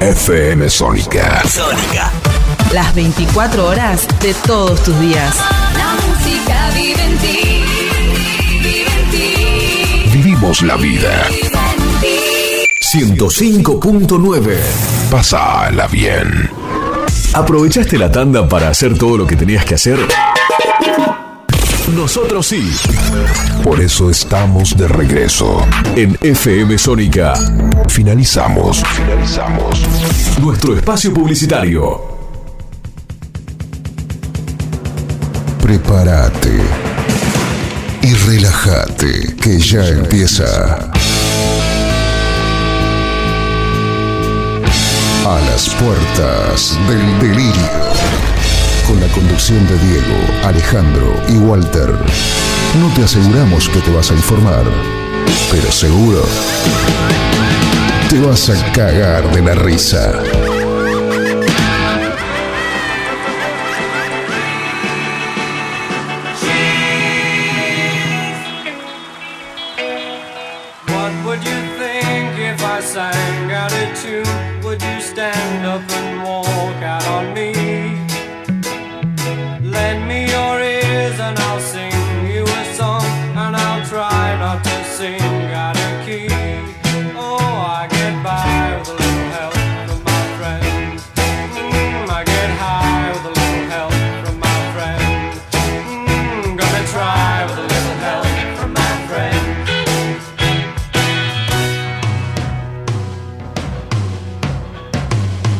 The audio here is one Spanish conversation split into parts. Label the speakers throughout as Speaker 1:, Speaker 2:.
Speaker 1: FM Sónica.
Speaker 2: Sónica.
Speaker 3: Las 24 horas de todos tus días.
Speaker 4: La música vive en ti, vive en ti,
Speaker 1: Vivimos la vida.
Speaker 4: vive en ti.
Speaker 5: 105.9.
Speaker 1: Pásala bien.
Speaker 5: ¿Aprovechaste la tanda para hacer todo lo que tenías que hacer? Nosotros sí.
Speaker 1: Por eso estamos de regreso.
Speaker 5: En FM Sónica,
Speaker 1: Finalizamos. Finalizamos.
Speaker 5: nuestro espacio publicitario.
Speaker 1: Prepárate. Y relájate, que ya empieza. A las puertas del delirio. Con la conducción de Diego, Alejandro y Walter. No te aseguramos que te vas a informar, pero seguro te vas a cagar de la risa.
Speaker 6: What would you think if I sang out a tune? Would you stand up and walk out on me? Lend me your ears and I'll sing you a song and I'll try not to sing out of key. Oh, I get by with a little help from my friends. Mm, I get high with a little help from my friends. Mm, gonna try with a little help from my friends.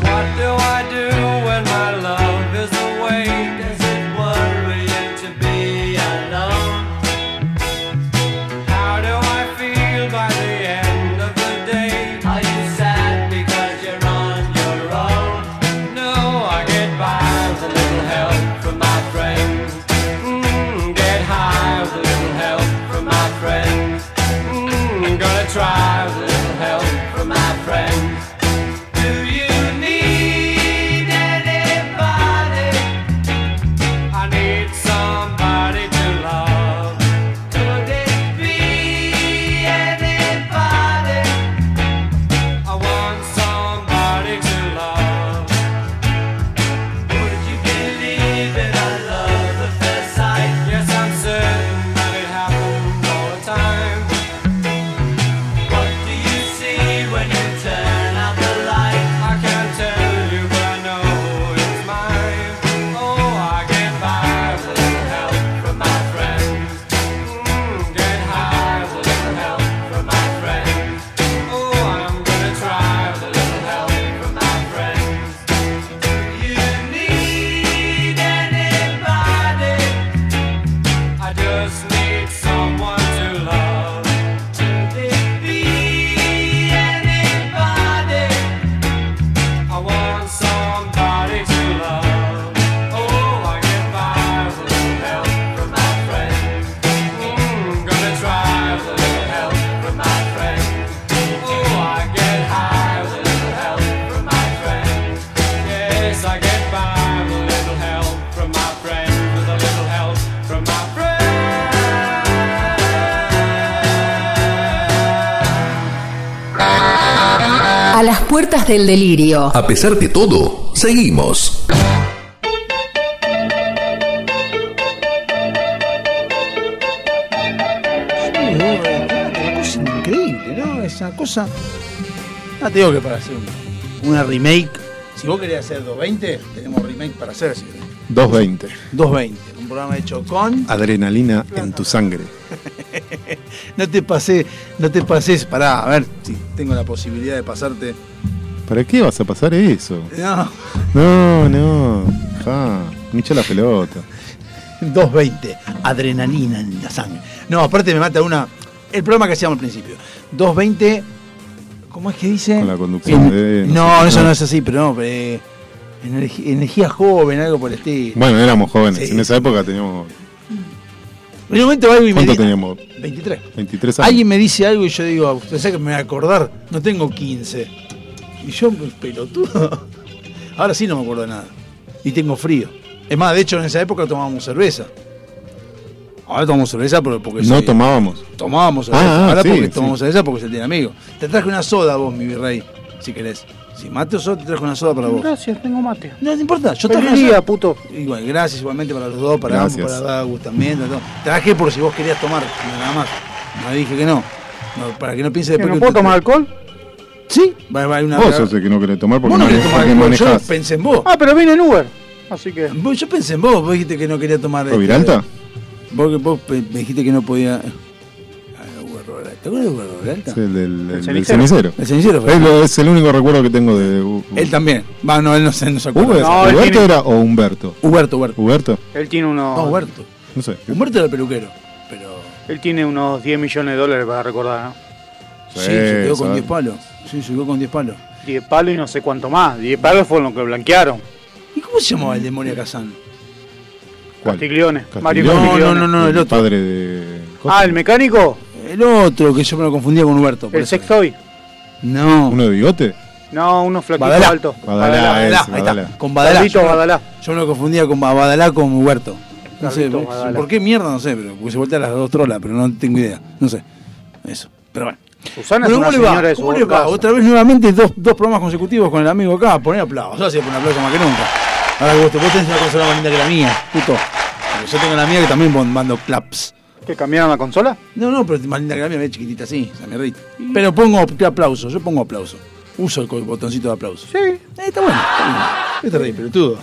Speaker 6: What do I do when my love is away? Does it worry you to be alone? How do I feel by the end of the day? Are you sad because you're on your own? No, I get by with a little help from my friends. Mm, get high with a little help from my friends. Mm, gonna try with a little help from my friends. Do you need anybody? I need somebody to love. Could it be anybody? I want somebody to love. Would you believe in a love at first sight? Yes, I'm certain that it happens all the time. What do you see when you turn out the light? I can't tell you, but I know it's mine. Oh, I get by with a little help from my friends. Mm, get high with a little help from my friends. Oh, I'm gonna try with a little help from my friends. Do you need anybody? I just need someone to love. Could it be anybody? I want somebody to love. Oh, I get by with a little help from my friends. Mm, gonna try with a little help from my friends. Oh, I get high with a little help from my friends. Yes, I get by with a little help from my friends. With a little help from my friends.
Speaker 7: A las puertas del delirio.
Speaker 5: A pesar de todo, seguimos.
Speaker 8: Una cosa increíble, ¿no? Es una cosa. Ah, te digo que para hacer un- una remake, si vos querés hacer 220, tenemos remake para hacer. si querés.
Speaker 9: 220.
Speaker 8: 220, un programa hecho con.
Speaker 9: Adrenalina en tu sangre.
Speaker 8: No te pasé, no te pases, pará, a ver si tengo la posibilidad de pasarte.
Speaker 9: ¿Para qué vas a pasar eso?
Speaker 8: No,
Speaker 9: No, no. Ja, me hinchó la pelota.
Speaker 8: 220, adrenalina en la sangre. No, aparte me mata una. El programa que hacíamos al principio. 220, ¿cómo es que dice?
Speaker 9: Con la conducción de-
Speaker 8: No,
Speaker 9: no sé.
Speaker 8: eso no es así, pero no, pero, eh, energi- energía joven, algo por el estilo.
Speaker 9: Bueno, éramos jóvenes.
Speaker 8: Sí.
Speaker 9: En esa época teníamos.
Speaker 8: En un momento algo y me
Speaker 9: ¿Cuánto
Speaker 8: di-
Speaker 9: teníamos?
Speaker 8: 23.
Speaker 9: 23 años.
Speaker 8: Alguien me dice algo y yo digo, pensé que me voy a acordar, no tengo 15. Y yo, "Pues, pelotudo. Ahora sí no me acuerdo de nada. Y tengo frío. Es más, de hecho, en esa época tomábamos cerveza. Ahora tomamos cerveza pero porque
Speaker 9: No
Speaker 8: soy-
Speaker 9: tomábamos.
Speaker 8: tomábamos cerveza.
Speaker 9: Ah, ah,
Speaker 8: Ahora
Speaker 9: sí,
Speaker 8: porque
Speaker 9: sí.
Speaker 8: tomamos cerveza porque se tiene amigo. Te traje una soda vos, mi virrey, si querés. Si Mateo solo te trajo una soda para vos.
Speaker 2: Gracias, tengo mate.
Speaker 8: No, no importa, yo traje
Speaker 2: Feliz
Speaker 8: una
Speaker 2: día,
Speaker 8: soda.
Speaker 2: puto.
Speaker 8: Igual, gracias igualmente para los dos, para
Speaker 9: Gracias.
Speaker 8: ambos, para Agus también. para todos. Traje por si vos querías tomar, nada más. No dije que no. No, para que no piense
Speaker 2: ¿Que
Speaker 8: después
Speaker 2: ¿No
Speaker 8: que
Speaker 2: puedo
Speaker 8: te-
Speaker 2: tomar alcohol?
Speaker 8: Sí, va, va, hay una.
Speaker 9: Vos sos el que no querés tomar porque
Speaker 8: Vos no querés
Speaker 9: mane-
Speaker 8: tomar
Speaker 9: porque
Speaker 8: alcohol, yo
Speaker 9: manejás.
Speaker 8: pensé en vos.
Speaker 2: Ah, pero vine en Uber. Así que.
Speaker 8: Vos- Yo pensé en vos, vos dijiste que no quería tomar. este,
Speaker 9: ¿Viralta?
Speaker 8: Vos, que- vos pe- me dijiste que no podía. Ah, Hugo Roberta. ¿Te acuerdas de Hugo Roberta?
Speaker 9: Es el del, el del
Speaker 2: cenicero.
Speaker 9: cenicero.
Speaker 8: El cenicero fue.
Speaker 9: Es, lo- es el único recuerdo que tengo de. U- U-
Speaker 8: Él también. Va, no, él no se, no se
Speaker 9: ¿Hugo
Speaker 8: acuerda.
Speaker 9: es-
Speaker 2: No, él
Speaker 9: ¿Huberto
Speaker 2: tiene-
Speaker 9: era o Humberto?
Speaker 8: Huberto, Huberto.
Speaker 9: ¿Huberto?
Speaker 2: Él tiene unos.
Speaker 8: No, Huberto.
Speaker 9: No sé.
Speaker 8: Humberto era el peluquero. Pero.
Speaker 2: Él tiene unos 10 millones de dólares para recordar, ¿no?
Speaker 8: Sí, se quedó con
Speaker 9: sabe.
Speaker 8: 10 palos. Sí, se quedó con 10 palos.
Speaker 2: 10 palos y no sé cuánto más. 10 palos fueron los que blanquearon.
Speaker 8: ¿Y cómo se llamaba el demonio Kazan?
Speaker 9: ¿Cuál?
Speaker 2: Castiglione.
Speaker 9: Castiglione.
Speaker 2: Mario
Speaker 9: No,
Speaker 2: Castiglione.
Speaker 8: no, no, no. el otro.
Speaker 9: Padre de.
Speaker 2: Ah, el mecánico.
Speaker 8: El otro, que yo me lo confundía con Huberto. por
Speaker 2: El
Speaker 8: eso.
Speaker 2: sextoy.
Speaker 8: No.
Speaker 9: ¿Uno de bigote?
Speaker 2: No, uno flaquito
Speaker 8: Badalá.
Speaker 2: alto.
Speaker 9: Badalá,
Speaker 8: Badalá,
Speaker 9: ese,
Speaker 8: ahí
Speaker 9: Badalá.
Speaker 8: está. Con Badalá.
Speaker 2: Carlito
Speaker 8: Yo me-
Speaker 2: Badalá.
Speaker 8: Yo me lo confundía con Ba- Badalá con Huberto. No sé,
Speaker 2: Carlito
Speaker 8: ¿por-
Speaker 2: Badalá.
Speaker 8: ¿por qué mierda? No sé, pero porque se voltean las dos trolas, pero no tengo idea. No sé. Eso. Pero bueno.
Speaker 2: Susana
Speaker 8: Bueno,
Speaker 2: es
Speaker 8: ¿cómo
Speaker 2: una
Speaker 8: le va?
Speaker 2: señora de su
Speaker 8: ¿Cómo le va?
Speaker 2: casa.
Speaker 8: Otra vez nuevamente dos, dos programas consecutivos con el amigo acá. Poné aplausos. Ahora sí, pon aplauso más que nunca. Ahora que vos, te- vos tenés una consola más linda que la mía, puto. Porque yo tengo la mía que también pon- mando claps.
Speaker 2: ¿Que cambiaron la consola?
Speaker 8: No, no, pero más linda que la mía, es chiquitita así, esa mierdita. Pero pongo ap- aplauso, yo pongo aplauso. Uso el co- botoncito de aplauso.
Speaker 2: Sí.
Speaker 8: Eh, está bueno. Está bien, pelotudo.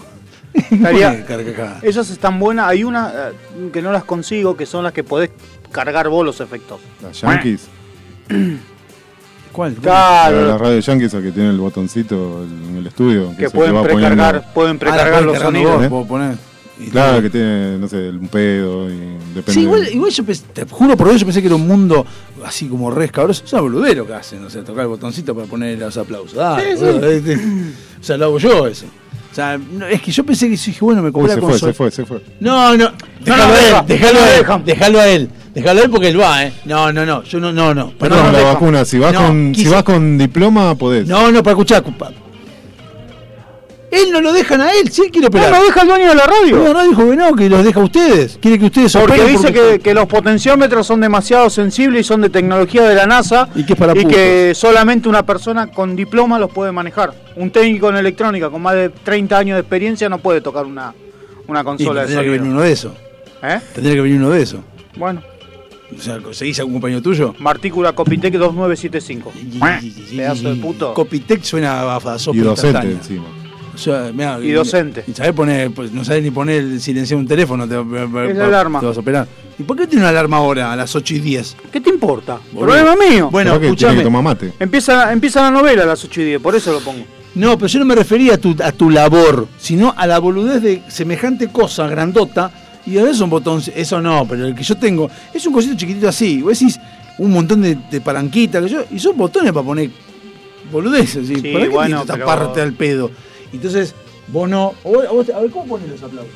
Speaker 2: Estaría-
Speaker 8: Carcajada.
Speaker 2: Esas están buenas. Hay una eh, que no las consigo, que son las que podés cargar vos los efectos.
Speaker 9: Las Yankees. La,
Speaker 8: ¿Cuál?
Speaker 9: la
Speaker 2: Claro,
Speaker 9: radio Yankees, la que tiene el botoncito en el estudio.
Speaker 2: que
Speaker 9: se te va
Speaker 2: pueden precargar,
Speaker 9: poniendo-
Speaker 2: pueden
Speaker 8: Ah,
Speaker 2: precargar
Speaker 8: la
Speaker 2: los
Speaker 8: puedes cargar
Speaker 2: sonidos.
Speaker 8: vos,
Speaker 9: ¿eh?
Speaker 8: puedo poner. Y-
Speaker 9: Claro, que tiene, no sé, un pedo. Y depende.
Speaker 8: Sí, igual, igual yo pensé, te juro por Dios, yo pensé que era un mundo así como re escabroso. Es una boludero que hacen, o sea, tocar el botoncito para poner los aplausos. Dale, boludo, este. O sea, lo hago yo eso. O sea, no, es que yo pensé que sí, dije, bueno, me
Speaker 9: Uy,
Speaker 8: compré
Speaker 9: se
Speaker 8: la
Speaker 9: fue,
Speaker 8: consola.
Speaker 9: se fue, se fue.
Speaker 8: No, no, déjalo
Speaker 2: no,
Speaker 8: a él,
Speaker 2: deja,
Speaker 8: déjalo
Speaker 2: no
Speaker 8: a él,
Speaker 2: deja.
Speaker 8: déjalo a él, déjalo a él porque él va, ¿eh? No, no, no, yo no, no, no.
Speaker 9: Perdón,
Speaker 8: no,
Speaker 9: la
Speaker 8: deja.
Speaker 9: vacuna. Si vas,
Speaker 8: No,
Speaker 9: con, si
Speaker 8: quise-
Speaker 9: vas con diploma, podés.
Speaker 8: No, no, para escuchar, culpa. Él no lo dejan a él, sí, él quiere
Speaker 2: No
Speaker 8: operar.
Speaker 2: lo deja el dueño de la
Speaker 8: No,
Speaker 2: radio.
Speaker 8: no, dijo que no, que los deja a ustedes. Quiere que ustedes
Speaker 2: Porque
Speaker 8: operen
Speaker 2: dice que, que los potenciómetros son demasiado sensibles y son de tecnología de la NASA
Speaker 8: Y que es para
Speaker 2: y
Speaker 8: putos.
Speaker 2: que solamente una persona con diploma los puede manejar. Un técnico en electrónica con más de 30 años de experiencia no puede tocar una, una
Speaker 8: Sí, pero
Speaker 2: consola de
Speaker 8: tendría que venir
Speaker 2: sonido.
Speaker 8: uno de esos.
Speaker 2: ¿Eh?
Speaker 8: Tendría que venir uno de esos.
Speaker 2: Bueno,
Speaker 8: O sea, ¿conseguís algún compañero tuyo?
Speaker 2: Martícula Copitec 2975. Pedazo de puto.
Speaker 8: Copitec suena a, a sopa
Speaker 9: y docente
Speaker 8: instantánea.
Speaker 9: encima.
Speaker 8: O sea, mirá,
Speaker 2: Y docente.
Speaker 8: Y sabés poner, pues, no sabés ni poner el silencio de un teléfono. Te,
Speaker 2: Es la alarma.
Speaker 8: Te vas a operar. ¿Y por qué tiene una alarma ahora, a las 8 y 10?
Speaker 2: ¿Qué te importa?
Speaker 8: Boludo.
Speaker 2: Problema mío.
Speaker 8: Bueno,
Speaker 9: Capaz que tiene
Speaker 8: escuchame.
Speaker 9: que tomar mate.
Speaker 2: Empieza, empieza la novela a las 8 y 10, por eso lo pongo.
Speaker 8: No, pero yo no me refería a tu, a tu labor, sino a la boludez de semejante cosa grandota. Y a veces un botón, eso no, pero el que yo tengo es un cosito chiquitito así. Vos decís un montón de, de palanquitas, que yo, y son botones para poner boludeces. ¿sí?
Speaker 2: Sí,
Speaker 8: ¿Para qué
Speaker 2: bueno,
Speaker 8: bueno, esta
Speaker 2: pero-
Speaker 8: parte al pedo? Entonces, vos no. o vos- a vos- a ver, ¿cómo pones los aplausos?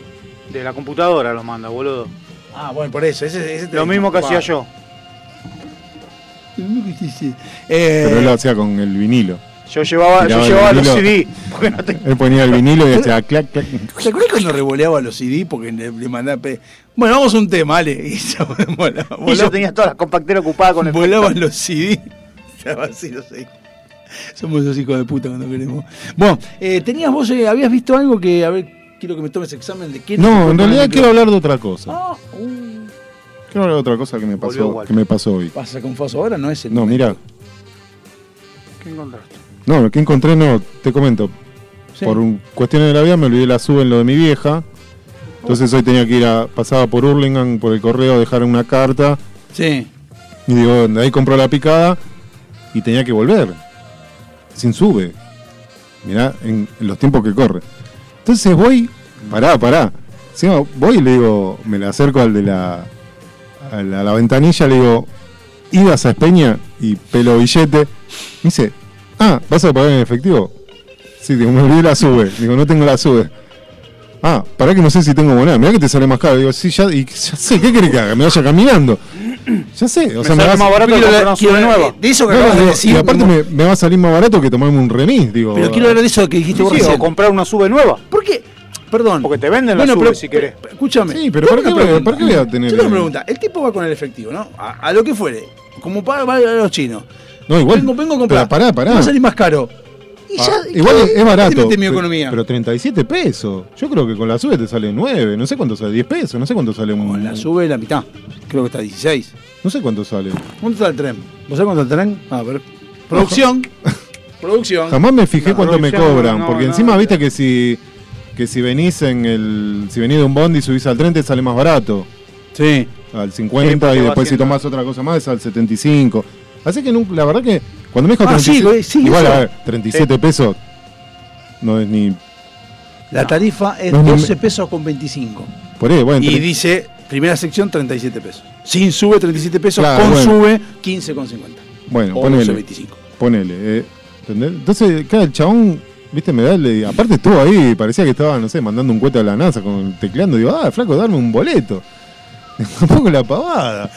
Speaker 2: De la computadora los manda, boludo.
Speaker 8: Ah, bueno, por eso. Ese, ese te-
Speaker 2: Lo mismo que hacía
Speaker 8: Ah.
Speaker 2: yo.
Speaker 8: Lo mismo que hacía- Eh,
Speaker 9: Pero él lo hacía con el vinilo.
Speaker 2: Yo llevaba, yo
Speaker 9: Tiraba el
Speaker 2: llevaba los
Speaker 9: vinilo.
Speaker 2: CD. Porque no te-
Speaker 9: Él ponía el vinilo y hacía clac, clac.
Speaker 8: ¿Te acuerdas cuando revoleaba los CD porque le, le mandaba pe- Bueno, vamos a un tema, Ale. Y ya volaba,
Speaker 2: Y yo
Speaker 8: volaba.
Speaker 2: tenía todas las compacteras ocupadas con el.
Speaker 8: Volaban los CD. Estaba así, no sé. Somos los hijos de puta cuando queremos. Bueno, eh, tenías vos, eh, habías visto algo que, a ver, quiero que me tomes examen de qué.
Speaker 9: No, en realidad
Speaker 8: qué
Speaker 9: quiero hablar de otra cosa.
Speaker 8: Ah, uh,
Speaker 9: Quiero hablar de otra cosa que me
Speaker 2: Volvió
Speaker 9: pasó,
Speaker 2: Walter.
Speaker 9: que me pasó hoy.
Speaker 8: pasa con Faso ahora, no es el.
Speaker 9: No, mira.
Speaker 2: ¿Qué encontraste?
Speaker 9: No, lo que encontré no, te comento.
Speaker 8: Sí.
Speaker 9: Por un- cuestiones de la vida me olvidé la sube en lo de mi vieja. Entonces hoy tenía que ir a. Pasaba por Hurlingham, por el correo, a dejar una carta.
Speaker 8: Sí.
Speaker 9: Y digo, de ahí compró la picada y tenía que volver. Sin sube. Mirá, en, en los tiempos que corre. Entonces voy, pará, pará. Encima voy y le digo, me le acerco al de la. A la, a la ventanilla, le digo, ibas a Espeña y pelo billete. Me dice, ah, ¿vas a pagar en efectivo? Sí, digo, me olvidé la sube. Digo, no tengo la sube. Ah, pará que no sé si tengo moneda. Mirá que te sale más caro. Digo, sí, ya, y ya sé, ¿qué querés que haga? Me vaya caminando. Ya sé, o sea, me
Speaker 2: sale
Speaker 9: va a-
Speaker 2: más barato
Speaker 9: quiero
Speaker 2: que
Speaker 9: la-
Speaker 2: comprar
Speaker 9: quiero-
Speaker 2: una nueva.
Speaker 8: Eh, De eso que
Speaker 9: no, no,
Speaker 8: acabas de
Speaker 9: digo,
Speaker 8: decir.
Speaker 9: y aparte
Speaker 8: me-
Speaker 9: me, me va a salir más barato que tomarme un remis, digo.
Speaker 8: Pero quiero hablar de eso que dijiste vos
Speaker 2: Sí, o
Speaker 8: recién.
Speaker 2: comprar una sube nueva.
Speaker 8: ¿Por qué? Perdón.
Speaker 2: Porque te venden la
Speaker 8: bueno,
Speaker 2: sube,
Speaker 8: pero,
Speaker 2: si querés.
Speaker 8: pero- Escúchame.
Speaker 9: Sí, pero
Speaker 8: Yo
Speaker 9: ¿para
Speaker 8: tengo
Speaker 9: qué voy
Speaker 8: una
Speaker 9: a-
Speaker 8: pregunta.
Speaker 9: para qué voy a tener-
Speaker 8: Yo tengo una pregunta. El tipo va con el efectivo, ¿no? A, a lo que fuere. Como paga va a los chinos.
Speaker 9: No, igual.
Speaker 8: Vengo, vengo a
Speaker 9: Pero
Speaker 8: comprar.
Speaker 9: pará, pará.
Speaker 8: Me Va a salir más caro. Y
Speaker 9: Ah,
Speaker 8: ya-
Speaker 9: igual
Speaker 8: ¿qué?
Speaker 9: es, es
Speaker 8: ¿Qué te
Speaker 9: barato.
Speaker 8: mete mi
Speaker 9: pe-
Speaker 8: economía?
Speaker 9: Pero 37 pesos. Yo creo que con la sube te sale 9. No sé cuánto sale. 10 pesos. No sé cuánto sale un.
Speaker 8: Con la sube la mitad. Creo que está 16.
Speaker 9: No sé cuánto sale.
Speaker 8: ¿Cuánto está el tren? ¿Vos sabés cuánto está el tren? Ah, pero. Producción. Producción.
Speaker 9: Jamás me fijé
Speaker 2: No,
Speaker 9: cuánto me
Speaker 2: Provinciano,
Speaker 9: cobran.
Speaker 2: no,
Speaker 9: porque
Speaker 2: no,
Speaker 9: encima,
Speaker 2: no.
Speaker 9: viste que si. Que si venís en el. Si venís de un bondi y subís al tren te sale más barato.
Speaker 8: Sí.
Speaker 9: Al
Speaker 2: Sí,
Speaker 9: 50
Speaker 2: porque
Speaker 9: y
Speaker 2: va
Speaker 9: después si
Speaker 2: haciendo-
Speaker 9: tomás otra cosa más es al 75. Así que nunca- la verdad que. Cuando me dijo
Speaker 8: Ah, sí,
Speaker 9: 37
Speaker 8: güey, sí,
Speaker 9: Igual,
Speaker 8: eso.
Speaker 9: a ver, 37 pesos. No es ni.
Speaker 8: La tarifa es
Speaker 9: No, no,
Speaker 8: 12
Speaker 9: me-
Speaker 8: pesos con 25.
Speaker 9: Por ahí, bueno.
Speaker 8: Y
Speaker 9: tre-
Speaker 8: dice, primera sección, 37 pesos. Sin sube, 37 pesos.
Speaker 9: Claro,
Speaker 8: con
Speaker 9: bueno.
Speaker 8: sube, 15 con 50.
Speaker 9: bueno,
Speaker 8: O
Speaker 9: ponele.
Speaker 8: 25.
Speaker 9: Ponele. eh, ¿entendés? Entonces, claro, el chabón, viste, me da el- Aparte estuvo ahí, parecía que estaba, no sé, mandando un cohete a la NASA con tecleando. Digo, ah, flaco, darme un boleto. Tampoco la pavada.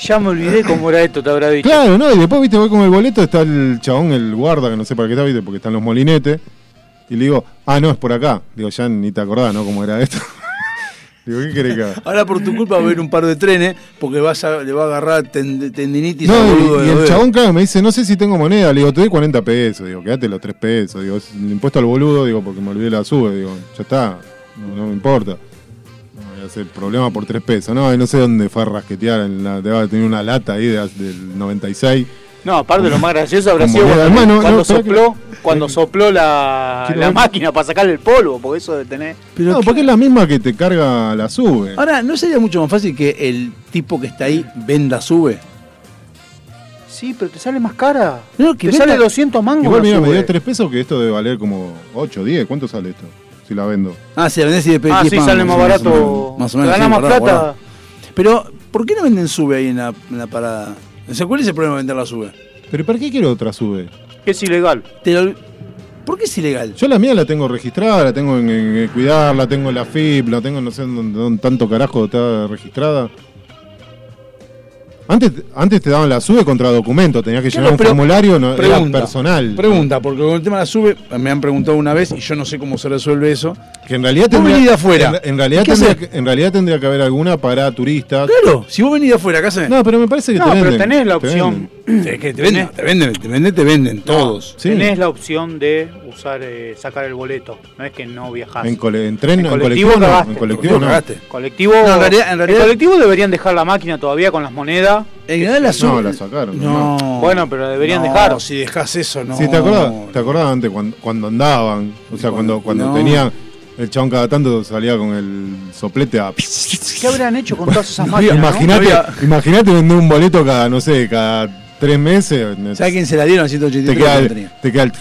Speaker 2: Ya me olvidé cómo era esto, te habrá dicho.
Speaker 9: Claro, ¿no? Y después, viste, voy con el boleto, está el chabón, el guarda, que no sé para qué está, viste, porque están los molinetes. Y le digo, ah, no, es por acá. Digo, ya ni te acordás, ¿no? ¿Cómo era esto? digo, ¿qué querés que haga?
Speaker 8: Ahora por tu culpa va a haber un par de trenes porque vas a- le va a agarrar tend- tendinitis al boludo
Speaker 9: No, y, y el
Speaker 8: de los dedos.
Speaker 9: chabón, claro, me dice, no sé si tengo moneda. Le digo, te doy 40 pesos. Digo, quédate los 3 pesos. Digo, es un impuesto al boludo, digo, porque me olvidé la sube. Digo, ya está, no, no me importa. No voy a hacer problema por 3 pesos. No, y no sé dónde fue a rasquetear. En la, debe haber tenido una lata ahí de- del 96.
Speaker 2: No, aparte lo más gracioso habrá
Speaker 9: Como
Speaker 2: sido
Speaker 9: era,
Speaker 2: cuando,
Speaker 9: hermano, no,
Speaker 2: cuando
Speaker 9: no, espera que-
Speaker 2: sopló, cuando sopló la,
Speaker 9: Quiero
Speaker 2: la
Speaker 9: ver.
Speaker 2: máquina para sacarle el polvo, porque eso de tener.
Speaker 8: Pero
Speaker 9: no,
Speaker 8: ¿qué-
Speaker 9: porque es la misma que te carga la sube.
Speaker 8: Ahora, ¿no sería mucho más fácil que el tipo que está ahí venda sube?
Speaker 2: Sí, pero te sale más cara.
Speaker 8: No,
Speaker 2: te
Speaker 8: que venta-
Speaker 2: sale 200 mangos.
Speaker 9: Igual,
Speaker 2: la
Speaker 9: mira, me
Speaker 2: sube.
Speaker 9: dio 3 pesos que esto debe valer como 8, 10. ¿Cuánto sale esto? Si la vendo.
Speaker 8: Ah, si la vendés y de
Speaker 2: Ah, sí,
Speaker 8: pan,
Speaker 2: sale más
Speaker 8: o menos,
Speaker 2: barato.
Speaker 8: Más o menos.
Speaker 2: Gana
Speaker 8: sí,
Speaker 2: más
Speaker 8: guardá,
Speaker 2: plata.
Speaker 8: guardá. Pero, ¿por qué no venden sube ahí en la, en la parada? O sea, ¿cuál es el problema de vender la sube?
Speaker 9: ¿Pero para qué quiero otra sube?
Speaker 2: Que es ilegal.
Speaker 8: Te lo- ¿Por qué es ilegal?
Speaker 9: Yo la mía la tengo registrada, la tengo en, en- en cuidar, la tengo en la FIP, la tengo no sé en dónde, dónde tanto carajo está registrada. Antes, antes te daban la sube contra documento, tenías que
Speaker 8: Claro,
Speaker 9: llenar un
Speaker 8: pero-
Speaker 9: formulario, no, era
Speaker 8: Pregunta.
Speaker 9: personal.
Speaker 8: Pregunta, porque con el tema de la sube me han preguntado una vez y yo no sé cómo se resuelve eso.
Speaker 9: Que en realidad
Speaker 8: Vos venís de
Speaker 9: tendría,
Speaker 8: afuera.
Speaker 9: En, en realidad
Speaker 8: ¿Y qué
Speaker 9: tendría,
Speaker 8: hacer?
Speaker 9: que- en realidad tendría que haber alguna para turistas.
Speaker 8: Claro, si vos venís de afuera, ¿qué haces?
Speaker 9: No, pero me parece que
Speaker 2: No,
Speaker 9: te
Speaker 2: pero
Speaker 9: venden,
Speaker 2: tenés la
Speaker 9: te
Speaker 2: opción.
Speaker 9: venden.
Speaker 8: Es que te venden, te venden, te venden, te venden todos.
Speaker 9: Sí.
Speaker 2: Tenés la opción de usar, eh, sacar el boleto. No es que no viajás.
Speaker 9: En, cole- en tren,
Speaker 2: En
Speaker 9: en
Speaker 2: colectivo
Speaker 9: colectivo, no,
Speaker 2: cagaste.
Speaker 9: en colectivo no.
Speaker 8: Cagaste.
Speaker 2: Colectivo.
Speaker 8: No, en realidad- en realidad-
Speaker 2: el colectivo deberían dejar la máquina todavía con las monedas.
Speaker 8: En realidad la sube.
Speaker 9: No, la sacaron,
Speaker 8: No.
Speaker 2: Bueno, pero la deberían
Speaker 8: No,
Speaker 2: dejar.
Speaker 8: Si dejas eso, no.
Speaker 9: Sí, ¿te acordás? ¿Te acordás antes cuando, cuando andaban? O sea, cuando, cuando
Speaker 8: No.
Speaker 9: tenía. El chabón cada tanto salía con el soplete a.
Speaker 2: ¿Qué habrán hecho con todas esas máquinas? no?
Speaker 9: Imagínate
Speaker 8: No había-
Speaker 9: imagínate vender un boleto cada, no sé, cada tres meses.
Speaker 8: ¿Sabes quién se la dieron a
Speaker 9: Te
Speaker 8: 183?
Speaker 9: queda,
Speaker 8: que no
Speaker 9: el,
Speaker 8: tenía?
Speaker 9: te queda el-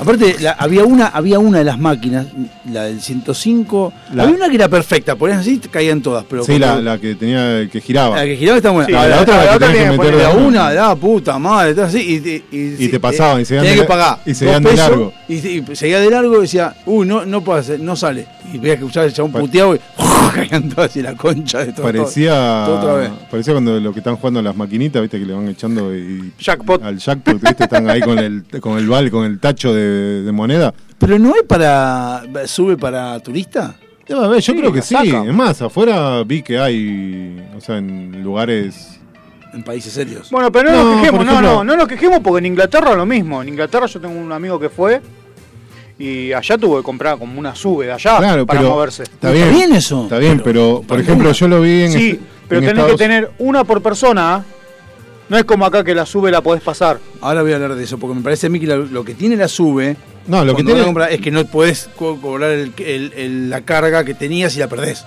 Speaker 8: Aparte, la- había, una, había una de las máquinas, la del 105.
Speaker 9: La-
Speaker 8: Había una que era perfecta, ponías así te caían todas. Pero
Speaker 9: Sí,
Speaker 8: cuando-
Speaker 9: la, la que tenía el que giraba.
Speaker 8: la que giraba está buena.
Speaker 2: Sí,
Speaker 9: Ah, la, otra la, que tenías que meter
Speaker 8: Era
Speaker 9: de mano.
Speaker 8: una, la puta madre, todo así, y, te-
Speaker 9: Y te pasaban, y se
Speaker 8: tenías
Speaker 9: iban de-
Speaker 8: que pagar.
Speaker 9: y se
Speaker 8: dos
Speaker 9: iban de
Speaker 8: pesos,
Speaker 9: largo.
Speaker 8: Y, se- y seguía de largo y decía, uy, no, no, pasa, no sale. Y veías que usaba el chabón
Speaker 9: Pare-
Speaker 8: puteado y caían todas así la concha de todo.
Speaker 9: Parecía,
Speaker 8: Todo otra vez.
Speaker 9: parecía cuando lo que están jugando a las maquinitas, viste que le van echando y-
Speaker 2: Jackpot.
Speaker 9: al jackpot, viste, están ahí con el con el bal, con el tacho de, de moneda.
Speaker 8: Pero no hay para. ¿Sube para turista?
Speaker 9: Ya va a ver, yo
Speaker 2: Sí,
Speaker 9: creo que
Speaker 2: la
Speaker 9: sí.
Speaker 2: saca.
Speaker 9: Es más, afuera vi que hay, o sea, en lugares
Speaker 8: En países serios.
Speaker 2: Bueno, pero no,
Speaker 9: No,
Speaker 2: nos quejemos,
Speaker 9: por
Speaker 2: no,
Speaker 9: ejemplo-
Speaker 2: no, no nos quejemos porque en Inglaterra lo mismo. En Inglaterra yo tengo un amigo que fue y allá tuvo que comprar como una sube de allá
Speaker 9: Claro,
Speaker 2: para
Speaker 9: pero
Speaker 2: moverse.
Speaker 9: Está bien,
Speaker 8: Está bien eso.
Speaker 9: Está bien, pero, por ejemplo, yo lo vi en. este-
Speaker 2: Sí, pero
Speaker 9: en
Speaker 2: tenés que
Speaker 9: Estados-
Speaker 2: tener una por persona. ¿eh? No es como acá que la sube la podés pasar.
Speaker 8: Ahora voy a hablar de eso, porque me parece a mí que la- lo que tiene la sube.
Speaker 9: No, lo que
Speaker 8: cuando vos
Speaker 9: tiene.
Speaker 8: la compras, es que no podés co- cobrar el- el- el- la carga que tenías y la perdés.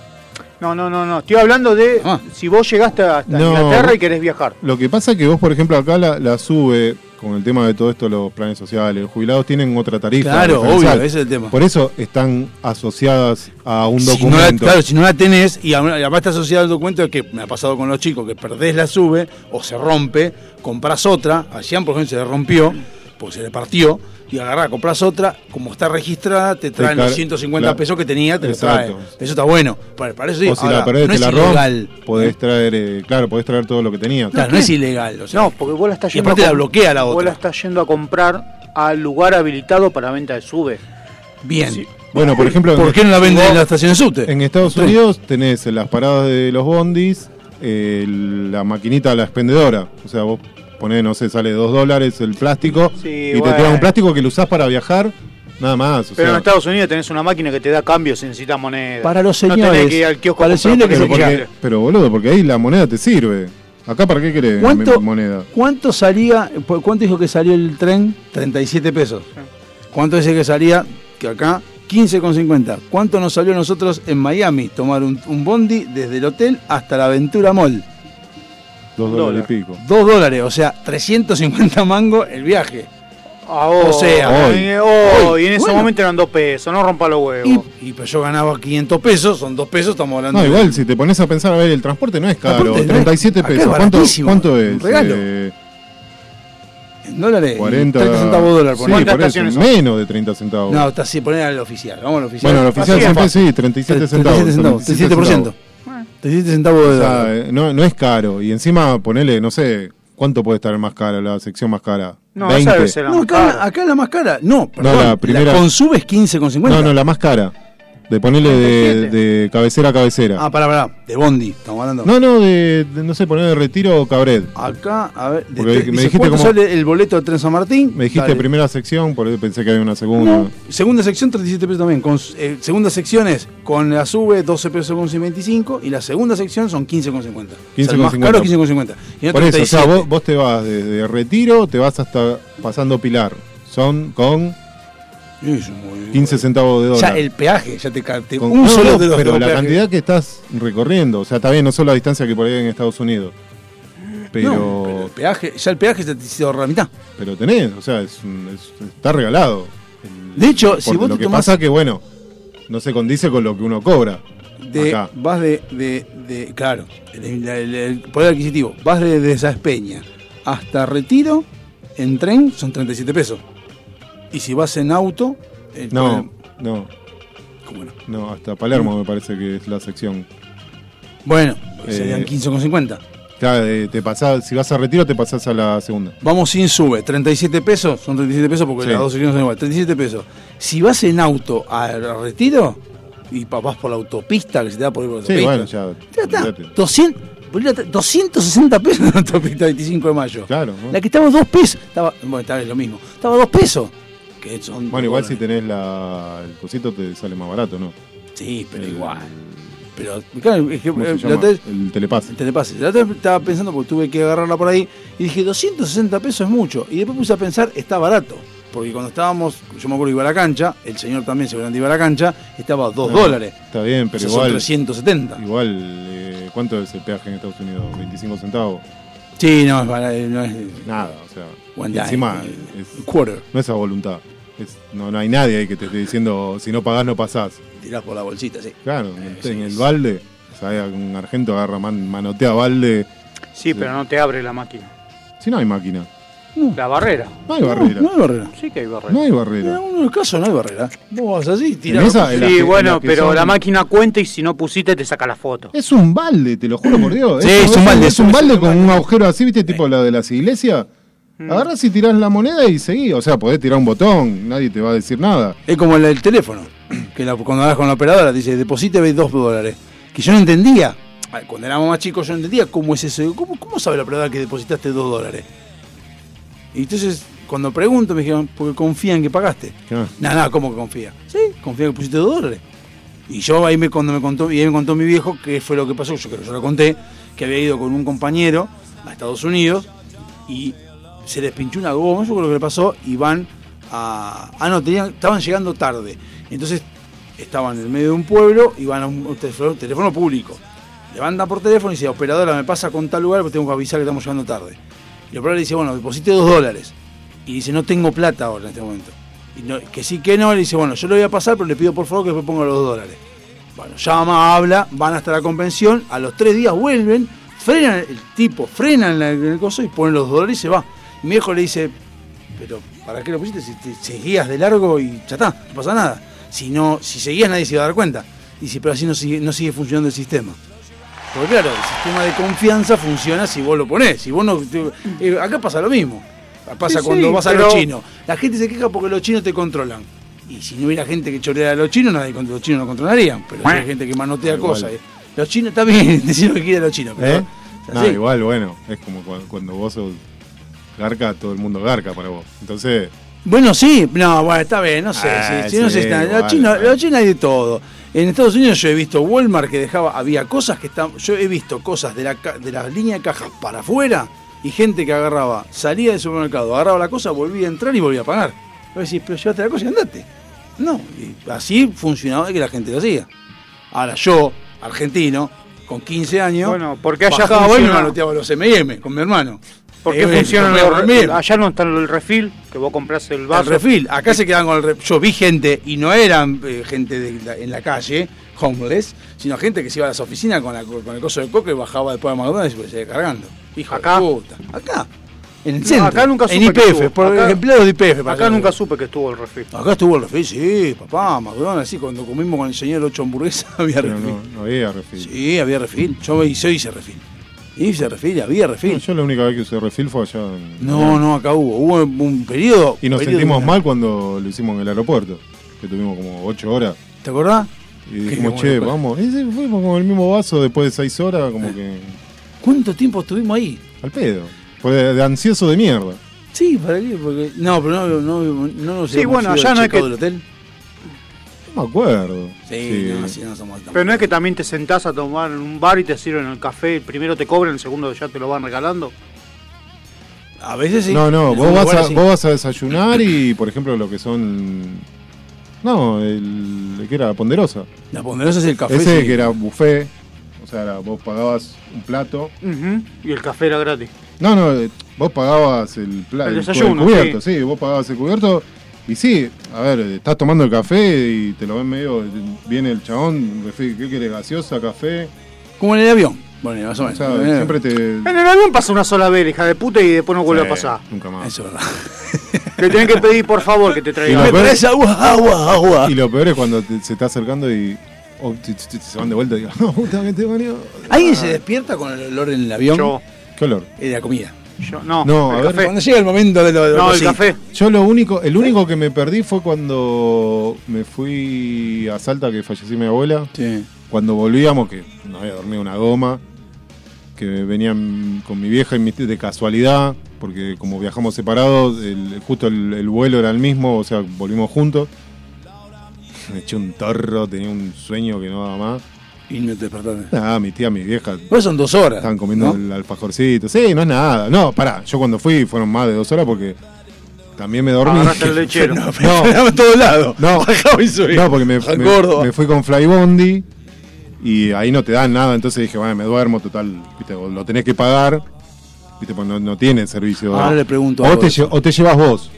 Speaker 2: No, no, no, no. Estoy hablando de
Speaker 8: Ah.
Speaker 2: si vos llegaste hasta
Speaker 9: No.
Speaker 2: Inglaterra y querés viajar.
Speaker 9: Lo que pasa es que vos, por ejemplo, acá la, la sube con el tema de todo esto, los planes sociales. Los jubilados tienen otra tarifa.
Speaker 8: Claro,
Speaker 9: diferencial.
Speaker 8: obvio, ese es el tema.
Speaker 9: Por eso están asociadas a un
Speaker 8: Si no la-
Speaker 9: documento.
Speaker 8: claro, si no la tenés, y am- además está asociado al documento que me ha pasado con los chicos, que perdés la sube o se rompe, compras otra, a Jean por ejemplo se le rompió, pues se le partió, y agarrás, compras otra, como está registrada, te traen
Speaker 9: car-
Speaker 8: los 150
Speaker 9: la-
Speaker 8: pesos que tenía, te lo trae.
Speaker 9: Exacto.
Speaker 8: Eso está bueno. Para, para eso sí,
Speaker 9: o si
Speaker 8: ahora,
Speaker 9: la perdés,
Speaker 8: no
Speaker 9: te
Speaker 8: es
Speaker 9: la
Speaker 8: ilegal.
Speaker 9: rompes. Podés traer, eh, claro, podés traer todo lo que tenías.
Speaker 8: Claro, no es ilegal. o sea,
Speaker 2: No, porque vos la estás
Speaker 8: Y
Speaker 2: yendo.
Speaker 8: aparte
Speaker 2: a
Speaker 8: la
Speaker 2: com-
Speaker 8: bloquea la
Speaker 2: Vos
Speaker 8: otra.
Speaker 2: la estás yendo a comprar al lugar habilitado para venta de sube.
Speaker 8: Bien.
Speaker 9: Bueno, por ejemplo, en,
Speaker 8: ¿Por qué no la venden en la estación subte?
Speaker 9: en Estados Unidos tenés en las paradas de los bondis eh, la maquinita, la expendedora. O sea, vos Poné, no sé, sale 2 dólares el plástico
Speaker 2: Sí,
Speaker 9: y
Speaker 2: bueno.
Speaker 9: te tiran un plástico que lo usás para viajar, nada más. o
Speaker 2: Pero en
Speaker 9: sea,
Speaker 2: Estados Unidos tenés una máquina que te da cambios si necesitas moneda.
Speaker 8: Para los
Speaker 2: No tenés
Speaker 8: señores,
Speaker 2: que ir al kiosco a
Speaker 8: para los
Speaker 2: comprar
Speaker 8: señores
Speaker 9: pero,
Speaker 8: que se
Speaker 2: porque-
Speaker 9: porque- pero, boludo, porque ahí la moneda te sirve. Acá para qué querés
Speaker 8: ¿Cuánto,
Speaker 9: me- moneda.
Speaker 8: ¿Cuánto salía? por- ¿Cuánto dijo que salió el tren? Ah. 37 pesos. ¿Cuánto dice que salía? Que acá, 15,50. ¿Cuánto nos salió a nosotros en Miami tomar un, un bondi desde el hotel hasta la Ventura Mall?
Speaker 9: Dos dólares y pico.
Speaker 8: Dos dólares, o sea, 350 mango el viaje.
Speaker 2: Ah, oh,
Speaker 8: O sea,
Speaker 9: hoy.
Speaker 2: eh, oh,
Speaker 8: Hoy.
Speaker 2: y en ese
Speaker 8: Bueno.
Speaker 2: momento eran dos pesos, no rompa los huevos.
Speaker 8: Y, y pues yo ganaba 500 pesos, son dos pesos, estamos hablando
Speaker 9: No,
Speaker 8: de-
Speaker 9: igual, si te pones a pensar, a ver, el transporte no es caro.
Speaker 8: Transporte no es-
Speaker 9: 37
Speaker 8: acá es
Speaker 9: pesos. ¿Cuánto,
Speaker 8: baratísimo,
Speaker 9: cuánto es?
Speaker 8: un regalo.
Speaker 9: Eh,
Speaker 8: en dólares.
Speaker 9: 40
Speaker 8: 30 centavos dólar
Speaker 9: sí,
Speaker 8: por ahí.
Speaker 2: ¿Cuántas
Speaker 9: por eso,
Speaker 2: estaciones son?
Speaker 9: menos de 30 centavos.
Speaker 8: No, está así, poner al oficial. Vamos al oficial.
Speaker 9: bueno, el oficial
Speaker 2: Así es
Speaker 9: siempre
Speaker 2: fácil.
Speaker 9: sí, 37 centavos.
Speaker 8: 37 centavos, 37%. 37 centavos de
Speaker 9: O
Speaker 8: dólar.
Speaker 9: sea, eh, no, no es caro. Y encima, ponele, no sé, ¿cuánto puede estar más cara la sección más cara?
Speaker 2: no, esa debe ser la
Speaker 8: No,
Speaker 2: más
Speaker 8: acá,
Speaker 2: cara.
Speaker 8: acá la más cara. No, perdón.
Speaker 9: la
Speaker 8: la
Speaker 9: primera-
Speaker 8: con sub es 15,50.
Speaker 9: No, no, la más cara. De ponerle de,
Speaker 2: 37.
Speaker 9: de cabecera a cabecera.
Speaker 8: Ah, pará, pará. De Bondi, estamos hablando.
Speaker 9: no, no, de, de, no sé, ponerle retiro o cabred.
Speaker 8: Acá, a ver. de-
Speaker 9: Porque me
Speaker 8: dice,
Speaker 9: dijiste
Speaker 8: ¿Cuánto
Speaker 9: como-
Speaker 8: sale el boleto de Tren San Martín?
Speaker 9: Me dijiste
Speaker 8: Dale.
Speaker 9: primera sección, por eso pensé que había una segunda.
Speaker 8: No, segunda sección 37 pesos también. Con, eh, segunda sección es con la sube 12 pesos con 55 y la segunda sección son 15,50. O sea, el más
Speaker 9: 15,50.
Speaker 8: caro 15,50. Y no
Speaker 9: Por eso, o sea,
Speaker 8: 37.
Speaker 9: vos, vos te vas desde Retiro, te vas hasta pasando Pilar. Son con
Speaker 8: Sí, es muy-
Speaker 9: 15 centavos de
Speaker 8: O
Speaker 9: dólar.
Speaker 8: sea, el peaje, ya te carte.
Speaker 9: Con-
Speaker 8: Un
Speaker 9: no,
Speaker 8: solo
Speaker 9: no,
Speaker 8: de los
Speaker 9: pero
Speaker 8: dos
Speaker 9: la
Speaker 8: peajes.
Speaker 9: cantidad que estás recorriendo, o sea, está bien, no solo la distancia que por ahí en Estados Unidos. Pero,
Speaker 8: No, pero el peaje, ya el peaje se te se ahorra la mitad.
Speaker 9: pero tenés, o sea, es un- es- está regalado. El-
Speaker 8: De hecho, si
Speaker 9: porque
Speaker 8: vos
Speaker 9: lo
Speaker 8: te
Speaker 9: que
Speaker 8: tomás-
Speaker 9: pasa que bueno, no se condice con lo que uno cobra.
Speaker 8: de-
Speaker 9: acá.
Speaker 8: vas de, de- de- claro, el, el- el- el poder adquisitivo, vas desde de Saspeña hasta Retiro, en tren son 37 pesos. Y si vas en auto, eh, el
Speaker 9: No, no,
Speaker 8: poder- ¿cómo no?
Speaker 9: no, hasta Palermo me parece que es la sección.
Speaker 8: Bueno, pues serían
Speaker 9: Eh,
Speaker 8: 15,50.
Speaker 9: Claro, de- te pasás, si vas a Retiro te pasás a la Ah, segunda.
Speaker 8: Vamos sin sube, 37 pesos, son 37 pesos porque
Speaker 9: Sí.
Speaker 8: las dos secciones son igual, 37 pesos. Si vas en auto a Retiro y pa- vas por la autopista que se te da por ir por la
Speaker 9: Sí,
Speaker 8: autopista,
Speaker 9: bueno, ya.
Speaker 8: Ya está.
Speaker 9: olvídate.
Speaker 8: 200, boludo, 260 pesos en la autopista 25 de mayo.
Speaker 9: Claro, ¿no?
Speaker 8: La que estaba a dos pesos. Estaba, bueno, estaba lo mismo. Estaba a dos pesos. Que son
Speaker 9: Bueno, igual
Speaker 8: dólares.
Speaker 9: si tenés la, el cosito te sale más barato, ¿no?
Speaker 8: Sí, pero igual. Pero, claro, es que,
Speaker 9: ¿Cómo se
Speaker 8: eh, la
Speaker 9: llama?
Speaker 8: otra vez-
Speaker 9: El telepase. Ah,
Speaker 8: te le pases. La otra vez estaba pensando porque tuve que agarrarla por ahí y dije 260 pesos es mucho. Y después puse a pensar, está barato. Porque cuando estábamos, yo me acuerdo que iba a la cancha, el señor también seguramente iba a la cancha, estaba a 2
Speaker 9: No,
Speaker 8: dólares.
Speaker 9: Está bien, pero
Speaker 8: O sea,
Speaker 9: igual.
Speaker 8: son 370.
Speaker 9: Igual, eh, ¿cuánto es el peaje en Estados Unidos? ¿25 centavos?
Speaker 8: Sí, no, es barato, eh, no es. eh,
Speaker 9: Nada, o sea.
Speaker 8: One
Speaker 9: y encima,
Speaker 8: dime,
Speaker 9: es-
Speaker 8: quarter.
Speaker 9: no es a voluntad. Es- no, no hay nadie ahí que te esté diciendo, si no pagás, no pasás.
Speaker 8: Tirás por la bolsita, sí.
Speaker 9: Claro, en,
Speaker 8: sí,
Speaker 9: en el
Speaker 8: sí.
Speaker 9: balde, ¿sabes? Un argento agarra, man- manotea balde. Eh,
Speaker 2: Sí, pero no te abre la máquina.
Speaker 9: Si no hay máquina,
Speaker 2: La barrera.
Speaker 9: no hay barrera.
Speaker 8: No, no hay barrera.
Speaker 2: Sí que hay barrera.
Speaker 9: No hay
Speaker 8: En
Speaker 9: barrera.
Speaker 8: algunos casos no hay barrera. Vos vas así, tirás.
Speaker 9: En esa- en la que-
Speaker 2: Sí,
Speaker 9: en
Speaker 2: bueno,
Speaker 9: la que
Speaker 2: pero
Speaker 9: son-
Speaker 2: la máquina cuenta y si no pusiste te saca la foto.
Speaker 9: Es un balde, te lo juro por Dios.
Speaker 8: Sí, es un balde,
Speaker 9: Es
Speaker 8: es un-
Speaker 9: un balde
Speaker 8: es un
Speaker 9: con un agujero así, ¿viste? Tipo la de las iglesias.
Speaker 2: Mm.
Speaker 9: Agarras y tirás la moneda y seguís. O sea, podés tirar un botón, nadie te va a decir nada.
Speaker 8: Es como el, del teléfono, que la- cuando hablas con la operadora te dice, deposíteme dos dólares. Que yo no entendía. Ay, Cuando éramos más chicos yo no entendía cómo es eso. Digo, ¿Cómo, cómo sabe la operadora que depositaste dos dólares? Y entonces, cuando pregunto, me dijeron, porque confían que pagaste.
Speaker 9: Ah.
Speaker 8: Nada, nada, ¿cómo que confía? Sí, confía que pusiste dos dólares. Y yo ahí me, cuando me contó, y ahí me contó mi viejo que fue lo que pasó, yo creo que yo lo conté, que había ido con un compañero a Estados Unidos y se les pinchó una goma, yo creo que le pasó, y van a. Ah, no, tenían, estaban llegando tarde. Entonces estaban en el medio de un pueblo y van a un, un teléfono, teléfono público. Levantan por teléfono y dice, operadora, me pasa con tal lugar porque tengo que avisar que estamos llegando tarde. Y el operador le dice, bueno, deposite dos dólares. Y dice, no tengo plata ahora en este momento. Y no- que sí, que no, le dice, bueno, yo lo voy a pasar, pero le pido por favor que después ponga los dos dólares. Bueno, llama, habla, van hasta la convención, a los tres días vuelven, frenan el tipo, frenan la, el coso y ponen los dólares y se va. Y mi viejo le dice, pero ¿para qué lo pusiste? Si te seguías de largo y ya está, no pasa nada. Si no, si seguías nadie se iba a dar cuenta. Dice, pero así no sigue, no sigue funcionando el sistema. Porque claro, el sistema de confianza funciona si vos lo ponés. Si vos no, te- eh, acá pasa lo mismo. Pasa
Speaker 2: Sí,
Speaker 8: cuando
Speaker 2: sí,
Speaker 8: vas a
Speaker 2: pero-
Speaker 8: los chinos. La gente se queja porque los chinos te controlan. Y si no hubiera gente que chorea a los chinos, nadie con los chinos no controlarían. Pero si hay gente que manotea
Speaker 9: Ah, igual.
Speaker 8: cosas. eh. Los chinos, está bien decir lo que quiera los chinos, pero.
Speaker 9: ¿Eh?
Speaker 8: o sea,
Speaker 9: No,
Speaker 8: sí.
Speaker 9: igual, bueno. Es como cu- cuando vos sos Garca, todo el mundo garca para vos. Entonces,
Speaker 8: Bueno, sí, no, bueno, está bien, no sé.
Speaker 9: Ah,
Speaker 8: sí, sí, no
Speaker 9: sí,
Speaker 8: sé si está- los
Speaker 9: vale,
Speaker 8: chinos-
Speaker 9: vale.
Speaker 8: los chinos hay de todo. En Estados Unidos yo he visto Walmart que dejaba, había cosas que estaban, yo he visto cosas de la, ca- de la línea de cajas para afuera y gente que agarraba, salía del supermercado, agarraba la cosa, volvía a entrar y volvía a pagar. Vos decís, pero llevaste la cosa y andate. No, y así funcionaba que la gente lo hacía. Ahora yo, argentino, con 15 años,
Speaker 2: Bueno, porque allá
Speaker 8: bajaba Walmart y
Speaker 2: funciona-
Speaker 8: maloteaba los M&M con mi hermano.
Speaker 2: ¿Por qué
Speaker 8: M&M,
Speaker 2: funcionan
Speaker 8: compraba
Speaker 2: los
Speaker 8: M&M.
Speaker 2: refil? Allá no está el refil, que vos compras el
Speaker 8: El
Speaker 2: vaso.
Speaker 8: refil. Acá se quedan con el refil. Yo vi gente, y no eran eh, gente de la- en la calle, homeless, sino gente que se iba a las oficinas con, la co- con el coso de coco y bajaba después de McDonald's y se seguía cargando. Hijo
Speaker 2: Acá.
Speaker 8: de puta. Acá. En el
Speaker 2: No,
Speaker 8: centro.
Speaker 2: acá nunca
Speaker 8: En
Speaker 2: supe que
Speaker 8: IPF,
Speaker 2: estuvo.
Speaker 8: por
Speaker 2: Acá-
Speaker 8: empleados de IPF.
Speaker 2: Acá nunca supe que estuvo el refil.
Speaker 8: Acá estuvo el refil, sí, papá, McDonald's, sí, cuando comimos con el señor ocho hamburguesas había
Speaker 9: pero
Speaker 8: refil.
Speaker 9: no, no había refil.
Speaker 8: Sí, había refil. Yo, yo hice refil. Hice refil, había
Speaker 9: No,
Speaker 8: refil.
Speaker 9: yo la única vez que usé este refil fue allá. en-
Speaker 8: No, no, acá hubo. Hubo un periodo.
Speaker 9: Y nos
Speaker 8: periodo
Speaker 9: sentimos
Speaker 8: de-
Speaker 9: mal cuando lo hicimos en el aeropuerto, que tuvimos como ocho horas.
Speaker 8: ¿Te acordás?
Speaker 9: Y
Speaker 8: Qué
Speaker 9: dijimos,
Speaker 8: bueno,
Speaker 9: che,
Speaker 8: pues.
Speaker 9: vamos. Y sí, fuimos con el mismo vaso después de seis horas, como que
Speaker 8: ¿Cuánto tiempo estuvimos ahí?
Speaker 9: al pedo. Fue de, de ansioso de mierda.
Speaker 8: Sí, para qué, porque. No, pero no, no, no, nos
Speaker 2: Sí,
Speaker 8: hemos
Speaker 2: bueno,
Speaker 8: ido
Speaker 2: allá
Speaker 8: al
Speaker 2: no es
Speaker 8: checkout
Speaker 2: que-
Speaker 8: del hotel.
Speaker 9: No me acuerdo.
Speaker 8: Sí, no, sí, no somos tan-
Speaker 2: Pero no es que también te sentás a tomar en un bar y te sirven el café, primero te cobran, el segundo ya te lo van regalando.
Speaker 8: A veces sí.
Speaker 9: No, no,
Speaker 8: En
Speaker 9: vos
Speaker 8: algún
Speaker 9: vas,
Speaker 8: lugar
Speaker 9: a,
Speaker 8: sí.
Speaker 9: vos vas a desayunar y, por ejemplo, lo que son. No, el, el que era ponderosa.
Speaker 8: La ponderosa es el café.
Speaker 9: Ese
Speaker 8: sí.
Speaker 9: que era buffet. O sea, era- vos pagabas un plato.
Speaker 2: Ujú, Y el café era gratis.
Speaker 9: No, no, eh, vos pagabas el, plato,
Speaker 2: El desayuno,
Speaker 9: cubierto, sí. vos pagabas el cubierto. Y sí, a ver, eh, estás tomando el café y te lo ven medio. Viene el chabón, refri- ¿qué querés? ¿Gaseosa, café?
Speaker 8: Como en el avión. Bueno, más o
Speaker 9: O
Speaker 8: menos.
Speaker 9: sea,
Speaker 8: Eh,
Speaker 9: siempre te.
Speaker 2: En el avión pasa una sola vez, hija de puta, y después no vuelve a
Speaker 9: Eh,
Speaker 2: pasar.
Speaker 9: Nunca más.
Speaker 8: Eso es verdad.
Speaker 2: Le tenés que pedir, por favor, que te
Speaker 9: Y
Speaker 8: Me
Speaker 2: traigan.
Speaker 9: lo- peor-
Speaker 8: traes agua, agua, agua.
Speaker 9: Y lo peor es cuando te- se está acercando y o te- te- te- se van de vuelta y digo, no, justamente, Mario.
Speaker 8: ¿Alguien se despierta con el olor en el avión?
Speaker 2: Yo,
Speaker 9: ¿Qué olor?
Speaker 8: Eh, de la comida.
Speaker 2: yo, no,
Speaker 9: No, a
Speaker 2: el
Speaker 9: ver,
Speaker 2: café.
Speaker 8: Cuando llega el momento de lo de
Speaker 2: No, el
Speaker 8: sí.
Speaker 2: café.
Speaker 9: Yo lo único, el único que me perdí fue cuando me fui a Salta, que falleció mi abuela.
Speaker 8: Sí.
Speaker 9: Cuando volvíamos, que no había dormido una goma, que venían con mi vieja y mi tía de casualidad, porque como viajamos separados, el- justo el, el vuelo era el mismo, o sea, volvimos juntos. Me eché un torro, tenía un sueño que no daba más.
Speaker 8: Y no te despertaste.
Speaker 9: Nada, mi tía, mi vieja,
Speaker 8: Pues son dos horas.
Speaker 9: Estaban comiendo
Speaker 8: ¿no?
Speaker 9: el alfajorcito. Sí, no es nada. No, pará. Yo cuando fui fueron más de dos horas porque también me dormí.
Speaker 2: Agarraste el lechero.
Speaker 8: No,
Speaker 9: No.
Speaker 8: pero en todos lados.
Speaker 9: No.
Speaker 8: Bajaba y subía.
Speaker 9: No, porque me,
Speaker 8: A
Speaker 9: me-
Speaker 8: Córdoba.
Speaker 9: me fui con Flybondi y ahí no te dan nada. Entonces dije, bueno, me duermo, total. viste, o lo tenés que pagar. Viste, pues no, no tiene servicio.
Speaker 8: Ahora le pregunto
Speaker 9: O
Speaker 8: algo
Speaker 9: te,
Speaker 8: de eso.
Speaker 9: lle- o te llevas vos.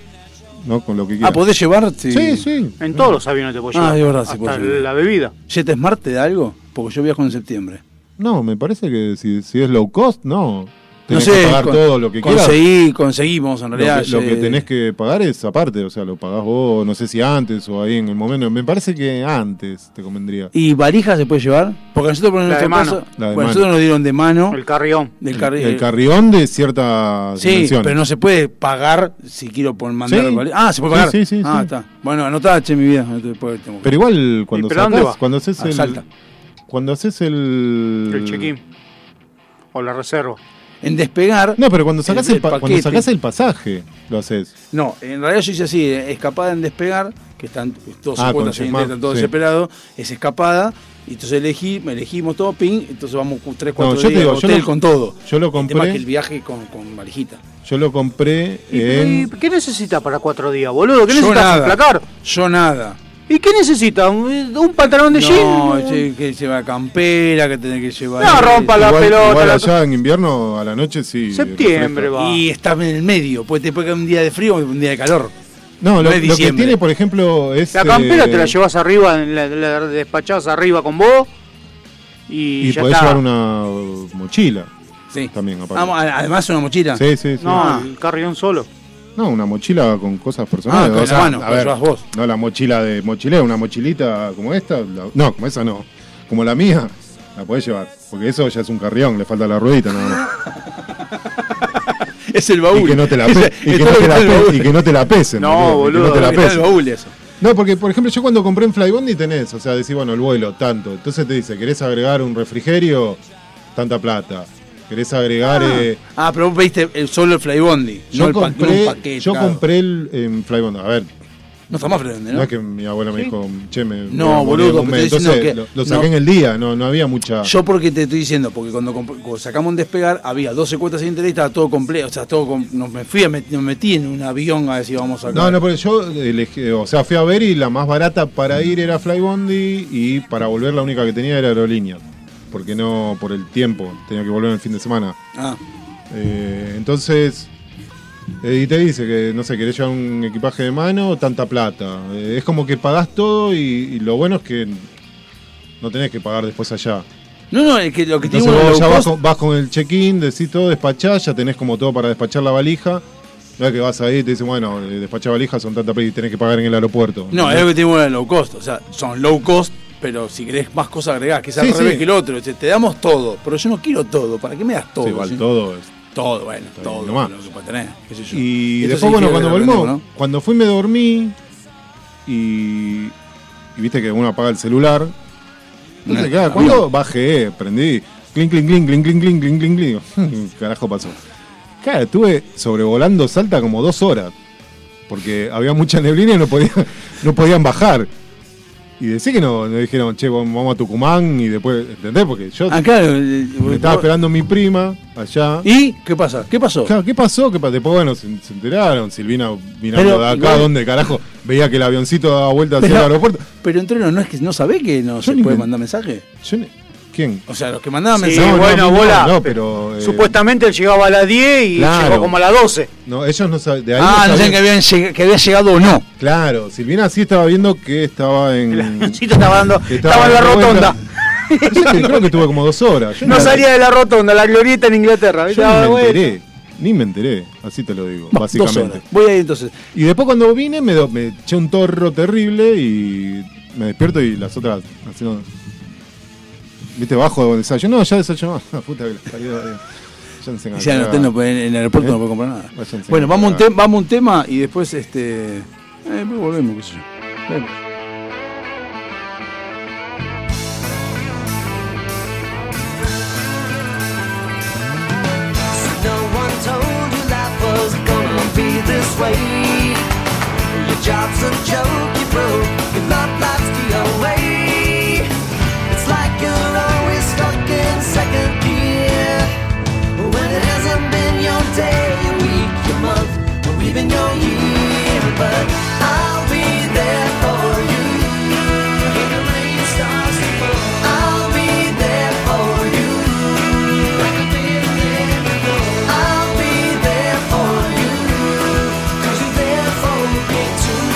Speaker 9: ¿No? Con lo que quieras.
Speaker 8: Ah, ¿podés llevarte?
Speaker 9: Sí, sí.
Speaker 2: En todos los aviones te puedo
Speaker 8: Ah,
Speaker 2: llevar.
Speaker 8: es verdad, sí
Speaker 2: hasta
Speaker 8: puedo llevar.
Speaker 2: la bebida.
Speaker 8: ¿Jet Smart te da algo? Porque yo viajo en septiembre.
Speaker 9: No, me parece que si, si es low cost, no.
Speaker 8: No
Speaker 9: Tenés
Speaker 8: sé,
Speaker 9: que pagar
Speaker 8: con-
Speaker 9: todo lo que quieras.
Speaker 8: conseguí, conseguimos en
Speaker 9: Lo
Speaker 8: realidad.
Speaker 9: que, lo que
Speaker 8: eh,
Speaker 9: tenés que pagar es aparte, o sea, lo pagás vos, no sé si antes o ahí en el momento. Me parece que antes te convendría.
Speaker 8: ¿Y valija se puede llevar? Porque nosotros por
Speaker 2: La de
Speaker 8: nuestro
Speaker 2: mano.
Speaker 8: caso,
Speaker 9: La de
Speaker 8: bueno,
Speaker 9: mano.
Speaker 8: nosotros nos dieron de mano
Speaker 2: El carrión.
Speaker 8: del carril.
Speaker 9: El carrión de ciertas
Speaker 8: sí,
Speaker 9: dimensiones.
Speaker 8: pero no se puede pagar si quiero por mandar
Speaker 9: Sí.
Speaker 8: vali- Ah, se puede
Speaker 9: Sí,
Speaker 8: pagar.
Speaker 9: sí, sí,
Speaker 8: ah,
Speaker 9: sí.
Speaker 8: está. Bueno, anotá, che, mi vida. no te- después tengo que-
Speaker 9: Pero igual cuando
Speaker 2: ¿Y pero dónde
Speaker 9: sacás-
Speaker 2: va?
Speaker 9: cuando haces
Speaker 8: Ah, Salta.
Speaker 9: el cuando haces el
Speaker 2: El check-in. O la reserva.
Speaker 8: En despegar.
Speaker 9: No, pero cuando sacás
Speaker 8: El-
Speaker 9: el,
Speaker 8: el
Speaker 9: pa- cuando
Speaker 8: paquete.
Speaker 9: sacás el pasaje lo haces.
Speaker 8: No, en realidad yo hice así, eh, escapada en despegar, que están todos
Speaker 9: Ah,
Speaker 8: en cuotas,
Speaker 9: con
Speaker 8: en
Speaker 9: Smart,
Speaker 8: están todos
Speaker 9: sí.
Speaker 8: desesperados, es escapada, y entonces elegí, me elegimos todo, ping, entonces vamos cu- tres, cuatro
Speaker 9: yo
Speaker 8: días
Speaker 9: te digo,
Speaker 8: al
Speaker 9: yo
Speaker 8: hotel
Speaker 9: lo-
Speaker 8: con todo.
Speaker 9: yo lo
Speaker 8: El tema
Speaker 9: compré.
Speaker 8: es que el viaje con, con valijita.
Speaker 9: Yo lo compré
Speaker 2: ¿Y, y
Speaker 9: en
Speaker 2: qué necesitas para cuatro días, boludo? ¿Qué
Speaker 8: yo
Speaker 2: necesitas?
Speaker 8: nada.
Speaker 2: ¿Placar?
Speaker 8: Yo nada.
Speaker 2: ¿Y qué necesitas? ¿Un, un pantalón de jean?
Speaker 8: No, che, que lleva campera, que tenés que llevar.
Speaker 2: No, rompa la
Speaker 9: igual,
Speaker 2: pelota.
Speaker 9: igual
Speaker 2: la-
Speaker 9: allá en invierno a la noche sí.
Speaker 2: Septiembre
Speaker 9: refresca.
Speaker 2: va.
Speaker 8: Y estás en el medio, porque te puede caer un día de frío o un día de calor.
Speaker 9: No,
Speaker 8: No
Speaker 9: lo,
Speaker 8: es
Speaker 9: lo que
Speaker 8: diciembre.
Speaker 9: tiene por ejemplo es
Speaker 2: La campera
Speaker 9: eh,
Speaker 2: te la llevas arriba, en la, la despachás arriba con vos. Y,
Speaker 9: y
Speaker 2: ya
Speaker 9: podés
Speaker 2: está.
Speaker 9: llevar una uh, mochila.
Speaker 8: Sí.
Speaker 9: También, aparte.
Speaker 8: Vamos, a- Ah, además una mochila.
Speaker 9: Sí, sí, sí.
Speaker 2: No,
Speaker 8: Ah.
Speaker 2: el carrión solo.
Speaker 9: No, una mochila con cosas
Speaker 8: Ah,
Speaker 9: personales.
Speaker 8: con
Speaker 9: o
Speaker 8: la
Speaker 9: sea,
Speaker 8: mano,
Speaker 9: a
Speaker 8: la
Speaker 9: ver,
Speaker 8: llevas vos.
Speaker 9: No, la mochila de mochilero, una mochilita como esta. la- no, como esa no. Como la mía, la podés llevar. Porque eso ya es un carrión, le falta la ruedita nada más.
Speaker 8: Es el baúl.
Speaker 9: Y que no te la,
Speaker 8: Es-
Speaker 9: pe-
Speaker 8: es
Speaker 9: y que
Speaker 8: todo
Speaker 9: no
Speaker 8: lo
Speaker 9: te la
Speaker 8: que está en el
Speaker 9: pe-
Speaker 8: baúl.
Speaker 9: y que no te la pesen.
Speaker 2: No,
Speaker 9: boludo, que
Speaker 2: boludo,
Speaker 9: No, te la
Speaker 8: Lo que está en
Speaker 9: pesen.
Speaker 8: el baúl eso.
Speaker 9: No, porque por ejemplo, yo cuando compré en Flybondi tenés, o sea, decís, bueno, el vuelo, tanto. Entonces te dice, ¿querés agregar un refrigerio? Tanta plata. querés agregar. eh,
Speaker 8: Ah, pero vos pediste el- solo el flybondi, no
Speaker 9: yo
Speaker 8: el pa- no
Speaker 9: compré,
Speaker 8: un paquete.
Speaker 9: yo
Speaker 8: claro.
Speaker 9: compré el em, Flybondo. A ver,
Speaker 8: No está más flybondi,
Speaker 9: ¿no?
Speaker 8: ¿no?
Speaker 9: es que mi abuela me dijo, che, me.
Speaker 8: No,
Speaker 9: voy a morir
Speaker 8: boludo,
Speaker 9: en un
Speaker 8: pero
Speaker 9: mes.
Speaker 8: estoy diciendo
Speaker 9: Entonces
Speaker 8: que-
Speaker 9: lo, lo saqué
Speaker 8: no.
Speaker 9: en el día, no, no había mucha.
Speaker 8: Yo porque te estoy diciendo, porque cuando, comp- cuando sacamos un despegar había 12 cuotas sin interés, estaba todo completo, o sea, todo com- nos me fui, a met- nos metí en un avión a decir vamos a
Speaker 9: No, no, pero yo elegí- o sea, fui a ver y la más barata para ir era Flybondi y para volver la única que tenía era Aerolínea. Porque no, por el tiempo, tenía que volver en el fin de semana.
Speaker 8: Ah,
Speaker 9: Eh, entonces, eh, y te dice que, no sé, querés llevar un equipaje de mano, tanta plata. Eh, es como que pagás todo y, y lo bueno es que no tenés que pagar después allá.
Speaker 8: no, no, es que lo que
Speaker 9: Entonces
Speaker 8: tiene uno
Speaker 9: vos
Speaker 8: low
Speaker 9: ya vas
Speaker 8: cost-
Speaker 9: con, vas con el check-in, decís todo, despachás, ya tenés como todo para despachar la valija. No es que vas ahí y te dicen, bueno, eh, despachá valija, son tanta plata y tenés que pagar en el aeropuerto.
Speaker 8: No, es lo que tiene uno de low cost, o sea, son low cost, pero si querés más cosas agregás, que es al
Speaker 9: Sí,
Speaker 8: revés
Speaker 9: sí.
Speaker 8: que el otro, o sea, te damos todo, pero yo no quiero todo, ¿para qué me das todo?
Speaker 9: Sí, igual
Speaker 8: sí?
Speaker 9: todo es-
Speaker 8: Todo, bueno, todo,
Speaker 9: nomás.
Speaker 8: lo que puedes tener, qué sé yo.
Speaker 9: Y
Speaker 8: Esto
Speaker 9: después,
Speaker 8: sí
Speaker 9: bueno,
Speaker 8: que
Speaker 9: cuando
Speaker 8: aprendemos,
Speaker 9: volvimos, cuando fui me dormí y, y viste que uno apaga el celular. No sé, cada cuando bajé, prendí, clink, clink, clink, clink, clink, clink, clink, clink, clink. Carajo pasó. Claro, estuve sobrevolando Salta como dos horas. Porque había mucha neblina y no, podía, no podían bajar. Y decía que no, no dijeron, che, vamos a Tucumán y después, ¿entendés? Porque yo
Speaker 8: Ah, claro, eh,
Speaker 9: me estaba esperando mi prima allá.
Speaker 8: ¿Y qué pasa? ¿Qué pasó?
Speaker 9: Claro, ¿qué pasó? ¿Qué pa- Después, bueno, se, se enteraron. Silvina mirando
Speaker 8: Pero
Speaker 9: de acá,
Speaker 8: igual-
Speaker 9: ¿dónde carajo? Veía que el avioncito daba vuelta hacia
Speaker 8: Pero-
Speaker 9: el aeropuerto.
Speaker 8: Pero entre no, no es que no sabés que no se
Speaker 9: ni
Speaker 8: puede
Speaker 9: me-
Speaker 8: mandar mensaje.
Speaker 9: Yo ni- ¿Quién?
Speaker 8: O sea, los que mandaban
Speaker 2: Sí,
Speaker 8: mensaje.
Speaker 2: bueno,
Speaker 9: a mí
Speaker 2: bola.
Speaker 9: No, pero. eh,
Speaker 2: Supuestamente él llegaba a las 10 y
Speaker 9: Claro.
Speaker 2: llegó como a las 12.
Speaker 9: No, ellos no sabían. De ahí
Speaker 8: Ah, no
Speaker 9: sabían-
Speaker 8: sé que habían, lleg- que había llegado o no.
Speaker 9: Claro, Silvina sí estaba viendo que estaba
Speaker 2: El
Speaker 9: en.
Speaker 2: avioncito estaba dando,
Speaker 9: que
Speaker 2: estaba en la
Speaker 9: dando
Speaker 2: rotonda.
Speaker 9: vuelta. Yo que- creo que tuve como dos horas. Yo
Speaker 2: No
Speaker 9: ni-
Speaker 2: salía de la rotonda, la glorieta en Inglaterra.
Speaker 9: Yo
Speaker 2: ¿viste? Ah, Daba
Speaker 9: ni me
Speaker 2: vuelta.
Speaker 9: enteré. Ni me enteré. Así te lo digo,
Speaker 8: Bah, Dos
Speaker 9: básicamente.
Speaker 8: horas. Voy ahí entonces.
Speaker 9: Y después cuando vine me, do- me eché un torro terrible y me despierto y las otras haciendo... Viste, bajo de desayuno. No, ya desayunó. La puta que la parió. eh. Váyanse a
Speaker 8: Y ya,
Speaker 9: cagar.
Speaker 8: no, usted no puede- en el aeropuerto
Speaker 9: ¿Eh?
Speaker 8: no puede comprar nada.
Speaker 9: Váyanse a
Speaker 8: Bueno, vamos a un,
Speaker 9: cagar.
Speaker 8: te- vamos a un tema y después este. eh, pues volvemos, qué sé yo. Volvemos.
Speaker 6: No one told you life was gonna be this way. Your job's a joke, you broke, your love life's the away. It's like you're always stuck in second gear. When it hasn't been your day, your week, your month, or even your year. But I'll be there for you. When the rain starts to fall, I'll be there for you. Like I've been there I'll be there for you, you you're there for me too.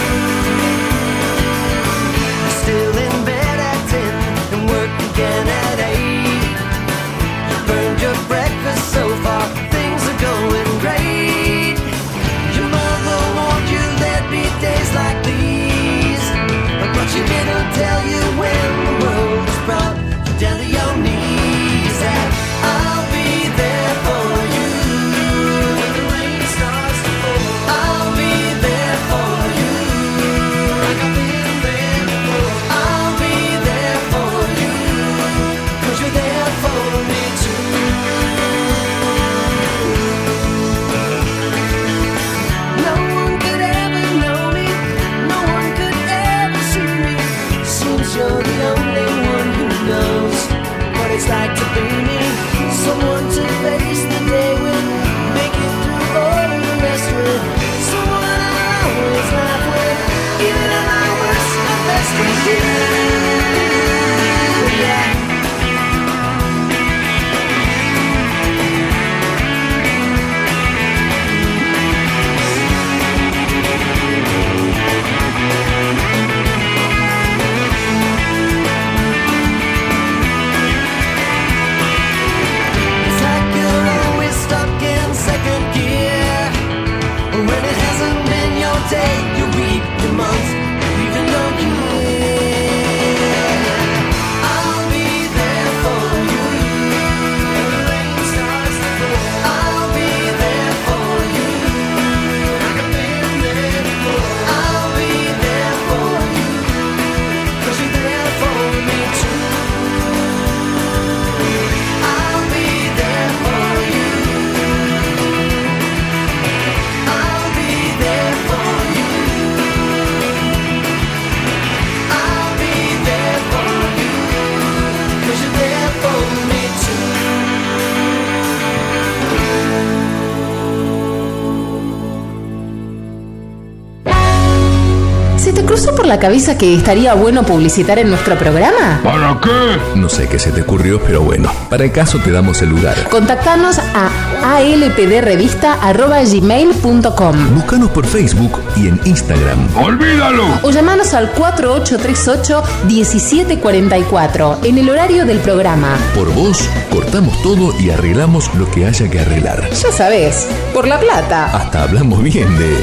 Speaker 7: la cabeza que estaría bueno publicitar en nuestro programa?
Speaker 5: ¿Para qué? No sé qué se te ocurrió, pero bueno. Para el caso te damos el lugar.
Speaker 7: Contactanos a alpdrevista.gmail.com
Speaker 5: Búscanos por Facebook y en Instagram. ¡Olvídalo!
Speaker 7: o llamanos al 4838-1744 en el horario del programa.
Speaker 5: Por vos, cortamos todo y arreglamos lo que haya que arreglar.
Speaker 7: Ya sabés, por la plata,
Speaker 5: Hasta hablamos bien de...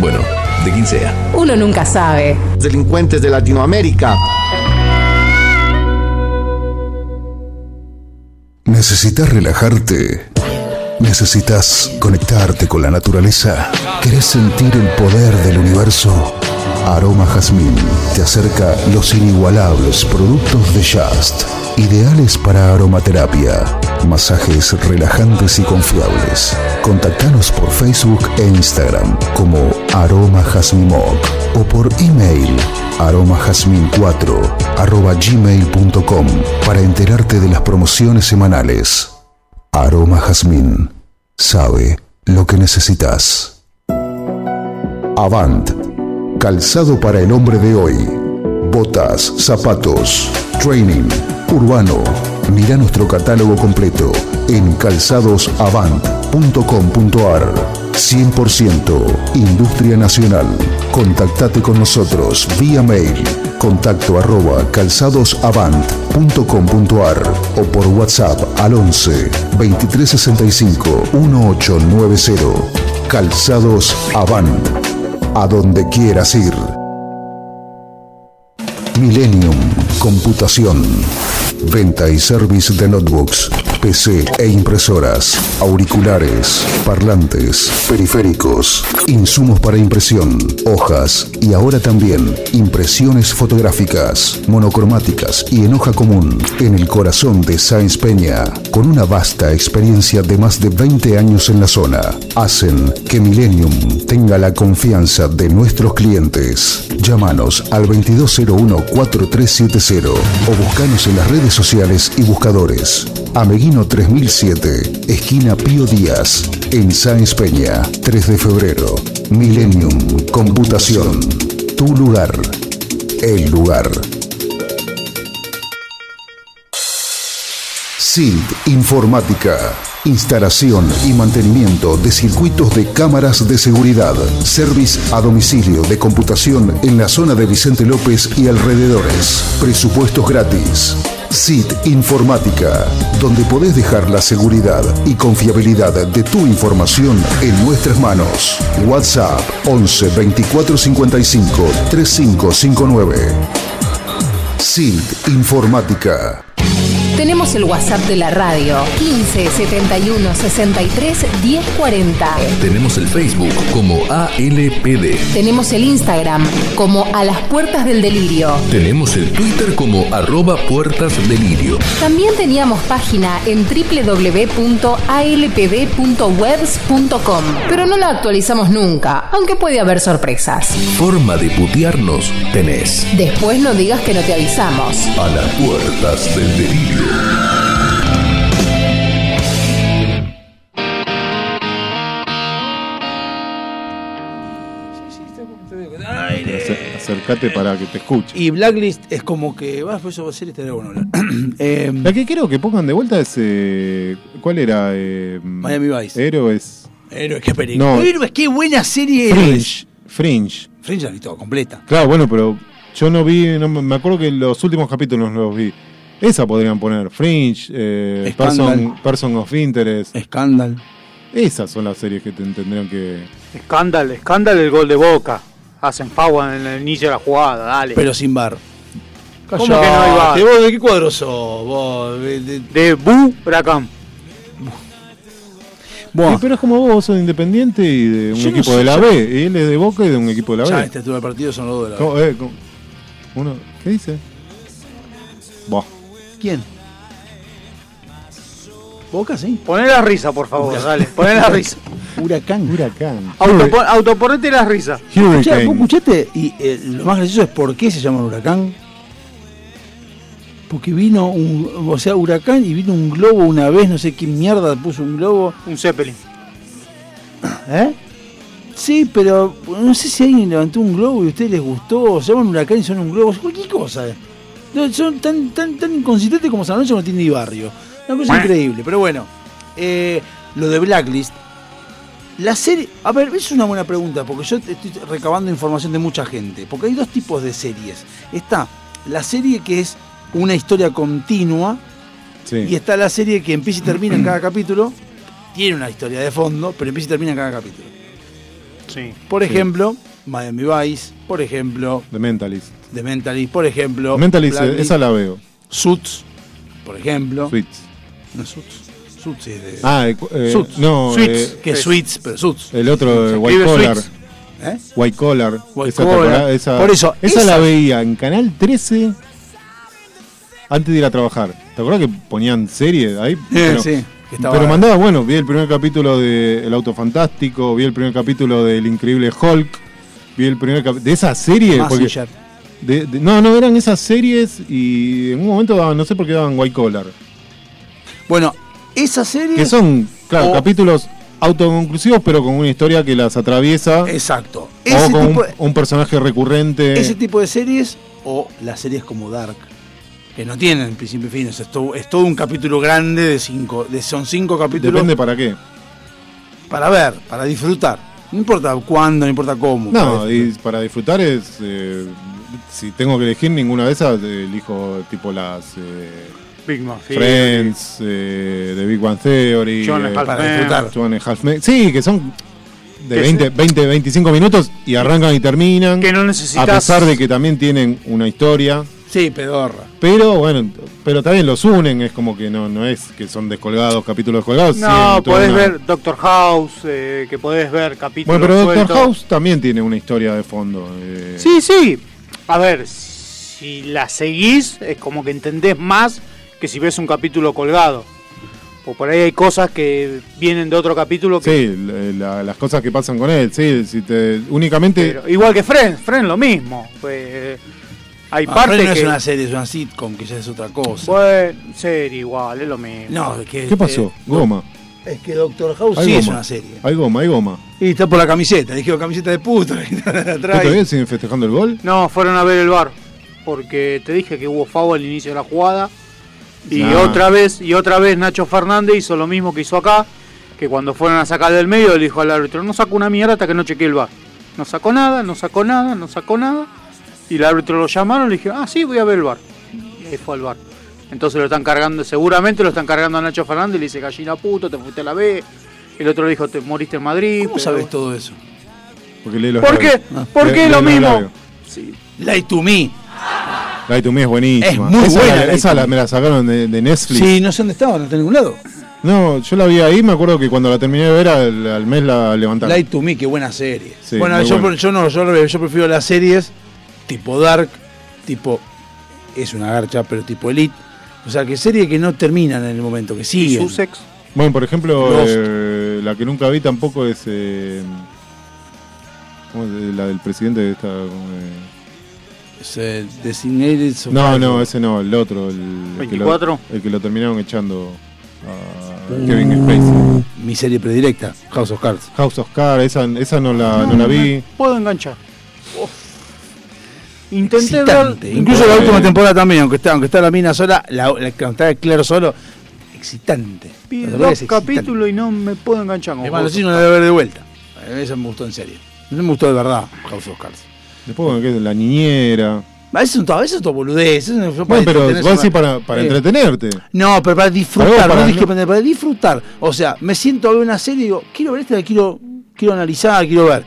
Speaker 5: Bueno, de quien sea.
Speaker 7: uno nunca sabe.
Speaker 10: Delincuentes de Latinoamérica.
Speaker 1: ¿Necesitas relajarte? ¿Necesitas conectarte con la naturaleza? ¿Querés sentir el poder del universo? Aroma Jazmín te acerca los inigualables productos de Just, ideales para aromaterapia, masajes relajantes y confiables. Contactanos por Facebook e Instagram como Aroma Jazmín Moc o por email aromajazmin4 arroba gmail.com para enterarte de las promociones semanales. Aroma Jazmín. Sabe lo que necesitas. Avant. Calzado para el hombre de hoy. Botas, zapatos, training, urbano. Mira nuestro catálogo completo en calzadosavant.com.ar. 100% Industria Nacional. Contactate con nosotros vía mail. Contacto arroba calzadosavant.com.ar o por WhatsApp al 11 2365 1890. Calzados Avant a donde quieras ir. Millennium Computación. Venta y service de notebooks, PC e impresoras, auriculares, parlantes, periféricos, insumos para impresión, hojas y ahora también impresiones fotográficas, monocromáticas y en hoja común en el corazón de Sáenz Peña, con una vasta experiencia de más de 20 años en la zona. Hacen que Millennium tenga la confianza de nuestros clientes. Llámanos al 2201-4370 o buscanos en las redes sociales y buscadores. Ameguino 3007, esquina Pío Díaz, en Sáenz Peña, 3 de febrero. Millennium Computación. Tu lugar. El lugar. SILT Informática. Instalación y mantenimiento de circuitos de cámaras de seguridad. Service a domicilio de computación en la zona de Vicente López y alrededores. Presupuestos gratis. SIT Informática, donde podés dejar la seguridad y confiabilidad de tu información en nuestras manos. WhatsApp 11 24 55 3559. SIT Informática.
Speaker 7: Tenemos el WhatsApp de la radio 15 71 63 1040.
Speaker 5: Tenemos el Facebook como ALPD.
Speaker 7: Tenemos el Instagram como a las puertas del delirio.
Speaker 5: Tenemos el Twitter como arroba puertas delirio.
Speaker 7: También teníamos página en www.alpd.webs.com, pero no la actualizamos nunca, aunque puede haber sorpresas.
Speaker 5: Forma de putearnos tenés.
Speaker 7: Después no digas que no te avisamos.
Speaker 5: A las puertas del delirio.
Speaker 9: Acer- Acercate para que te escuche.
Speaker 8: Y Blacklist es como que. Va, pues eso va a ser este bueno. hablar. Eh,
Speaker 9: La que quiero que pongan de vuelta es. eh, ¿Cuál era? Eh,
Speaker 8: Miami Vice.
Speaker 9: Héroes.
Speaker 8: Héroes, qué película.
Speaker 9: No.
Speaker 8: Héroes, qué buena serie Héroes.
Speaker 9: Fringe. Fringe.
Speaker 8: Fringe la vi toda completa.
Speaker 9: Claro, bueno, pero yo no vi. No, me- me acuerdo que los últimos capítulos no los vi. Esa podrían poner. Fringe, eh, person,
Speaker 8: Scandal.
Speaker 9: Person of Interest.
Speaker 8: Escándalo.
Speaker 9: Esas son las series que te- tendrían que.
Speaker 2: Escándalo, escándalo el gol de Boca. Hacen fawa en el inicio de la jugada, dale.
Speaker 8: Pero sin bar.
Speaker 2: ¿Cómo que no hay bar?
Speaker 8: Callate, vos, ¿De qué cuadro sos? Vos, de- de-
Speaker 2: De Bu Bracam.
Speaker 8: Buah.
Speaker 9: Sí, pero es como vos, vos sos independiente y de un
Speaker 8: Yo no
Speaker 9: equipo
Speaker 8: sé,
Speaker 9: de la
Speaker 8: yo-
Speaker 9: B. Y él es de Boca y de un equipo de la B.
Speaker 8: Ya, este estuvo el partido, son los dos de la
Speaker 9: ¿Cómo, eh, cómo- uno, ¿Qué dice? Buah.
Speaker 8: ¿Quién? Boca, sí.
Speaker 2: Poné la risa, por favor, dale. Poné la risa.
Speaker 8: Huracán.
Speaker 9: Huracán.
Speaker 2: Autopo- autoponete la risa.
Speaker 8: Escuchá, ¿vos
Speaker 9: Hurricane.
Speaker 8: escuchaste? Y eh, lo más gracioso es por qué se llama huracán. Porque vino un, o sea, huracán y vino un globo una vez, no sé qué mierda puso un globo.
Speaker 2: Un Zeppelin.
Speaker 8: ¿Eh? Sí, pero no sé si alguien levantó un globo y a ustedes les gustó, o se llaman un huracán y son un globo, cualquier cosa. No, son tan, tan, tan inconsistentes como San Lorenzo no tiene ni barrio. Una cosa increíble, pero bueno. eh, lo de Blacklist. La serie. A ver, eso es una buena pregunta, porque yo estoy recabando información de mucha gente. Porque hay dos tipos de series. Está la serie que es una historia continua, y está la serie que empieza y termina en cada capítulo. Tiene una historia de fondo, pero empieza y termina en cada capítulo.
Speaker 2: Sí.
Speaker 8: Por
Speaker 9: Sí.
Speaker 8: ejemplo, Miami Vice, por ejemplo,
Speaker 9: The Mentalist.
Speaker 8: The Mentalist, por ejemplo.
Speaker 9: Mentalist, eh,
Speaker 8: Blacklist,
Speaker 9: esa la veo.
Speaker 8: Suits, por ejemplo.
Speaker 9: Suits.
Speaker 8: No, Suits. Suits es de.
Speaker 9: Ah, eh, cu- eh,
Speaker 8: Suits.
Speaker 9: no,
Speaker 8: Suits.
Speaker 9: eh,
Speaker 8: que es Suits, pero Suits.
Speaker 9: El otro,
Speaker 8: Se
Speaker 9: eh, White
Speaker 8: escribe
Speaker 9: Collar.
Speaker 8: Suits. ¿Eh?
Speaker 9: White Collar.
Speaker 8: White
Speaker 9: esa,
Speaker 8: Collar.
Speaker 9: temporada- esa-
Speaker 8: Por eso,
Speaker 9: Esa,
Speaker 8: esa-
Speaker 9: la veía en Canal 13 antes de ir a trabajar. ¿Te acuerdas que ponían series ahí? Pero-
Speaker 8: Eh, sí, que estaba-
Speaker 9: pero mandaba, bueno, vi el primer capítulo de El Auto Fantástico, vi el primer capítulo del Increíble Hulk, vi el primer capítulo de esa serie. porque-
Speaker 8: Mazinger.
Speaker 9: de- de- no, no, eran esas series y en un momento daban, no sé por qué daban White Collar.
Speaker 8: Bueno, esa serie.
Speaker 9: Que son, claro,
Speaker 8: O-
Speaker 9: capítulos autoconclusivos, pero con una historia que las atraviesa.
Speaker 8: Exacto.
Speaker 9: o
Speaker 8: Ese
Speaker 9: con
Speaker 8: tipo,
Speaker 9: un, un personaje recurrente.
Speaker 8: ese tipo de series o las series como Dark. Que no tienen principio y fin, es todo, es todo un capítulo grande de cinco, de, son cinco capítulos
Speaker 9: Depende para qué.
Speaker 8: para ver, para disfrutar. No importa cuándo, no importa cómo.
Speaker 9: No,
Speaker 8: para
Speaker 9: y para disfrutar es. eh, si tengo que elegir ninguna de esas, eh, elijo tipo las. eh,
Speaker 2: Big Mouth Theory.
Speaker 9: Friends, eh, The Big One Theory.
Speaker 2: John
Speaker 9: eh,
Speaker 2: Half
Speaker 8: para
Speaker 2: Man.
Speaker 8: disfrutar.
Speaker 9: Two and a Half Men. Sí, que son de
Speaker 2: Que
Speaker 9: 20, 20, 25 minutos y arrancan y terminan.
Speaker 2: Que no
Speaker 9: a
Speaker 2: necesitas.
Speaker 9: pesar de que también tienen una historia.
Speaker 8: Sí, pedorra.
Speaker 9: Pero bueno, pero también los unen, es como que no, no es que son descolgados, capítulos descolgados.
Speaker 2: No,
Speaker 9: sí, toda
Speaker 2: podés
Speaker 9: una-
Speaker 2: ver Doctor House, eh, que podés ver capítulos.
Speaker 9: Bueno, pero Doctor
Speaker 2: sueltos.
Speaker 9: House también tiene una historia de fondo. eh.
Speaker 2: Sí, sí. A ver, si la seguís, es como que entendés más que si ves un capítulo colgado. O por ahí hay cosas que vienen de otro capítulo. Que,
Speaker 9: Sí, eh, la- las cosas que pasan con él, sí, si te, únicamente
Speaker 2: pero- igual que Friends, Friends lo mismo. Pues, hay
Speaker 8: Ah,
Speaker 2: partes
Speaker 8: Friends no
Speaker 2: que.
Speaker 8: es una serie, es una sitcom, que ya es otra cosa.
Speaker 2: Bueno, serie igual, es lo mismo.
Speaker 8: no, es que,
Speaker 9: ¿qué pasó? Goma.
Speaker 8: eh, es que Doctor House
Speaker 9: Hay
Speaker 8: sí
Speaker 9: goma.
Speaker 8: es una serie.
Speaker 9: Hay goma, hay goma.
Speaker 8: Y está por la camiseta, dije camiseta de puta. que está
Speaker 9: ¿Tú
Speaker 8: atrás.
Speaker 9: todavía siguen festejando el gol?
Speaker 2: No, fueron a ver el bar. Porque te dije que hubo FAO al inicio de la jugada. Y
Speaker 9: Ah.
Speaker 2: otra vez, y otra vez Nacho Fernández hizo lo mismo que hizo acá. Que cuando fueron a sacar del medio le dijo al árbitro, no saco una mierda hasta que no chequeé el bar. No sacó nada, no sacó nada, no sacó nada. Y el árbitro lo llamaron, le dijeron, ah, sí, voy a ver el bar. Y ahí fue al bar. Entonces lo están cargando, seguramente lo están cargando a Nacho Fernández, le dice, gallina puto, te fuiste a la B. El otro le dijo, te moriste en Madrid.
Speaker 8: ¿Cómo
Speaker 2: pero-
Speaker 8: sabes todo eso?
Speaker 9: Porque lee los
Speaker 2: ¿Por
Speaker 9: labios.
Speaker 2: qué? ¿Por
Speaker 9: Le-
Speaker 2: qué
Speaker 9: lee
Speaker 2: lo
Speaker 9: los
Speaker 2: mismo?
Speaker 9: labios.
Speaker 8: Light to me.
Speaker 9: Light to Me es buenísima.
Speaker 8: Es muy
Speaker 9: esa
Speaker 8: buena
Speaker 9: la-
Speaker 8: Light
Speaker 9: esa
Speaker 8: to
Speaker 9: la-
Speaker 8: Me.
Speaker 9: me la sacaron de, de Netflix.
Speaker 8: Sí, no sé dónde estaba, no está en ningún lado.
Speaker 9: No, yo la vi ahí, me acuerdo que cuando la terminé de ver, al, al mes la levantaron.
Speaker 8: Light to me, qué buena serie.
Speaker 9: Sí,
Speaker 8: bueno,
Speaker 9: muy
Speaker 8: yo,
Speaker 9: buena.
Speaker 8: yo no, yo, al revés, yo prefiero las series tipo Dark, tipo. Es una garcha, pero tipo Elite. O sea, que serie que no terminan en el momento, que
Speaker 2: Y
Speaker 8: siguen.
Speaker 2: su sexo.
Speaker 9: Bueno, por ejemplo,
Speaker 8: Lost.
Speaker 9: eh, la que nunca vi tampoco es. eh, ¿cómo es? Eh, La del presidente de esta. eh,
Speaker 8: Es, eh, Designated
Speaker 9: No,
Speaker 8: Survivor.
Speaker 9: no, ese no, el otro, el, el que lo-
Speaker 2: 24.
Speaker 9: el que lo terminaron echando a Kevin Spacey.
Speaker 8: Mi serie Mm, predilecta, House of Cards. Mm.
Speaker 9: House of Cards, esa, esa no la, no, la vi.
Speaker 2: me puedo enganchar.
Speaker 8: Oh,
Speaker 2: Intenté
Speaker 8: Excitante.
Speaker 2: ver.
Speaker 8: Incluso la
Speaker 9: Eh.
Speaker 8: última temporada también, aunque está, aunque está la mina sola, la, la que está Claire solo, excitante.
Speaker 2: vi
Speaker 8: La verdad
Speaker 2: dos
Speaker 8: que es
Speaker 2: capítulos y no me puedo enganchar con
Speaker 8: excitante. Hermano,
Speaker 2: vos.
Speaker 8: sí, no la debe ver de vuelta. Eh, Esa me gustó en serio. No me gustó de verdad, House of Cards.
Speaker 9: Después, bueno, que es la niñera.
Speaker 8: A veces son todas, a veces son todas boludeces. son- son para
Speaker 9: Bueno, pero
Speaker 8: entretenerse,
Speaker 9: vos decís
Speaker 8: para-
Speaker 9: para, para
Speaker 8: Eh,
Speaker 9: entretenerte.
Speaker 8: No, pero para disfrutar,
Speaker 9: Para ver,
Speaker 8: no
Speaker 9: para-
Speaker 8: dije que para, para disfrutar. O sea, me siento a ver una serie y digo, quiero ver esta, la quiero, quiero analizar, quiero ver.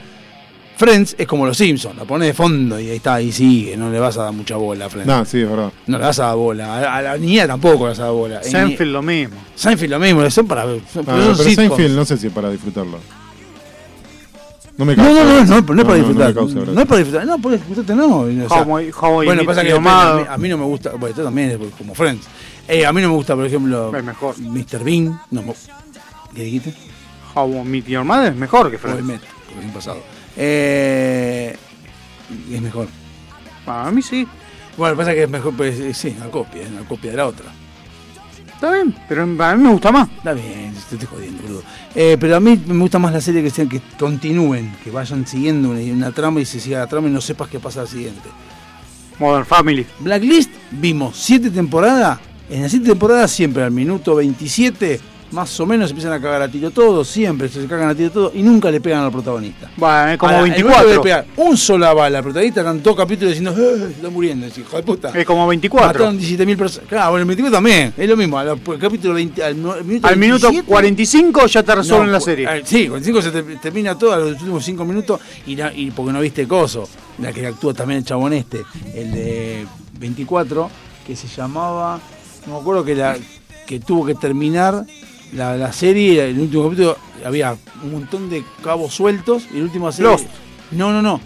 Speaker 8: Friends es como los Simpsons, la pones de fondo y ahí está, y sigue, no le vas a dar mucha bola a Friends.
Speaker 9: No, sí, es verdad.
Speaker 8: No le vas a dar bola. A, a la niña tampoco le vas a dar bola. En-
Speaker 2: Seinfeld lo mismo.
Speaker 8: Seinfeld lo mismo, son para ver. son-
Speaker 9: Ah,
Speaker 8: son
Speaker 9: pero
Speaker 8: sitcoms.
Speaker 9: Seinfeld no sé si es para disfrutarlo. No me
Speaker 8: No,
Speaker 9: causa.
Speaker 8: no, no, no, no es para
Speaker 9: me
Speaker 8: disfrutar. No,
Speaker 9: causa gracia.
Speaker 8: es para disfrutar, no, por disfrutarte no. o sea,
Speaker 2: How I- How I
Speaker 8: bueno,
Speaker 2: Met
Speaker 8: pasa que
Speaker 2: Your
Speaker 8: depende, a mí,
Speaker 2: Mother.
Speaker 8: a mí no me gusta, bueno, esto también es como Friends. Eh, a mí no me gusta, por ejemplo,
Speaker 2: Es mejor.
Speaker 8: Mr. Bean. No, me- ¿Qué dijiste?
Speaker 2: How I Met Your Mother es mejor que
Speaker 8: Por el
Speaker 2: Friends.
Speaker 8: Met, por el pasado. Eh, es mejor.
Speaker 2: Para mí sí.
Speaker 8: Bueno, pasa que es mejor, pues eh, sí, es una copia, es una copia de la otra.
Speaker 2: Está bien, pero a mí me gusta más.
Speaker 8: Está bien, te estoy jodiendo, boludo. Eh, pero a mí me gusta más la serie que sean que continúen, que vayan siguiendo una, una trama y se siga la trama y no sepas qué pasa al siguiente.
Speaker 2: Modern Family.
Speaker 8: Blacklist vimos siete temporadas. En las siete temporadas siempre al minuto 27 más o menos se empiezan a cagar a tiro todos, siempre se cagan a tiro todos y nunca le pegan al protagonista.
Speaker 2: Bueno, es
Speaker 8: A
Speaker 2: como
Speaker 8: la- el momento de
Speaker 2: 24.
Speaker 8: pegar un sola bala al protagonista, están todos capítulos diciendo, "Eh, se está muriendo, ese hijo de puta.
Speaker 2: Es como 24.
Speaker 8: Mataron 17.000 personas. Claro, bueno, el 24 también, es lo mismo. Al al capítulo 20, al, no- minuto
Speaker 2: Al minuto
Speaker 8: 27,
Speaker 2: 45 ya te resuelven
Speaker 8: no,
Speaker 2: la
Speaker 8: cu-
Speaker 2: serie.
Speaker 8: eh, sí, 45 se te- termina todo a los últimos 5 minutos y, na- y porque no viste Coso, la que actúa también el chabón este, el de 24, que se llamaba, no me acuerdo que la que tuvo que terminar la, la serie, el último capítulo había un montón de cabos sueltos y el último serie...
Speaker 2: Lost.
Speaker 8: No, no, no.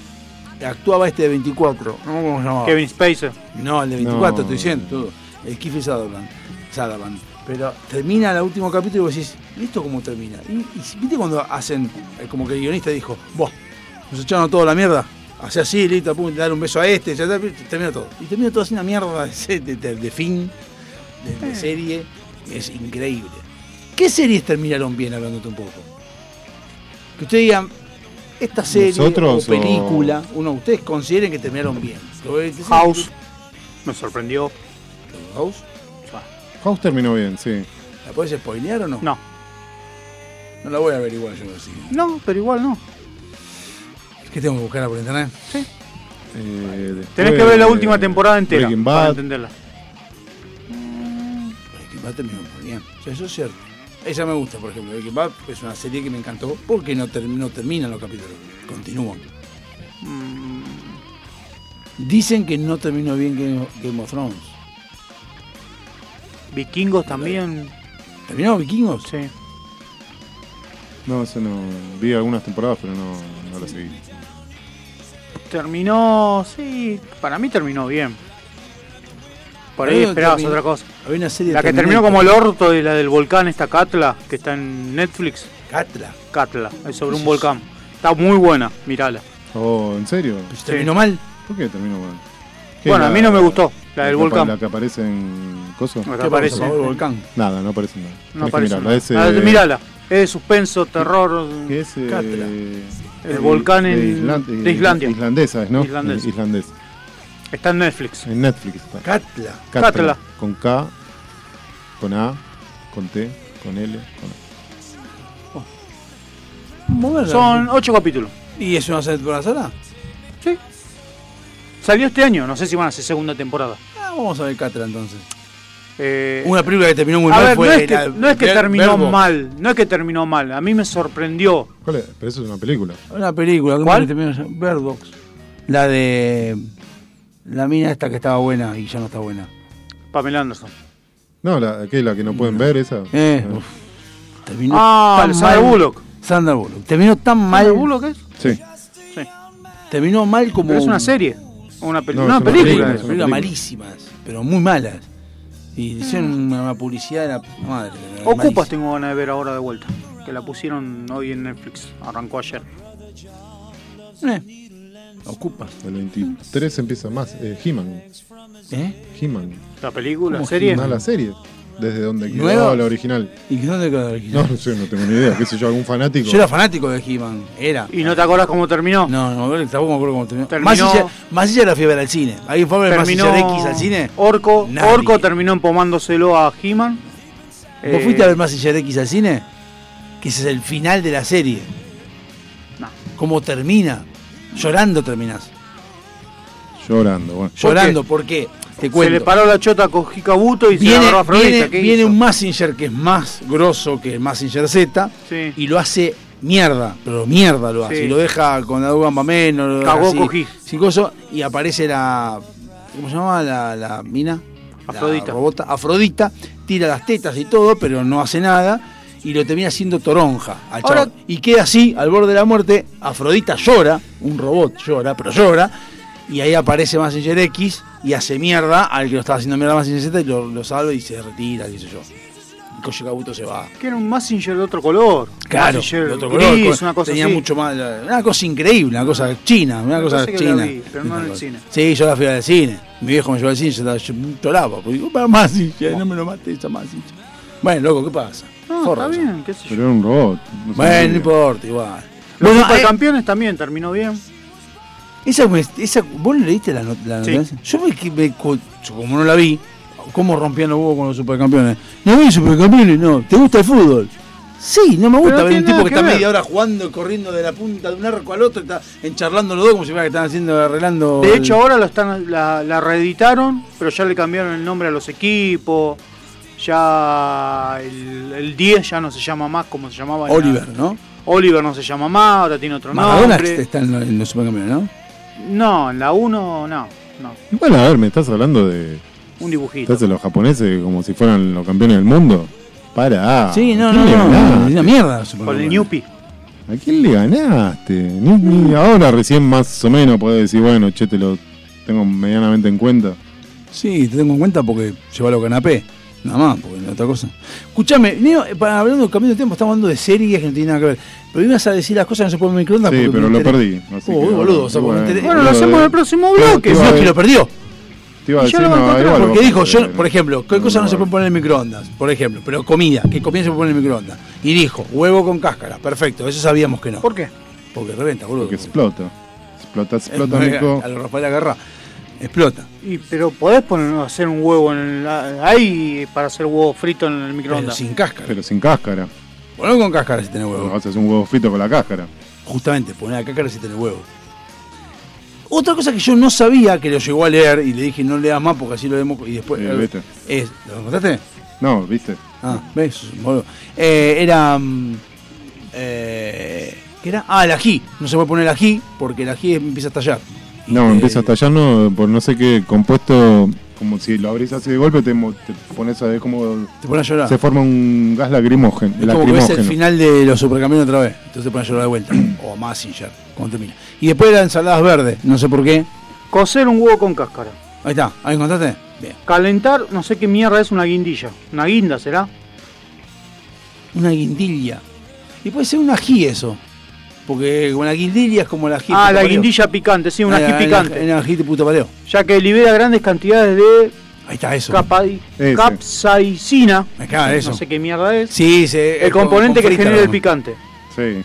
Speaker 8: Actuaba este de 24, no me acuerdo cómo se llamaba.
Speaker 2: Kevin Spacey.
Speaker 8: No, el de 24,
Speaker 9: No.
Speaker 8: estoy diciendo. todo. El Kiefer Sutherland. Sutherland. Pero termina el último capítulo y vos decís, ¿y esto cómo termina? Y, y si- viste cuando hacen, eh, como que el guionista dijo, vos, nos echaron a toda la mierda. Hace así, listo, pum, dar un beso a este, ya está, termina todo. Y termina todo así una mierda de, se- de- de- de fin, de,
Speaker 2: Eh.
Speaker 8: de serie. Es increíble. ¿Qué series terminaron bien hablándote un poco? Que ustedes digan, esta serie
Speaker 9: ¿Nosotros
Speaker 8: o
Speaker 9: o-
Speaker 8: película, uno, ustedes consideren que terminaron bien. Que vos decís,
Speaker 2: House. Me sorprendió.
Speaker 8: House.
Speaker 9: House terminó bien, sí.
Speaker 8: ¿La podés spoilear o no?
Speaker 2: No.
Speaker 8: No la voy a averiguar yo así.
Speaker 2: No, pero igual no.
Speaker 8: ¿Qué tengo que buscarla por internet?
Speaker 9: Eh,
Speaker 2: Tenés
Speaker 9: después,
Speaker 2: que ver la
Speaker 9: eh,
Speaker 2: última temporada entera
Speaker 9: Breaking
Speaker 2: para
Speaker 9: Bad.
Speaker 2: entenderla.
Speaker 8: Breaking Bad terminó muy bien. O sea, eso es cierto. Ella me gusta, por ejemplo. Breaking Bad es una serie que me encantó porque no, term- no terminan los capítulos. Continúan.
Speaker 2: Mm.
Speaker 8: Dicen que no terminó bien Game of- Game of Thrones.
Speaker 2: Vikingos también.
Speaker 8: ¿Terminó Vikingos?
Speaker 2: Sí.
Speaker 9: No, eso no. Vi algunas temporadas, pero no, no la seguí.
Speaker 2: Terminó, sí, para mí terminó bien. Por
Speaker 8: Creo
Speaker 2: ahí
Speaker 8: que
Speaker 2: esperabas
Speaker 8: terminó-
Speaker 2: otra cosa.
Speaker 8: Había una serie
Speaker 2: La
Speaker 8: de
Speaker 2: que terminó como
Speaker 8: Terminator.
Speaker 2: el orto y la del volcán, esta Catla, que está en Netflix.
Speaker 8: Catla.
Speaker 2: Catla, es sobre un volcán. Está muy buena, mirala.
Speaker 9: Oh, ¿en serio?
Speaker 8: Pues terminó mal.
Speaker 9: ¿Por qué terminó mal? ¿Qué
Speaker 2: Bueno,
Speaker 9: es
Speaker 2: a mí no me gustó, la del
Speaker 9: que
Speaker 2: volcán.
Speaker 9: apa- La que aparece en. ¿Coso?
Speaker 2: Acá
Speaker 8: ¿Qué
Speaker 2: aparece.
Speaker 8: pasa, Pablo? el volcán.
Speaker 9: Nada, no aparece nada.
Speaker 2: No
Speaker 9: Tenés que
Speaker 2: aparece.
Speaker 9: mirarla. Es,
Speaker 2: nada. Ah,
Speaker 9: eh,
Speaker 2: Mirala. Es de suspenso, terror.
Speaker 9: que es eh,
Speaker 8: Cátedra.
Speaker 2: El volcán en- de Islandia.
Speaker 9: Islandesa, ¿no?
Speaker 2: Islandesa.
Speaker 9: Islandesa.
Speaker 2: Está en Netflix.
Speaker 9: En Netflix está.
Speaker 8: Catla.
Speaker 2: Cátedra.
Speaker 9: Con K, con A, con T, con L, con A.
Speaker 8: Moverla.
Speaker 2: Son ocho capítulos.
Speaker 8: ¿Y es una serie por la sala?
Speaker 2: Sí. Salió este año, no sé si van a hacer segunda temporada.
Speaker 8: Ah, vamos a ver Catla entonces.
Speaker 2: Eh,
Speaker 8: Una película que terminó muy
Speaker 2: a
Speaker 8: mal
Speaker 2: ver,
Speaker 8: fue.
Speaker 2: no es, que,
Speaker 8: la-
Speaker 2: no es que
Speaker 8: Ver-
Speaker 2: terminó
Speaker 8: Verbo.
Speaker 2: mal, no es que terminó mal, a mí me sorprendió.
Speaker 9: ¿Cuál es? Pero eso es una película.
Speaker 8: Una película. ¿cómo
Speaker 2: ¿Cuál?
Speaker 8: que terminó? Bird Box. La de. La mina esta que estaba buena y ya no está buena.
Speaker 2: Pamela Anderson.
Speaker 9: No, la, ¿qué? La que no pueden ver, esa.
Speaker 8: Eh,
Speaker 9: Ah,
Speaker 8: uf, Terminó
Speaker 2: Ah,
Speaker 8: tan
Speaker 2: Sandra
Speaker 8: mal-
Speaker 2: Bullock.
Speaker 8: Sandra Bullock. Terminó tan mal.
Speaker 2: Bullock es?
Speaker 9: Sí.
Speaker 8: Terminó mal como.
Speaker 2: Pero es una serie. o Una, peli-
Speaker 9: No,
Speaker 2: una
Speaker 9: es una
Speaker 2: película.
Speaker 9: película.
Speaker 8: Películas,
Speaker 9: es una película.
Speaker 8: películas malísimas, pero muy malas. Y hicieron una, una publicidad de la p- madre.
Speaker 2: Ocupas
Speaker 8: malísima.
Speaker 2: tengo ganas de ver ahora de vuelta. Que la pusieron hoy en Netflix. Arrancó ayer.
Speaker 8: Eh, Ocupas.
Speaker 9: El 23 empieza más. Eh, He-Man.
Speaker 8: ¿Eh?
Speaker 9: He-Man.
Speaker 2: La película,
Speaker 8: ¿Cómo
Speaker 2: serie.
Speaker 9: Más la serie. Desde donde quedó
Speaker 8: ¿Nueva?
Speaker 9: la original.
Speaker 8: ¿Y dónde quedó el
Speaker 9: No,
Speaker 8: original?
Speaker 9: no sé, no tengo ni idea. ¿Qué sé yo? ¿Algún fanático?
Speaker 8: Yo era fanático de He-Man. Era.
Speaker 2: ¿Y no te acordás cómo terminó?
Speaker 8: No, no, no, tampoco me acuerdo cómo terminó.
Speaker 2: Terminó-
Speaker 8: Más allá, más allá la fiebre al cine. Ahí fue a ver más allá de X al cine.
Speaker 2: Orco.
Speaker 8: Nadie.
Speaker 2: Orco terminó empomándoselo a He-Man.
Speaker 8: ¿Vos
Speaker 2: Eh,
Speaker 8: fuiste a ver más allá de X al cine? Que ese es el final de la serie.
Speaker 2: No.
Speaker 8: ¿Cómo termina? Llorando terminás.
Speaker 9: Llorando, bueno.
Speaker 8: Llorando, ¿por qué? Te
Speaker 2: Se
Speaker 8: cuento.
Speaker 2: le paró la chota con Hicabuto y se la
Speaker 8: viene,
Speaker 2: agarró a
Speaker 8: viene-
Speaker 2: Afrodita. ¿Qué
Speaker 8: viene
Speaker 2: hizo?
Speaker 8: un Massinger que es más grosso que el Massinger Z
Speaker 2: Sí.
Speaker 8: y lo hace mierda, pero mierda lo hace.
Speaker 2: Sí.
Speaker 8: Y lo deja con la Dugan menos lo deja
Speaker 2: Cagó,
Speaker 8: así,
Speaker 2: cogí.
Speaker 8: sin coso, y aparece la. ¿Cómo se llama? La, la mina. La
Speaker 2: Afrodita.
Speaker 8: robota, Afrodita. Tira las tetas y todo, pero no hace nada. Y lo termina haciendo toronja al
Speaker 2: Ahora-
Speaker 8: chabón. Y queda así, al borde de la muerte. Afrodita llora, un robot llora, pero llora. Y ahí aparece Massinger X y hace mierda al que lo estaba haciendo mierda Massinger Z y lo, lo salva y se retira, qué sé yo. Y Koshikabuto se va.
Speaker 2: Que era un Massinger de otro color.
Speaker 8: Claro,
Speaker 2: Mazinger
Speaker 8: de otro
Speaker 2: gris,
Speaker 8: color, pues,
Speaker 2: una cosa
Speaker 8: tenía
Speaker 2: así.
Speaker 8: mucho más, una cosa increíble, una cosa china, una
Speaker 2: Me
Speaker 8: cosa
Speaker 2: parece que la
Speaker 8: china.
Speaker 2: vi, pero no en el cine.
Speaker 8: Sí, yo la fui al cine. Mi viejo me llevó al cine, yo, estaba- yo lloraba, porque digo, para más, hincha, no me lo maté esa más. hincha". Bueno, loco, ¿qué pasa?
Speaker 2: No,
Speaker 8: Forra,
Speaker 2: está
Speaker 8: ya.
Speaker 2: bien, qué sé yo.
Speaker 9: Pero era un robot. no se
Speaker 8: Bueno, no
Speaker 9: movía.
Speaker 8: importa, igual.
Speaker 2: Los
Speaker 8: Bueno, eh,
Speaker 2: supercampeones también terminó bien.
Speaker 8: esa, esa- ¿Vos leíste la, not- la
Speaker 2: Sí.
Speaker 8: noticia? Yo, me, que- me co- yo como no la vi, cómo rompían los huevos con los supercampeones. No vi supercampeones, no. ¿Te gusta el fútbol? Sí, no me gusta
Speaker 2: Pero no
Speaker 8: ver un
Speaker 2: tiene
Speaker 8: tipo
Speaker 2: nada
Speaker 8: que,
Speaker 2: que
Speaker 8: está
Speaker 2: ver.
Speaker 8: media hora jugando, corriendo de la punta de un arco al otro, está encharlando los dos como si fuera que están haciendo, arreglando.
Speaker 2: De
Speaker 8: el-
Speaker 2: hecho, ahora lo están, la, la reeditaron, pero ya le cambiaron el nombre a los equipos. Ya el, el 10 ya no se llama más como se llamaba. en la-
Speaker 8: Oliver, ¿no?
Speaker 2: Oliver no se llama más, ahora tiene otro
Speaker 8: Maradona
Speaker 2: nombre.
Speaker 8: está en, lo- en los supercampeones, ¿no?
Speaker 2: No, en la 1 no, no.
Speaker 9: Igual, a ver, me estás hablando de.
Speaker 2: Un dibujito.
Speaker 9: Estás de los japoneses como si fueran los campeones del mundo. Para.
Speaker 8: sí, no,
Speaker 9: ¿A
Speaker 8: no,
Speaker 9: quién le
Speaker 8: no,
Speaker 9: ganaste?
Speaker 8: Es una mierda los
Speaker 2: Con el
Speaker 8: supercampeones.
Speaker 2: Newpi.
Speaker 9: ¿A quién le ganaste? Ni, ni ahora recién más o menos podés decir, bueno, che, te lo tengo medianamente en cuenta.
Speaker 8: Sí, te tengo en cuenta porque lleva los canapé. Nada más, porque no otra cosa. Escuchame, Neo, eh, para, hablando de cambiando de tiempo, estamos hablando de series que no tienen nada que ver. Pero ibas a decir las cosas que no se pueden microondas.
Speaker 9: Sí,
Speaker 8: porque
Speaker 9: pero
Speaker 8: me
Speaker 9: lo
Speaker 8: enteré.
Speaker 9: perdí. así
Speaker 8: Oh,
Speaker 9: que,
Speaker 8: boludo, o sea,
Speaker 9: bueno,
Speaker 8: me enteré.
Speaker 2: Bueno, lo
Speaker 9: boludo,
Speaker 2: hacemos en
Speaker 9: eh.
Speaker 2: el próximo
Speaker 9: Claro,
Speaker 2: bloque.
Speaker 9: te iba a
Speaker 8: No, que
Speaker 9: decir-
Speaker 8: lo perdió.
Speaker 9: te iba a
Speaker 2: Y
Speaker 9: decir,
Speaker 2: ya lo
Speaker 9: no,
Speaker 2: encontramos,
Speaker 9: igual
Speaker 8: Porque
Speaker 9: vos-
Speaker 8: dijo, yo, por ejemplo, ¿qué
Speaker 9: no,
Speaker 8: cosas no se
Speaker 9: igual.
Speaker 8: pueden poner en microondas? Por ejemplo, pero comida, ¿qué comida se puede poner en microondas? Y dijo, huevo con cáscara, perfecto, eso sabíamos que no.
Speaker 2: ¿Por qué?
Speaker 8: Porque reventa, boludo.
Speaker 9: Porque explota. Explota, explota,
Speaker 8: Eh,
Speaker 9: Nico.
Speaker 8: A la Rafael agarra. Explota.
Speaker 2: Y, pero podés poner, hacer un huevo en el, ahí para hacer huevo frito en el
Speaker 8: Pero
Speaker 2: microondas.
Speaker 8: sin cáscara.
Speaker 9: Pero sin cáscara.
Speaker 8: Ponelo con cáscara si tenés huevo.
Speaker 9: Haces un huevo frito con la cáscara.
Speaker 8: Justamente, poner la cáscara si tenés huevo. Otra cosa que yo no sabía, que lo llegó a leer y le dije no leas más porque así lo vemos y después.
Speaker 9: Eh, vete.
Speaker 8: es, ¿Lo encontraste?
Speaker 9: No, viste.
Speaker 8: Ah, ves, sos un boludo. Eh, era. mm, eh, ¿Qué era? Ah, el ají. No se puede poner el ají porque el ají empieza a estallar. Y,
Speaker 9: No,
Speaker 8: eh,
Speaker 9: empieza a tallarnos por no sé qué compuesto. Como si lo abrís así de golpe, te, mo- te pones a ver cómo
Speaker 8: Te pones a llorar.
Speaker 9: se forma un gas lacrimógeno.
Speaker 8: Es como que ves el
Speaker 9: lacrimógeno.
Speaker 8: final de los supercamiones otra vez. Entonces te pones a llorar de vuelta. o a Massinger, cuando termina. Y después eran ensaladas verdes. No sé por qué.
Speaker 2: Cocer un huevo con cáscara.
Speaker 8: Ahí está. ¿Ahí encontraste? Bien.
Speaker 2: Calentar, no sé qué mierda es una guindilla. Una guinda será.
Speaker 8: Ah, Una guindilla. Y puede ser un ají eso. Porque con la guindilla es como el ají.
Speaker 2: Ah,
Speaker 8: puto
Speaker 2: la
Speaker 8: pareo.
Speaker 2: guindilla picante, sí, un
Speaker 8: Ah,
Speaker 2: ají
Speaker 8: el-
Speaker 2: picante.
Speaker 8: El ají de puto pareo.
Speaker 2: Ya que libera grandes cantidades de
Speaker 8: Ahí está eso.
Speaker 2: capa-
Speaker 9: Ese.
Speaker 2: capsaicina.
Speaker 8: Acá, eso.
Speaker 2: No sé qué mierda es.
Speaker 8: Sí, se-
Speaker 2: el
Speaker 8: es con-
Speaker 2: componente
Speaker 8: con
Speaker 2: que
Speaker 8: frita,
Speaker 2: genera el
Speaker 8: ¿no?
Speaker 2: picante.
Speaker 9: Sí.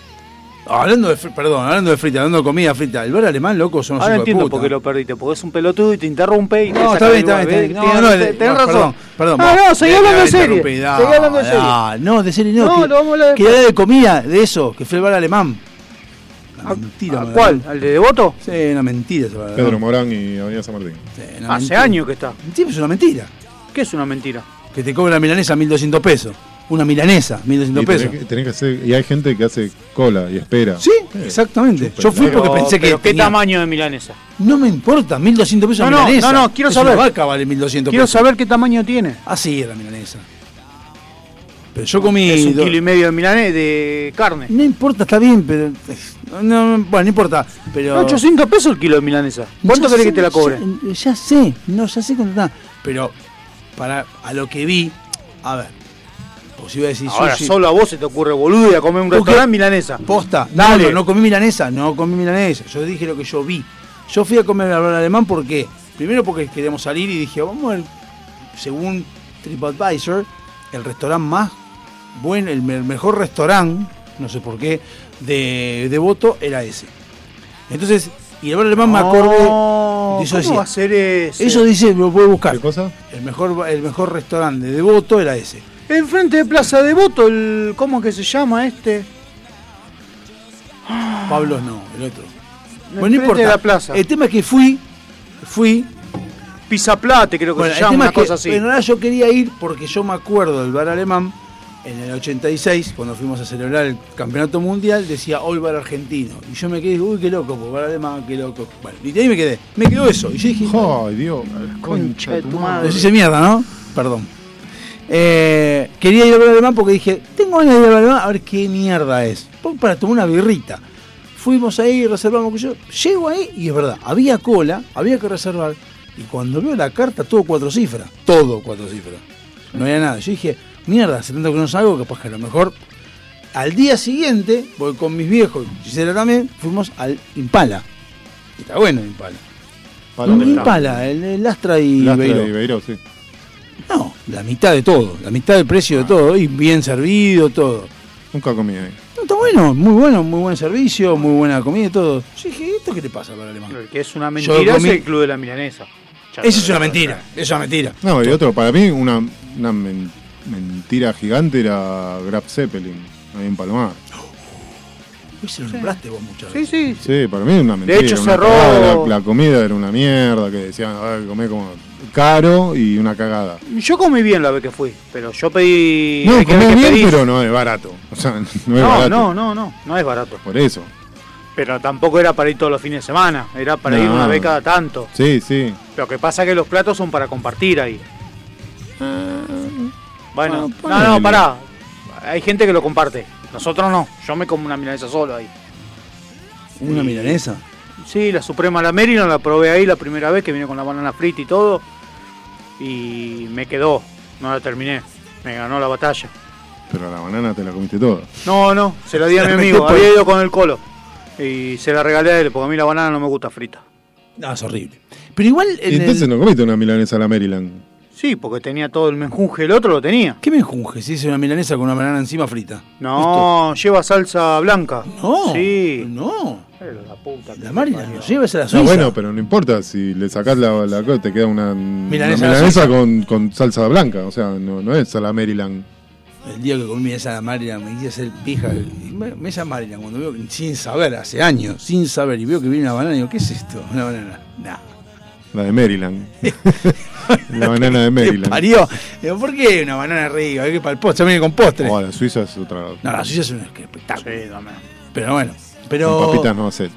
Speaker 8: Ah, Hablando de, fri- perdón, hablando de frita, hablando de comida frita, el bar alemán, loco, son los
Speaker 2: Ahora
Speaker 8: hijos de
Speaker 2: entiendo
Speaker 8: puta.
Speaker 2: por qué lo perdiste, porque es un pelotudo y te interrumpe y te
Speaker 8: No,
Speaker 2: saca
Speaker 8: está bien,
Speaker 2: del
Speaker 8: está
Speaker 2: lugar.
Speaker 8: bien,
Speaker 2: Tenés-
Speaker 8: está bien. No, no, el-
Speaker 2: tenés
Speaker 8: no,
Speaker 2: razón.
Speaker 8: perdón, perdón.
Speaker 2: Ah, no, seguí
Speaker 8: Dejá
Speaker 2: hablando de
Speaker 8: de
Speaker 2: serie.
Speaker 8: interrumpir, da,
Speaker 2: Seguí hablando de serie.
Speaker 8: da. Ah, No, de serie no.
Speaker 2: No,
Speaker 8: que-
Speaker 2: lo vamos a hablar
Speaker 8: que
Speaker 2: después.
Speaker 8: era de comida, de eso, que fue el bar alemán. Una mentira,
Speaker 2: ¿A
Speaker 8: man.
Speaker 2: cuál? ¿Al de Devoto?
Speaker 8: Sí, una mentira ese bar alemán.
Speaker 9: Pedro Morán y Avenida San Martín.
Speaker 8: Sí, una
Speaker 2: Hace
Speaker 8: mentira.
Speaker 2: años que está.
Speaker 8: Sí, es una mentira.
Speaker 2: Ah, ¿Qué es una mentira?
Speaker 8: Que te cobra la milanesa 1200 pesos. Una milanesa, 1200
Speaker 9: Y
Speaker 8: pesos.
Speaker 9: tenés, que- tenés que hacer, y hay gente que hace cola y espera.
Speaker 8: Sí, exactamente. Yo fui
Speaker 2: Pero-
Speaker 8: porque pensé que.
Speaker 2: pero ¿Qué
Speaker 8: tenía-
Speaker 2: tamaño de milanesa?
Speaker 8: No me importa, 1200 pesos
Speaker 2: No, no,
Speaker 8: milanesa.
Speaker 2: no, no, quiero
Speaker 8: Es una
Speaker 2: saber.
Speaker 8: vaca vale 1200
Speaker 2: Quiero
Speaker 8: pesos.
Speaker 2: saber qué tamaño tiene.
Speaker 8: Así era milanesa. Pero yo comí.
Speaker 2: Es un
Speaker 8: dos-
Speaker 2: kilo y medio de milanesa de carne.
Speaker 8: No importa, está bien, pero. No, no, bueno, no importa. Pero.
Speaker 2: 800 pesos el kilo de milanesa. ¿Cuánto
Speaker 8: Ya
Speaker 2: querés
Speaker 8: sé,
Speaker 2: que te la cobre?
Speaker 8: Ya, ya sé, no, ya sé cuánto está. Pero, para, a lo que vi, a ver. Pues iba a decir
Speaker 2: Ahora
Speaker 8: sushi.
Speaker 2: solo a vos se te ocurre, boludo, a comer un
Speaker 8: ¿Por qué?
Speaker 2: restaurante milanesa.
Speaker 8: Posta,
Speaker 2: Dale.
Speaker 8: No, no, no comí milanesa, no comí milanesa. Yo dije lo que yo vi. Yo fui a comer al bar alemán porque, primero porque queríamos salir y dije, vamos al, según TripAdvisor, el restaurante más bueno, el, me- mejor restaurante, no sé por qué, de, de voto era ese. Entonces, y el bar alemán me acordé,
Speaker 2: No,
Speaker 8: Eso
Speaker 2: Oh, ¿Cómo
Speaker 8: decía.
Speaker 2: va a ser eso?
Speaker 8: eso dice, lo puedo buscar.
Speaker 9: ¿Qué cosa?
Speaker 8: El mejor, ba- el mejor restaurante de Devoto era ese.
Speaker 2: Enfrente de Plaza Devoto, el, ¿cómo que se llama este?
Speaker 8: Pablo no, el otro. Bueno, no
Speaker 2: Enfrente
Speaker 8: importa.
Speaker 2: de la plaza.
Speaker 8: El tema es que fui, fui,
Speaker 2: Pisaplate creo que
Speaker 8: Bueno,
Speaker 2: se
Speaker 8: el
Speaker 2: llama,
Speaker 8: tema
Speaker 2: una
Speaker 8: es que,
Speaker 2: cosa así.
Speaker 8: En realidad yo quería ir porque yo me acuerdo del bar alemán en el 86, cuando fuimos a celebrar el campeonato mundial, decía hoy bar argentino. Y yo me quedé, dije, uy, qué loco, pues bar alemán, qué loco. Bueno, y de ahí me quedé. Me quedó eso. Y yo dije,
Speaker 9: Ay, Dios. Concha de tu madre.
Speaker 8: nos hice mierda, ¿no? Perdón. Eh, quería ir al bar alemán porque dije, tengo ganas de ir al bar alemán a ver qué mierda es. Pon- Para tomar una birrita. Fuimos ahí, reservamos que yo. Llego ahí y es verdad, había cola, había que reservar. Y cuando veo la carta, todo cuatro cifras. Todo cuatro cifras. No había nada. Yo dije, mierda, hace tanto que no salgo, capaz que a lo mejor. Al día siguiente, voy con mis viejos y Gisela también, fuimos al Impala. Y Está bueno el Impala.
Speaker 9: Para-
Speaker 8: Impala, el, el Astra y
Speaker 9: Lastra
Speaker 8: Beiró.
Speaker 9: y Beiró, sí.
Speaker 8: No, la mitad de todo, la mitad del precio de todo, y bien servido, todo.
Speaker 9: Nunca comí ahí.
Speaker 8: No, está bueno, muy bueno, muy buen servicio, muy buena comida y todo. Yo dije, ¿esto qué le pasa para el alemán?
Speaker 2: El que es una
Speaker 8: Yo
Speaker 2: mentira
Speaker 8: comí-
Speaker 2: es el club de la milanesa.
Speaker 8: Eso es una mentira, eso es una mentira.
Speaker 9: No, y otro, para mí una, una men- mentira gigante era Grab Zeppelin, ahí en Palomar.
Speaker 8: Uy, se lo nombraste vos muchas
Speaker 2: Sí,
Speaker 8: veces.
Speaker 2: sí.
Speaker 9: Sí, para mí era una mentira.
Speaker 2: hecho,
Speaker 9: una
Speaker 2: cerró-
Speaker 9: cagada, La, la comida era una mierda, que decían, a ver, comé como caro y una cagada.
Speaker 2: Yo comí bien la vez que fui, pero yo pedí.
Speaker 9: no,
Speaker 2: hay que ver
Speaker 9: comé
Speaker 2: qué
Speaker 9: bien,
Speaker 2: pedís.
Speaker 9: pero no es barato. O sea, no es
Speaker 2: No,
Speaker 9: barato.
Speaker 2: no, no, no, no es barato.
Speaker 9: Por eso.
Speaker 2: Pero tampoco era para ir todos los fines de semana, era para ir
Speaker 9: No.
Speaker 2: una vez cada tanto.
Speaker 9: Sí, sí.
Speaker 2: Lo que pasa es que los platos son para compartir ahí. Bueno,
Speaker 9: Ah, Bueno,
Speaker 2: no,
Speaker 9: ponele.
Speaker 2: no, pará. Hay gente que lo comparte. Nosotros no. Yo me como una milanesa solo ahí.
Speaker 8: Una milanesa.
Speaker 2: Sí, la Suprema la Maryland la probé ahí la primera vez que vine con la banana frita y todo. Y me quedó. No la terminé. Me ganó la batalla.
Speaker 9: Pero la banana te la comiste toda.
Speaker 2: No, no, se la di a mi amigo. Había ido con el colo. Y se la regalé a él, porque a mí la banana no me gusta frita.
Speaker 8: No, es horrible. Pero igual en
Speaker 9: Y entonces
Speaker 8: el-
Speaker 9: no comiste una milanesa a la Maryland.
Speaker 2: Sí, porque tenía todo el menjunje, el otro lo tenía.
Speaker 8: ¿Qué me enjunge si es una milanesa con una banana encima frita?
Speaker 2: No, lleva salsa blanca.
Speaker 8: No.
Speaker 2: Sí.
Speaker 8: No.
Speaker 2: Pero la puta que
Speaker 8: La
Speaker 2: te
Speaker 8: Marina
Speaker 2: parió.
Speaker 8: nos lleva a la
Speaker 9: No,
Speaker 8: Suiza.
Speaker 9: Ah, bueno, pero no importa si le sacás la, la cosa, te queda una una
Speaker 8: Milanesa
Speaker 9: milanesa,
Speaker 8: a la suiza.
Speaker 9: con, con salsa blanca. O sea, no, no es a la Maryland.
Speaker 8: El día que comí milanesa a la Marina me quise hacer pija. Y me- me esa Marina cuando veo, que- sin saber, hace años, sin saber, y veo que viene una banana, y digo, ¿qué es esto? Una banana. Nah.
Speaker 9: La de Maryland. la banana de
Speaker 8: ¿Qué
Speaker 9: Maryland.
Speaker 8: parió? Digo, ¿por qué una banana arriba? Hay que para el postre, viene con postre.
Speaker 9: Oh, la Suiza es otra.
Speaker 8: No, la suya es un espectáculo.
Speaker 2: Sí, dame.
Speaker 8: Pero bueno. Pero.
Speaker 9: Con papitas no haces.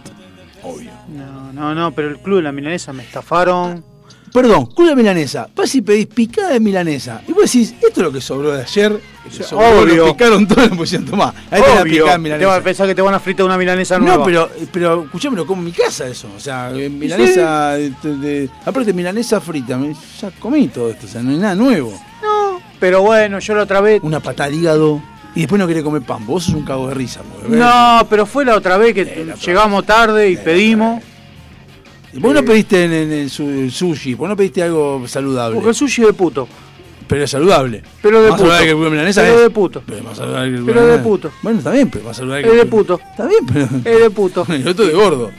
Speaker 8: Obvio.
Speaker 2: No, no, no, pero el club de la milanesa me estafaron.
Speaker 8: Perdón, culo de milanesa. Vas y pedís picada de milanesa. Y vos decís, esto es lo que sobró de ayer. que
Speaker 2: Sí,
Speaker 8: sobró,
Speaker 2: obvio.
Speaker 8: Lo picaron todo y lo pusieron. Tomá, ahí tenés la
Speaker 2: Obvio,
Speaker 8: picada de
Speaker 2: Te vas a
Speaker 8: milanesa.
Speaker 2: pensar que te van a fritar una milanesa nueva.
Speaker 8: No, pero, pero escuchame, lo como en mi casa eso. O sea, eh, milanesa. de- de- aparte, milanesa frita. me- Ya comí todo esto. O sea, no hay nada nuevo.
Speaker 2: No, pero bueno, yo la otra vez.
Speaker 8: Una pata de hígado. Y después no querés comer pan. Vos sos un cago de risa. porque,
Speaker 2: No, pero fue la otra vez que
Speaker 8: la otra
Speaker 2: llegamos tarde y pedimos. Eh,
Speaker 8: Vos no pediste en, en el su- el sushi. Vos no pediste algo saludable.
Speaker 2: Porque el sushi de puto.
Speaker 8: Pero es saludable.
Speaker 2: Pero de
Speaker 8: Más
Speaker 2: puto.
Speaker 8: saludable que el culo de milanesa eh?
Speaker 2: Pero
Speaker 8: es.
Speaker 2: de puto.
Speaker 8: Pero más saludable que el culo
Speaker 2: Pero de
Speaker 8: milanesa.
Speaker 2: puto.
Speaker 8: Bueno, está bien, pero más saludable
Speaker 2: Es
Speaker 8: el
Speaker 2: de
Speaker 8: culo-
Speaker 2: puto.
Speaker 8: Está bien, pero.
Speaker 2: Es de puto.
Speaker 8: El otro de gordo.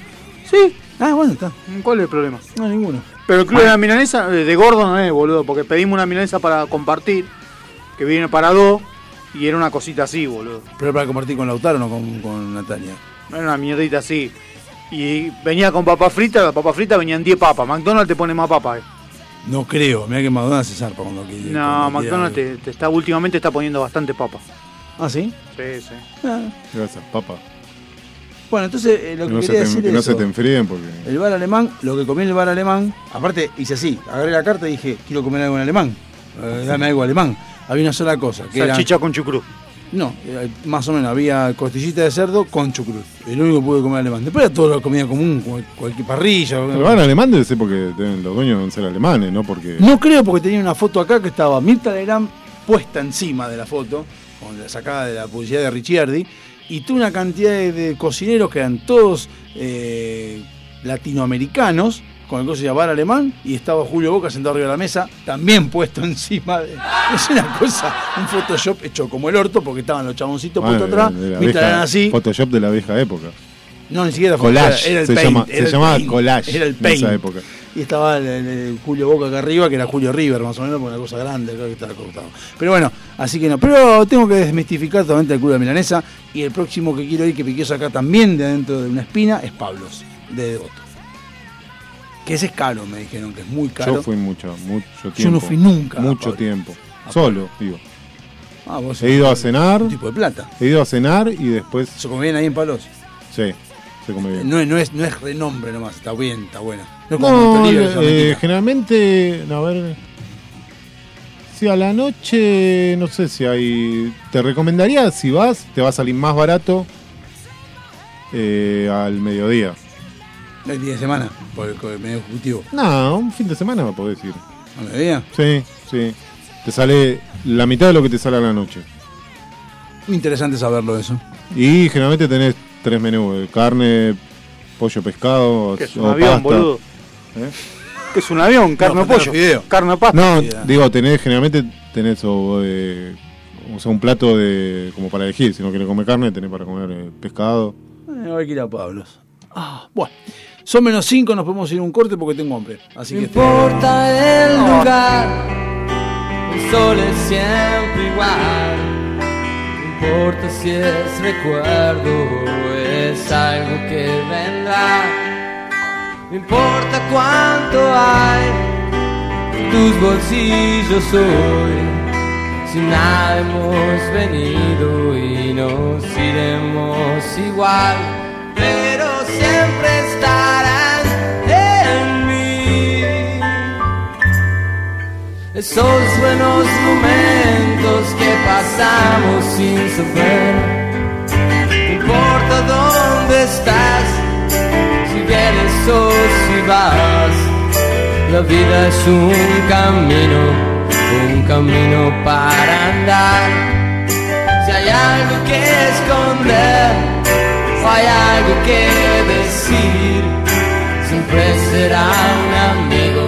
Speaker 2: Sí.
Speaker 8: Ah, bueno, está.
Speaker 2: ¿Cuál es el problema?
Speaker 8: No, ninguno.
Speaker 2: Pero el club de la milanesa, eh, de gordo no es, boludo, porque pedimos una milanesa para compartir, que viene para dos, y era una cosita así, boludo.
Speaker 8: Pero para compartir con Lautaro, no con, con Natalia.
Speaker 2: Era una mierdita así. Y venía con papa frita, la papa frita venían 10 papas. McDonald's te pone más papas. eh.
Speaker 8: No creo. Mirá que McDonald's se zarpa cuando quiere.
Speaker 2: No,
Speaker 8: cuando quiere
Speaker 2: McDonald's
Speaker 8: algo.
Speaker 2: te, te está, últimamente está poniendo bastante papas.
Speaker 8: Ah, sí.
Speaker 2: Sí, sí.
Speaker 8: Ah.
Speaker 9: Gracias, papá.
Speaker 8: Bueno, entonces eh, lo
Speaker 9: Que
Speaker 8: que
Speaker 9: no, se
Speaker 8: quería
Speaker 9: te,
Speaker 8: decir
Speaker 9: que
Speaker 8: es.
Speaker 9: no se te enfríen porque.
Speaker 8: El bar alemán, lo que comí en el bar alemán, aparte hice así, agarré la carta y dije, quiero comer algo en alemán, eh, dame algo alemán. Había una sola cosa, que era...
Speaker 2: Salchicha con chucrú.
Speaker 8: No, eh, más o menos, había costillita de cerdo con chucrut. El único que pude comer alemán. Después era toda la comida común, cual- cualquier parrilla.
Speaker 9: Pero van alemán debe ser porque deben- los dueños deben ser alemanes, no porque.
Speaker 8: No creo porque tenía una foto acá que estaba Mirta Legrand puesta encima de la foto, con la sacada de la publicidad de Ricciardi, y tuvo una cantidad de, de cocineros que eran todos eh, latinoamericanos, con el coche de bar alemán, y estaba Julio Boca sentado arriba de la mesa, también puesto encima de... Es una cosa, un Photoshop hecho como el orto, porque estaban los chaboncitos
Speaker 9: Ah,
Speaker 8: puestos atrás,
Speaker 9: de la
Speaker 8: Mirta
Speaker 9: vieja-
Speaker 8: Legrand así,
Speaker 9: Photoshop de la vieja época.
Speaker 8: no, ni siquiera fue-
Speaker 9: Collage.
Speaker 8: era el
Speaker 9: se
Speaker 8: paint,
Speaker 9: llama,
Speaker 8: era
Speaker 9: se
Speaker 8: el
Speaker 9: llamaba
Speaker 8: paint,
Speaker 9: collage
Speaker 8: Era el
Speaker 9: en esa
Speaker 8: paint.
Speaker 9: época.
Speaker 8: Y estaba el, el- el Julio Boca acá arriba, que era Julio River, más o menos, porque una cosa grande, creo que estaba cortado. Pero bueno, así que no. Pero tengo que desmistificar totalmente el culo de Milanesa. Y el próximo que quiero ir, que piqué acá también de adentro de una espina, es Pablos, de Devoto. Que ese es caro, me dijeron, que es muy caro.
Speaker 9: Yo fui mucho, mucho tiempo.
Speaker 8: no fui nunca a
Speaker 9: Mucho
Speaker 8: Pablo.
Speaker 9: tiempo.
Speaker 8: A
Speaker 9: Solo, digo.
Speaker 8: Ah, vos
Speaker 9: He ido a cenar,
Speaker 8: Un tipo de plata.
Speaker 9: he ido a cenar y después.
Speaker 8: Eso como bien ahí en Palos.
Speaker 9: Sí, se come bien.
Speaker 8: No, es- no, es, no es renombre nomás, está bien, está buena. No, es como
Speaker 9: No, eh,
Speaker 8: Montolibre, que es una mentira.
Speaker 9: generalmente, no, a ver. Si a la noche, no sé si hay. Te recomendaría, si vas, te va a salir más barato eh, al mediodía.
Speaker 8: El día de semana, por el, por el medio ejecutivo.
Speaker 9: No, un fin de semana me podés ir.
Speaker 8: ¿A mediodía?
Speaker 9: Sí, sí. Te sale la mitad de lo que te sale a la noche.
Speaker 8: Interesante saberlo eso.
Speaker 9: Y generalmente tenés tres menús: eh, carne, pollo, pescado
Speaker 2: Que es
Speaker 9: o
Speaker 2: un avión,
Speaker 9: pasta.
Speaker 2: boludo.
Speaker 9: ¿Eh?
Speaker 2: que es un avión, carne
Speaker 9: No,
Speaker 2: o pollo,
Speaker 9: video.
Speaker 2: carne o pasta.
Speaker 9: No, digo, tenés, generalmente tenés o, eh, o sea, un plato de como para elegir. Si no querés comer carne, tenés para comer eh, pescado.
Speaker 8: Eh, hay que ir a Pablos. Ah, bueno. Son menos 5, nos podemos ir a un corte porque tengo hambre. Así que. este-
Speaker 6: importa el lugar, el sol es siempre igual. No importa si es recuerdo o es algo que vendrá. No importa cuánto hay en tus bolsillos hoy. Si nada hemos venido y nos iremos igual, pero siempre estarán en mí. Esos buenos momentos que pasamos sin saber. No importa dónde estás, si vienes o si vas. La vida es un camino, un camino para andar. Si hay algo que esconder, o hay algo que decir, siempre será un amigo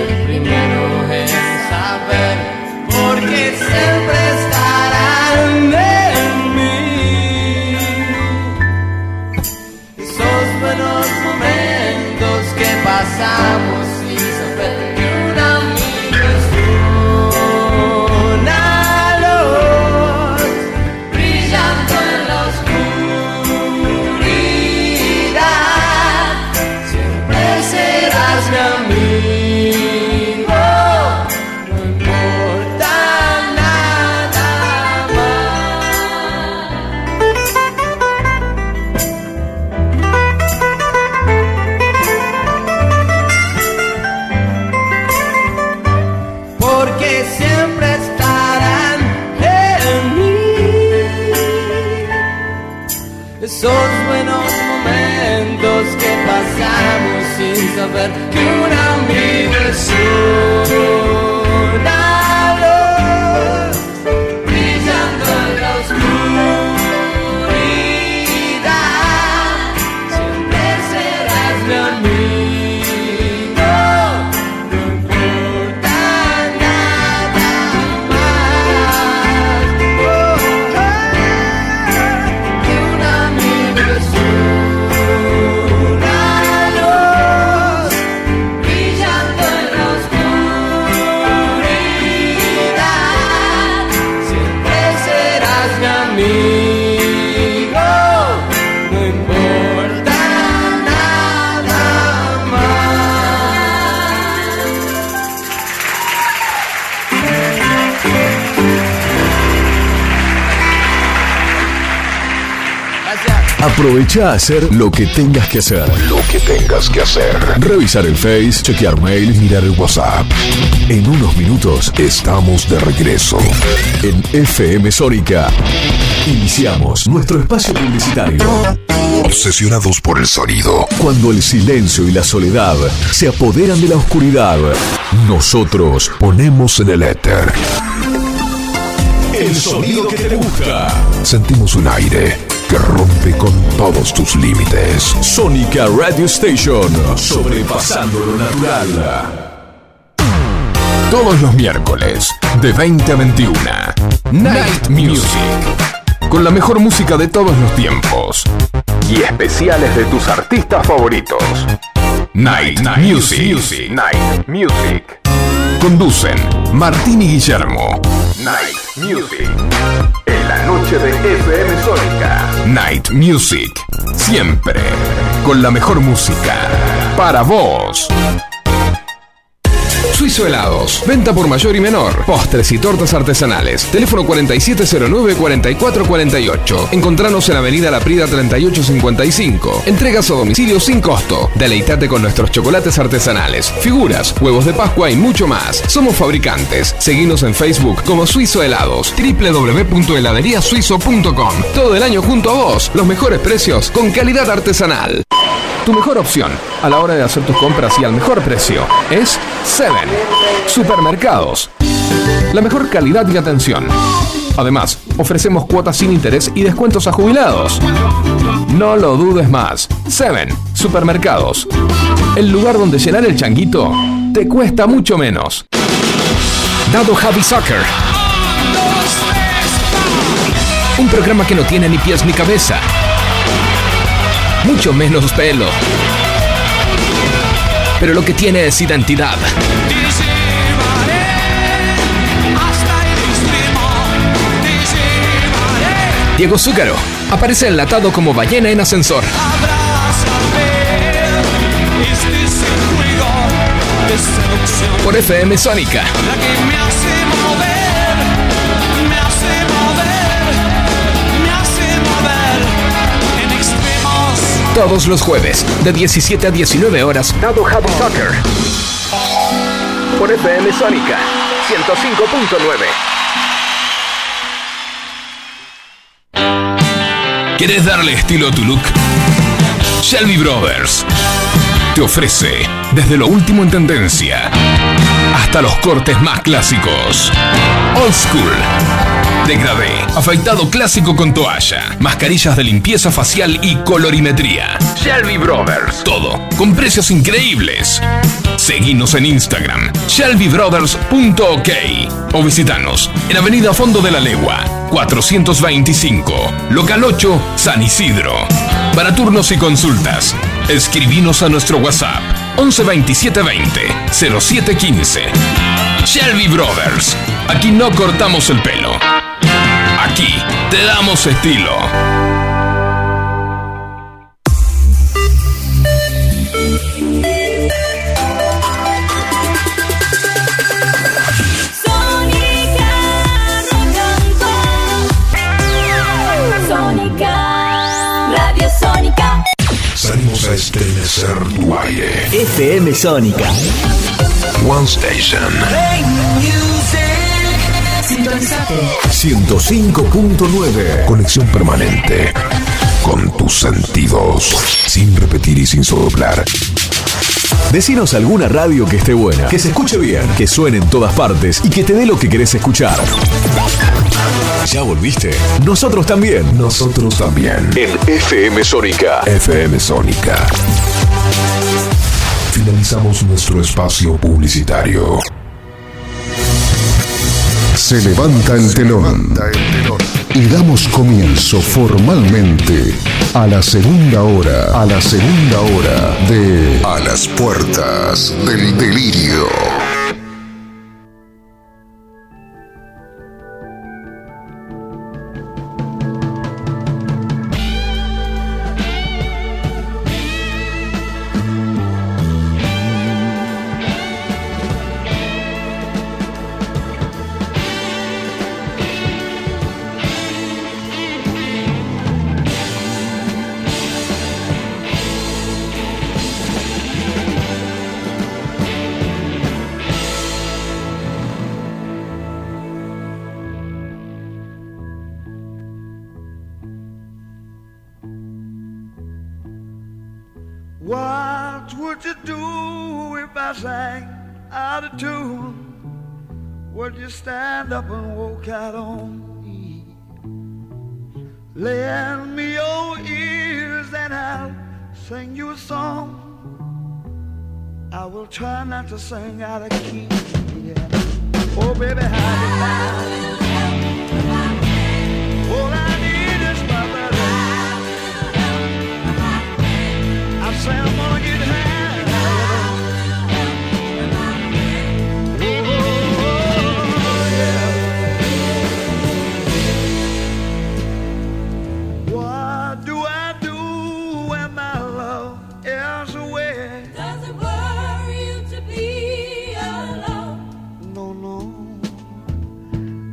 Speaker 6: el primero en saber, porque siempre estarán en mí. Esos buenos momentos que pasamos sin saber que un amigo es una luz brillando en la oscuridad. Siempre serás mi amigo, no importa nada más. Porque siempre estarán en mí esos buenos momentos que pasamos sin saber que un amigo es una luz brillando en la oscuridad. Siempre serás mi amigo, no importa nada más. Oh, oh. Que un amigo es una luz brillando en la oscuridad. Siempre serás mi amigo, no importa nada más.
Speaker 5: Aprovecha a hacer lo que tengas que hacer. Lo que tengas que hacer. Revisar el Face, chequear mail, mirar el WhatsApp. En unos minutos estamos de regreso. En FM Sónica. Iniciamos nuestro espacio publicitario. Obsesionados por el sonido. Cuando el silencio y la soledad se apoderan de la oscuridad, nosotros ponemos en el éter el sonido que te gusta. Sentimos un aire que rompe con todos tus límites. Sónica Radio Station, sobrepasando lo natural.
Speaker 11: Todos los miércoles, de 20 a 21, Night Music. Con la mejor música de todos los tiempos. Y especiales de tus artistas favoritos. Night, Music. Night Music. Conducen Martín y Guillermo. Night Music. En la noche de FM Sónica. Night Music. Siempre. Con la mejor música. Para vos. Suizo Helados, venta por mayor y menor, postres y tortas artesanales. Teléfono 4709-4448. Encontranos en Avenida La Prida 3855. Entregas a domicilio sin costo. Deleitate con nuestros chocolates artesanales, figuras, huevos de Pascua y mucho más. Somos fabricantes. Seguinos en Facebook como Suizo Helados, www.heladeriasuizo.com. Todo el año junto a vos, los mejores precios con calidad artesanal. Tu mejor opción a la hora de hacer tus compras y al mejor precio es Seven Supermercados. La mejor calidad y atención. Además, ofrecemos cuotas sin interés y descuentos a jubilados. No lo dudes más. Seven, supermercados. El lugar donde llenar el changuito te cuesta mucho menos. Dado Javi Soccer. Un programa que no tiene ni pies ni cabeza. Mucho menos pelo. Pero lo que tiene es identidad. Diego Zúcaro aparece enlatado como ballena en ascensor. Por FM Sónica. Todos los jueves, de 17 a 19 horas. Dado Javi Soccer. Por FM Sónica 105.9. ¿Querés darle estilo a tu look? Shelby Brothers te ofrece desde lo último en tendencia hasta los cortes más clásicos. Old School. Degradé. Afeitado clásico con toalla. Mascarillas de limpieza facial y colorimetría. Shelby Brothers. Todo. Con precios increíbles. Seguinos en Instagram. ShelbyBrothers.ok. O visitanos en Avenida Fondo de la Legua. 425. Local 8. San Isidro. Para turnos y consultas. Escribinos a nuestro WhatsApp. 11 27 20 07 15. Shelby Brothers. Aquí no cortamos el pelo. Aquí te damos estilo.
Speaker 6: Sónica Rock and Pop. Sónica, Radio Sónica.
Speaker 5: Salimos a estremecer tu aire.
Speaker 12: FM Sónica.
Speaker 5: One Station.
Speaker 6: Sintonizate.
Speaker 5: 105.9. Conexión permanente. Con tus sentidos. Sin repetir y sin soplar.
Speaker 12: Decinos alguna radio que esté buena, que se escuche bien, que suene en todas partes y que te dé lo que querés escuchar. ¿Ya volviste? Nosotros también. Nosotros también. En FM Sónica.
Speaker 5: FM Sónica. Finalizamos nuestro espacio publicitario.
Speaker 1: Se levanta el telón. Y damos comienzo formalmente a la segunda hora, a la segunda hora de A las puertas del delirio.
Speaker 13: What would you do if I sang out of tune? Would you stand up and walk out on me? Lend me your ears and I'll sing you a song. I will try not to sing out of key. yeah. Oh, baby, how do you All I need is my baby. I say I'm gonna get high. What do I do when my love is away? Doesn't worry you to be alone. No, no.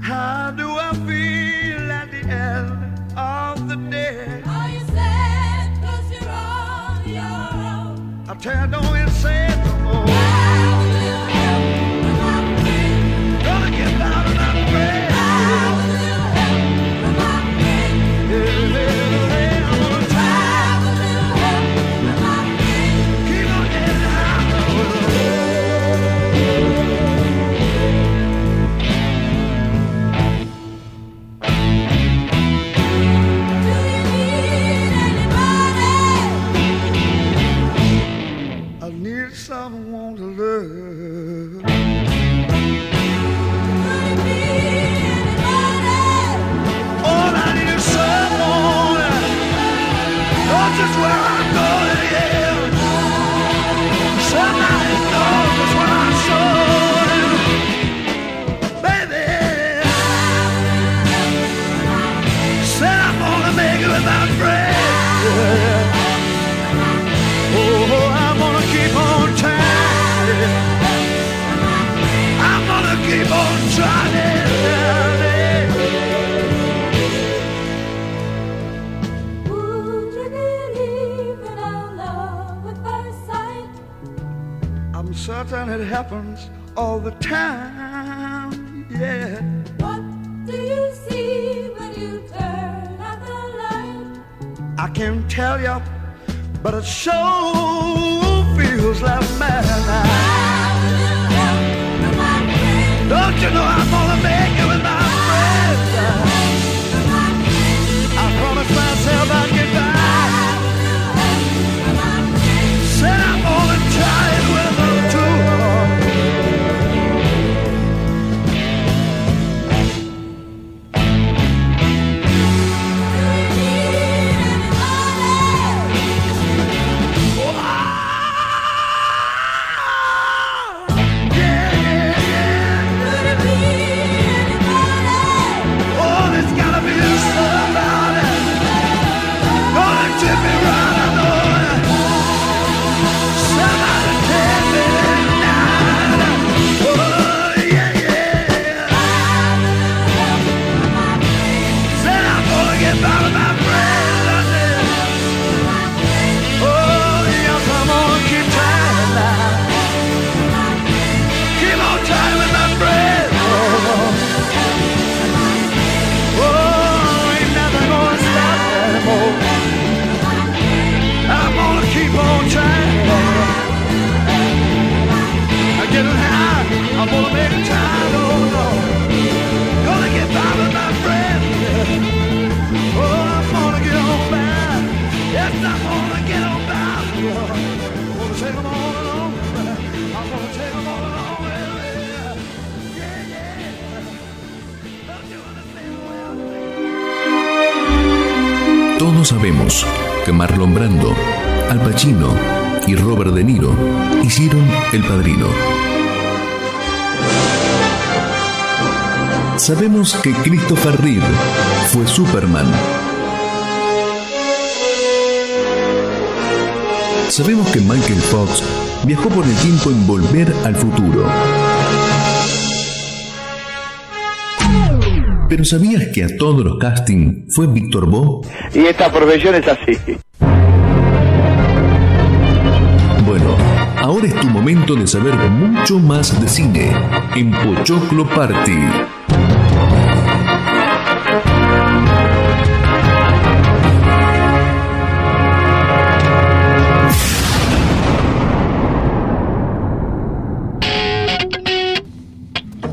Speaker 13: How do I feel at the end of the day? Are you sad cause you're on your own? I tell you, don't it's sad no more. Gonna get out of my bed.
Speaker 6: is where I'm going, yeah. Somebody knows is where I'm soaring. Baby, said I'm gonna make it without bread. Oh, I'm gonna keep on trying. I'm gonna keep on trying. I'm certain it happens all the time. Yeah. What do you see when you turn out the light? I can't tell you, but it sure feels like madness. Don't you know I'm gonna make it with my friends? I promised myself I'd get back. Said I'm gonna try it with them too. Oh, there's gotta be somebody gonna tip me right. I know it. Somebody tip me tonight. Oh, yeah, yeah. Said I'm gonna get by with my friends. I said, oh, yes, I'm gonna keep trying now. Keep on trying with my friends. Oh, ain't nothing gonna stop me anymore. I'm gonna keep on trying. I'm getting high. I'm gonna make it time. Oh no, gonna get by with my friend. Oh, I'm gonna get on back. Yes, I'm gonna get on back. I'm gonna take 'em all along. I'm gonna take 'em all along. Yeah, yeah. Don't you understand where I'm
Speaker 14: Todos sabemos que Marlon Brando, Al Pacino y Robert De Niro hicieron El Padrino. Sabemos que Christopher Reeve fue Superman. Sabemos que Michael Fox viajó por el tiempo en Volver al Futuro. Pero ¿sabías que a todos los castings fue Víctor Bo?
Speaker 15: Y esta profesión es así.
Speaker 14: Bueno, ahora es tu momento de saber mucho más de cine en Pochoclo Party.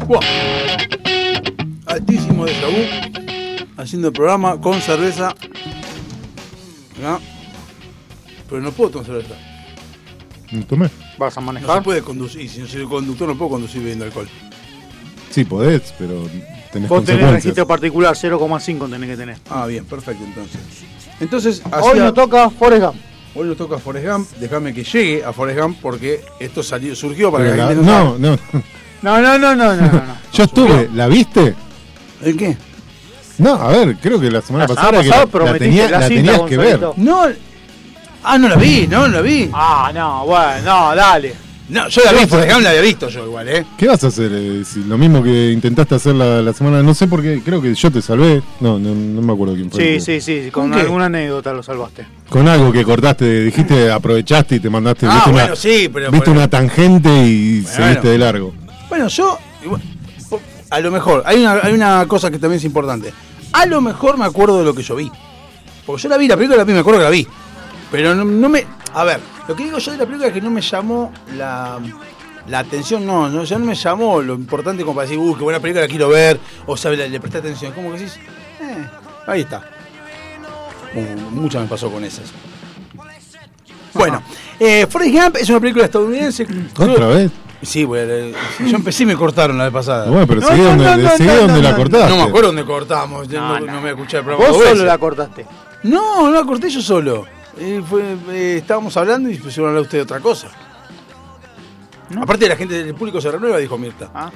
Speaker 8: Buah. Altísimo de tabú. Haciendo el programa con cerveza. Acá. Pero no puedo tomar cerveza.
Speaker 9: No tomé.
Speaker 2: ¿Vas a
Speaker 8: No se puede conducir. Y si no soy el conductor, no puedo conducir bebiendo alcohol.
Speaker 9: Sí, podés, pero tenés
Speaker 2: Vos tenés
Speaker 9: consecuencias.
Speaker 2: registro particular 0,5 tenés que tener.
Speaker 8: Ah, bien, perfecto entonces. Entonces,
Speaker 2: Hoy
Speaker 8: hacía-
Speaker 2: nos toca Forrest Gump.
Speaker 8: Hoy nos toca Forrest Gump. Déjame que llegue a Forrest Gump porque esto salió, surgió para
Speaker 9: Pero
Speaker 8: que la
Speaker 9: la-
Speaker 8: gente
Speaker 9: no, no, no.
Speaker 2: No, no, no, no, no. no.
Speaker 9: Yo estuve, ¿la viste?
Speaker 8: ¿El qué?
Speaker 9: No, a ver, creo que la semana
Speaker 2: Ah,
Speaker 9: pasada, que la- la, tenía- la tenías que ver.
Speaker 8: No. Ah, no la vi, no, no la vi.
Speaker 2: Ah, no, bueno, no, dale.
Speaker 8: No, yo la vi, Forrest Gump la había visto yo igual, ¿eh?
Speaker 9: ¿Qué vas a hacer? eh, si lo mismo que intentaste hacer la, la semana, no sé por qué, creo que yo te salvé. No, no, no me acuerdo quién fue.
Speaker 2: Sí, sí, sí, sí, con
Speaker 9: ¿Con qué?
Speaker 2: alguna anécdota lo salvaste.
Speaker 9: Con algo que cortaste, dijiste, aprovechaste y te mandaste.
Speaker 2: Ah,
Speaker 9: viste
Speaker 2: bueno,
Speaker 9: una,
Speaker 8: sí, pero-
Speaker 9: Viste
Speaker 8: pero-
Speaker 9: una tangente y seguiste de largo.
Speaker 8: Bueno, yo. igual- A lo mejor, hay una, hay una cosa que también es importante. A lo mejor me acuerdo de lo que yo vi. Porque yo la vi, la película la vi, me acuerdo que la vi. Pero no, no me. A ver, lo que digo yo de la película es que no me llamó la. La atención no, no, ya no me llamó lo importante como para decir, uy, qué buena película la quiero ver, o sea, le, le presté atención. ¿Cómo que decís? Eh, ahí está. Uh, mucha me pasó con esas. Bueno, eh, Forrest Gump es una película estadounidense.
Speaker 9: ¿Otra vez?
Speaker 8: Sí, güey. eh, Yo empecé y me cortaron la vez pasada.
Speaker 9: Bueno, pero seguí donde- seguí donde la cortaste.
Speaker 8: No me acuerdo dónde cortamos. No, no me escuché el programa.
Speaker 2: Vos
Speaker 8: dos
Speaker 2: solo
Speaker 8: veces.
Speaker 2: la cortaste.
Speaker 8: No, no la corté yo solo. eh, fue- eh, estábamos hablando y pusieron a hablar usted de otra cosa. Aparte la gente del público se renueva, dijo Mirta.
Speaker 2: Ah.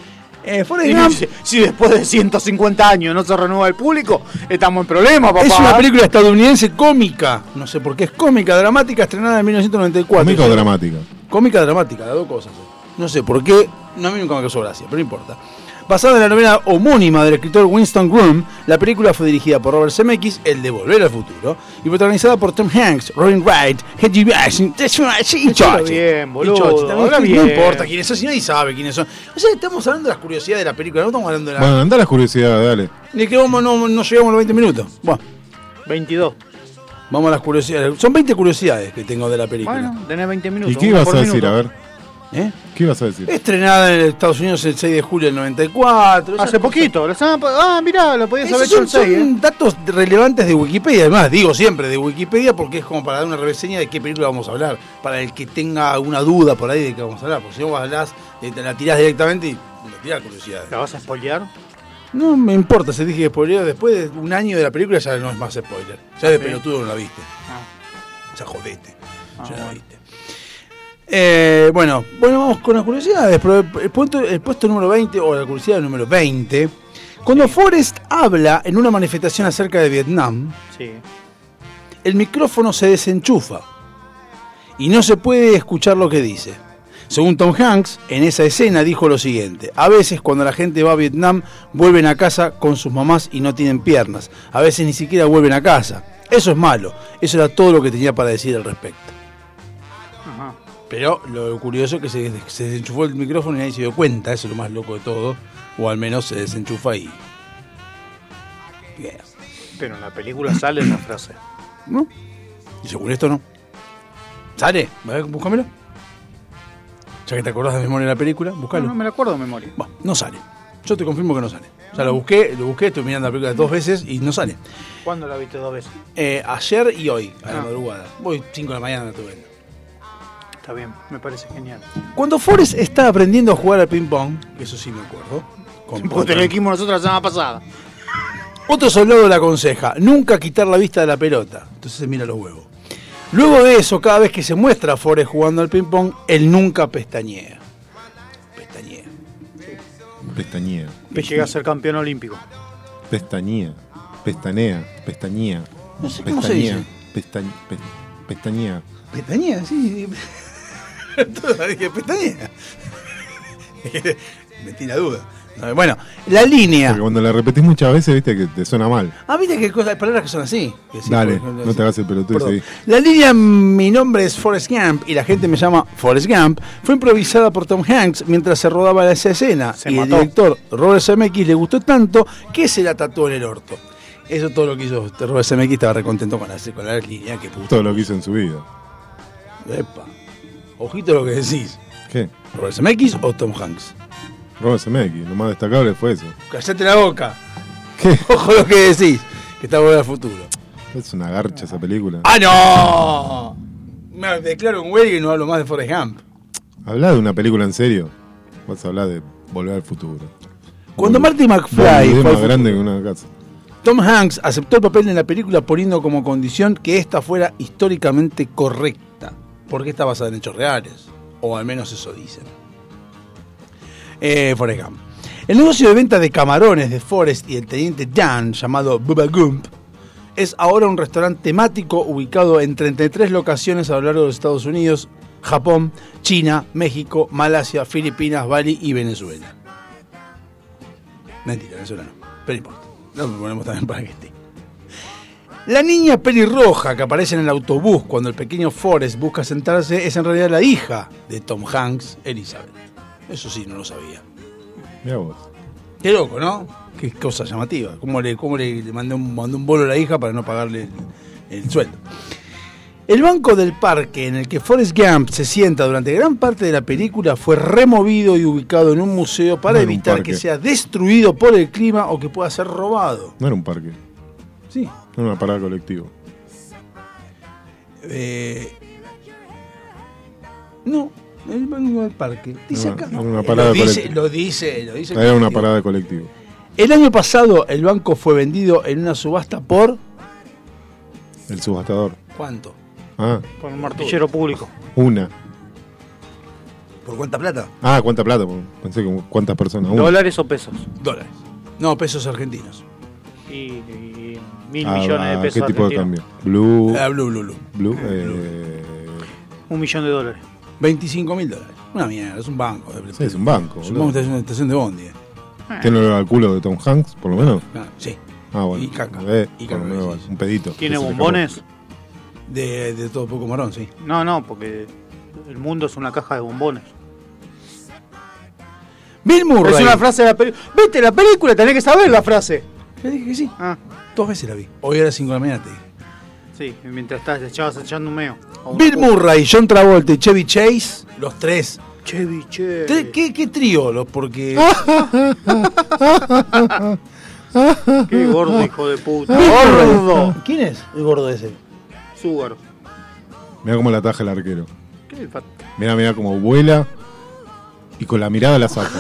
Speaker 8: Eh, Forrest
Speaker 2: Y
Speaker 8: Gump-
Speaker 2: si, si después de 150 años no se renueva el público, estamos en problemas, papá.
Speaker 8: Es una película estadounidense cómica, no sé por qué, es cómica, dramática, estrenada en 1994.
Speaker 9: Cómica o
Speaker 8: Sí.
Speaker 9: dramática.
Speaker 8: Cómica, dramática, las dos cosas. eh. No sé por qué, no, a mí nunca me causó gracia, pero no importa. Basada en la novela homónima del escritor Winston Groom, la película fue dirigida por Robert Zemeckis, el de Volver al Futuro, y protagonizada por Tom Hanks, Robin Wright, Hedgie Bash, y
Speaker 2: Hacelo
Speaker 8: Chochi.
Speaker 2: bien, boludo,
Speaker 8: Y Chochi también,
Speaker 2: habla
Speaker 8: no
Speaker 2: bien.
Speaker 8: importa quiénes son, si nadie sabe quiénes son. O sea, estamos hablando de las curiosidades de la película, no estamos hablando de la...
Speaker 9: Bueno, anda las curiosidades, dale.
Speaker 8: Ni que vamos, no, no llegamos a los 20 minutos. Bueno.
Speaker 2: 22.
Speaker 8: Vamos a las curiosidades. Son 20 curiosidades que tengo de la película.
Speaker 2: Bueno, tenés 20 minutos.
Speaker 9: ¿Y qué
Speaker 2: una
Speaker 9: ibas
Speaker 2: por
Speaker 9: a decir?
Speaker 2: minuto.
Speaker 9: A ver.
Speaker 8: ¿Eh?
Speaker 9: ¿Qué ibas a decir?
Speaker 8: Estrenada en Estados Unidos el 6 de julio del 94.
Speaker 2: Hace poquito. la semana pa- Ah, mirá, lo podías haber hecho el
Speaker 8: Esos son,
Speaker 2: 6, eh.
Speaker 8: son datos relevantes de Wikipedia. Además, digo siempre de Wikipedia porque es como para dar una reseña de qué película vamos a hablar. Para el que tenga alguna duda por ahí de qué vamos a hablar. Porque si no, vos hablás, eh, te la tirás directamente y la tirás curiosidades.
Speaker 2: ¿La vas a spoilear?
Speaker 8: No me importa si dije spoiler. Después de un año de la película ya no es más spoiler. Ya de
Speaker 2: Sí.
Speaker 8: pelotudo no la viste. Ya jodete.
Speaker 2: Ah,
Speaker 8: ya la viste. Eh, bueno, bueno, vamos con las curiosidades. Pero El, el punto- el puesto número 20, o la curiosidad número 20. Cuando Forrest habla en una manifestación acerca de Vietnam,
Speaker 2: Sí.
Speaker 8: el micrófono se desenchufa y no se puede escuchar lo que dice. Según Tom Hanks, en esa escena dijo lo siguiente, a veces cuando la gente va a Vietnam vuelven a casa con sus mamás y no tienen piernas, a veces ni siquiera vuelven a casa. Eso es malo, eso era todo lo que tenía para decir al respecto.
Speaker 2: Ajá.
Speaker 8: Pero lo curioso es que se, se desenchufó el micrófono y nadie se dio cuenta, eso es lo más loco de todo, o al menos se desenchufa y...
Speaker 2: Pero en la película sale una frase.
Speaker 8: Y según esto no. ¿Sale? A ver, búscamelo. Ya que te acordás de memoria de la película, búscalo.
Speaker 2: No, no me la acuerdo de memoria.
Speaker 8: Bueno, no sale. Yo te confirmo que no sale. Ya lo busqué, lo busqué, estuve mirando la película dos veces y no sale.
Speaker 2: ¿Cuándo la viste dos veces?
Speaker 8: Eh, ayer y hoy, a la
Speaker 2: Ah.
Speaker 8: madrugada. Voy 5 de la mañana estuve viendo.
Speaker 2: Está bien, me parece genial.
Speaker 8: Cuando Forrest está aprendiendo a jugar al ping-pong, eso sí me acuerdo. con-
Speaker 2: Porque te lo dijimos nosotros la semana pasada.
Speaker 8: Otro soldado le aconseja, nunca quitar la vista de la pelota. Entonces se mira los huevos. Luego de eso, cada vez que se muestra a Forrest jugando al ping-pong, él nunca pestañea. Pestañea.
Speaker 9: Pestañea.
Speaker 2: Que llega a ser campeón olímpico.
Speaker 9: Pestañea. Pestañea. Pestañea.
Speaker 8: No sé cómo se dice.
Speaker 9: Pestañea. Pestañ- pe- Pestañea.
Speaker 8: Pestañea, sí. Todavía pestañea. Me tira duda. No, Eh, Bueno, la línea.
Speaker 9: Porque cuando la repetís muchas veces, viste que te suena mal.
Speaker 8: Ah, viste que hay cosas- hay palabras que son así. Que sí,
Speaker 9: Dale,
Speaker 8: por ejemplo,
Speaker 9: no te hagas el pelotudo
Speaker 8: Perdón.
Speaker 9: y seguí.
Speaker 8: La línea Mi nombre es Forrest Gump y la gente me llama Forrest Gump fue improvisada por Tom Hanks mientras se rodaba esa escena. y
Speaker 2: mató.
Speaker 8: el director Robert Zemeckis le gustó tanto que se la tatuó en el orto. Eso todo lo que hizo este Robert Zemeckis estaba recontento con la, con la línea que puso.
Speaker 9: Todo lo que hizo en su vida.
Speaker 8: Epa. Ojito lo que decís.
Speaker 9: ¿Qué?
Speaker 8: ¿Robert Zemeckis o Tom Hanks?
Speaker 9: Robert Zemeckis, lo más destacable fue eso.
Speaker 8: Callate la boca. Ojo lo que decís. Que está volviendo al futuro.
Speaker 9: Es una garcha esa película.
Speaker 8: ¡Ah, no! Me declaro en huelga y no hablo más de Forrest Gump.
Speaker 9: Habla de una película en serio. Vas a hablar de Volver al Futuro.
Speaker 8: Cuando Marty McFly
Speaker 9: Es
Speaker 8: fue
Speaker 9: más
Speaker 8: al
Speaker 9: grande que una casa.
Speaker 8: Tom Hanks aceptó el papel en la película poniendo como condición que esta fuera históricamente correcta, porque está basada en hechos reales, o al menos eso dicen. Eh, Forrest Gump. El negocio de venta de camarones de Forrest y el teniente Dan, llamado Bubba Gump, es ahora un restaurante temático ubicado en 33 locaciones a lo largo de los Estados Unidos, Japón, China, México, Malasia, Filipinas, Bali y Venezuela. Mentira, Venezuela no. Pero no importa. No lo ponemos también para que esté. La niña pelirroja que aparece en el autobús cuando el pequeño Forrest busca sentarse es en realidad la hija de Tom Hanks, Elizabeth. Eso sí, no lo sabía.
Speaker 9: Mira vos.
Speaker 8: Qué loco, ¿no? Qué cosa llamativa. ¿Cómo le, cómo le, le mandó, un, mandó un bolo a la hija para no pagarle el, el sueldo? El banco del parque en el que Forrest Gump se sienta durante gran parte de la película fue removido y ubicado en un museo para
Speaker 9: No en un
Speaker 8: evitar
Speaker 9: parque.
Speaker 8: que sea destruido por el clima o que pueda ser robado.
Speaker 9: No era un parque.
Speaker 8: Sí.
Speaker 9: Era una parada colectivo.
Speaker 8: Eh, no, el banco del parque. Dice
Speaker 9: Era
Speaker 8: acá.
Speaker 9: era una parada
Speaker 8: lo, dice,
Speaker 9: colectiva.
Speaker 8: lo dice, lo dice. el
Speaker 9: Era una
Speaker 8: colectivo.
Speaker 9: parada colectivo.
Speaker 8: El año pasado el banco fue vendido en una subasta por
Speaker 9: El subastador.
Speaker 8: ¿cuánto?
Speaker 9: Ah,
Speaker 2: por un martillero público.
Speaker 9: una.
Speaker 8: ¿Por cuánta plata?
Speaker 9: Ah, ¿cuánta plata? Pensé que cuántas personas. Una.
Speaker 2: ¿Dólares o pesos?
Speaker 8: Dólares. No, pesos argentinos.
Speaker 2: Y, y mil
Speaker 9: Ah,
Speaker 2: millones de
Speaker 9: ah,
Speaker 2: pesos.
Speaker 9: ¿Qué tipo de cambio?
Speaker 2: argentinos.
Speaker 9: Blue.
Speaker 8: Ah, blue, blue, blue.
Speaker 9: Blue, eh,
Speaker 2: Un millón de dólares.
Speaker 8: 25 mil dólares. Una mierda, es un banco.
Speaker 9: Sí, es un banco, boludo.
Speaker 8: Supongamos que es una estación de bondi. eh.
Speaker 9: ¿Tiene olor al culo de Tom Hanks, por lo menos?
Speaker 8: Ah, sí.
Speaker 9: Ah, bueno.
Speaker 8: Y caca.
Speaker 9: Eh,
Speaker 8: Y
Speaker 9: por lo
Speaker 8: caca,
Speaker 9: menos, un pedito.
Speaker 2: ¿Tiene
Speaker 9: Que se le
Speaker 2: bombones?
Speaker 8: De, de todo poco marón, sí.
Speaker 2: No, no, porque el mundo es una caja de bombones.
Speaker 8: Bill Murray.
Speaker 2: Es una frase de la película. Vete la película, tenés que saber la frase.
Speaker 8: Yo dije que sí.
Speaker 2: Ah,
Speaker 8: Dos veces la vi. Hoy era 5 de la mañana. te dije.
Speaker 2: sí, mientras estás echabas echando un meo. O una
Speaker 8: Bill
Speaker 2: puta.
Speaker 8: Murray, John Travolta y Chevy Chase, los tres.
Speaker 2: Chevy Chase.
Speaker 8: Tre- ¿Qué, qué trío? los- Porque.
Speaker 2: Qué gordo, hijo de puta.
Speaker 8: Bill Murray.
Speaker 2: ¡Gordo!
Speaker 8: ¿Quién es el gordo ese?
Speaker 2: Sugar.
Speaker 9: Mira cómo la ataja el arquero.
Speaker 2: ¿Qué el pat-
Speaker 9: Mira, mira cómo vuela y con la mirada la saca.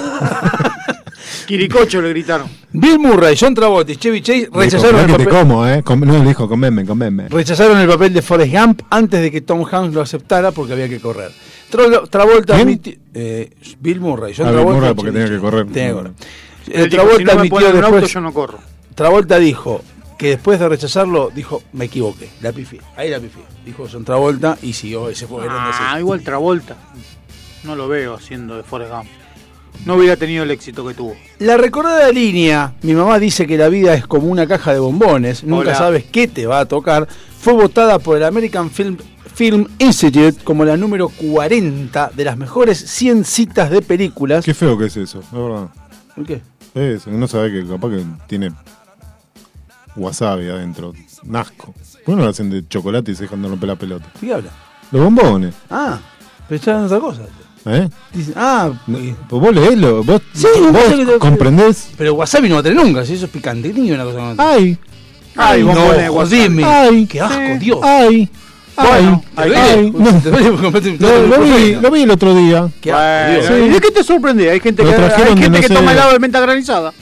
Speaker 2: Quiricocho le gritaron.
Speaker 8: Bill Murray, John Travolta y Chevy Chase
Speaker 9: Le dijo,
Speaker 8: rechazaron
Speaker 9: "Mirá
Speaker 8: el,
Speaker 9: que te
Speaker 8: papel,
Speaker 9: como, eh. Com- no, le dijo, comeme, comeme.
Speaker 8: rechazaron el papel de Forrest Gump antes de que Tom Hanks lo aceptara porque había que correr. Tra- Travolta admitió. eh, Bill Murray, John
Speaker 9: Ah, Bill
Speaker 8: Travolta. y
Speaker 9: Murray, porque
Speaker 8: Chevy
Speaker 9: tenía que correr.
Speaker 8: Tenía que correr. Eh,
Speaker 2: Él dijo,
Speaker 8: Travolta
Speaker 2: si no me
Speaker 8: admitió
Speaker 2: ponen un
Speaker 8: después.
Speaker 2: auto, yo no corro.
Speaker 8: Travolta dijo que después de rechazarlo, dijo, me equivoqué, la pifié. Ahí la pifié. Dijo John Travolta y siguió ese fue grande así.
Speaker 2: Ah, igual Travolta. No lo veo haciendo de Forrest Gump. No hubiera tenido el éxito que tuvo.
Speaker 8: La recordada línea, mi mamá dice que la vida es como una caja de bombones, nunca
Speaker 2: Hola.
Speaker 8: sabes qué te va a tocar, fue votada por el American Film, Film Institute como la número 40 de las mejores 100 citas de películas.
Speaker 9: Qué feo que es eso, la verdad.
Speaker 8: ¿Por qué?
Speaker 9: Es, no sabe que capaz que tiene wasabi adentro. Nasco. ¿Por qué no lo hacen de chocolate y se dejan de romper la pelota?
Speaker 8: ¿De qué habla?
Speaker 9: Los bombones,
Speaker 8: Ah, pensaban en otra cosa.
Speaker 9: ¿eh?
Speaker 8: Dice, ah,
Speaker 9: Pues vos leelo, vos,
Speaker 8: Sí,
Speaker 9: vos
Speaker 8: no sé que te-
Speaker 9: comprendés.
Speaker 8: pero wasabi no va a tener nunca, si eso es picante, ni una cosa con otra.
Speaker 9: Ah, Ay,
Speaker 8: Ay,
Speaker 9: no,
Speaker 8: bombones, dime.
Speaker 9: ay,
Speaker 8: qué asco, Dios.
Speaker 9: ay, ay,
Speaker 8: Bueno, ¿te
Speaker 9: ay,
Speaker 8: duele?
Speaker 9: no.
Speaker 8: ¿Te duele porque compraste un plato
Speaker 9: Lo,
Speaker 8: de
Speaker 9: lo vi,
Speaker 8: ibuprofeno?
Speaker 9: lo vi el otro día.
Speaker 8: Qué asco, Dios.
Speaker 9: Sí.
Speaker 2: ¿Y Eh, ¿De qué te sorprende? Hay gente
Speaker 9: Lo
Speaker 2: que,
Speaker 9: trajeron
Speaker 2: hay
Speaker 9: de
Speaker 2: gente
Speaker 9: no
Speaker 2: que
Speaker 9: sé-
Speaker 2: toma helado de menta granizada.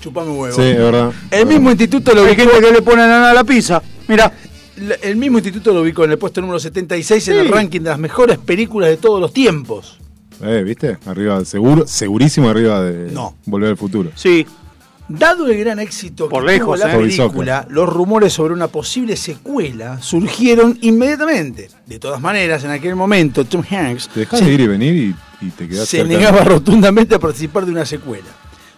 Speaker 8: Chupame huevo. Eh,
Speaker 9: Sí, es verdad.
Speaker 8: El mismo instituto lo
Speaker 2: Hay
Speaker 8: ubicó,
Speaker 2: gente que le pone nana a la pizza. Mira,
Speaker 8: la- el mismo instituto lo ubicó en el puesto número 76 en
Speaker 2: Sí.
Speaker 8: el ranking de las mejores películas de todos los tiempos.
Speaker 9: Eh, ¿viste? Arriba, seguro, segurísimo arriba de
Speaker 8: No.
Speaker 9: Volver al Futuro.
Speaker 2: sí.
Speaker 8: Dado el gran éxito
Speaker 2: Por
Speaker 8: que
Speaker 2: lejos,
Speaker 8: tuvo la
Speaker 9: eh.
Speaker 8: película, los rumores sobre una posible secuela surgieron inmediatamente. De todas maneras, en aquel momento Tom Hanks
Speaker 9: Te dejas
Speaker 8: se-
Speaker 9: de ir y venir y, y te quedas
Speaker 8: se negaba rotundamente a participar de una secuela.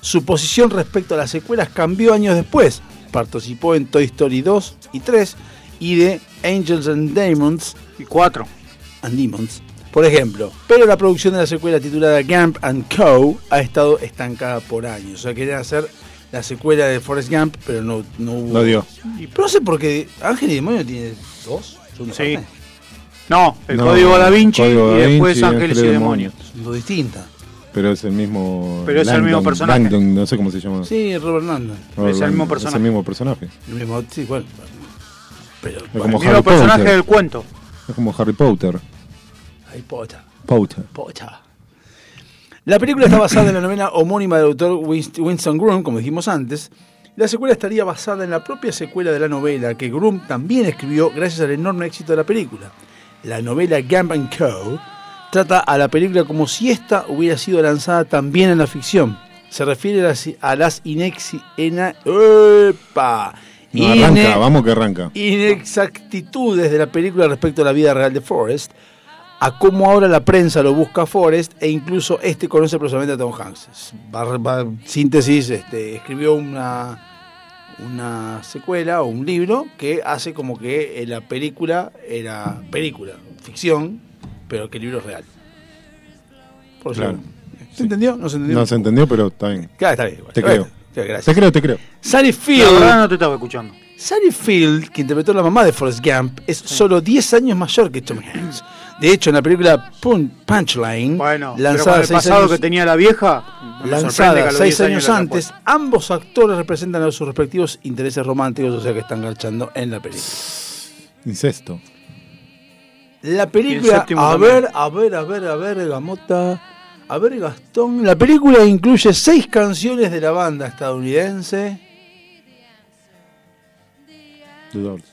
Speaker 8: Su posición respecto a las secuelas cambió años después. Participó en Toy Story 2 y 3 y de Angels and Demons
Speaker 2: Y cuatro.
Speaker 8: and Demons, por ejemplo. Pero la producción de la secuela titulada Gump and Co. ha estado estancada por años. O sea, querían hacer la secuela de Forrest Gump, pero no, no hubo.
Speaker 9: Lo dio.
Speaker 8: Pero no sé por qué Ángel y Demonio tiene dos. segunda
Speaker 2: Sí.
Speaker 8: parte.
Speaker 2: No, el
Speaker 9: No,
Speaker 2: código da Vinci
Speaker 9: Código Da
Speaker 2: y después
Speaker 9: Vinci,
Speaker 2: Ángeles y
Speaker 9: Ángeles y
Speaker 2: Demonios.
Speaker 8: Son dos distintas.
Speaker 9: Pero es el mismo.
Speaker 2: Pero es el mismo personaje.
Speaker 9: Langdon, no sé cómo se llama.
Speaker 8: Sí, Robert Landon.
Speaker 9: Robert
Speaker 2: es el mismo
Speaker 9: Langdon, Es
Speaker 2: personaje.
Speaker 9: el mismo personaje.
Speaker 8: El mismo- sí, bueno. Pero.
Speaker 9: Es como,
Speaker 2: El mismo
Speaker 9: Harry
Speaker 2: personaje
Speaker 9: Potter.
Speaker 2: del cuento.
Speaker 9: es como Harry Potter.
Speaker 8: Harry Potter.
Speaker 9: Potter.
Speaker 8: Pocha. La película está basada en la novela homónima del autor Winst- Winston Groom, como dijimos antes. La secuela estaría basada en la propia secuela de la novela que Groom también escribió gracias al enorme éxito de la película. La novela Gump and Co. trata a la película como si esta hubiera sido lanzada también en la ficción. Se refiere a las, a las inexi- ena- ¡Epa!
Speaker 9: No, arranca,
Speaker 8: Ine-
Speaker 9: vamos que arranca.
Speaker 8: inexactitudes de la película respecto a la vida real de Forrest, a cómo ahora la prensa lo busca a Forrest e incluso este conoce personalmente a Tom Hanks. Es bar- bar- síntesis, este, escribió una una secuela o un libro que hace como que eh, la película era película, ficción, pero que el libro es real. Por eso-
Speaker 9: Claro.
Speaker 8: ¿Se entendió? ¿No se entendió?
Speaker 9: No se entendió, pero está bien.
Speaker 8: Claro, está bien. igual.
Speaker 9: Te creo.
Speaker 8: Gracias.
Speaker 9: Te creo, te creo.
Speaker 8: Sally
Speaker 2: La
Speaker 8: Field.
Speaker 2: verdad no te estaba escuchando.
Speaker 8: Sally Field, que interpretó a la mamá de Forrest Gump, es solo 10 años mayor que Tom Hanks. De hecho, en la película Pun- Punchline,
Speaker 2: Bueno, pero con
Speaker 8: lanzada
Speaker 2: el
Speaker 8: seis
Speaker 2: pasado
Speaker 8: años,
Speaker 2: que tenía la vieja, me sorprende que
Speaker 8: lanzada
Speaker 2: a los
Speaker 8: seis
Speaker 2: 10
Speaker 8: años
Speaker 2: la
Speaker 8: antes, ambos actores representan a sus respectivos intereses románticos, o sea que están garchando en la película.
Speaker 9: Incesto.
Speaker 8: La
Speaker 2: Y el
Speaker 8: película,
Speaker 2: séptimo
Speaker 8: a
Speaker 2: también.
Speaker 8: ver, a ver, a ver, a ver, Gamota, a ver, Gastón. La película incluye seis canciones de la banda estadounidense.
Speaker 9: The Doors.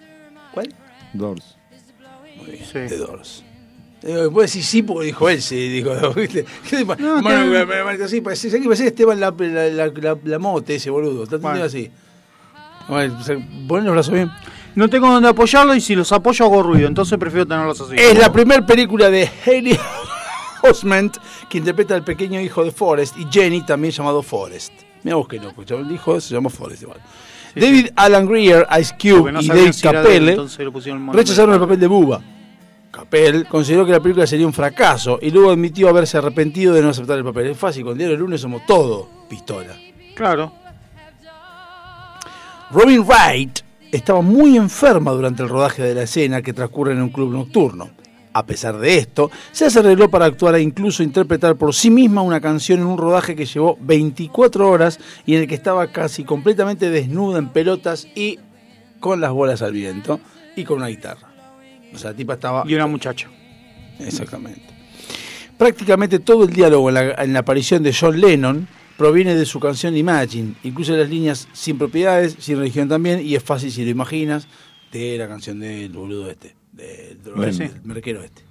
Speaker 8: ¿Cuál?
Speaker 9: Doors.
Speaker 8: de Doors. Digo, Después decís sí porque dijo él, sí, dijo, ¿viste? No,
Speaker 2: está
Speaker 8: así, parece, ¿sabés qué parece Esteban la, la, la, la- la mote, ese boludo. Está atendido así. Bueno, o sea, ponen los brazos bien.
Speaker 2: No tengo donde apoyarlo y si los apoyo hago ruido, entonces prefiero tenerlos así.
Speaker 8: Es la primera película de Haley Osment, que interpreta al pequeño hijo de Forrest, y Jenny, también llamado Forrest. Mira vos que loco, ya el hijo se llama Forrest igual. David Alan Greer, Ice
Speaker 2: Porque
Speaker 8: Cube
Speaker 2: no
Speaker 8: y
Speaker 2: sabían
Speaker 8: Dave
Speaker 2: si era de él,
Speaker 8: Capelle
Speaker 2: entonces le pusieron mal.
Speaker 8: rechazaron el papel de Buba. Capel consideró que la película sería un fracaso y luego admitió haberse arrepentido de no aceptar el papel. Es fácil, con Diario del Lunes somos todo pistola.
Speaker 2: Claro.
Speaker 8: Robin Wright estaba muy enferma durante el rodaje de la escena que transcurre en un club nocturno. A pesar de esto, se arregló para actuar e incluso interpretar por sí misma una canción en un rodaje que llevó 24 horas y en el que estaba casi completamente desnuda en pelotas y con las bolas al viento y con una guitarra. O sea, la tipa estaba...
Speaker 2: Y una muchacha.
Speaker 8: Exactamente. Prácticamente todo el diálogo en la, en la aparición de John Lennon proviene de su canción Imagine, incluso las líneas sin propiedades, sin religión también, y es fácil si lo imaginas, de la canción del boludo este, del drogadicto,
Speaker 9: Sí.
Speaker 8: del merquero este.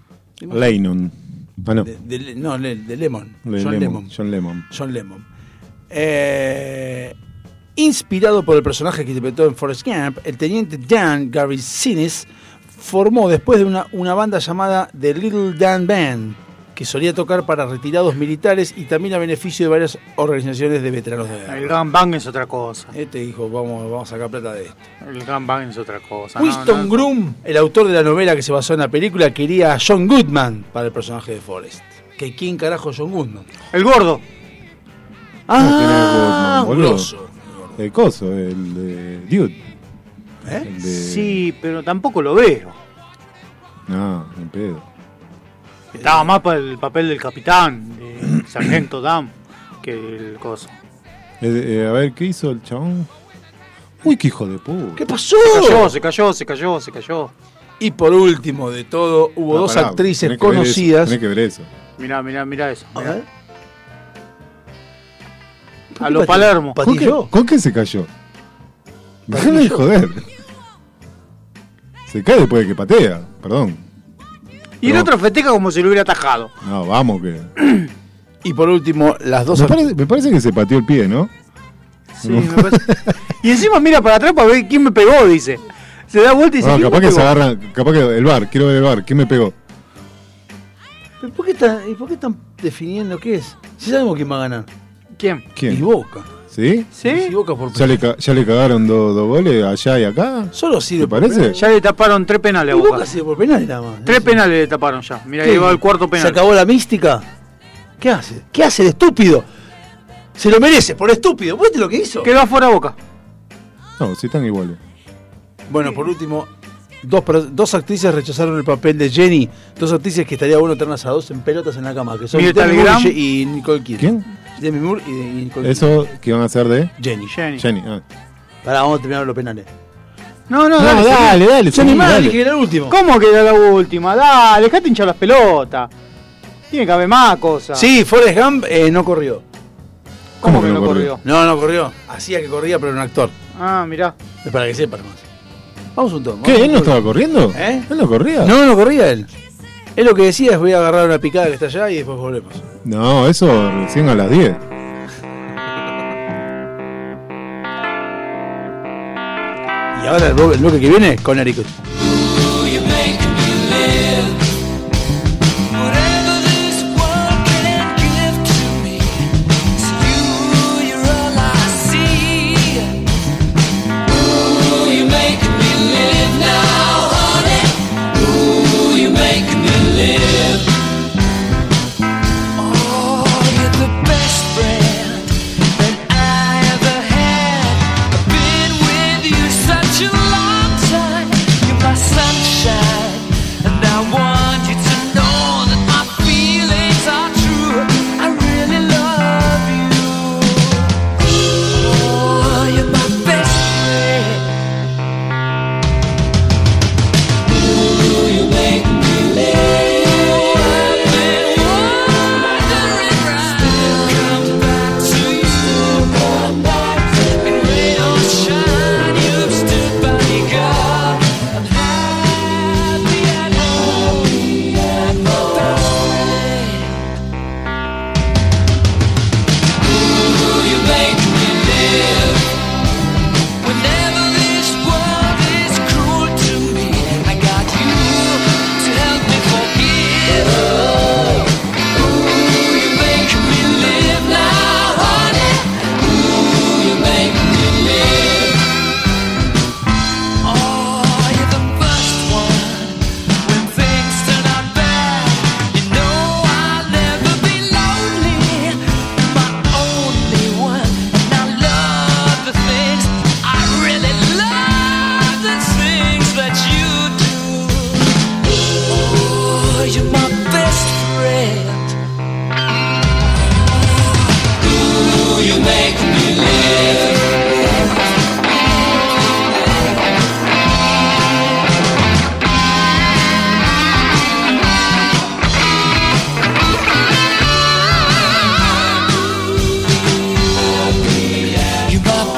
Speaker 9: Lennon. Ah, no.
Speaker 8: De- de Le- no, Le- de Lemon.
Speaker 9: Le-
Speaker 8: John
Speaker 9: Lemon,
Speaker 8: Lemon.
Speaker 9: John Lemon.
Speaker 8: John Lemon. Eh, inspirado por el personaje que interpretó en Forrest Gump, el teniente Dan Gary Sinise formó después de una, una banda llamada The Little Dan Band, que solía tocar para retirados militares y también a beneficio de varias organizaciones de veteranos de guerra.
Speaker 2: El Gun Bang es otra cosa.
Speaker 8: Este dijo, vamos, vamos a sacar plata de esto.
Speaker 2: El Gun Bang es otra cosa. Ah, no,
Speaker 8: Winston
Speaker 2: no.
Speaker 8: Groom, el autor de la novela que se basó en la película, quería a John Goodman para el personaje de Forrest. ¿Que quién carajo es John Goodman?
Speaker 2: El gordo.
Speaker 8: Ah,
Speaker 9: No tiene Goldman, boludo.
Speaker 8: grosso.
Speaker 9: El coso, el de Dude. El de-
Speaker 2: ¿Eh? Sí, pero tampoco lo veo.
Speaker 9: No, ni en pedo.
Speaker 8: Eh.
Speaker 2: Estaba más para el papel del capitán, de sargento Dam, que el coso.
Speaker 9: El de- eh, a ver, ¿qué hizo el chabón? Uy, qué hijo de puta.
Speaker 8: ¿Qué pasó?
Speaker 2: Se cayó, se cayó, se cayó, se cayó.
Speaker 8: Y por último de todo, hubo
Speaker 9: No,
Speaker 8: dos
Speaker 9: pará,
Speaker 8: actrices
Speaker 9: tenés que ver eso,
Speaker 8: conocidas.
Speaker 9: tenés que ver eso.
Speaker 2: Mirá, mirá, mirá eso. mirá.
Speaker 8: qué
Speaker 2: A los
Speaker 8: pati-
Speaker 2: Palermo.
Speaker 9: ¿Con qué, con qué se cayó? Déjame de joder. Se cae después de que patea, perdón.
Speaker 2: Y el otro festeja como si lo hubiera atajado.
Speaker 9: No, vamos que.
Speaker 8: Y por último, las dos.
Speaker 9: Me parece, me parece que se pateó el pie, ¿no?
Speaker 2: Sí, me parece. Y encima mira para atrás para ver quién me pegó, dice. Se da vuelta y dice.
Speaker 9: No,
Speaker 2: "¿Quién
Speaker 9: Ah, capaz
Speaker 2: me
Speaker 9: que se
Speaker 2: pegó?".
Speaker 9: agarra. Capaz que el bar, quiero ver el bar. ¿Quién me pegó?
Speaker 8: ¿Pero por qué están, y por qué están definiendo qué es? Si sabemos quién va a ganar.
Speaker 2: ¿Quién?
Speaker 9: ¿Quién?
Speaker 8: Y Boca.
Speaker 9: ¿Sí?
Speaker 2: ¿Sí?
Speaker 8: Y Boca por
Speaker 9: ¿Ya le, ca- ya le cagaron dos dos goles allá y acá?
Speaker 8: Solo sirve.
Speaker 9: ¿Te parece?
Speaker 2: Ya le taparon tres penales a
Speaker 8: Y
Speaker 2: Boca.
Speaker 8: Boca sigue por penal nada más.
Speaker 2: Tres penales le taparon ya. Mira,
Speaker 8: ¿Qué?
Speaker 2: ahí va el cuarto penal.
Speaker 8: ¿Se acabó la mística? ¿Qué hace? ¿Qué hace el estúpido? Se lo merece, por estúpido. ¿Viste lo que hizo?
Speaker 2: Quedó afuera Boca.
Speaker 9: No, si están iguales.
Speaker 8: Bueno, por último, dos, per- dos actrices rechazaron el papel de Jenny. Dos actrices que estaría bueno tenerlas a dos en pelotas en la cama, que son
Speaker 2: Mirta
Speaker 8: Demi Moore
Speaker 2: Legrand.
Speaker 8: y Nicole Kidman.
Speaker 9: ¿Quién?
Speaker 8: Demi Moore y, y Nicole
Speaker 9: ¿Eso que van a hacer de?
Speaker 8: Jenny.
Speaker 2: Jenny.
Speaker 9: Jenny. ah.
Speaker 8: Pará, vamos a terminar los penales.
Speaker 2: No, no,
Speaker 9: No,
Speaker 2: dale.
Speaker 9: dale,
Speaker 2: seguí.
Speaker 9: dale,
Speaker 2: Son
Speaker 9: seguí,
Speaker 2: animales,
Speaker 9: dale.
Speaker 2: que
Speaker 8: era el último.
Speaker 2: ¿Cómo que era la última? Dale, dejate hinchar las pelotas. Tiene que haber más cosas.
Speaker 8: Sí, Forrest Gump eh, no corrió.
Speaker 2: ¿Cómo, que no corrió?
Speaker 8: No, no corrió. Hacía que corría, pero era un actor.
Speaker 2: Ah, mirá.
Speaker 8: Es para que sepa, hermano. Vamos un tomo.
Speaker 9: ¿Qué? ¿Él no estaba corriendo?
Speaker 8: ¿Eh?
Speaker 9: ¿Él no corría?
Speaker 8: No, no corría él. Él lo que decía es voy a agarrar una picada que está allá y después volvemos.
Speaker 9: No, eso recién a las 10.
Speaker 8: Y ahora el bloque- el bloque que viene con Eric.
Speaker 6: Oh,
Speaker 16: Such a long time, you're my Oh,
Speaker 6: Oh, oh,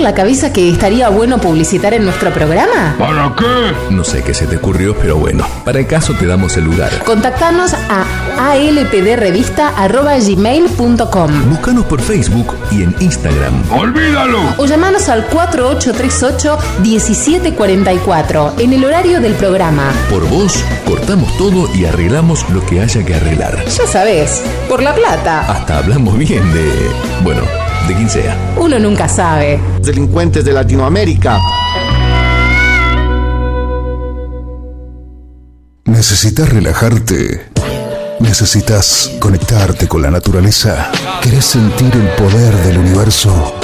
Speaker 7: la cabeza que estaría bueno publicitar en nuestro programa?
Speaker 17: ¿Para qué? No sé qué se te ocurrió, pero bueno, para el caso te damos el lugar.
Speaker 7: Contactanos a alpdrevista.gmail.com
Speaker 17: Búscanos por Facebook y en Instagram. ¡Olvídalo!
Speaker 7: o llamanos al 4838-1744 en el horario del programa.
Speaker 17: Por vos, cortamos todo y arreglamos lo que haya que arreglar.
Speaker 7: Ya sabes, por la plata,
Speaker 17: Hasta hablamos bien de. Bueno, de quien sea.
Speaker 7: uno nunca sabe.
Speaker 10: Delincuentes de Latinoamérica.
Speaker 1: ¿Necesitas relajarte? ¿Necesitas conectarte con la naturaleza? ¿Querés sentir el poder del universo?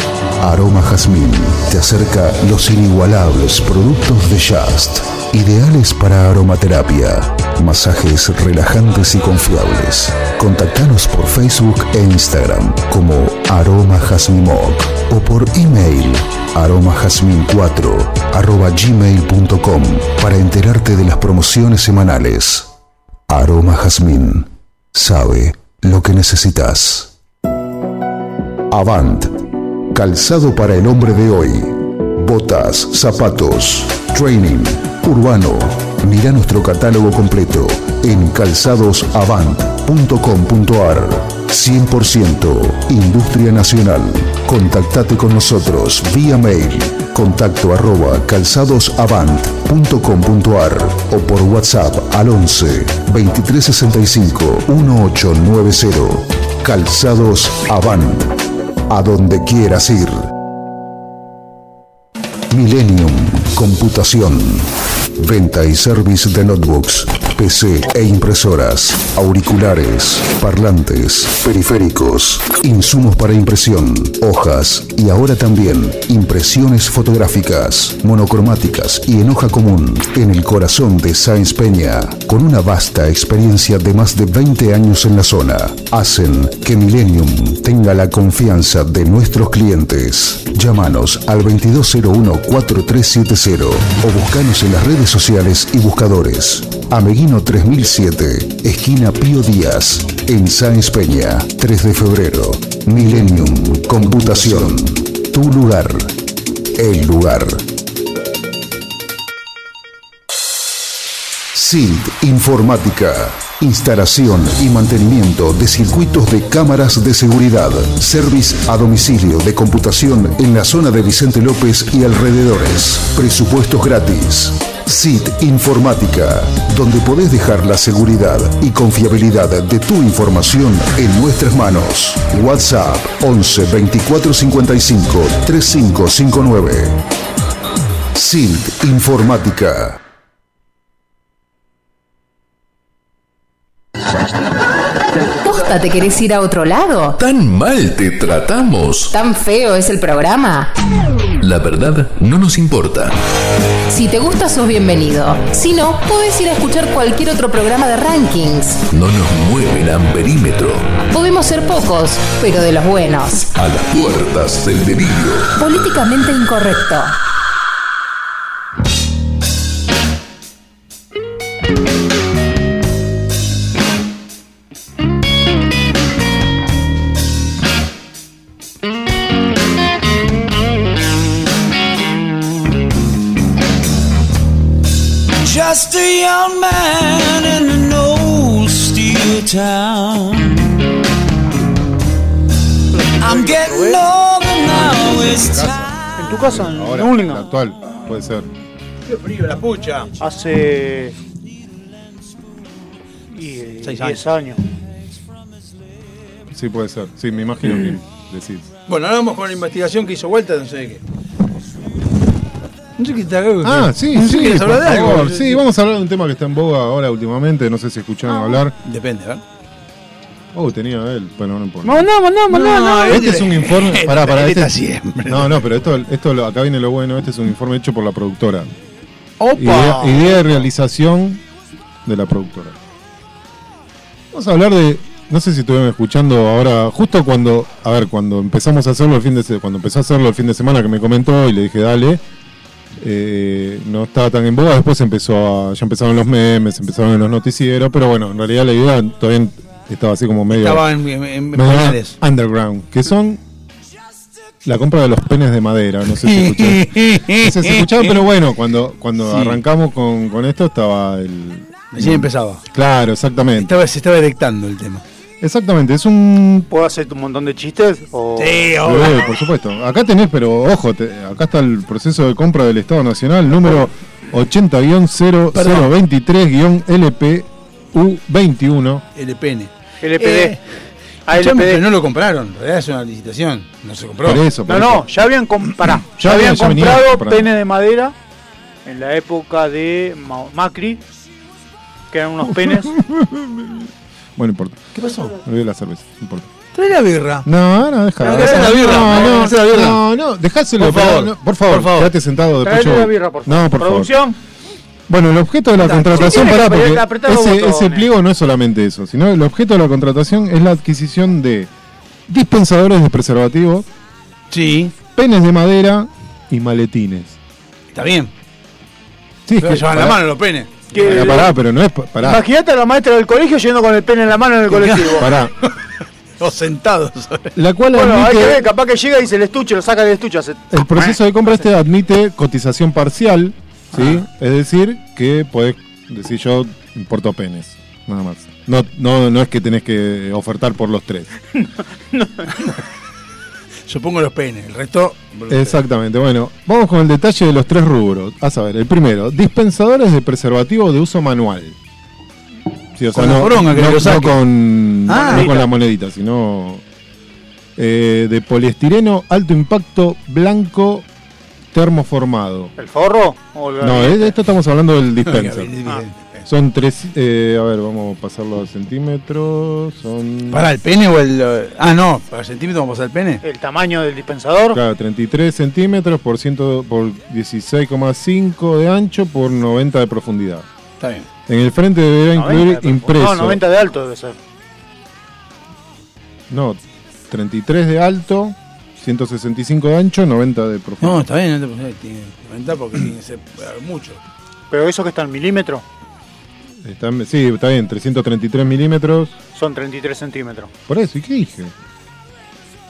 Speaker 1: Aroma Jazmín te acerca los inigualables productos de Just, ideales para aromaterapia, masajes relajantes y confiables. Contactanos por Facebook e Instagram como Aroma Jazmín Moc o por email aromajazmin4 arroba gmail.com para enterarte de las promociones semanales. Aroma Jazmín. Sabe lo que necesitas. Avant. Calzado para el hombre de hoy. Botas, zapatos, training, urbano. Mira nuestro catálogo completo en calzadosavant.com.ar. 100% Industria Nacional. Contactate con nosotros vía mail. Contacto arroba calzadosavant.com.ar o por WhatsApp al 11 2365 1890. Calzados Avant a donde quieras ir. Millennium Computación. Venta y service de notebooks, PC e impresoras, auriculares, parlantes, periféricos, insumos para impresión, hojas y ahora también impresiones fotográficas, monocromáticas y en hoja común en el corazón de Sáenz Peña, con una vasta experiencia de más de 20 años en la zona. Hacen que Millennium tenga la confianza de nuestros clientes. Llámanos al 2201-4370 o buscanos en las redes sociales y buscadores. Ameguino 3007, esquina Pío Díaz, en Sáenz Peña, 3 de febrero. Millennium Computación. Tu lugar. El lugar. SID Informática. Instalación y mantenimiento de circuitos de cámaras de seguridad. Service a domicilio de computación en la zona de Vicente López y alrededores. Presupuestos gratis. SID Informática, donde podés dejar la seguridad y confiabilidad de tu información en nuestras manos. WhatsApp 11 24 55 3559. SID Informática.
Speaker 7: ¿Posta te querés ir a otro lado?
Speaker 17: ¿Tan mal te tratamos?
Speaker 7: ¿Tan feo es el programa?
Speaker 17: La verdad no nos importa.
Speaker 7: Si te gusta, sos bienvenido. Si no, podés ir a escuchar cualquier otro programa de rankings.
Speaker 17: No nos mueve el amperímetro.
Speaker 7: Podemos ser pocos, pero de los buenos.
Speaker 17: A las puertas del delirio.
Speaker 7: Políticamente incorrecto.
Speaker 16: Just a young man in an old steel town. I'm getting older now, it's time.
Speaker 2: En tu casa, en
Speaker 9: Ahora,
Speaker 2: Hurlingham.
Speaker 9: la actual, puede ser.
Speaker 8: Qué frío la pucha.
Speaker 2: Hace. Y, eh, 10 años.
Speaker 9: Sí, puede ser. Sí, me imagino que decís.
Speaker 8: Bueno, ahora vamos con la investigación que hizo Vuelta, no sé de qué. No sé qué te hago.
Speaker 9: Ah, sí,
Speaker 8: No sé
Speaker 9: sí,
Speaker 8: qué es,
Speaker 9: por
Speaker 8: hablar de algo.
Speaker 9: favor. Sí, vamos a hablar de un tema que está en boga ahora últimamente. No sé si escucharon hablar.
Speaker 8: Ah, Depende, ¿verdad?
Speaker 9: Oh, tenía él. Bueno, no importa.
Speaker 2: Mandá, mandá, mandá.
Speaker 8: No,
Speaker 2: mandá.
Speaker 8: él-
Speaker 9: Este es un informe. Pará, pará.
Speaker 8: Esta
Speaker 9: Este
Speaker 8: siempre.
Speaker 9: No, no, pero esto, esto lo- acá viene lo bueno. Este es un informe hecho por la productora. Idea,
Speaker 8: ¡Opa!
Speaker 9: idea de realización de la productora. Vamos a hablar de. No sé si estuvieron escuchando ahora, justo cuando. A ver, cuando empezamos a hacerlo el fin de se- Cuando empezó a hacerlo el fin de semana que me comentó y le dije, dale. eh, no estaba tan en boga, después empezó a, ya empezaron los memes, empezaron los noticieros, pero bueno, en realidad la idea todavía estaba así como medio
Speaker 8: Estaba en, en, en
Speaker 9: medio
Speaker 8: pañales.
Speaker 9: underground, que son La compra de los penes de madera, no sé si escucharon. No sé si escucharon, pero bueno, cuando, cuando
Speaker 8: Sí.
Speaker 9: arrancamos con, con esto estaba el.
Speaker 8: Recién empezaba.
Speaker 9: Claro, exactamente.
Speaker 8: Estaba, se estaba erectando el tema.
Speaker 9: Exactamente, es un.
Speaker 2: ¿Puedo hacerte un montón de chistes? O... Sí,
Speaker 9: Eh, por supuesto. Acá tenés, pero ojo, te- acá está el proceso de compra del Estado Nacional, número 80-0023-LPU21.
Speaker 8: LPN.
Speaker 2: LPD.
Speaker 8: Eh, escuchame,
Speaker 2: LPD.
Speaker 8: pero no lo compraron, en realidad es una licitación. No se compró.
Speaker 9: Por eso, por
Speaker 2: No, no, ya habían, com- pará,
Speaker 8: Ya
Speaker 2: ya habían
Speaker 8: habían- ya venían
Speaker 2: comprado
Speaker 8: comprando.
Speaker 2: penes de madera en la época de Ma- Macri, que eran unos penes.
Speaker 9: Bueno, no importa.
Speaker 8: ¿Qué pasó?
Speaker 9: Me dio la cerveza, no importa.
Speaker 8: Trae la birra.
Speaker 9: No, no,
Speaker 8: No,
Speaker 9: deja.
Speaker 8: que sea la birra,
Speaker 9: No, no,
Speaker 8: que sea la birra.
Speaker 9: no, no, dejáselo.
Speaker 8: Por favor.
Speaker 9: no, por favor,
Speaker 8: Por favor.
Speaker 9: quédate sentado. después
Speaker 2: Traele
Speaker 9: yo
Speaker 2: la
Speaker 9: voy.
Speaker 2: birra, por favor.
Speaker 9: No, por
Speaker 2: Producción.
Speaker 9: favor. Bueno, el objeto de la contratación,
Speaker 2: tiene que
Speaker 9: pará, porque
Speaker 2: apretar- apretar los
Speaker 9: ese,
Speaker 2: botones.
Speaker 9: ese pliego no es solamente eso, sino el objeto de la contratación es la adquisición de dispensadores de preservativos,
Speaker 8: sí.
Speaker 9: penes de madera y maletines.
Speaker 8: Está bien.
Speaker 9: Sí, es
Speaker 8: Pero
Speaker 9: que-
Speaker 8: llevan la
Speaker 9: pará.
Speaker 8: mano los penes.
Speaker 9: Pará, pará, pero no es pa- pará.
Speaker 2: Imagínate a la maestra del colegio yendo con el pene en la mano en el colectivo.
Speaker 9: Pará.
Speaker 8: O sentados.
Speaker 9: La cual
Speaker 2: Bueno, hay que
Speaker 9: admite
Speaker 2: ver, capaz que llega y dice el estuche, lo saca del estuche. Hace...
Speaker 9: el proceso de compra este admite cotización parcial, ¿sí? Es decir, que podés decir yo importo penes, nada más. No, no, no es que tenés que ofertar por los tres.
Speaker 8: Yo pongo los penes, el resto.
Speaker 9: Exactamente, bueno, vamos con el detalle de los tres rubros. A saber, el primero, dispensadores de preservativo de uso manual. Sí, o sea,
Speaker 8: Con la
Speaker 9: no,
Speaker 8: poronga que
Speaker 9: no-
Speaker 8: lo
Speaker 9: no
Speaker 8: saque.
Speaker 9: con,
Speaker 8: Ah.
Speaker 9: no con la monedita, sino eh, de poliestireno, alto impacto, blanco, termoformado.
Speaker 2: ¿El forro? O la- este?
Speaker 9: No, eh, de esto estamos hablando del dispenser.
Speaker 2: Ah.
Speaker 9: Son tres, eh, a ver, vamos a pasarlo a centímetros. Son...
Speaker 8: ¿Para el pene o el.? eh, Ah, no, para el centímetro vamos a pasar el pene.
Speaker 2: El tamaño del dispensador.
Speaker 9: Claro, 33 centímetros por, ciento- por 16,5 de ancho por 90 de profundidad.
Speaker 8: Está bien.
Speaker 9: En el frente deberá
Speaker 2: 90
Speaker 9: incluir
Speaker 2: de profu-
Speaker 9: impreso.
Speaker 2: No, 90 de alto debe ser.
Speaker 9: No, 33 de alto, 165 de ancho, 90 de profundidad.
Speaker 8: No, está bien, no te preocupes. Tiene que aumentar porque tiene que ser eh, mucho.
Speaker 2: Pero eso que está en milímetro
Speaker 9: Está- sí, está bien, 333 milímetros.
Speaker 2: son 33 centímetros.
Speaker 9: Por eso, ¿y qué dije?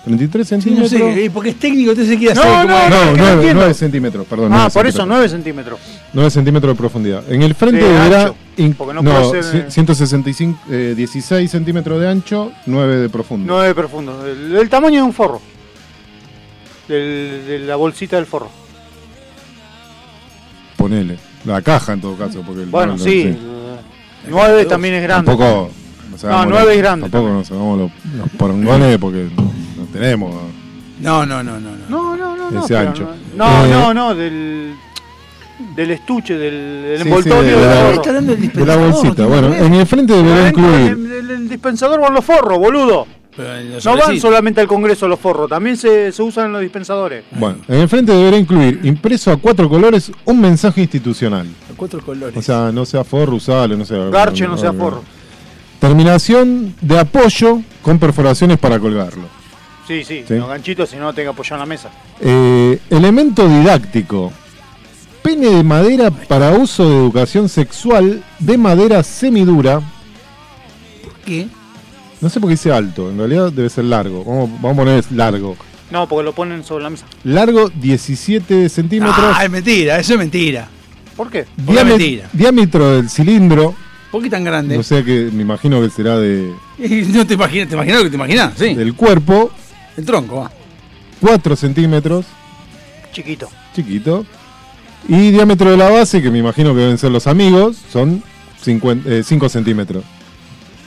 Speaker 9: 33
Speaker 8: Sí, no
Speaker 9: centímetros.
Speaker 8: sé, eh, porque es técnico, entonces quiere
Speaker 2: No,
Speaker 8: hacer.
Speaker 2: no,
Speaker 8: como-
Speaker 2: no,
Speaker 9: No,
Speaker 2: que
Speaker 9: 9,
Speaker 2: entiendo.
Speaker 9: centímetros, perdón. 9
Speaker 2: Ah, por
Speaker 9: centímetros.
Speaker 2: eso 9 centímetros.
Speaker 9: 9 centímetros de profundidad. En el frente
Speaker 2: De
Speaker 9: deberá
Speaker 2: ancho,
Speaker 9: in-
Speaker 2: porque no
Speaker 9: no,
Speaker 2: puede ser,
Speaker 9: ci-
Speaker 2: eh.
Speaker 9: 165, eh, 16 centímetros de ancho, 9 de profundo.
Speaker 2: 9 profundos. El, el tamaño de un forro. Del- de la bolsita del forro.
Speaker 9: Ponele. La caja en todo caso. Porque el-
Speaker 2: Bueno,
Speaker 9: no, no,
Speaker 2: sí. 9 también es grande.
Speaker 9: Tampoco. nos
Speaker 2: No,
Speaker 9: hagamos
Speaker 2: nueve
Speaker 9: los-
Speaker 2: es grande
Speaker 9: Tampoco nos hagamos los, los porongones porque no tenemos
Speaker 8: No, no, no, no.
Speaker 2: No, no, no. no,
Speaker 9: ese
Speaker 2: pero
Speaker 9: ancho.
Speaker 2: No,
Speaker 9: Eh,
Speaker 2: no, no, del, del estuche, del, del
Speaker 9: sí, sí,
Speaker 2: envoltorio.
Speaker 9: de
Speaker 2: del
Speaker 9: la-
Speaker 2: forro.
Speaker 8: Está hablando del
Speaker 9: de la
Speaker 8: dispensador.
Speaker 9: bolsita.
Speaker 8: tiene
Speaker 9: Bueno,
Speaker 8: que ver.
Speaker 9: en el frente deberá
Speaker 2: Adentro
Speaker 9: incluir.
Speaker 2: del- del dispensador van los forros, boludo.
Speaker 8: Pero en los
Speaker 2: No van
Speaker 8: sobrecitos.
Speaker 2: solamente al Congreso los forros, también se, se usan en los dispensadores.
Speaker 9: Bueno, en el frente deberá incluir impreso a cuatro colores un mensaje institucional.
Speaker 8: A cuatro colores.
Speaker 9: O sea, no sea forro, usalo, no sea.
Speaker 2: Garche no sea forro.
Speaker 9: Terminación de apoyo con perforaciones para colgarlo.
Speaker 2: Sí, sí,
Speaker 9: Sí.
Speaker 2: los ganchitos si no tenga apoyado en la mesa.
Speaker 9: Eh, elemento didáctico. Pene de madera para uso de educación sexual de madera semidura.
Speaker 8: ¿Qué?
Speaker 9: No sé por qué dice alto, en realidad debe ser largo. Vamos, vamos a poner largo.
Speaker 2: No, porque lo ponen sobre la mesa.
Speaker 9: Largo 17 centímetros.
Speaker 8: Ah, es mentira, eso es mentira.
Speaker 2: ¿Por qué?
Speaker 8: Porque es
Speaker 9: Diame-
Speaker 8: mentira.
Speaker 9: diámetro del cilindro.
Speaker 8: ¿Por qué tan grande?
Speaker 9: No
Speaker 8: No,
Speaker 9: sé que me imagino que será de,
Speaker 8: te imaginas, te imaginas lo que te imaginas, sí.
Speaker 9: del cuerpo.
Speaker 8: El tronco, va.
Speaker 9: 4 centímetros.
Speaker 2: Chiquito.
Speaker 9: chiquito. Y diámetro de la base, que me imagino que deben ser los amigos, son 5 centímetros.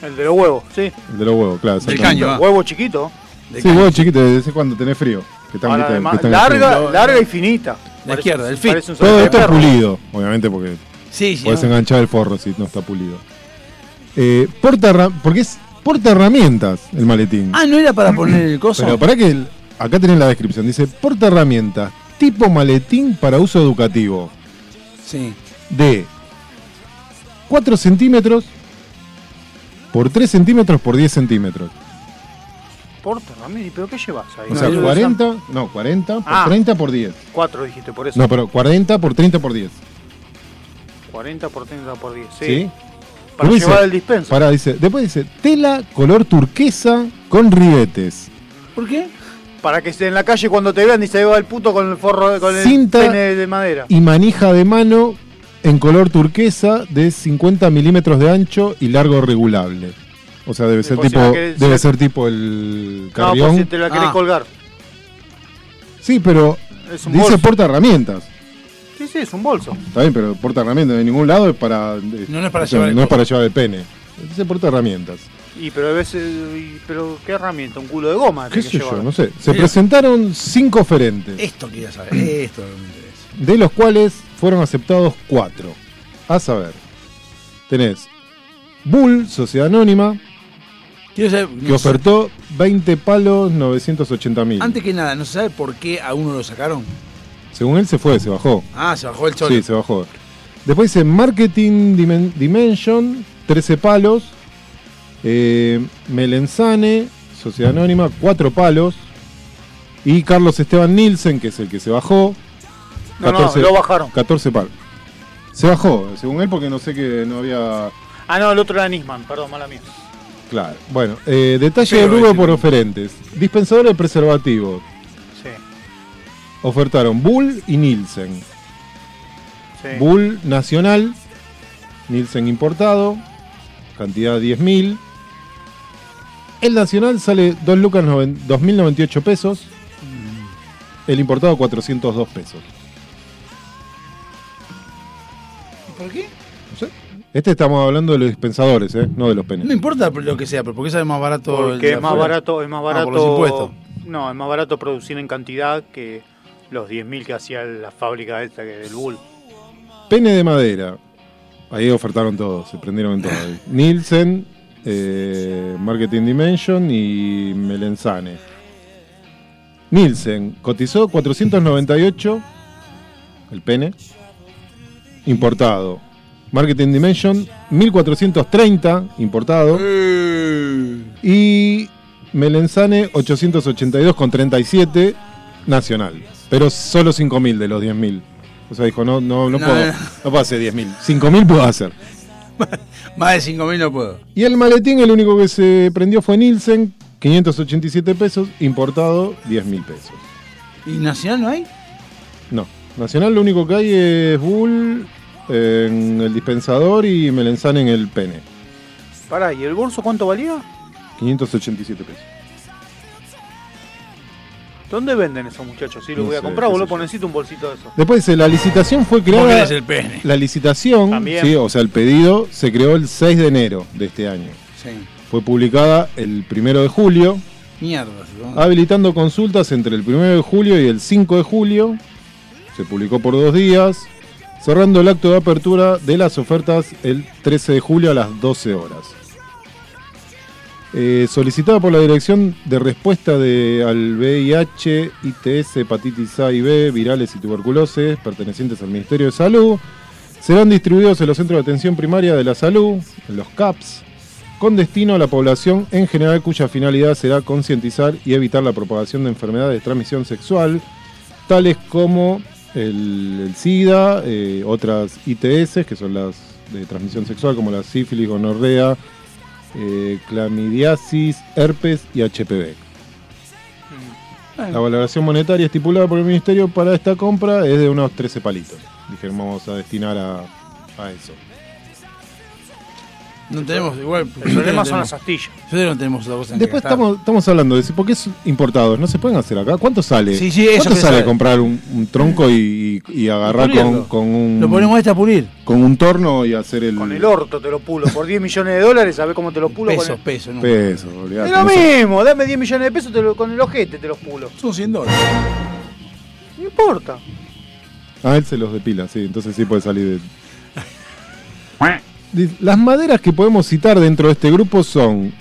Speaker 2: El de los huevos, sí.
Speaker 9: El de los huevos, claro.
Speaker 8: Del
Speaker 9: exactamente.
Speaker 8: caño, va.
Speaker 2: Huevo chiquito.
Speaker 9: ah. Sí, huevo chiquito, desde cuando tenés frío. Que están-
Speaker 2: Ahora,
Speaker 9: que
Speaker 2: además,
Speaker 9: están-
Speaker 2: larga,
Speaker 8: haciendo-
Speaker 2: larga y finita.
Speaker 8: La izquierda, el fin.
Speaker 2: parece un
Speaker 9: Todo
Speaker 2: sobrete
Speaker 9: esto
Speaker 2: de
Speaker 9: es
Speaker 2: perro.
Speaker 9: pulido, obviamente, porque
Speaker 8: Sí, sí.
Speaker 9: podés
Speaker 8: no.
Speaker 9: enganchar el forro si no está pulido. Eh, porta herra- porque es porta herramientas el maletín.
Speaker 8: Ah, no era para poner el coso.
Speaker 9: Pero para que el- acá tenés la descripción, dice porta herramientas tipo maletín para uso educativo.
Speaker 8: Sí.
Speaker 9: de 4 centímetros por 3 centímetros por 10 centímetros.
Speaker 2: Porta, Ramírez, ¿pero qué llevas ahí?
Speaker 9: O sea,
Speaker 2: No,
Speaker 9: 40, no, 40 por
Speaker 2: Ah.
Speaker 9: 30 por 10.
Speaker 2: Cuatro dijiste, por
Speaker 8: Pues
Speaker 2: eso.
Speaker 9: No, pero 40 por 30 por 10.
Speaker 2: 40 por 30 por 10. Sí.
Speaker 9: ¿Sí?
Speaker 2: Para
Speaker 9: Después
Speaker 2: llevar
Speaker 9: dice-
Speaker 2: el dispenso.
Speaker 9: Pará, dice. Después dice tela color turquesa con ribetes.
Speaker 8: ¿Por qué?
Speaker 2: Para que esté en la calle cuando te vean y se vea el puto con el forro con
Speaker 9: Cinta
Speaker 2: el pene de madera.
Speaker 9: y manija de mano en color turquesa de 50 milímetros de ancho y largo regulable. O sea, debe ser
Speaker 2: por pues si
Speaker 9: tipo,
Speaker 2: la querés-
Speaker 9: debe ser tipo el
Speaker 2: No,
Speaker 9: carrión. Ah.
Speaker 2: por pues, si te la querés colgar.
Speaker 9: Sí, pero
Speaker 2: Es un
Speaker 9: dice
Speaker 2: bolso.
Speaker 9: porta herramientas.
Speaker 2: Sí, sí, es un bolso.
Speaker 9: Está bien, pero porta herramientas de ningún lado es para. No,
Speaker 2: es para
Speaker 9: no
Speaker 2: llevar el
Speaker 9: es para llevar el pene. Dice porta herramientas.
Speaker 2: Y pero a veces, y- pero qué herramienta, un culo de goma.
Speaker 9: ¿Qué
Speaker 2: tenés
Speaker 9: sé
Speaker 2: que
Speaker 9: yo?
Speaker 2: llevar.
Speaker 9: No sé. Se presentaron cinco oferentes.
Speaker 8: Esto quería saber. Esto no me interesa.
Speaker 9: de los cuales fueron aceptados cuatro. A saber, tenés Bull, Sociedad Anónima,
Speaker 8: Quiero saber-
Speaker 9: que
Speaker 8: no sé.
Speaker 9: ofertó 20 palos 980 mil.
Speaker 8: Antes que nada, ¿no se sabe por qué a uno lo sacaron?
Speaker 9: Según él se fue, se bajó.
Speaker 8: Ah, se bajó el sol.
Speaker 9: Sí, se bajó. Después dice Marketing Dimen- Dimension, 13 palos. Eh, Melenzane, Sociedad Anónima, 4 palos. Y Carlos Esteban Nielsen, que es el que se bajó.
Speaker 2: No, no, lo bajaron.
Speaker 9: 14 palos. Se bajó, según él, porque no sé que no había.
Speaker 2: Ah, no, el otro era Nisman, perdón, mala mía.
Speaker 9: Claro. Bueno, eh, detalle del
Speaker 2: Pero
Speaker 9: rubro
Speaker 2: ese
Speaker 9: por
Speaker 2: no.
Speaker 9: oferentes. Dispensadores de preservativos.
Speaker 2: Sí,
Speaker 9: Ofertaron Bull y Nielsen.
Speaker 2: sí.
Speaker 9: Bull nacional, Nielsen importado, cantidad 10.000. El nacional sale 2 lucas noven- 2.098 pesos, el importado 402 pesos.
Speaker 8: ¿Por qué?
Speaker 9: Este estamos hablando de los dispensadores, ¿eh? no de los penes.
Speaker 8: No importa lo que sea, pero porque sale más barato. el
Speaker 2: Porque
Speaker 8: de
Speaker 2: es más
Speaker 8: afuera.
Speaker 2: barato, es más
Speaker 8: Ah,
Speaker 2: barato.
Speaker 8: por los impuestos.
Speaker 2: No, es más barato producir en cantidad que los 10.000 que hacía la fábrica esta que del Bull.
Speaker 9: Pene de madera. Ahí ofertaron todos, se prendieron todos. ahí. Nielsen, eh, Marketing Dimension y Melenzane. Nielsen cotizó 498 el pene importado. Marketing Dimension 1430 importado. Y Melenzane 882,37 nacional. Pero solo 5000 de los 10000. O sea, dijo, no no no
Speaker 8: No,
Speaker 9: puedo,
Speaker 8: no.
Speaker 9: no puedo hacer 10.000. 5.000 puedo hacer.
Speaker 8: Más de 5.000 no puedo.
Speaker 9: Y el maletín, el único que se prendió fue Nielsen, 587 pesos, importado 10.000 pesos.
Speaker 8: ¿Y Nacional no hay?
Speaker 9: No, Nacional lo único que hay es Bull eh, en el dispensador y Melenzán en el pene.
Speaker 2: Pará, ¿y el bolso cuánto valía?
Speaker 9: 587 pesos.
Speaker 2: ¿Dónde venden esos muchachos? Sí, lo
Speaker 9: No
Speaker 2: voy a
Speaker 9: sé,
Speaker 2: comprar,
Speaker 9: qué
Speaker 2: boludo,
Speaker 9: sé
Speaker 2: pues necesito un bolsito de eso.
Speaker 9: Después dice, la licitación fue
Speaker 2: ¿Cómo
Speaker 9: creada...
Speaker 2: querés el pene?
Speaker 9: La licitación,
Speaker 2: También.
Speaker 9: sí, o sea, el pedido se creó el 6 de enero de este año.
Speaker 8: Sí.
Speaker 9: Fue publicada el 1 de julio.
Speaker 8: Mierda. si
Speaker 9: Ah,
Speaker 8: vamos-
Speaker 9: habilitando consultas entre el 1 de julio y el 5 de julio. Se publicó por dos días. Cerrando el acto de apertura de las ofertas el 13 de julio a las 12 horas. Eh, solicitada por la Dirección de Respuesta de, al VIH, ITS, hepatitis A y B, virales y tuberculosis, pertenecientes al Ministerio de Salud, serán distribuidos en los centros de atención primaria de la salud, en los CAPS, con destino a la población en general cuya finalidad será concientizar y evitar la propagación de enfermedades de transmisión sexual, tales como el, el SIDA, eh, otras ITS, que son las de transmisión sexual, como la sífilis, gonorrea, eh, clamidiasis, herpes y HPV. La valoración monetaria estipulada por el Ministerio para esta compra es de unos 13 palitos. Dijeron, vamos a destinar a, a eso.
Speaker 8: No tenemos igual.
Speaker 2: El problema son las astillas.
Speaker 8: Nosotros no tenemos la voz en
Speaker 9: Después
Speaker 8: que gastar.
Speaker 9: estamos, estamos hablando de si- porque es importados, no se pueden hacer acá. ¿Cuánto sale?
Speaker 8: Sí, sí, eso
Speaker 9: ¿Cuánto
Speaker 8: quiero
Speaker 9: sale
Speaker 8: saber.
Speaker 9: comprar un, un tronco y, y- y agarrar con,
Speaker 8: Pulirlo.
Speaker 9: con un
Speaker 8: Lo ponemos este a pulir.
Speaker 9: con un torno y hacer el,
Speaker 2: Con el orto te lo pulo. Por 10 millones de dólares, ¿sabés cómo te lo pulo?
Speaker 8: Pesos,
Speaker 2: con el...
Speaker 8: pesos. nunca.
Speaker 9: peso? olvidate,
Speaker 2: Es lo
Speaker 9: no sé.
Speaker 2: mismo, dame 10 millones de pesos te lo- con el ojete te los pulo.
Speaker 8: Son 100 dólares.
Speaker 2: No importa.
Speaker 9: A él se los depila, sí, entonces sí puede salir de. Dice, Las maderas que podemos citar dentro de este grupo son.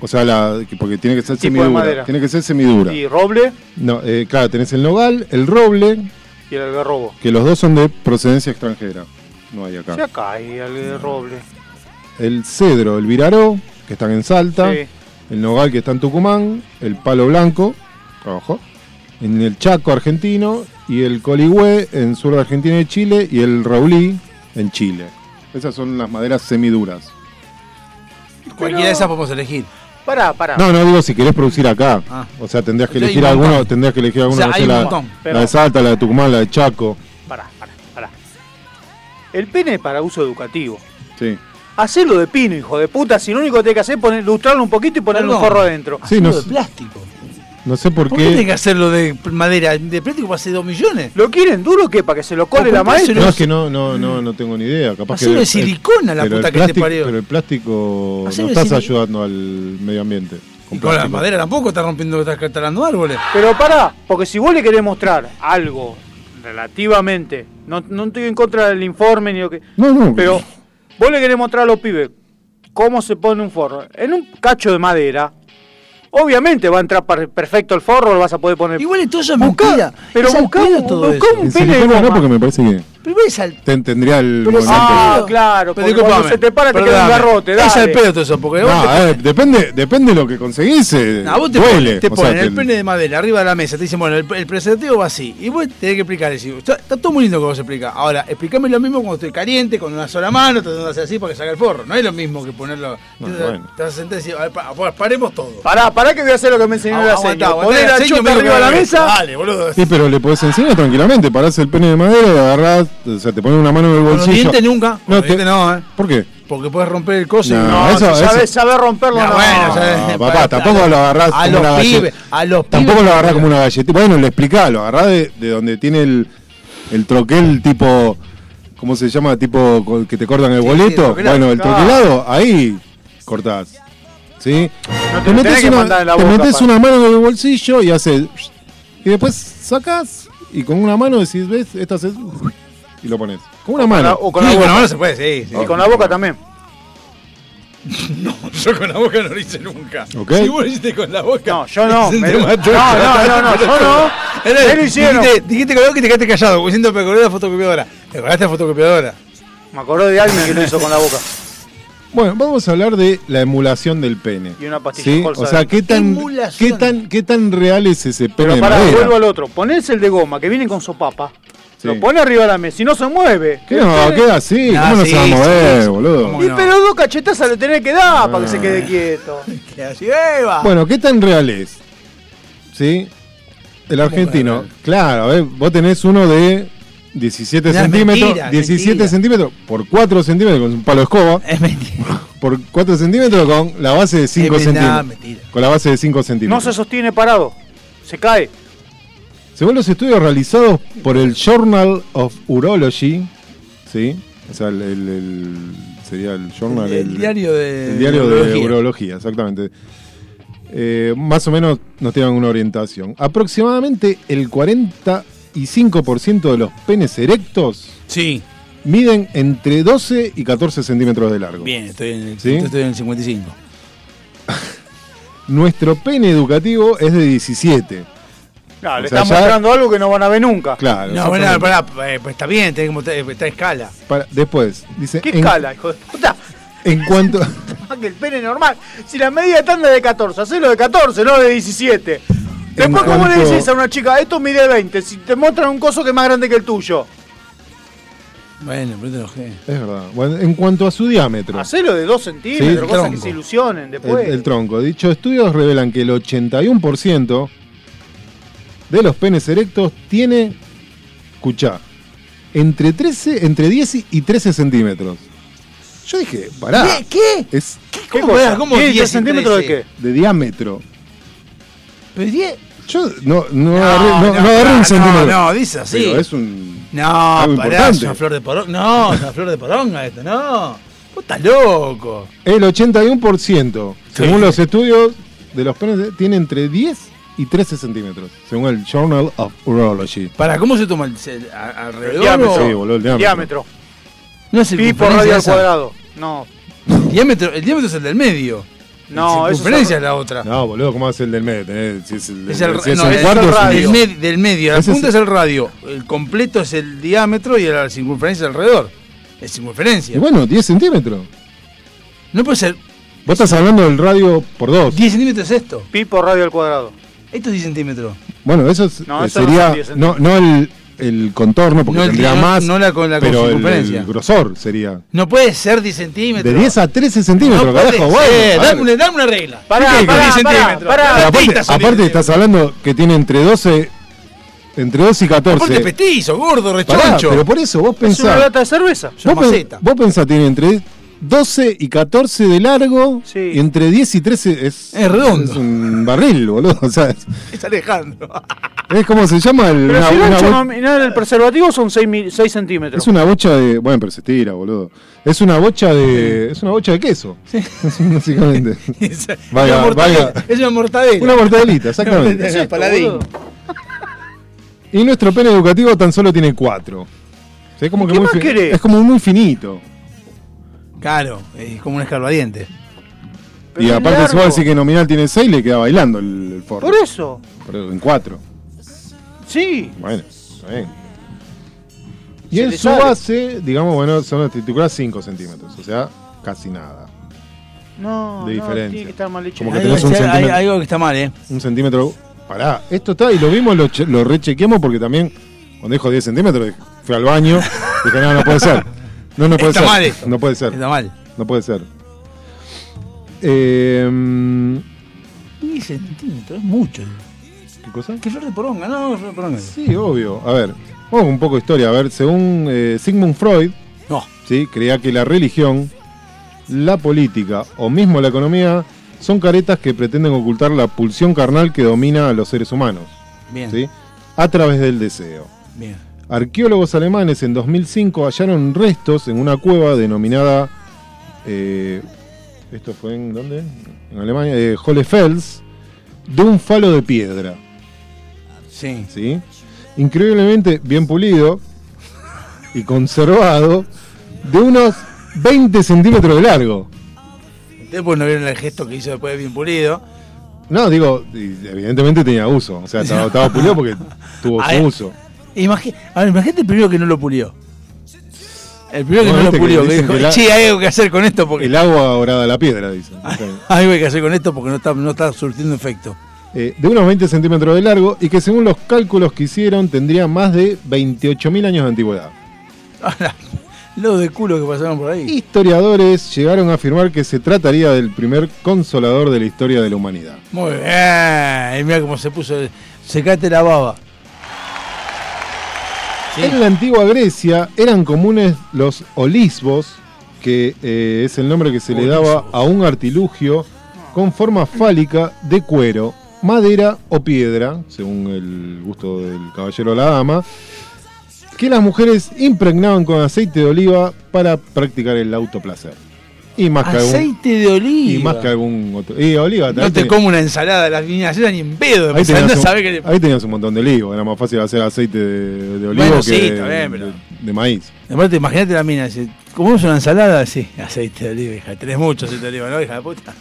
Speaker 9: O sea, la, que- porque tiene que ser
Speaker 2: Tipo de
Speaker 9: semidura.
Speaker 2: pues, madera.
Speaker 9: Tiene que ser semidura.
Speaker 2: Y roble
Speaker 9: No, eh, claro, tenés el nogal, el roble,
Speaker 2: y el algarrobo.
Speaker 9: que los dos son de procedencia extranjera. No hay acá.
Speaker 2: Se acá hay algarroble.
Speaker 9: el cedro, el viraró, que están en Salta,
Speaker 2: Sí.
Speaker 9: el nogal, que está en Tucumán, el palo blanco, abajo, en el Chaco argentino, y el coligüe en sur de Argentina y Chile, y el raulí en Chile. Esas son las maderas semiduras.
Speaker 8: Cualquiera de esas podemos elegir.
Speaker 2: Pará,
Speaker 8: Ah.
Speaker 2: pará.
Speaker 9: No, no digo si querés producir acá.
Speaker 2: Ah.
Speaker 9: O sea, tendrías que
Speaker 2: Sí, hay
Speaker 9: elegir
Speaker 2: un
Speaker 9: alguno,
Speaker 2: montón.
Speaker 9: tendrías que elegir
Speaker 2: O
Speaker 9: alguno,
Speaker 2: sea,
Speaker 9: no sé,
Speaker 2: hay un
Speaker 9: la,
Speaker 2: montón.
Speaker 9: la de Salta, la de Tucumán, la de Chaco.
Speaker 2: Pará, pará, pará. El pene es para uso educativo.
Speaker 9: Sí.
Speaker 2: Hacelo de pino, hijo de puta. Si lo único que tenés que hacer es poner, lustrarlo un poquito y ponerle un
Speaker 8: Perdón.
Speaker 2: forro adentro.
Speaker 9: Sí, no sé.
Speaker 8: plástico.
Speaker 9: No sé por,
Speaker 8: ¿Por qué tenés que hacerlo de madera? ¿De plástico para hacer 2 millones?
Speaker 2: ¿Lo quieren duro que ¿Para que se lo cole la maestra?
Speaker 9: No, es que no, no, no, no tengo ni idea. Capaz que
Speaker 2: Hacelo de
Speaker 9: el-
Speaker 2: silicona, la
Speaker 9: pero
Speaker 2: puta
Speaker 9: el
Speaker 2: que te
Speaker 9: plástico-
Speaker 2: parió.
Speaker 9: Pero el plástico
Speaker 8: Hacelo
Speaker 9: no
Speaker 8: de
Speaker 9: estás
Speaker 8: silic-
Speaker 9: ayudando al medio ambiente.
Speaker 8: Y con la
Speaker 9: plástico.
Speaker 8: madera tampoco está rompiendo, está talando árboles.
Speaker 2: Pero pará, porque si vos le querés mostrar algo relativamente, no, no estoy en contra del informe ni lo que.
Speaker 9: No, no.
Speaker 2: Pero vos le querés mostrar a los pibes cómo se pone un forro. En un cacho de madera, obviamente va a entrar par- perfecto el forro, lo vas a poder poner.
Speaker 8: Igual esto ya es mentira.
Speaker 2: Pero
Speaker 8: Es al
Speaker 2: buscá,
Speaker 8: pedo
Speaker 2: un-
Speaker 8: todo
Speaker 2: buscá
Speaker 8: eso.
Speaker 2: un
Speaker 9: En
Speaker 2: pene de
Speaker 9: silicona no,
Speaker 2: goma.
Speaker 9: porque me parece que
Speaker 8: Pero es al
Speaker 9: ten- tendría el
Speaker 2: Pero es
Speaker 9: movimiento.
Speaker 2: al pedo. Ah, claro, porque cuando
Speaker 8: disculpame,
Speaker 2: se te para te queda un
Speaker 8: perdóname.
Speaker 2: garrote,
Speaker 8: Es
Speaker 2: dale.
Speaker 8: al pedo todo eso, porque vos
Speaker 9: No,
Speaker 8: te-
Speaker 9: a ver, eh, depende, depende de lo que conseguís. eh,
Speaker 8: No, Ah, vos te
Speaker 9: duele.
Speaker 8: ponen, te
Speaker 9: O sea,
Speaker 8: ponen
Speaker 9: que
Speaker 8: el pene de madera arriba de la mesa, te dicen, bueno, el, el preservativo va así. Y vos tenés que explicar eso. Está, está todo muy lindo como se explica. Ahora, explícame lo mismo cuando estoy caliente, con una sola mano, tratando de hacer así para que salga el forro. No es lo mismo que ponerlo.
Speaker 9: No,
Speaker 8: Entonces,
Speaker 9: bueno.
Speaker 8: Te vas a sentar y decir, a ver, pa- pa- paremos todo.
Speaker 2: Pará, pará que voy a hacer lo que me enseñó
Speaker 8: Agu-
Speaker 2: la
Speaker 8: aguantá,
Speaker 2: señora.
Speaker 8: aguantá,
Speaker 2: Poner
Speaker 8: la
Speaker 2: la
Speaker 8: seño
Speaker 2: chota
Speaker 8: medio
Speaker 2: arriba de la
Speaker 8: que-
Speaker 2: mesa.
Speaker 8: Dale, boludo.
Speaker 9: Sí, pero le podés enseñar tranquilamente. Parás el pene de madera, agarrás, o sea, te pones una mano en el
Speaker 8: Con los
Speaker 9: bolsillo.
Speaker 8: dientes nunca. Con
Speaker 9: No,
Speaker 8: los
Speaker 9: te-
Speaker 8: dientes no, ¿eh?
Speaker 9: ¿Por qué?
Speaker 8: Porque puedes romper el coso. y-
Speaker 9: No, No, eso- si eso- sabés-
Speaker 2: Saber romperlo.
Speaker 8: No,
Speaker 2: no.
Speaker 8: bueno,
Speaker 9: No, Ah, papá, tampoco lo agarrás
Speaker 8: a
Speaker 9: como una
Speaker 8: los
Speaker 9: galleta.
Speaker 8: pibes, a los pibes.
Speaker 9: Tampoco lo agarrás como una galletita. Bueno, le explicá, lo agarrás de, de donde tiene el, el troquel tipo. ¿Cómo se llama? Tipo co- que te cortan el boleto.
Speaker 2: troquelado.
Speaker 9: bueno, el
Speaker 2: Claro.
Speaker 9: troquelado, ahí cortás. ¿Sí?
Speaker 2: No te
Speaker 9: te
Speaker 2: lo
Speaker 9: metes,
Speaker 2: tenés que
Speaker 9: una,
Speaker 2: mandar en la
Speaker 9: te
Speaker 2: boca,
Speaker 9: metés
Speaker 2: pa.
Speaker 9: una mano en el bolsillo y haces. Y después sacás y con una mano decís, ¿ves? Esta haces. Y lo pones. Con una
Speaker 2: O con
Speaker 9: mano.
Speaker 2: la- o con la
Speaker 9: Sí,
Speaker 2: boca.
Speaker 8: se puede, sí, sí.
Speaker 2: Y con la boca también.
Speaker 8: Pues Yo con la boca no lo hice nunca.
Speaker 9: Ok.
Speaker 8: Si vos lo hiciste con la boca. No,
Speaker 2: yo no. me-
Speaker 8: No,
Speaker 2: no, no, no, no, yo no. Me lo hicieron.
Speaker 8: Dijiste, dijiste con la boca y te quedaste callado. Diciendo, me acordé de la fotocopiadora. Te acordaste de la fotocopiadora.
Speaker 2: Me acordé de alguien que lo hizo con la boca.
Speaker 9: Bueno, vamos a hablar de la emulación del pene.
Speaker 2: Y una pastilla
Speaker 9: ¿Sí?
Speaker 2: Holsa
Speaker 9: O sea,
Speaker 2: de-
Speaker 9: ¿qué tan,
Speaker 2: Emulación.
Speaker 9: qué, tan, ¿qué tan real es ese pene
Speaker 2: Pero
Speaker 9: de
Speaker 2: pará,
Speaker 9: madera?
Speaker 2: vuelvo al otro. Ponés el de goma que viene con sopapa.
Speaker 9: Sí.
Speaker 2: Lo pone arriba de la mesa. Si no se mueve.
Speaker 9: ¿Qué no?
Speaker 2: Tenés-
Speaker 9: Queda así.
Speaker 8: Ah,
Speaker 9: ¿Cómo no
Speaker 8: sí,
Speaker 9: se va a
Speaker 8: sí,
Speaker 9: mover,
Speaker 8: sí.
Speaker 9: boludo?
Speaker 2: Y pero dos cachetazas le tenés que dar para que se quede quieto.
Speaker 8: Ah. Que así, ¡eh, va!
Speaker 9: Bueno, ¿qué tan real es? ¿Sí? El argentino. Claro, a ver, vos tenés uno de 17
Speaker 8: No, es
Speaker 9: centímetros.
Speaker 8: mentira,
Speaker 9: 17
Speaker 8: mentira.
Speaker 9: centímetros por 4 centímetros con un palo de escoba.
Speaker 8: Es mentira.
Speaker 9: Por 4 centímetros con la base de 5
Speaker 8: Es verdad,
Speaker 9: centímetros. Con la base de 5 centímetros.
Speaker 2: No se sostiene parado. Se cae.
Speaker 9: Según los estudios realizados por el Journal of Urology, ¿sí? O sea, el, el- el- sería el Journal...
Speaker 8: El- el diario de
Speaker 9: El diario de
Speaker 8: urología.
Speaker 9: urología, exactamente. Eh, más o menos nos tienen una orientación. Aproximadamente el 45% de los penes erectos
Speaker 8: Sí.
Speaker 9: miden entre 12 y 14 centímetros de largo.
Speaker 8: Bien, estoy en el,
Speaker 9: ¿Sí?
Speaker 8: estoy en el 55.
Speaker 9: Nuestro pene educativo es de 17.
Speaker 2: Claro,
Speaker 9: O
Speaker 2: le
Speaker 9: sea,
Speaker 2: estás
Speaker 9: ya-
Speaker 2: mostrando algo que no van a ver nunca.
Speaker 9: Claro.
Speaker 8: No, bueno, pará, eh, pues está bien, tenés que mostrar- eh, está a escala.
Speaker 9: Para- después, dice...
Speaker 2: ¿Qué
Speaker 9: en-
Speaker 2: escala, hijo de puta?
Speaker 9: En cuanto...
Speaker 2: Más Ah, que el pene normal. Si la media tanda es de 14, hacelo de 14, no de 17. Después, ¿cómo le
Speaker 9: cuanto-
Speaker 2: decís a una chica? Esto mide 20. Si te muestran un coso que es más grande que el tuyo,
Speaker 8: Bueno, pero te enojé.
Speaker 9: Es verdad. Bueno, en cuanto a su diámetro...
Speaker 2: hacelo de 2
Speaker 9: Sí, el
Speaker 2: centímetros, cosas que
Speaker 9: tronco.
Speaker 2: se ilusionen
Speaker 9: El,
Speaker 2: después.
Speaker 9: el tronco. Dicho estudios revelan que el 81% de los penes erectos tiene, escuchá, entre, 13, entre 10 y 13 centímetros. Yo dije, pará.
Speaker 8: ¿Qué?
Speaker 9: Es,
Speaker 8: ¿Qué ¿Cómo cosa? pará? ¿Cómo 10 y 13?
Speaker 9: centímetros de qué? De diámetro.
Speaker 8: Pero diez-
Speaker 9: Yo no, no, agarré, no- no agarré un
Speaker 8: no,
Speaker 9: centímetro.
Speaker 8: no, dice así.
Speaker 9: Pero es un...
Speaker 8: No,
Speaker 9: algo
Speaker 8: Ah, pará, es
Speaker 9: importante.
Speaker 8: una flor de poronga. No, es una flor de poronga esto, no. Vos estás loco.
Speaker 9: El 81%, según los estudios de los penes, tiene entre 10 y 13 centímetros, según el Journal of Urology.
Speaker 8: Pará, ¿cómo se toma el, el- a- alrededor? o-
Speaker 9: Sí, boludo, el diámetro.
Speaker 2: Diámetro.
Speaker 8: No es
Speaker 2: Pi por
Speaker 8: circunferencia
Speaker 2: radio al
Speaker 8: esa.
Speaker 2: cuadrado. No,
Speaker 8: Diámetro, el diámetro es el del medio.
Speaker 2: No,
Speaker 8: la
Speaker 2: eso
Speaker 8: circunferencia
Speaker 2: es
Speaker 8: es la otra.
Speaker 9: No, boludo, ¿cómo hace el del medio? Tenés- si es el,
Speaker 8: Es el,
Speaker 9: si es
Speaker 8: no,
Speaker 9: el
Speaker 8: es
Speaker 9: cuarto,
Speaker 8: el
Speaker 9: es el
Speaker 8: radio. Del,
Speaker 9: medio.
Speaker 8: med- del medio. La
Speaker 9: Ese es
Speaker 8: punta
Speaker 9: el-
Speaker 8: es el radio. El completo es el diámetro y la circunferencia es alrededor. Es circunferencia.
Speaker 9: Y bueno, 10 centímetros.
Speaker 8: No puede ser.
Speaker 9: Vos estás hablando del radio por 2.
Speaker 8: 10 centímetros es esto.
Speaker 2: pi por radio al cuadrado.
Speaker 8: Esto es 10 centímetros.
Speaker 9: Bueno, eso es-
Speaker 2: No,
Speaker 9: eh,
Speaker 2: eso no
Speaker 9: sería.
Speaker 2: son 10
Speaker 9: No, no el, el contorno, porque
Speaker 8: No el-
Speaker 9: tendría
Speaker 8: no-
Speaker 9: más.
Speaker 8: no la con- la
Speaker 9: pero el,
Speaker 8: circunferencia.
Speaker 9: el grosor sería.
Speaker 8: No puede ser 10 centímetros.
Speaker 9: De 10 a 13 centímetros,
Speaker 8: no
Speaker 9: carajo.
Speaker 8: puede
Speaker 9: Bueno,
Speaker 8: ser. Eh,
Speaker 9: a ver.
Speaker 8: dame, una, dame una regla.
Speaker 2: Pará,
Speaker 8: ¿Qué?
Speaker 2: pará,
Speaker 8: 10
Speaker 2: pará,
Speaker 8: centímetros.
Speaker 2: pará.
Speaker 9: Pero aparte,
Speaker 8: Tetas son
Speaker 9: aparte estás hablando que tiene entre 12 entre 12 y 14.
Speaker 8: Aparte petizo, gordo,
Speaker 9: Pará,
Speaker 8: rechoncho.
Speaker 9: pero por eso vos
Speaker 2: Es una
Speaker 9: pensás.
Speaker 2: lata de cerveza.
Speaker 9: Vos, pen- vos pensás, tiene entre 12 y 14 de largo y entre 10 y 13 es,
Speaker 8: Es redondo.
Speaker 9: es un barril, boludo. O sea, es,
Speaker 8: Es Alejandro.
Speaker 9: es como se llama el,
Speaker 2: Pero
Speaker 9: una-
Speaker 2: si lo
Speaker 9: una
Speaker 2: echo
Speaker 9: bo-
Speaker 2: a mirar el preservativo son 6, centímetros.
Speaker 9: es una bocha de. Bueno, pero se tira, boludo. Es una bocha de. Es una bocha de queso. Básicamente. Vaya,
Speaker 8: una mortadela,
Speaker 9: vaya.
Speaker 8: Es una mortadela.
Speaker 9: Una mortadelita, exactamente.
Speaker 8: Una mortadela, paladín.
Speaker 9: Y nuestro pene educativo tan solo tiene cuatro. O sea, es como
Speaker 8: ¿Y
Speaker 9: que
Speaker 8: qué
Speaker 9: muy
Speaker 8: más
Speaker 9: fi-
Speaker 8: querés?
Speaker 9: Es como muy finito.
Speaker 8: Claro, es como un escarbadiente.
Speaker 9: y
Speaker 8: es
Speaker 9: aparte, si
Speaker 8: largo.
Speaker 9: vos decís que nominal tiene seis, le queda bailando el, el forro.
Speaker 2: Por eso,
Speaker 9: Pero en cuatro.
Speaker 2: sí.
Speaker 9: Bueno, está bien. Y
Speaker 2: Se
Speaker 9: en
Speaker 2: le
Speaker 9: su
Speaker 2: sale.
Speaker 9: base, digamos, bueno, son las titulares 5 centímetros. O sea, casi nada.
Speaker 2: No,
Speaker 9: De
Speaker 2: no,
Speaker 9: diferencia.
Speaker 2: tiene que estar mal hecho.
Speaker 9: Como que tenés un
Speaker 8: hay- hay
Speaker 9: centímetro.
Speaker 8: algo que está mal, ¿eh?
Speaker 9: Un centímetro. Pará, esto está. Y lo vimos, lo, che- lo rechequeamos porque también, cuando dijo 10 centímetros, fui al baño. Dije, no, no puede ser. No, no puede
Speaker 8: Está
Speaker 9: ser.
Speaker 8: mal esto.
Speaker 9: No puede ser.
Speaker 8: Está mal.
Speaker 9: No puede ser. Eh,
Speaker 8: 10 centímetros, es mucho.
Speaker 9: ¿Qué cosa?
Speaker 8: Que flor de poronga, no, no, flor de poronga.
Speaker 9: Sí, obvio. A ver, vamos con un poco de historia. A ver, según eh, Sigmund Freud,
Speaker 8: No.
Speaker 9: ¿sí? creía que la religión, la política o mismo la economía son caretas que pretenden ocultar la pulsión carnal que domina a los seres humanos
Speaker 8: Bien,
Speaker 9: ¿sí? a través del deseo.
Speaker 8: bien.
Speaker 9: Arqueólogos alemanes en 2005 hallaron restos en una cueva denominada. eh, ¿Esto fue en dónde? En Alemania, eh, Hohlefels, de un falo de piedra.
Speaker 8: Sí.
Speaker 9: ¿sí? Increíblemente bien pulido y conservado, de unos 20 centímetros de largo.
Speaker 8: Ustedes pues no vieron el gesto que hizo después de bien pulido.
Speaker 9: No, digo, y evidentemente tenía uso. O sea, estaba, estaba pulido porque tuvo su
Speaker 8: A ver,
Speaker 9: uso.
Speaker 8: Imagi- a ver, imagínate el primero que no lo pulió. El primero que
Speaker 9: No,
Speaker 8: no, lo
Speaker 9: viste este que
Speaker 8: pulió, que
Speaker 9: dicen
Speaker 8: dijo,
Speaker 9: que la-
Speaker 8: che, hay algo que hacer con esto porque.
Speaker 9: El agua orada a la piedra, dicen.
Speaker 8: Hay algo que hacer con esto porque no está, no está surtiendo efecto.
Speaker 9: Eh, de unos 20 centímetros de largo y que según los cálculos que hicieron tendría más de 28.000 años de antigüedad.
Speaker 8: Los de culo que pasaron por ahí.
Speaker 9: Historiadores llegaron a afirmar que se trataría del primer consolador de la historia de la humanidad.
Speaker 8: Muy bien. Y mira cómo se puso. el- Secate la baba. Sí.
Speaker 9: En la antigua Grecia eran comunes los olisbos, que eh, es el nombre que se le daba a un artilugio con forma fálica de cuero, madera o piedra, según el gusto del caballero o la dama, que las mujeres impregnaban con aceite de oliva para practicar el autoplacer. Y más que algún,
Speaker 8: Aceite de oliva.
Speaker 9: y más que algún otro. Y oliva
Speaker 8: No
Speaker 9: también
Speaker 8: te
Speaker 9: tenía-
Speaker 8: como una ensalada de las niñas, era ni en pedo.
Speaker 9: Ahí
Speaker 8: Ahí
Speaker 9: tenías, un,
Speaker 8: saber que le-
Speaker 9: ahí tenías un montón de olivo, era más fácil hacer aceite de, de olivo
Speaker 8: Bueno,
Speaker 9: que
Speaker 8: sí,
Speaker 9: de,
Speaker 8: está bien, pero-
Speaker 9: de- de maíz.
Speaker 8: Aparte, imagínate la mina, dice, ¿comemos una ensalada? Sí, aceite de oliva, hija. Tenés mucho aceite de oliva, ¿no, hija de puta?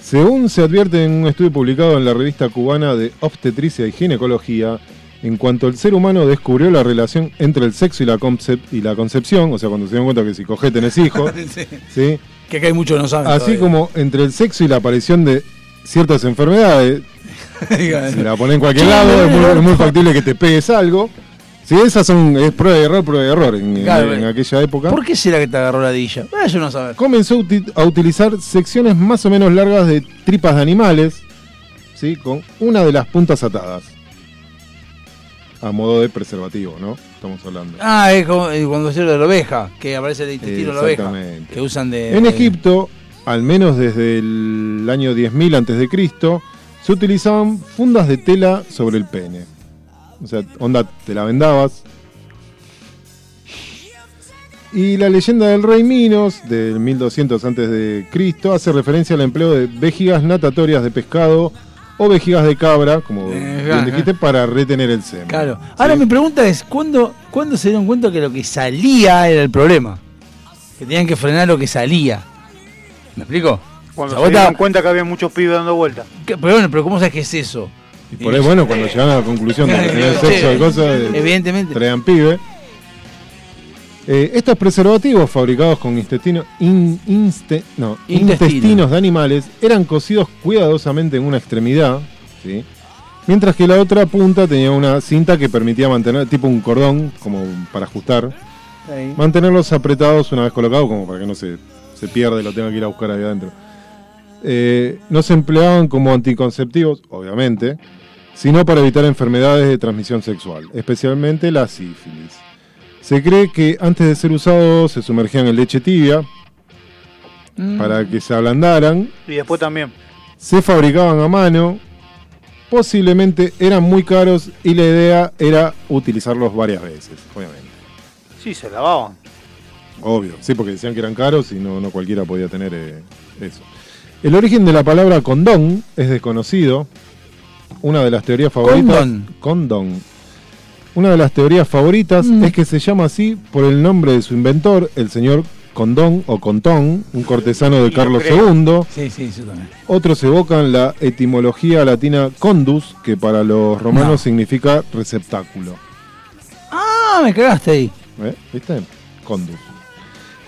Speaker 9: Según se advierte en un estudio publicado en la revista cubana de Obstetricia y Ginecología, en cuanto el ser humano descubrió la relación entre el sexo y la, concep- y la concepción, o sea, cuando se dieron cuenta que si cogés tenés hijos,
Speaker 8: Sí.
Speaker 9: ¿sí?
Speaker 8: Que acá hay muchos que no saben.
Speaker 9: así
Speaker 8: todavía.
Speaker 9: como entre el sexo y la aparición de ciertas enfermedades,
Speaker 8: Diga,
Speaker 9: Si la pones en cualquier
Speaker 8: Che,
Speaker 9: lado,
Speaker 8: me
Speaker 9: es
Speaker 8: duele
Speaker 9: muy,
Speaker 8: el
Speaker 9: es muy
Speaker 8: orto.
Speaker 9: factible que te pegues algo. Sí, esas son es prueba de error, prueba de error en, en-
Speaker 8: Claro,
Speaker 9: en
Speaker 8: eh.
Speaker 9: aquella época.
Speaker 8: ¿Por qué será que te agarró la dilla? Eso no saber.
Speaker 9: Comenzó a uti- a utilizar secciones más o menos largas de tripas de animales, ¿sí? con una de las puntas atadas. A modo de preservativo, ¿no? Estamos hablando.
Speaker 8: Ah, es como eh, cuando se de la oveja, que aparece el intestino de la oveja.
Speaker 9: Exactamente.
Speaker 8: Que usan de. Eh,
Speaker 9: En
Speaker 8: de-
Speaker 9: Egipto, al menos desde el año 10.000 antes de Cristo, se utilizaban fundas de tela sobre el pene. O sea, onda, te la vendabas. Y la leyenda del rey Minos, del 1200 antes de Cristo, hace referencia al empleo de vejigas natatorias de pescado o vejigas de cabra, como bien
Speaker 8: ajá.
Speaker 9: dijiste, para retener el semen.
Speaker 8: Claro. Ahora mi pregunta es: ¿cuándo, ¿cuándo se dieron cuenta que lo que salía era el problema? Que tenían que frenar lo que salía. ¿Me explico?
Speaker 2: Cuando
Speaker 8: O sea,
Speaker 2: se
Speaker 8: vos
Speaker 2: dieron
Speaker 8: ta-
Speaker 2: cuenta que había muchos pibes dando vueltas.
Speaker 8: que- pero bueno, pero ¿cómo sabes que es eso?
Speaker 9: Y por ahí, bueno, cuando llegan a la conclusión de que tener sexo de cosas, eh,
Speaker 8: Evidentemente.
Speaker 9: traían pibe. Eh, estos preservativos fabricados con intestino, in- inste- no,
Speaker 8: Intestino.
Speaker 9: intestinos de animales eran cosidos cuidadosamente en una extremidad ¿sí? Mientras que la otra punta tenía una cinta que permitía mantener, tipo un cordón, como para ajustar.
Speaker 8: Ahí.
Speaker 9: Mantenerlos apretados una vez colocados, como para que no se, se pierda y lo tenga que ir a buscar ahí adentro. Eh, no se empleaban como anticonceptivos, obviamente, sino para evitar enfermedades de transmisión sexual, especialmente la sífilis. Se cree que antes de ser usados se sumergían en leche tibia Mm. para que se ablandaran
Speaker 2: Y después también.
Speaker 9: se fabricaban a mano, posiblemente eran muy caros y la idea era utilizarlos varias veces, obviamente.
Speaker 2: Sí, se lavaban.
Speaker 9: Obvio, sí, porque decían que eran caros y no, no cualquiera podía tener eh, eso. El origen de la palabra condón es desconocido. Una de las teorías favoritas.
Speaker 8: Condón.
Speaker 9: Condón. Una de las teorías favoritas
Speaker 8: Mm.
Speaker 9: es que se llama así por el nombre de su inventor, el señor Condón o Contón, un cortesano de Carlos II.
Speaker 8: Sí, sí, yo también.
Speaker 9: Otros evocan la etimología latina condus, que para los romanos
Speaker 8: No.
Speaker 9: significa receptáculo.
Speaker 8: Ah, me cagaste ahí.
Speaker 9: ¿Eh? ¿Viste? Condus.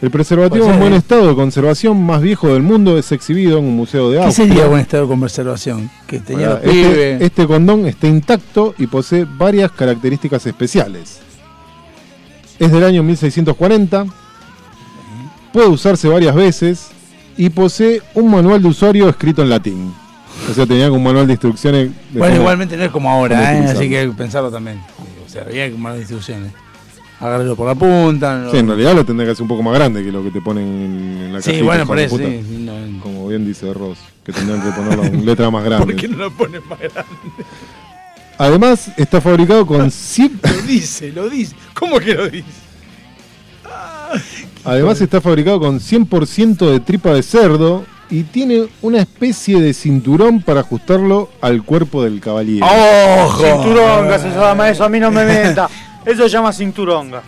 Speaker 9: El preservativo
Speaker 8: O sea,
Speaker 9: en buen
Speaker 8: eh.
Speaker 9: estado de conservación más viejo del mundo es exhibido en un museo de
Speaker 8: ¿Qué
Speaker 9: agua.
Speaker 8: sería buen estado de conservación? Que tenía los pibes.
Speaker 9: este, este condón está intacto y posee varias características especiales. Es del año 1640, puede usarse varias veces y posee un manual de usuario escrito en latín. O sea, tenía un manual de instrucciones. de
Speaker 8: bueno,
Speaker 9: cómo-
Speaker 8: igualmente no es como
Speaker 9: cómo
Speaker 8: ahora, ¿eh?
Speaker 9: utilizarlo.
Speaker 8: así que hay que pensarlo también. O sea, había más distribuciones. Agárralo por la punta. no-
Speaker 9: Sí, en realidad lo tendría que hacer un poco más grande que lo que te ponen en, en la
Speaker 8: Sí,
Speaker 9: cajita,
Speaker 8: bueno,
Speaker 9: hijo
Speaker 8: por
Speaker 9: de
Speaker 8: eso.
Speaker 9: puta.
Speaker 8: sí, sí, no-
Speaker 9: Como bien dice Ross, que tendrían que ponerlo en letra más grande.
Speaker 8: ¿Por qué no lo pones más grande?
Speaker 9: Además, está fabricado con cien-
Speaker 8: Lo dice, lo dice. ¿Cómo que lo dice?
Speaker 9: Además está fabricado con 100% de tripa de cerdo y tiene una especie de cinturón para ajustarlo al cuerpo del caballero.
Speaker 2: Cinturonga se llama eso, a mí no me meta. Eso se llama cinturonga.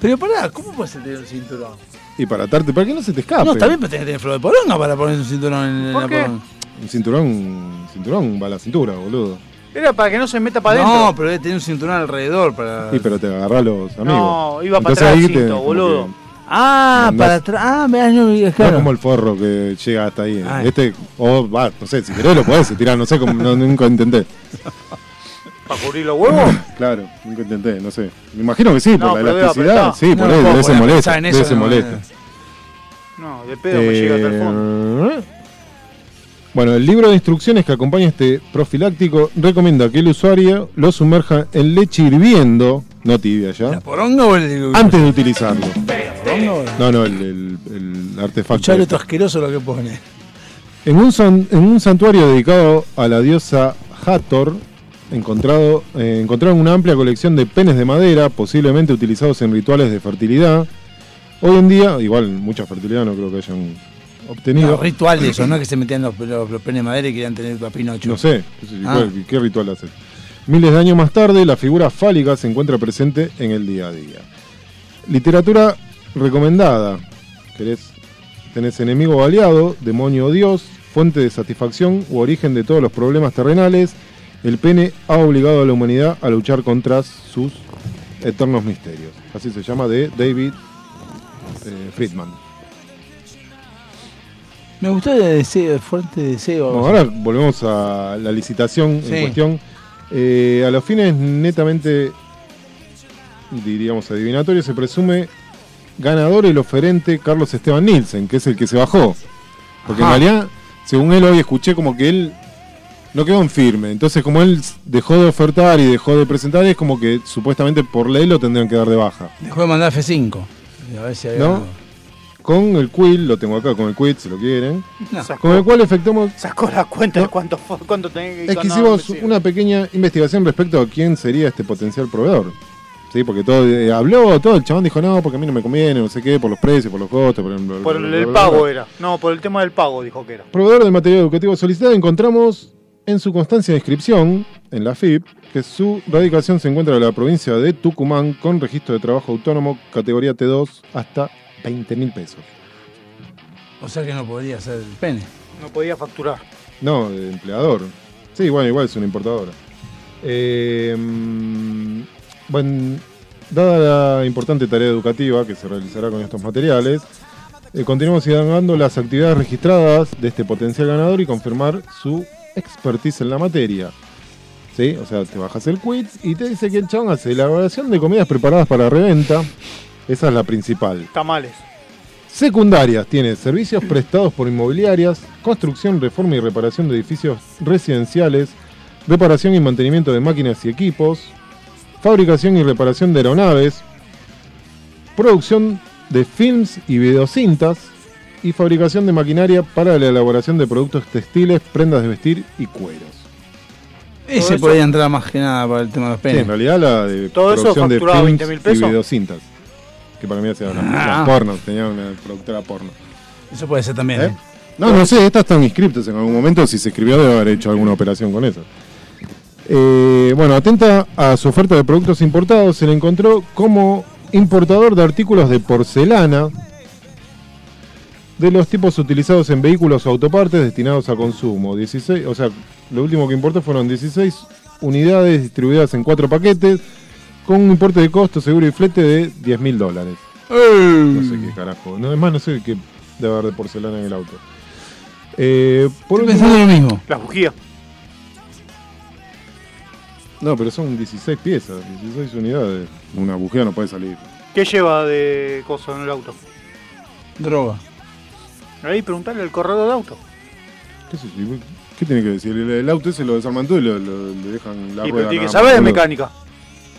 Speaker 8: Pero pará, ¿cómo puedes tener un cinturón?
Speaker 9: Y para atarte, para que no se te escape.
Speaker 8: No, está bien, pero tenés que tener flor de poronga para poner un cinturón en en
Speaker 2: ¿Por
Speaker 8: la
Speaker 2: qué?
Speaker 8: poronga.
Speaker 9: Un cinturón, un cinturón va a la cintura, boludo.
Speaker 2: Era para que no se meta para adentro.
Speaker 8: No, pero debe tener un cinturón alrededor para.
Speaker 9: Y pero te agarrá los amigos.
Speaker 2: No, iba para
Speaker 9: Entonces
Speaker 2: atrás
Speaker 9: ahí
Speaker 2: el
Speaker 9: te-
Speaker 2: cinto,
Speaker 9: como
Speaker 2: boludo.
Speaker 9: que-
Speaker 8: Ah,
Speaker 9: Mandás-
Speaker 8: para atrás. Ah, me no, es
Speaker 9: No es como
Speaker 8: claro. Ah.
Speaker 9: el forro que llega hasta ahí.
Speaker 8: Ay.
Speaker 9: Este, o va, no sé, si querés lo podés tirar, no sé, cómo, no- nunca intenté.
Speaker 2: ¿Para cubrir los huevos?
Speaker 9: Claro, nunca intenté, no sé. Me imagino que sí,
Speaker 2: No,
Speaker 9: por la
Speaker 2: pero debe
Speaker 9: elasticidad.
Speaker 2: apretar.
Speaker 9: Sí,
Speaker 8: No
Speaker 9: por
Speaker 8: lo
Speaker 9: ahí,
Speaker 8: puedo
Speaker 9: debe ser
Speaker 8: poner a
Speaker 9: molesta.
Speaker 8: pensar en eso,
Speaker 9: Debe ser
Speaker 8: no,
Speaker 9: molesta.
Speaker 2: No, de pedo me llega hasta el fondo.
Speaker 9: Eh, Bueno, el libro de instrucciones que acompaña este profiláctico recomienda que el usuario lo sumerja en leche hirviendo, no tibia ya,
Speaker 8: ¿Poronga o el.?
Speaker 9: antes de utilizarlo.
Speaker 8: ¿Poronga o el.?
Speaker 9: No, no, el, el- el artefacto.
Speaker 8: Escuchá lo
Speaker 9: este.
Speaker 8: otro asqueroso lo que pone.
Speaker 9: En un, san- en un santuario dedicado a la diosa Hathor, encontrado, eh, encontraron una amplia colección de penes de madera, posiblemente utilizados en rituales de fertilidad. Hoy en día, igual mucha fertilidad no creo que hayan obtenido.
Speaker 8: No, ritual de eso, ¿no? Que se metían los, los, los penes de madera y querían tener papino
Speaker 9: No sé, qué sé yo,
Speaker 8: Ah.
Speaker 9: ¿cuál- ¿qué ritual hace? Miles de años más tarde, la figura fálica se encuentra presente en el día a día. Literatura recomendada. ¿Querés? Tenés enemigo o aliado, demonio o dios, fuente de satisfacción u origen de todos los problemas terrenales. El pene ha obligado a la humanidad a luchar contra sus eternos misterios. Así se llama de David eh, Friedman.
Speaker 8: Me gustó el deseo, el fuerte deseo.
Speaker 9: No, ahora volvemos a la licitación
Speaker 8: Sí.
Speaker 9: en cuestión. Eh, a los fines netamente, diríamos, adivinatorios, se presume ganador el oferente Carlos Esteban Nielsen, que es el que se bajó. Porque
Speaker 8: Ajá.
Speaker 9: en realidad, según él hoy escuché como que él no quedó en firme. Entonces, como él dejó de ofertar y dejó de presentar, es como que supuestamente por ley lo tendrían que dar de baja.
Speaker 8: Dejó de mandar F5. A ver si había
Speaker 9: ¿No?
Speaker 8: algo.
Speaker 9: Con el quill, lo tengo acá con el quill, si lo quieren.
Speaker 8: No.
Speaker 9: Con el cual efectuamos
Speaker 2: Sacó la Ah, cuenta de cuánto, fue- cuánto tenés
Speaker 9: Es que hicimos una pequeña investigación respecto a quién sería este potencial proveedor. Sí, porque todo eh, habló, todo el chabón dijo, no, porque a mí no me conviene, no sé qué, por los precios, por los costos, por, el-
Speaker 2: Por el, el
Speaker 9: bla, bla,
Speaker 2: pago
Speaker 9: bla".
Speaker 2: era. No, por el tema del pago dijo que era.
Speaker 9: Proveedor de material educativo solicitado encontramos en su constancia de inscripción, en la FIP, que su radicación se encuentra en la provincia de Tucumán con registro de trabajo autónomo categoría T2 hasta 20 mil pesos.
Speaker 8: O sea que no podría ser el pene.
Speaker 2: No podía facturar.
Speaker 9: No, de empleador. Sí, bueno, igual es una importadora. Eh, mm, bueno, dada la importante tarea educativa que se realizará con estos materiales, eh, continuamos indagando las actividades registradas de este potencial ganador y confirmar su expertise en la materia. ¿Sí? O sea, te bajas el quiz y te dice que el chabón hace elaboración de comidas preparadas para reventa. Esa es la principal.
Speaker 2: Tamales.
Speaker 9: Secundarias tiene servicios prestados por inmobiliarias, construcción, reforma y reparación de edificios residenciales, reparación y mantenimiento de máquinas y equipos, fabricación y reparación de aeronaves, producción de films y videocintas y fabricación de maquinaria para la elaboración de productos textiles, prendas de vestir y cueros.
Speaker 8: Ese podría entrar más que nada para el tema de los
Speaker 9: Sí,
Speaker 8: penes.
Speaker 9: en realidad la de
Speaker 8: Todo eso
Speaker 9: producción de
Speaker 8: facturaba
Speaker 9: films
Speaker 8: 20.000
Speaker 9: y
Speaker 8: pesos.
Speaker 9: videocintas. Que para mí hacía una
Speaker 8: Ah.
Speaker 9: porno, tenía una productora porno.
Speaker 8: Eso puede ser también.
Speaker 9: ¿Eh?
Speaker 8: ¿eh?
Speaker 9: No, no sé, estas están inscriptas en algún momento. Si se escribió, debe haber hecho alguna operación con eso. Eh, bueno, atenta a su oferta de productos importados, se le encontró como importador de artículos de porcelana de los tipos utilizados en vehículos o autopartes destinados a consumo. 16, o sea, lo último que importó fueron 16 unidades distribuidas en cuatro paquetes con un importe de costo, seguro y flete de 10 mil dólares. No sé qué carajo. No, además, no sé qué debe haber de porcelana en el auto. Eh, por
Speaker 8: Estoy
Speaker 9: último-
Speaker 8: pensando lo mismo.
Speaker 2: Las bujías.
Speaker 9: No, pero son 16 piezas, 16 unidades. Una bujía no puede salir.
Speaker 2: ¿Qué lleva de cosas en el auto?
Speaker 8: Droga.
Speaker 2: Ahí preguntarle al corredor de auto.
Speaker 9: ¿Qué, sé yo? ¿Qué tiene que decir? El, el auto ese lo desarman todo y lo, lo- le dejan la
Speaker 2: y pero
Speaker 9: rueda.
Speaker 2: tiene que
Speaker 9: nada
Speaker 2: saber
Speaker 9: más,
Speaker 2: de
Speaker 9: Ah, boludo.
Speaker 2: mecánica.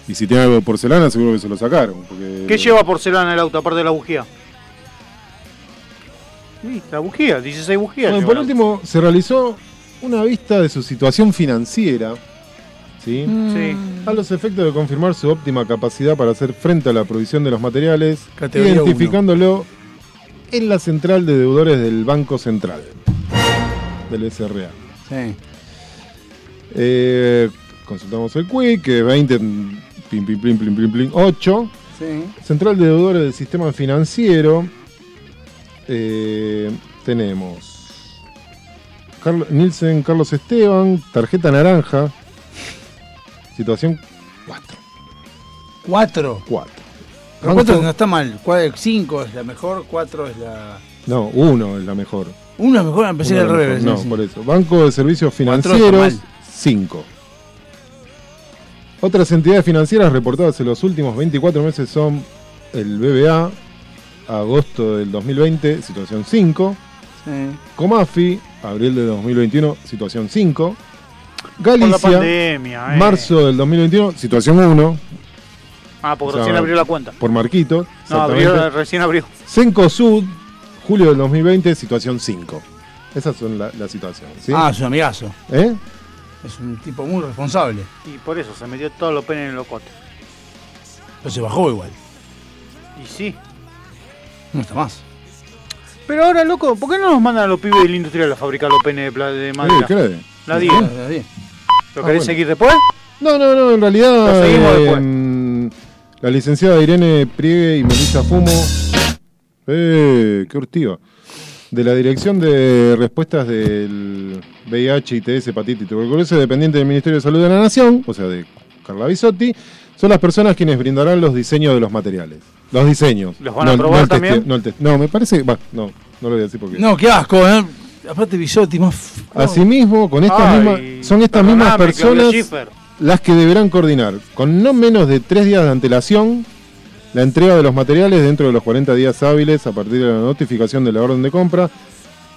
Speaker 9: Y si tiene algo de porcelana, seguro que se lo sacaron. Porque
Speaker 2: ¿Qué lleva porcelana en el auto aparte de la bujía? Sí, la bujía, 16 bujías.
Speaker 9: Bueno,
Speaker 2: lleva
Speaker 9: por
Speaker 2: el auto.
Speaker 9: último, se realizó una vista de su situación financiera. ¿sí?
Speaker 2: Sí.
Speaker 9: A los efectos de confirmar su óptima capacidad para hacer frente a la provisión de los materiales,
Speaker 8: Categoría uno.
Speaker 9: identificándolo en la central de deudores del Banco Central, del SRA.
Speaker 8: Sí.
Speaker 9: Eh, consultamos el quick, eh, que 20, plim, plim, plim, plim, plim, plim, 8.
Speaker 8: Sí.
Speaker 9: Central de deudores del sistema financiero. eh, tenemos Carl- Nielsen Carlos Esteban, tarjeta naranja. Situación 4.
Speaker 8: Cuatro.
Speaker 9: 4.
Speaker 8: Pero cuatro no está mal. Cuatro- cinco es la mejor, cuatro es la.
Speaker 9: No, 1 es la mejor.
Speaker 8: Uno es mejor, empecé
Speaker 9: Uno
Speaker 8: al
Speaker 9: es la mejor.
Speaker 8: revés.
Speaker 9: No,
Speaker 8: sí, sí.
Speaker 9: por eso. Banco de Servicios
Speaker 8: está
Speaker 9: Financieros,
Speaker 8: mal.
Speaker 9: 5. Otras entidades financieras reportadas en los últimos 24 meses son el BBA, agosto del 2020, situación 5.
Speaker 8: Sí.
Speaker 9: Comafi, abril del 2021, situación 5.
Speaker 2: Por la
Speaker 9: Galicia,
Speaker 2: pandemia, eh.
Speaker 9: marzo del 2021, situación 1.
Speaker 2: Ah, porque
Speaker 9: O sea,
Speaker 2: recién abrió la cuenta.
Speaker 9: Por Marquito.
Speaker 2: No, abrió, eh, recién abrió.
Speaker 9: Sencosud, julio del 2020, situación 5. Esas son la- las situaciones. ¿sí?
Speaker 8: Ah, es un amigazo.
Speaker 9: ¿Eh?
Speaker 8: Es un tipo muy responsable.
Speaker 2: Y por eso se metió todos los penes en el locote.
Speaker 8: Pero se bajó igual.
Speaker 2: Y sí.
Speaker 8: No está más.
Speaker 2: Pero ahora, loco, ¿por qué no nos mandan a los pibes de la industrial a fabricar los penes de, pla- de madera?
Speaker 9: cree.
Speaker 2: La diga.
Speaker 9: Sí,
Speaker 8: ¿Lo Ah,
Speaker 2: querés
Speaker 9: bueno.
Speaker 2: seguir después?
Speaker 9: No, no, no, en
Speaker 2: Lo
Speaker 9: realidad.
Speaker 2: seguimos
Speaker 9: eh,
Speaker 2: después.
Speaker 9: mm, la licenciada Irene Priegue y Melissa Fumo. ¡Eh! ¡Qué hurtiva! De la Dirección de Respuestas del VIH, ITS, Hepatitis y Tuberculosis, dependiente del Ministerio de Salud de la Nación, o sea, de Carla Bisotti, son las personas quienes brindarán los diseños de los materiales. Los diseños.
Speaker 2: ¿Los van a
Speaker 9: el-
Speaker 2: probar
Speaker 9: el testeo-
Speaker 2: también?
Speaker 9: no, el test- no, me parece. va, no, no lo voy a decir porque.
Speaker 8: No, qué asco, ¿eh? Aparte, Bisotti, más. f-
Speaker 9: Asimismo, con estas
Speaker 8: Ay,
Speaker 9: mismas, son estas
Speaker 8: perdoname,
Speaker 9: mismas
Speaker 8: Claudio
Speaker 9: personas
Speaker 8: Schiffer.
Speaker 9: las que deberán coordinar, con no menos de tres días de antelación, la entrega de los materiales dentro de los 40 días hábiles a partir de la notificación de la orden de compra.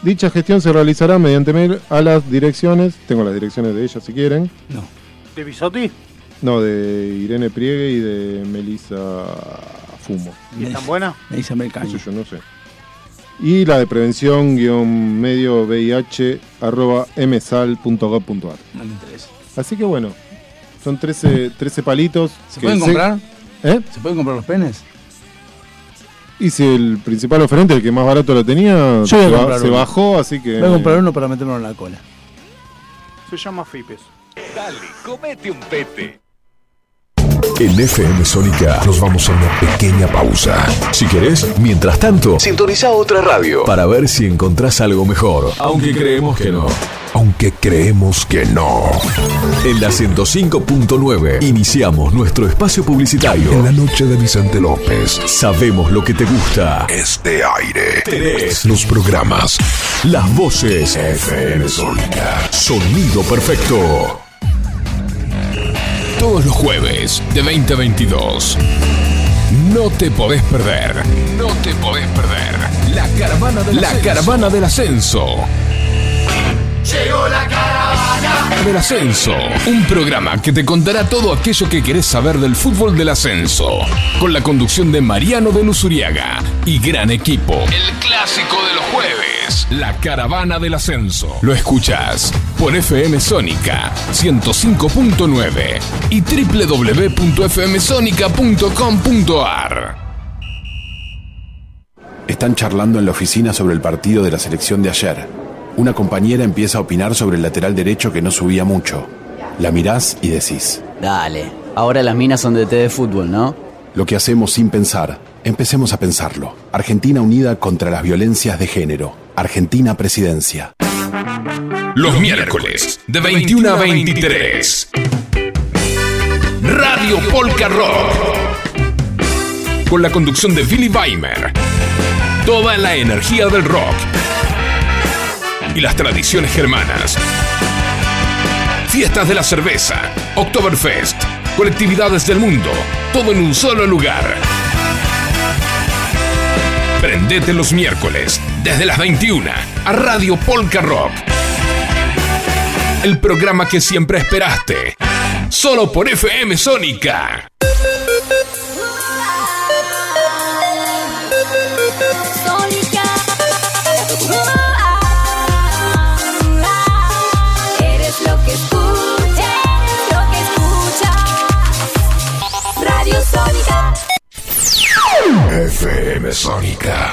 Speaker 9: Dicha gestión se realizará mediante mail a las direcciones, tengo las direcciones de ellas si quieren,
Speaker 2: ¿De Bisotti?
Speaker 9: no, de Irene Priegue y de Melissa Fumo.
Speaker 2: ¿Y es tan buena?
Speaker 8: Me dice americano.
Speaker 9: Eso yo no sé. Y la de prevención guión medio VIH arroba msal.gov.ar.
Speaker 8: No me interesa.
Speaker 9: Así que bueno, son 13, 13 palitos.
Speaker 8: ¿Se
Speaker 9: que
Speaker 8: pueden comprar?
Speaker 9: ¿Eh?
Speaker 8: ¿Se pueden comprar los penes?
Speaker 9: Y si el principal oferente, el que más barato lo tenía,
Speaker 8: Yo voy a
Speaker 9: se, ba-
Speaker 8: comprar
Speaker 9: se
Speaker 8: uno.
Speaker 9: bajó, así que...
Speaker 8: Voy a comprar uno para metérmelo en la cola.
Speaker 2: Se llama Fipes.
Speaker 11: Dale, comete un pete.
Speaker 17: En FM Sónica nos vamos a una pequeña pausa. Si querés, mientras tanto,
Speaker 11: Sintoniza otra radio.
Speaker 17: para ver si encontrás algo mejor.
Speaker 11: Aunque creemos que no.
Speaker 17: Aunque creemos que no. En la 105.9 iniciamos nuestro espacio publicitario. En la noche de Vicente López. Sabemos lo que te gusta. Este aire. Tenés los programas. Las voces. FM Sónica. Sonido perfecto.
Speaker 11: Todos los jueves de 20 a 22. No te podés perder. No te podés perder. La caravana del, la caravana del ascenso.
Speaker 18: Llegó la caravana.
Speaker 11: Del Ascenso, un programa que te contará todo aquello que querés saber del fútbol del ascenso, con la conducción de Mariano de Luzuriaga y gran equipo. El clásico de los jueves, la caravana del ascenso. Lo escuchás por FM Sónica 105.9 y www.fmsonica.com.ar.
Speaker 19: Están charlando en la oficina sobre el partido de la selección de ayer. Una compañera empieza a opinar sobre el lateral derecho que no subía mucho. La mirás y decís.
Speaker 20: Dale, ahora las minas son de té de fútbol, ¿no?
Speaker 19: Lo que hacemos sin pensar. Empecemos a pensarlo. Argentina unida contra las violencias de género. Argentina presidencia.
Speaker 11: Los miércoles de 21 a 23. Radio Polka Rock. Con la conducción de Billy Weimer. Toda la energía del rock. Y las tradiciones germanas. Fiestas de la cerveza. Oktoberfest. Colectividades del mundo. Todo en un solo lugar. Prendete los miércoles desde las 21 a Radio Polka Rock. El programa que siempre esperaste. Solo por FM Sónica.
Speaker 18: Sónica. Ah, Eres lo que escuchas, lo que escuchas. Radio Sónica.
Speaker 5: FM Sónica.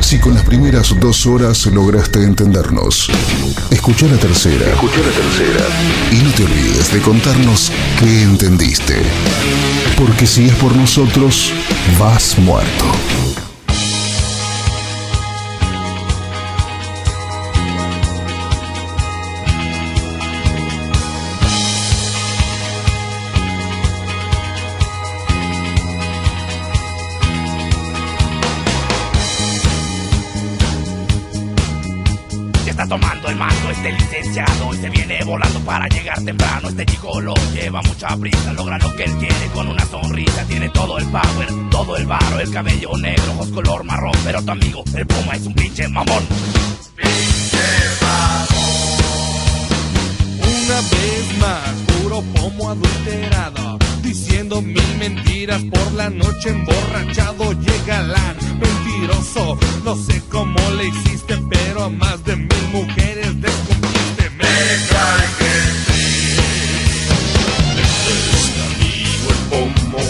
Speaker 1: Si con las primeras dos horas lograste entendernos, escucha la tercera.
Speaker 5: Escucha la tercera.
Speaker 1: Y no te olvides de contarnos qué entendiste. Porque si es por nosotros, vas muerto.
Speaker 21: Se está tomando el mando este licenciado y se viene volando para llegar temprano. Este chico lo lleva mucha prisa, logra lo que él quiere con una sonrisa. Tiene todo el power, todo el varo, el cabello negro, ojos color marrón. Pero tu amigo, el puma es un pinche mamón.
Speaker 6: Una vez más, puro pomo adulterado. Diciendo mil mentiras por la noche emborrachado. Llega la mentiroso. No sé cómo le hiciste, pero a más de mil mujeres descubriste. Me cae que
Speaker 18: Amigo el pomo,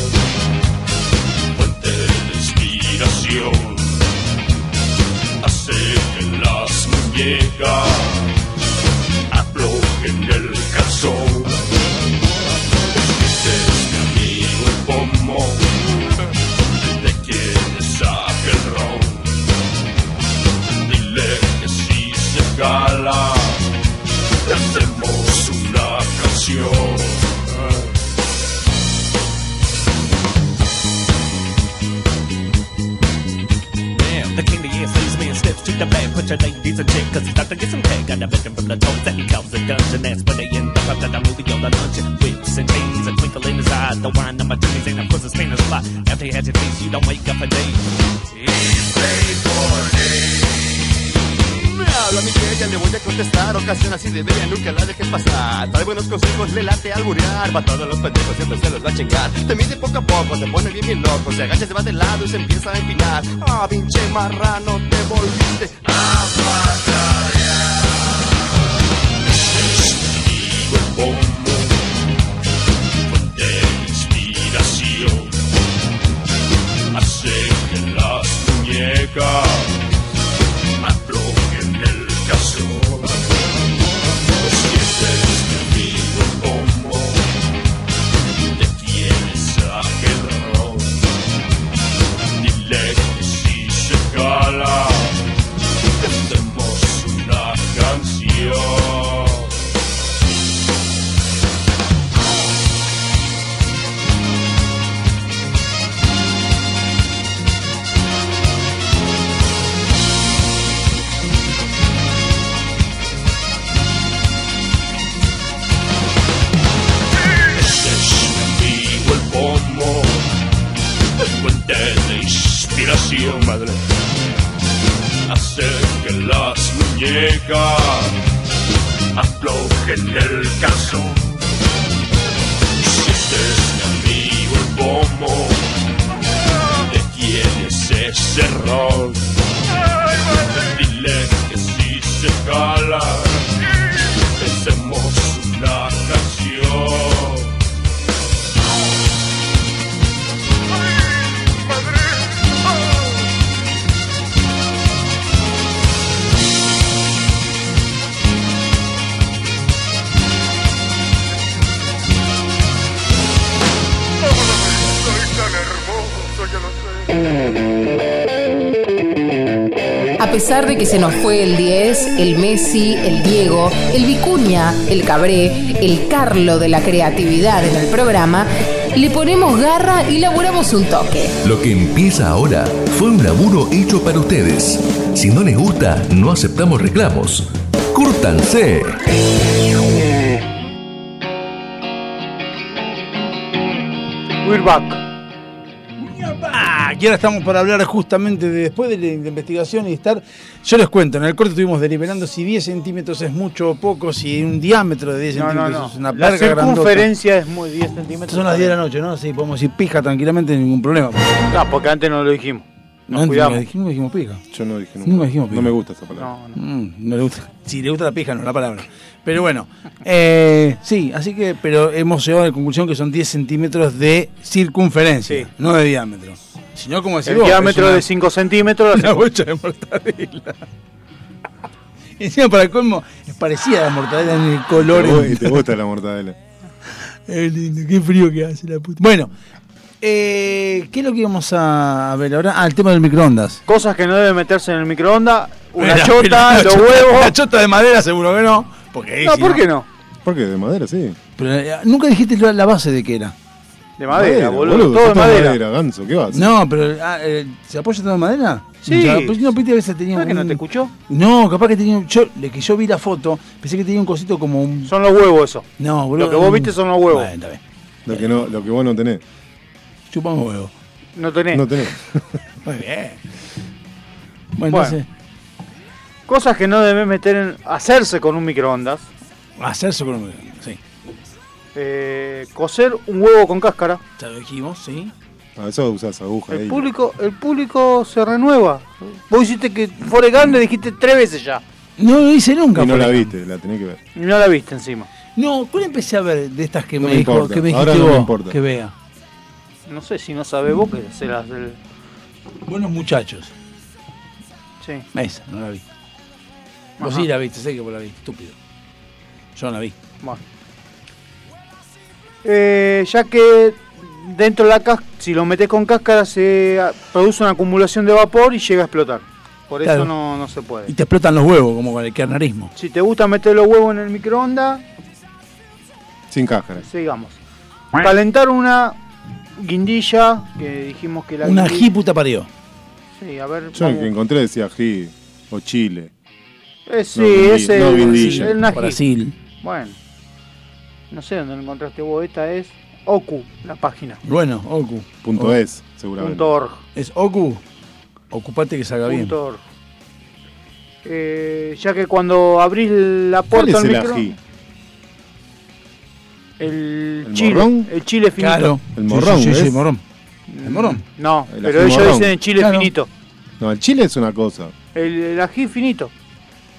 Speaker 18: fuente de inspiración. Hace que las muñecas aflojen el calzón. Este es mi amigo el pomo, de quien saque el ron. Dile que si se cala, le hacemos una canción.
Speaker 22: Now, the king of the air sleeves me and steps to the bed. Put your ladies in check, cause he's about to get some tag. Got a vision from the toes that he calls a dungeon. That's where they end up after the movie on the luncheon. Whips and chains, a twinkle in his eye. The wine on my titties, and of course his penis fly. After he had your taste, you don't wake up a day.
Speaker 13: Me habla mi bella, le voy a contestar Ocasión así de bella, nunca la dejes pasar Trae buenos consejos, le late al burear Va a todos los pendejos, siempre se los va a chingar Te mide poco a poco, te pone bien bien loco Se agacha, se va de lado y se empieza a empinar Ah, pinche marrano, te volviste a
Speaker 18: de inspiración hace que las muñecas aflojen el calzón. Si este es mi amigo el bombo, te quieres aquel ron. Dile llega. Aflojen el caso. Si este es mi amigo el pomo, ¿de quién es ese rol? Dile que si se cala, pensemos una canción.
Speaker 7: A pesar de que se nos fue el 10, el Messi, el Diego, el Vicuña, el Cabré, el Carlo de la creatividad en el programa, le ponemos garra y laburamos un toque.
Speaker 14: Lo que empieza ahora fue un laburo hecho para ustedes. Si no les gusta, no aceptamos reclamos. ¡Córtanse!
Speaker 2: We're back.
Speaker 8: Ah, que ahora estamos para hablar justamente de- después de la investigación y estar. Yo les cuento, en el corte estuvimos deliberando si 10 centímetros es mucho o poco, si un diámetro de 10
Speaker 2: No, no,
Speaker 8: centímetros
Speaker 2: no.
Speaker 8: es una
Speaker 2: La
Speaker 8: verga grandota.
Speaker 2: circunferencia es muy 10 centímetros.
Speaker 8: Son las 10 de la noche, ¿no? Sí, podemos decir pija tranquilamente, ningún problema.
Speaker 2: No, porque antes no lo dijimos. Nos
Speaker 8: No,
Speaker 2: cuidamos.
Speaker 8: dijimos, no dijimos pija.
Speaker 9: Yo no dije
Speaker 8: nunca. No dijimos pija.
Speaker 9: No me gusta esa palabra.
Speaker 8: Mm, no le gusta. Si le gusta la pija, no la palabra. Pero bueno, eh, sí, así que, pero hemos llegado a la conclusión que son 10 centímetros de circunferencia, no de diámetro. Si no, como decís
Speaker 2: El
Speaker 8: vos,
Speaker 2: diámetro
Speaker 8: es una-
Speaker 2: de 5 centímetros.
Speaker 8: Una bocha de mortadela. Y Encima, para el colmo, es parecida a la mortadela en el color.
Speaker 9: Te gu- y te gusta la mortadela.
Speaker 8: Es lindo, qué frío que hace la puta. Bueno, eh, ¿qué es lo que íbamos a ver ahora? Ah, el tema del microondas.
Speaker 2: Cosas que no deben meterse en el microondas. Una
Speaker 8: Una
Speaker 2: chota,
Speaker 8: pelota,
Speaker 2: los
Speaker 8: chota,
Speaker 2: huevos.
Speaker 8: una chota de madera seguro que no. Porque,
Speaker 2: Eh, No,
Speaker 8: si
Speaker 2: ¿por qué no?
Speaker 9: Porque de madera, sí.
Speaker 8: Pero, eh, nunca dijiste la, la base de qué era.
Speaker 2: De madera, boludo. Todo de
Speaker 9: está
Speaker 2: madera.
Speaker 9: ganso, ¿qué vas?
Speaker 8: No, pero ah, eh, ¿se apoya todo de madera?
Speaker 2: Sí.
Speaker 8: Ya, pues, no, viste, a veces tenía
Speaker 2: que no
Speaker 8: un-
Speaker 2: te escuchó?
Speaker 8: No, capaz que tenía un. Yo, de que yo vi la foto, pensé que tenía un cosito como un.
Speaker 2: Son los huevos eso.
Speaker 8: No, boludo.
Speaker 2: Lo que vos viste son los huevos.
Speaker 8: Bueno, está bien.
Speaker 9: Lo que, no, lo que vos no tenés.
Speaker 8: Chupamos huevo.
Speaker 2: No tenés.
Speaker 9: No tenés.
Speaker 8: Muy bien.
Speaker 2: Bueno,
Speaker 8: Bueno, entonces,
Speaker 2: Cosas que no debes meter en. hacerse con un microondas.
Speaker 8: hacerse con un microondas, sí.
Speaker 2: Eh, cocer un huevo con cáscara.
Speaker 8: Ya lo dijimos, sí.
Speaker 9: A Ah, eso usás aguja
Speaker 2: El
Speaker 9: ahí.
Speaker 2: público, el público se renueva. Vos hiciste que Forrest Gump le dijiste tres veces ya.
Speaker 8: No lo hice nunca.
Speaker 9: Y no
Speaker 8: por
Speaker 9: la
Speaker 8: acá.
Speaker 9: viste, la tenés que ver.
Speaker 2: Y no la viste encima.
Speaker 8: No, ¿cuál empecé a ver de estas que
Speaker 9: No
Speaker 8: me,
Speaker 9: me
Speaker 8: dijo-
Speaker 9: importa,
Speaker 8: que me
Speaker 9: ahora
Speaker 8: dijiste
Speaker 9: no me
Speaker 8: vos
Speaker 9: importa.
Speaker 8: que vea?
Speaker 2: No sé si no sabés vos que se las del.
Speaker 8: Buenos muchachos.
Speaker 2: Sí.
Speaker 8: Esa, no la vi. Vos
Speaker 2: Ajá.
Speaker 8: sí la viste, sé que vos la vi, estúpido. Yo no la vi.
Speaker 2: Bueno. Eh, ya que dentro de la cáscara, si lo metes con cáscara, se ah, produce una acumulación de vapor y llega a explotar. Por
Speaker 8: Claro.
Speaker 2: eso no, no se puede.
Speaker 8: Y te explotan los huevos, como con el carnarismo.
Speaker 2: Si te gusta meter los huevos en el microondas,
Speaker 9: Sin cáscara.
Speaker 2: sigamos. Calentar una guindilla, que dijimos que la
Speaker 8: Una
Speaker 2: guindilla-
Speaker 8: ají puta parió.
Speaker 2: Sí, a ver.
Speaker 9: Yo el
Speaker 2: vamos.
Speaker 9: que encontré decía ají o chile.
Speaker 2: Eh, sí,
Speaker 9: guindi-
Speaker 2: ese
Speaker 9: no
Speaker 2: es
Speaker 9: guindilla.
Speaker 2: el ají.
Speaker 9: Brasil.
Speaker 2: Bueno. No sé dónde lo encontraste vos. Esta es Oku, la página.
Speaker 8: Bueno, Oku.
Speaker 9: Punto
Speaker 8: O-
Speaker 9: es, seguramente.
Speaker 2: Punto org.
Speaker 8: Es Oku. Ocupate que salga bien.
Speaker 2: Punto org. Eh, ya que cuando abrís la
Speaker 9: ¿Cuál
Speaker 2: puerta
Speaker 9: es
Speaker 2: al
Speaker 9: el
Speaker 2: micro,
Speaker 9: ají?
Speaker 2: el
Speaker 9: ¿El
Speaker 2: chile,
Speaker 9: morrón?
Speaker 2: el chile finito.
Speaker 8: Claro.
Speaker 9: El morrón,
Speaker 8: Sí, sí, sí,
Speaker 9: ¿ves?
Speaker 8: el morrón. El morrón.
Speaker 2: No,
Speaker 9: El
Speaker 2: pero
Speaker 9: ají
Speaker 2: ellos
Speaker 9: morrón.
Speaker 2: dicen el chile finito.
Speaker 9: No, el chile es una cosa.
Speaker 2: El, el ají finito.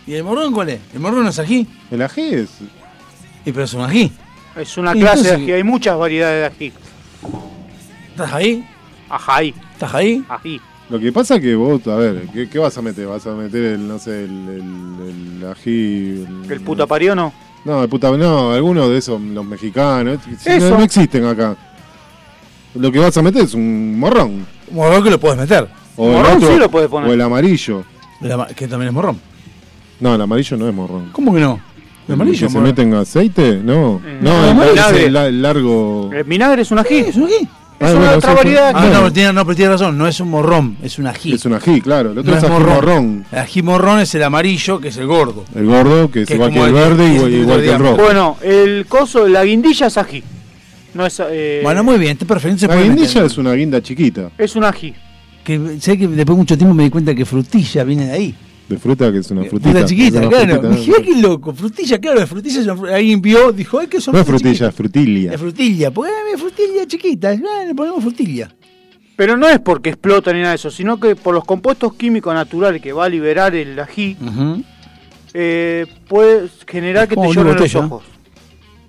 Speaker 8: ¿Y el morrón cuál es? ¿El morrón no es ají?
Speaker 9: El ají es.
Speaker 8: Y pero es un ají.
Speaker 2: Es una
Speaker 8: Y
Speaker 2: clase de
Speaker 8: entonces-
Speaker 2: ají. Hay muchas variedades de ají.
Speaker 8: ¿Estás ahí?
Speaker 2: Ajaí.
Speaker 8: ¿Estás ahí?
Speaker 2: Ají.
Speaker 9: Lo que pasa que vos, a ver, ¿qué, qué vas a meter? ¿Vas a meter el, no sé, el, el- el ají? El,
Speaker 2: El puta parió, ¿no?
Speaker 9: No, el puta. No, algunos de esos, los mexicanos. si no-
Speaker 2: Eso.
Speaker 9: No, existen acá. Lo que vas a meter es un morrón.
Speaker 8: Un morrón que lo puedes meter.
Speaker 9: O
Speaker 8: Morrón
Speaker 9: el otro,
Speaker 8: sí lo podés poner.
Speaker 9: O el amarillo.
Speaker 8: De la ma- que también es morrón.
Speaker 9: No, el amarillo no es morrón.
Speaker 8: ¿Cómo que no? El amarillo
Speaker 9: que
Speaker 8: es
Speaker 9: se
Speaker 8: morrón.
Speaker 9: meten aceite? No.
Speaker 8: Eh,
Speaker 9: no,
Speaker 8: el
Speaker 9: el,
Speaker 8: amarillo.
Speaker 9: es el la- el largo.
Speaker 2: El vinagre Eh, es un ají.
Speaker 8: es un ají.
Speaker 9: Ah, Es una bueno, otra sí, sí. variedad
Speaker 8: Ah,
Speaker 9: que-
Speaker 8: no, tiene- no, pero tiene razón. No es un morrón, es un ají.
Speaker 9: Es un ají, claro. El otro
Speaker 8: No
Speaker 9: es
Speaker 8: es
Speaker 9: ají
Speaker 8: morrón.
Speaker 9: morrón.
Speaker 8: El ají morrón es el amarillo, que es el gordo.
Speaker 9: El gordo, que es
Speaker 8: Que es
Speaker 9: igual que
Speaker 8: como
Speaker 9: el
Speaker 8: el-
Speaker 9: verde,
Speaker 8: es
Speaker 9: igual,
Speaker 8: el
Speaker 9: igual que el rojo.
Speaker 2: Bueno, el coso, la guindilla es ají. No es, eh,
Speaker 8: Bueno, muy bien, te preferencia
Speaker 9: La guindilla es una guinda chiquita.
Speaker 2: es un ají.
Speaker 8: Que sé que después de mucho tiempo me di cuenta que frutilla viene de ahí.
Speaker 9: de fruta, que es una frutita.
Speaker 8: Una
Speaker 9: es
Speaker 8: chiquita,
Speaker 9: una
Speaker 8: claro.
Speaker 9: frutita, ¿no?
Speaker 8: Mirá qué loco. Frutilla, claro, la frutilla es una fru- Alguien vio, dijo, ay, que son
Speaker 9: No es frutilla, es frutilia.
Speaker 8: La frutilla, porque ah, mira, frutilla chiquita, ah, le ponemos frutilla.
Speaker 2: Pero no es porque explota ni nada de eso, sino que por los compuestos químicos naturales que va a liberar el ají, eh, puede generar que te
Speaker 8: Como
Speaker 2: lloren
Speaker 8: una
Speaker 2: los
Speaker 8: botella,
Speaker 2: ojos.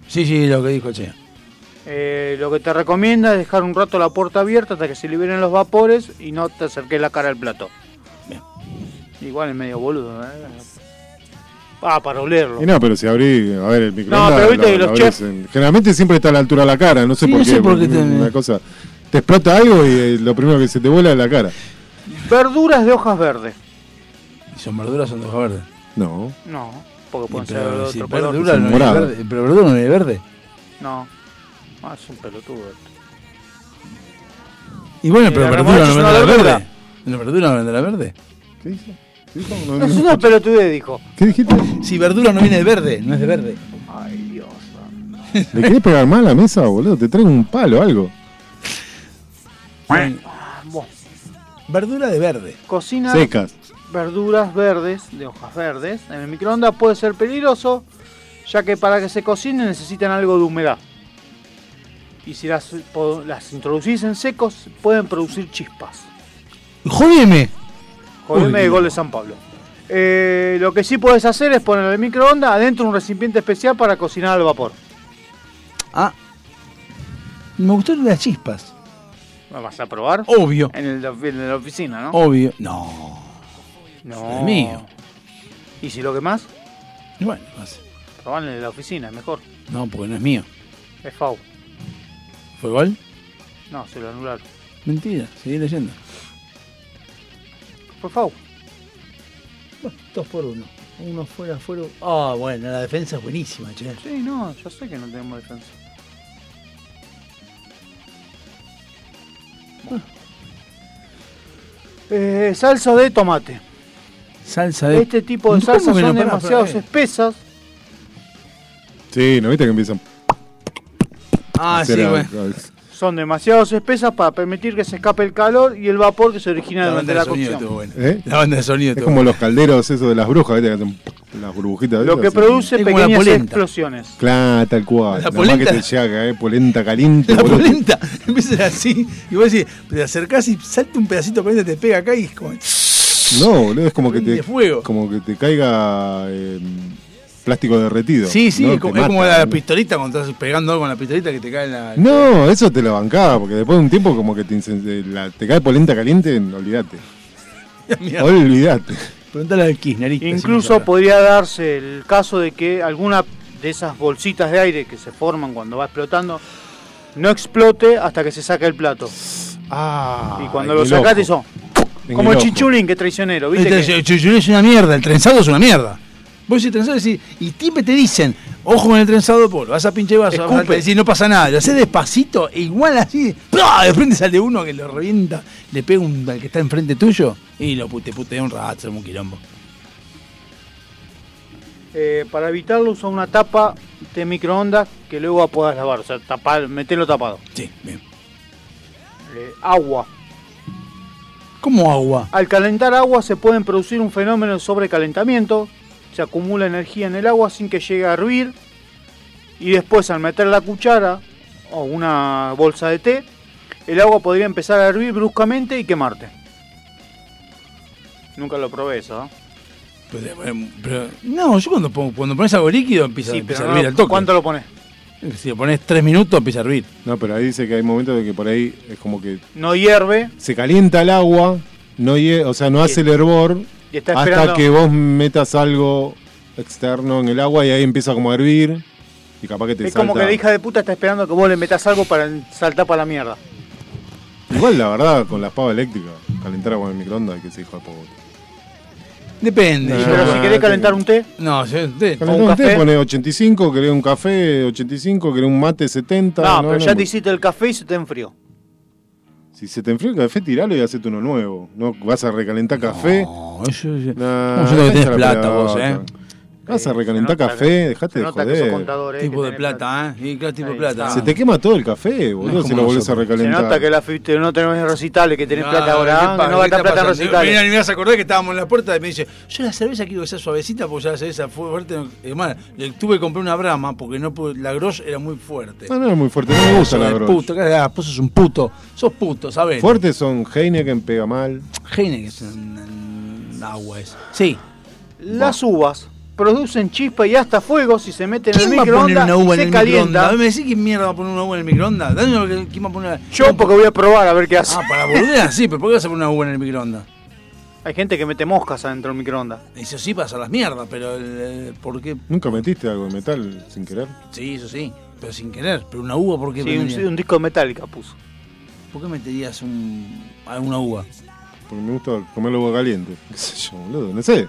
Speaker 8: Sí, sí, lo que dijo Che.
Speaker 2: Eh, lo que te recomienda es dejar un rato la puerta abierta hasta que se liberen los vapores y no te acerques la cara al plato. Igual es medio boludo, ¿eh? Ah, para olerlo.
Speaker 9: Y no, pero si abrí, a ver, el microondas.
Speaker 2: No, pero viste
Speaker 9: lo-
Speaker 2: que
Speaker 9: lo
Speaker 2: los
Speaker 9: abrís
Speaker 2: chefs-
Speaker 9: en- Generalmente siempre está a la altura de la cara, no sé
Speaker 2: Sí,
Speaker 9: por
Speaker 2: no
Speaker 9: qué.
Speaker 2: sé por qué
Speaker 9: porque
Speaker 2: también.
Speaker 9: Una cosa. Te explota algo y eh, lo primero que se te vuela es la cara.
Speaker 2: Verduras de hojas verdes.
Speaker 8: Y son verduras, son de hoja verde.
Speaker 9: No.
Speaker 2: No, porque pueden ser de
Speaker 8: Pero,
Speaker 2: otro
Speaker 8: si
Speaker 2: color.
Speaker 8: verdura no es
Speaker 9: Morado.
Speaker 8: verde. Pero verdura no es verde.
Speaker 2: No. Ah, es un pelotudo. esto.
Speaker 8: Y bueno,
Speaker 2: Eh,
Speaker 8: pero
Speaker 2: la
Speaker 8: verdura
Speaker 2: remolacha
Speaker 8: no
Speaker 2: es
Speaker 8: vendrá
Speaker 2: una verdura.
Speaker 8: verde. La verdura no vendrá verde.
Speaker 9: ¿Qué dice?
Speaker 2: No es una pelotudez, dijo.
Speaker 9: ¿Qué dijiste?
Speaker 8: Si verdura no viene de verde, no es de verde.
Speaker 2: Ay, Dios.
Speaker 9: ¿Le querés pegar mal a la mesa, boludo? Te traigo un palo o algo.
Speaker 2: Ah,
Speaker 8: Verdura de verde.
Speaker 2: Cocina
Speaker 9: Secas.
Speaker 2: verduras verdes, de hojas verdes. En el microondas puede ser peligroso, ya que para que se cocine necesitan algo de humedad. Y si las, po- las introducís en secos, pueden producir chispas.
Speaker 8: ¡Jódeme!
Speaker 2: Jodeme
Speaker 8: Uy.
Speaker 2: de gol de San Pablo. Eh, lo que sí puedes hacer es poner el microondas adentro un recipiente especial para cocinar al vapor.
Speaker 8: Me gustaron las chispas.
Speaker 2: ¿Lo vas a probar?
Speaker 8: Obvio.
Speaker 2: En, el, en la oficina, ¿no?
Speaker 8: Obvio. No.
Speaker 2: No.
Speaker 8: Es mío.
Speaker 2: ¿Y si lo que más?
Speaker 8: Y Bueno, no sé.
Speaker 2: Probar en la oficina, es mejor.
Speaker 8: no, porque no es mío.
Speaker 2: Es FAU.
Speaker 8: ¿Fue gol?
Speaker 2: No, se lo anularon.
Speaker 8: Mentira, seguí leyendo.
Speaker 2: Fue FAU.
Speaker 8: Bueno, dos por uno. Uno fuera, fuera. Ah, bueno, la defensa es buenísima, che.
Speaker 2: Sí, no, yo sé que no tenemos defensa. Bueno. Ah. Eh, salsa de tomate.
Speaker 8: Salsa de.
Speaker 2: Este tipo de
Speaker 8: ¿Cómo
Speaker 2: salsas
Speaker 8: que no?
Speaker 2: son
Speaker 8: Pará,
Speaker 2: demasiado
Speaker 8: pará, eh.
Speaker 2: espesas.
Speaker 9: Sí, ¿no viste que empiezan? a
Speaker 2: Ah,
Speaker 9: hacer a-
Speaker 8: eh.
Speaker 9: a-
Speaker 2: Son demasiado espesas para permitir que se escape el calor y el vapor que se origina
Speaker 8: La
Speaker 2: durante
Speaker 8: banda
Speaker 2: la
Speaker 8: de sonido
Speaker 2: cocción.
Speaker 8: estuvo buena.
Speaker 9: ¿eh?
Speaker 8: La banda de sonido
Speaker 9: Es
Speaker 8: estuvo
Speaker 9: como
Speaker 8: buena.
Speaker 9: los calderos esos de las brujas, ¿viste? Que hacen las burbujitas.
Speaker 2: Lo
Speaker 9: ¿viste?
Speaker 2: que
Speaker 9: Así.
Speaker 2: produce
Speaker 8: Es como la
Speaker 2: pequeñas
Speaker 8: polenta.
Speaker 2: explosiones.
Speaker 9: Claro, tal cual. Nada
Speaker 8: La
Speaker 9: más que
Speaker 8: polenta.
Speaker 9: te llega a caer polenta caliente.
Speaker 8: La
Speaker 9: boludo.
Speaker 8: polenta empieza así y vos decís, te acercás y salta un pedacito de polenta, te pega acá y es como.
Speaker 9: No, boludo, es como que te.
Speaker 8: Prende fuego.
Speaker 9: Como que te caiga eh, plástico derretido.
Speaker 8: Sí, sí,
Speaker 9: ¿no?
Speaker 8: es,
Speaker 9: Te
Speaker 8: como, es
Speaker 9: mata,
Speaker 8: como la
Speaker 9: ¿no?
Speaker 8: pistolita cuando estás pegando algo con la pistolita que te cae en la.
Speaker 9: No, eso te lo bancaba, porque después de un tiempo como que te, incen- eh, la- te cae polenta caliente, olvídate.
Speaker 8: Mira,
Speaker 9: Olvídate.
Speaker 8: Preguntale al kirchnerista. si
Speaker 2: Incluso
Speaker 8: no sabrá.
Speaker 2: podría darse el caso de que alguna de esas bolsitas de aire que se forman cuando va explotando no explote hasta que se saca el plato.
Speaker 9: Ah,
Speaker 2: y cuando lo sacaste son como el chinchulín que traicionero, ¿viste?
Speaker 8: El
Speaker 2: que-
Speaker 8: tre- chuchulé es una mierda, el trenzado es una mierda. Vos decís trenzado decís, y siempre te dicen, ojo con el trenzado, Polo, vas a pinche vaso, vas a
Speaker 2: Escupe.
Speaker 8: decir, no pasa nada, lo haces despacito, e igual así, ¡plá! de frente sale uno que lo revienta, le pega un, al que está enfrente tuyo y lo pute, putea un rato, es un quilombo.
Speaker 2: Eh, para evitarlo usa una tapa de microondas que luego puedas lavar, o sea, tapar, metelo tapado.
Speaker 8: Sí, bien.
Speaker 2: Eh, agua.
Speaker 8: Como agua.
Speaker 2: Al calentar agua se pueden producir un fenómeno de sobrecalentamiento, se acumula energía en el agua sin que llegue a hervir y después al meter la cuchara o una bolsa de té, el agua podría empezar a hervir bruscamente y quemarte. Nunca lo probé eso. ¿eh?
Speaker 8: Pero- em, pero- no, yo cuando, pongo- cuando pones algo líquido empieza,
Speaker 2: Sí,
Speaker 8: empieza
Speaker 2: pero
Speaker 8: a hervir
Speaker 2: no-
Speaker 8: al toque.
Speaker 2: ¿Cuánto lo pones?
Speaker 8: Si lo pones tres minutos empieza a hervir.
Speaker 9: No, pero ahí dice que hay momentos de que por ahí es como que
Speaker 2: No hierve
Speaker 9: se calienta el agua, no hie- o sea, no hace el hervor
Speaker 2: y está esperando.
Speaker 9: hasta que vos metas algo externo en el agua y ahí empieza como a hervir y capaz que te
Speaker 2: Es como
Speaker 9: salta.
Speaker 2: que la hija de puta está esperando que vos le metas algo para saltar para la mierda.
Speaker 9: Igual la verdad, con la espada eléctrica, calentar agua en el microondas, que se hijo de puta.
Speaker 8: Depende.
Speaker 9: Sí,
Speaker 8: yo-
Speaker 9: pero si querés
Speaker 2: calentar un té?
Speaker 8: No, yo- de-
Speaker 9: Calentá un té, pone 85, querés un café 85, querés un mate 70.
Speaker 2: No, pero ya
Speaker 9: no.
Speaker 2: te hiciste el café y se te enfrió.
Speaker 9: Si se te enfría el café, tiralo y hacete uno nuevo. No vas a recalentar café.
Speaker 8: No, yo, yo-
Speaker 9: Nah,
Speaker 8: ¿Cómo yo tengo que
Speaker 9: esa
Speaker 8: tenés
Speaker 9: la
Speaker 8: plata
Speaker 9: pelota.
Speaker 8: vos, eh?
Speaker 9: Vas a recalentar
Speaker 8: nota
Speaker 9: café,
Speaker 8: que-
Speaker 9: dejate
Speaker 8: se
Speaker 9: de
Speaker 8: nota que
Speaker 9: joder.
Speaker 8: sos contador, eh,
Speaker 2: que
Speaker 8: tipo de
Speaker 2: tenés
Speaker 8: plata, ¿eh? Y claro, tipo de plata.
Speaker 9: Se te quema todo el café,
Speaker 8: No
Speaker 9: boludo,
Speaker 8: es
Speaker 9: si
Speaker 8: como
Speaker 9: lo volvés a
Speaker 8: nosotros.
Speaker 2: Se
Speaker 9: recalentar.
Speaker 2: nota que la fuiste, no tenés recitales, que tenés plata ahora, que no
Speaker 8: va a
Speaker 2: gastar plata en
Speaker 8: Mira, ni
Speaker 2: recitales.
Speaker 8: me vas a acordar que estábamos en la puerta y me dice, yo la cerveza quiero que sea suavecita porque ya la cerveza fue fuerte. no- Hermana, le tuve que comprar una brama porque no pude- la grosh Ah, era muy fuerte.
Speaker 9: No, no es muy fuerte, no me gusta
Speaker 8: Sos
Speaker 9: la
Speaker 8: de
Speaker 9: grosh.
Speaker 8: Puto, cara, vos sos un puto. Sos puto, ¿sabes?
Speaker 9: Fuertes son Heineken, pega mal.
Speaker 8: Heineken es un un agua esa. Sí.
Speaker 2: Las uvas producen chispa y hasta fuego si se meten en el
Speaker 8: ¿Quién va a poner
Speaker 2: microondas
Speaker 8: una uva
Speaker 2: y
Speaker 8: en
Speaker 2: se
Speaker 8: el microondas?
Speaker 2: calienta.
Speaker 8: ¿Me decís que mierda va a poner una uva en el microondas? Dame lo que- ¿Quién va a poner una...
Speaker 2: Yo porque voy a probar a ver qué hace.
Speaker 8: Ah, para boludear, sí, pero ¿por qué vas a poner una uva en el microondas?
Speaker 2: Hay gente que mete moscas adentro del microondas.
Speaker 8: Eso sí pasa las mierdas, pero el- eh, ¿por qué?
Speaker 9: ¿Nunca metiste algo de metal sin querer?
Speaker 8: Sí, eso sí, pero sin querer. Pero una uva, ¿por qué?
Speaker 2: Sí, un,
Speaker 8: meterías?
Speaker 2: un disco de Metallica puso.
Speaker 8: ¿Por qué meterías un, alguna uva?
Speaker 9: Porque me gusta comer la uva caliente. ¿Qué sé yo, boludo? No sé.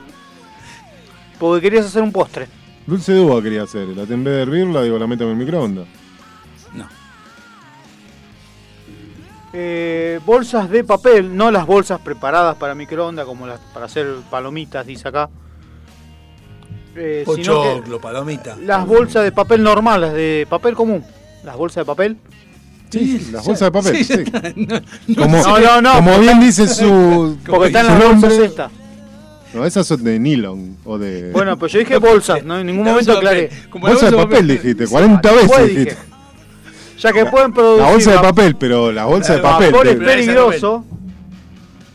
Speaker 2: Porque querías hacer un postre.
Speaker 9: Dulce de uva quería hacer. La en vez de hervirla, digo, la meto en el microondas.
Speaker 2: Eh, bolsas de papel, no las bolsas preparadas para microondas como las para hacer palomitas, dice acá. Eh, sino que
Speaker 8: Pochoclo, palomita.
Speaker 2: las bolsas de papel normal, las de papel común. Las bolsas de papel.
Speaker 9: Sí, las bolsas de papel,
Speaker 8: Sí,
Speaker 9: sí.
Speaker 8: no,
Speaker 9: Como, como bien dice su,
Speaker 2: Porque están
Speaker 9: su
Speaker 2: las bolsas
Speaker 9: nombre.
Speaker 2: estas.
Speaker 9: No, esas son de nylon o de.
Speaker 2: Bueno, pero yo dije bolsas, ¿no? En ningún momento aclaré.
Speaker 9: bolsa de papel dijiste, 40
Speaker 2: Después
Speaker 9: veces
Speaker 2: dije.
Speaker 9: dijiste.
Speaker 2: Ya que pueden producir
Speaker 9: La bolsa de
Speaker 2: va-
Speaker 9: papel, pero la bolsa de papel.
Speaker 2: vapor es
Speaker 9: de-
Speaker 2: peligroso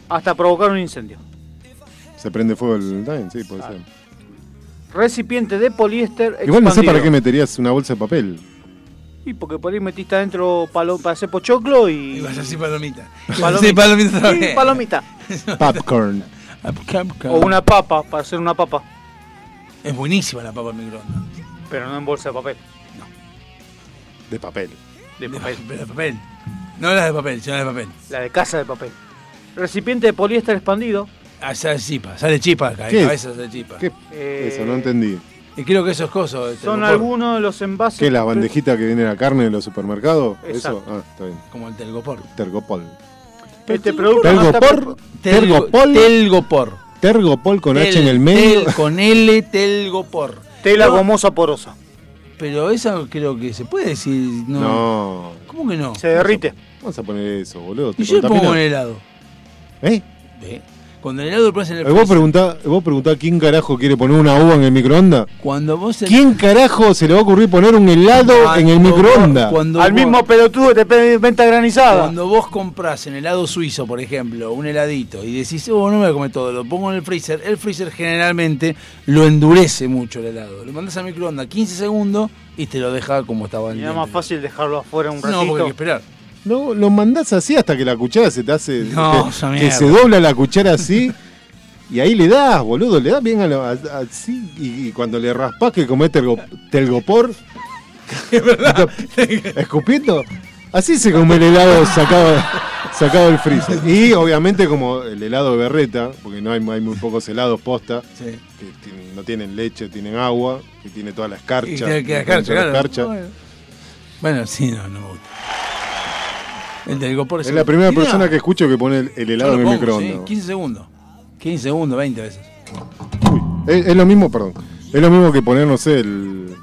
Speaker 2: hasta provocar un incendio.
Speaker 9: Se prende fuego el time, sí, puede ser.
Speaker 2: Recipiente de poliéster
Speaker 9: Igual no sé para qué
Speaker 2: Ah, expandido.
Speaker 9: meterías una bolsa de papel.
Speaker 2: Y porque por ahí metiste adentro palo, para hacer pochoclo y. Y vas
Speaker 8: así palomita.
Speaker 2: Palomita.
Speaker 8: Sí, palomita
Speaker 2: Sí,
Speaker 8: también.
Speaker 2: palomita.
Speaker 9: Popcorn.
Speaker 8: Ah,
Speaker 2: O una papa, para hacer una papa,
Speaker 8: Es buenísima la papa al microondas.
Speaker 2: pero no en bolsa de papel.
Speaker 9: De papel.
Speaker 2: De papel.
Speaker 8: Pero de papel. No las de papel, sino las de papel.
Speaker 2: La de casa de papel. Recipiente de poliéster expandido.
Speaker 8: Ah, sale chipa, sale chipa acá,
Speaker 9: ¿Qué
Speaker 8: de
Speaker 9: es?
Speaker 8: cabeza sale chipa.
Speaker 9: ¿Qué?
Speaker 2: Eh,
Speaker 9: Eso, no entendí.
Speaker 8: Y creo que esos cosos. este,
Speaker 2: Son
Speaker 8: vapor,
Speaker 2: algunos de los envases.
Speaker 9: ¿Qué? ¿La bandejita que viene la carne de los supermercados?
Speaker 2: Exacto.
Speaker 9: Eso. Ah, está bien.
Speaker 8: Como el telgopor.
Speaker 9: Tergopol.
Speaker 2: Este producto no está
Speaker 9: Tergopor.
Speaker 8: Telgo-
Speaker 9: Tergopol.
Speaker 8: Telgopor.
Speaker 9: Tergopol con H en
Speaker 8: Tel-
Speaker 9: el medio.
Speaker 8: tel- con E, L, telgopor.
Speaker 2: Tela
Speaker 8: No,
Speaker 2: gomosa porosa.
Speaker 8: Pero esa creo que se puede decir. No.
Speaker 9: No.
Speaker 8: ¿Cómo que no?
Speaker 2: Se derrite.
Speaker 9: Vamos a poner eso, boludo.
Speaker 8: Y
Speaker 9: te
Speaker 8: yo le pongo con
Speaker 9: contamina.
Speaker 8: helado.
Speaker 9: ¿Eh?
Speaker 8: ¿Eh? Cuando el helado lo pones en el
Speaker 9: Eh, Vos
Speaker 8: freezer,
Speaker 9: preguntá, vos preguntá quién carajo quiere poner una uva en el microondas.
Speaker 8: Cuando vos el-
Speaker 9: ¿Quién carajo se le va a ocurrir poner un helado en el
Speaker 8: Cuando-
Speaker 9: microondas?
Speaker 8: cuando
Speaker 2: Al
Speaker 8: vos-
Speaker 2: mismo pelotudo que te pide venta granizada.
Speaker 8: Cuando vos compras en helado suizo, por ejemplo, un heladito y decís, oh, no me voy a comer todo, lo pongo en el freezer. El freezer generalmente lo endurece mucho el helado. Lo mandás al microondas 15 segundos y te lo deja como estaba en
Speaker 2: Y era más fácil dejarlo afuera un ratito.
Speaker 8: No, porque hay que esperar.
Speaker 9: No, lo mandás así hasta que la cuchara se te hace.
Speaker 8: No,
Speaker 9: que-
Speaker 8: esa
Speaker 9: que
Speaker 8: mierda.
Speaker 9: se dobla la cuchara así. y ahí le das, boludo, le das bien a lo- a- así. Y, y cuando le raspás que comés telgo- telgopor. Escupiendo. Así se come el helado sacado, sacado del freezer. Y obviamente, como el helado de berreta, porque no hay, hay muy pocos helados posta,
Speaker 8: Sí.
Speaker 9: que tienen- no tienen leche, tienen agua, que tiene toda la escarcha.
Speaker 8: Y tiene que
Speaker 9: tiene
Speaker 8: escarcha,
Speaker 9: toda la
Speaker 8: claro.
Speaker 9: escarcha.
Speaker 8: Bueno. Bueno, sí, no, no me gusta. El telgopor
Speaker 9: Es la primera persona que escucho que pone el, el helado en el microondas.
Speaker 8: 15 segundos. 15 segundos, 20 veces.
Speaker 9: Es, es lo mismo, perdón. Es lo mismo que poner, no sé, el.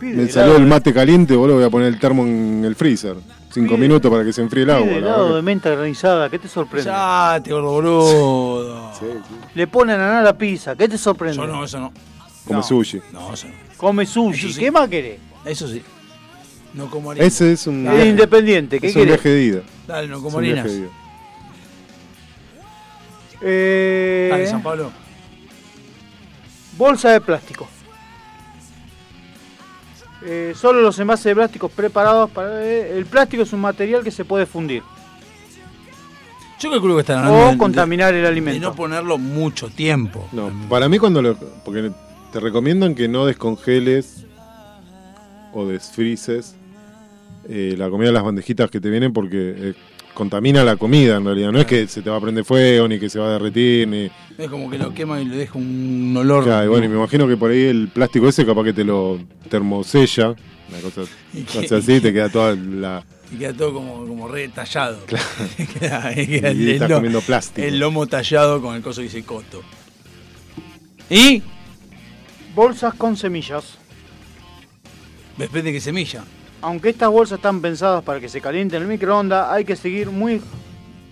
Speaker 2: Pide
Speaker 9: Me
Speaker 2: helado
Speaker 9: salió el
Speaker 2: de-
Speaker 9: mate caliente, boludo, voy a poner el termo en el freezer. Cinco minutos para que se enfríe el agua.
Speaker 2: pide
Speaker 9: la
Speaker 2: helado
Speaker 9: verdad
Speaker 2: de menta granizada, ¿qué te sorprende?
Speaker 8: Ya, te gordo boludo.
Speaker 2: Le ponen a la pizza, ¿qué te sorprende?
Speaker 8: Yo no, eso no.
Speaker 9: que- Come sushi.
Speaker 8: No, eso no.
Speaker 2: Come sushi, ¿qué más querés?
Speaker 8: Eso sí. No como harina.
Speaker 9: Ese es un.
Speaker 2: Es independiente, ¿qué
Speaker 9: es un
Speaker 2: querés?
Speaker 9: viaje de ida.
Speaker 8: Dale, no
Speaker 9: Es
Speaker 8: como
Speaker 9: un
Speaker 8: harinas.
Speaker 9: viaje de ida.
Speaker 2: Eh,
Speaker 8: Dale, San Pablo.
Speaker 2: Bolsa de plástico. Eh, solo los envases de plásticos preparados para... eh, el plástico es un material que se puede fundir
Speaker 8: Yo calculo que están hablando.
Speaker 2: o contaminar el
Speaker 8: De no
Speaker 2: alimento.
Speaker 8: ponerlo mucho tiempo.
Speaker 9: No, para mí, cuando lo. Porque te recomiendan que no descongeles o desfrices eh, la comida de las bandejitas que te vienen porque eh, contamina la comida en realidad. No es que se te va a prender fuego, ni que se va a derretir, ni.
Speaker 8: Es como que lo quema y le deja un olor.
Speaker 9: Claro, y bueno, y me imagino que por ahí el plástico ese capaz que te lo termosella, una cosa,
Speaker 8: que-
Speaker 9: cosa así, te queda toda la...
Speaker 8: Y queda todo como, como retallado.
Speaker 9: Claro.
Speaker 8: queda,
Speaker 9: Y estás
Speaker 8: lo-
Speaker 9: comiendo plástico.
Speaker 8: el lomo tallado con el coso que dice coto. ¿Y?
Speaker 2: Bolsas con semillas.
Speaker 8: Depende de qué semilla.
Speaker 2: Aunque estas bolsas están pensadas para que se calienten en el microondas, hay que seguir muy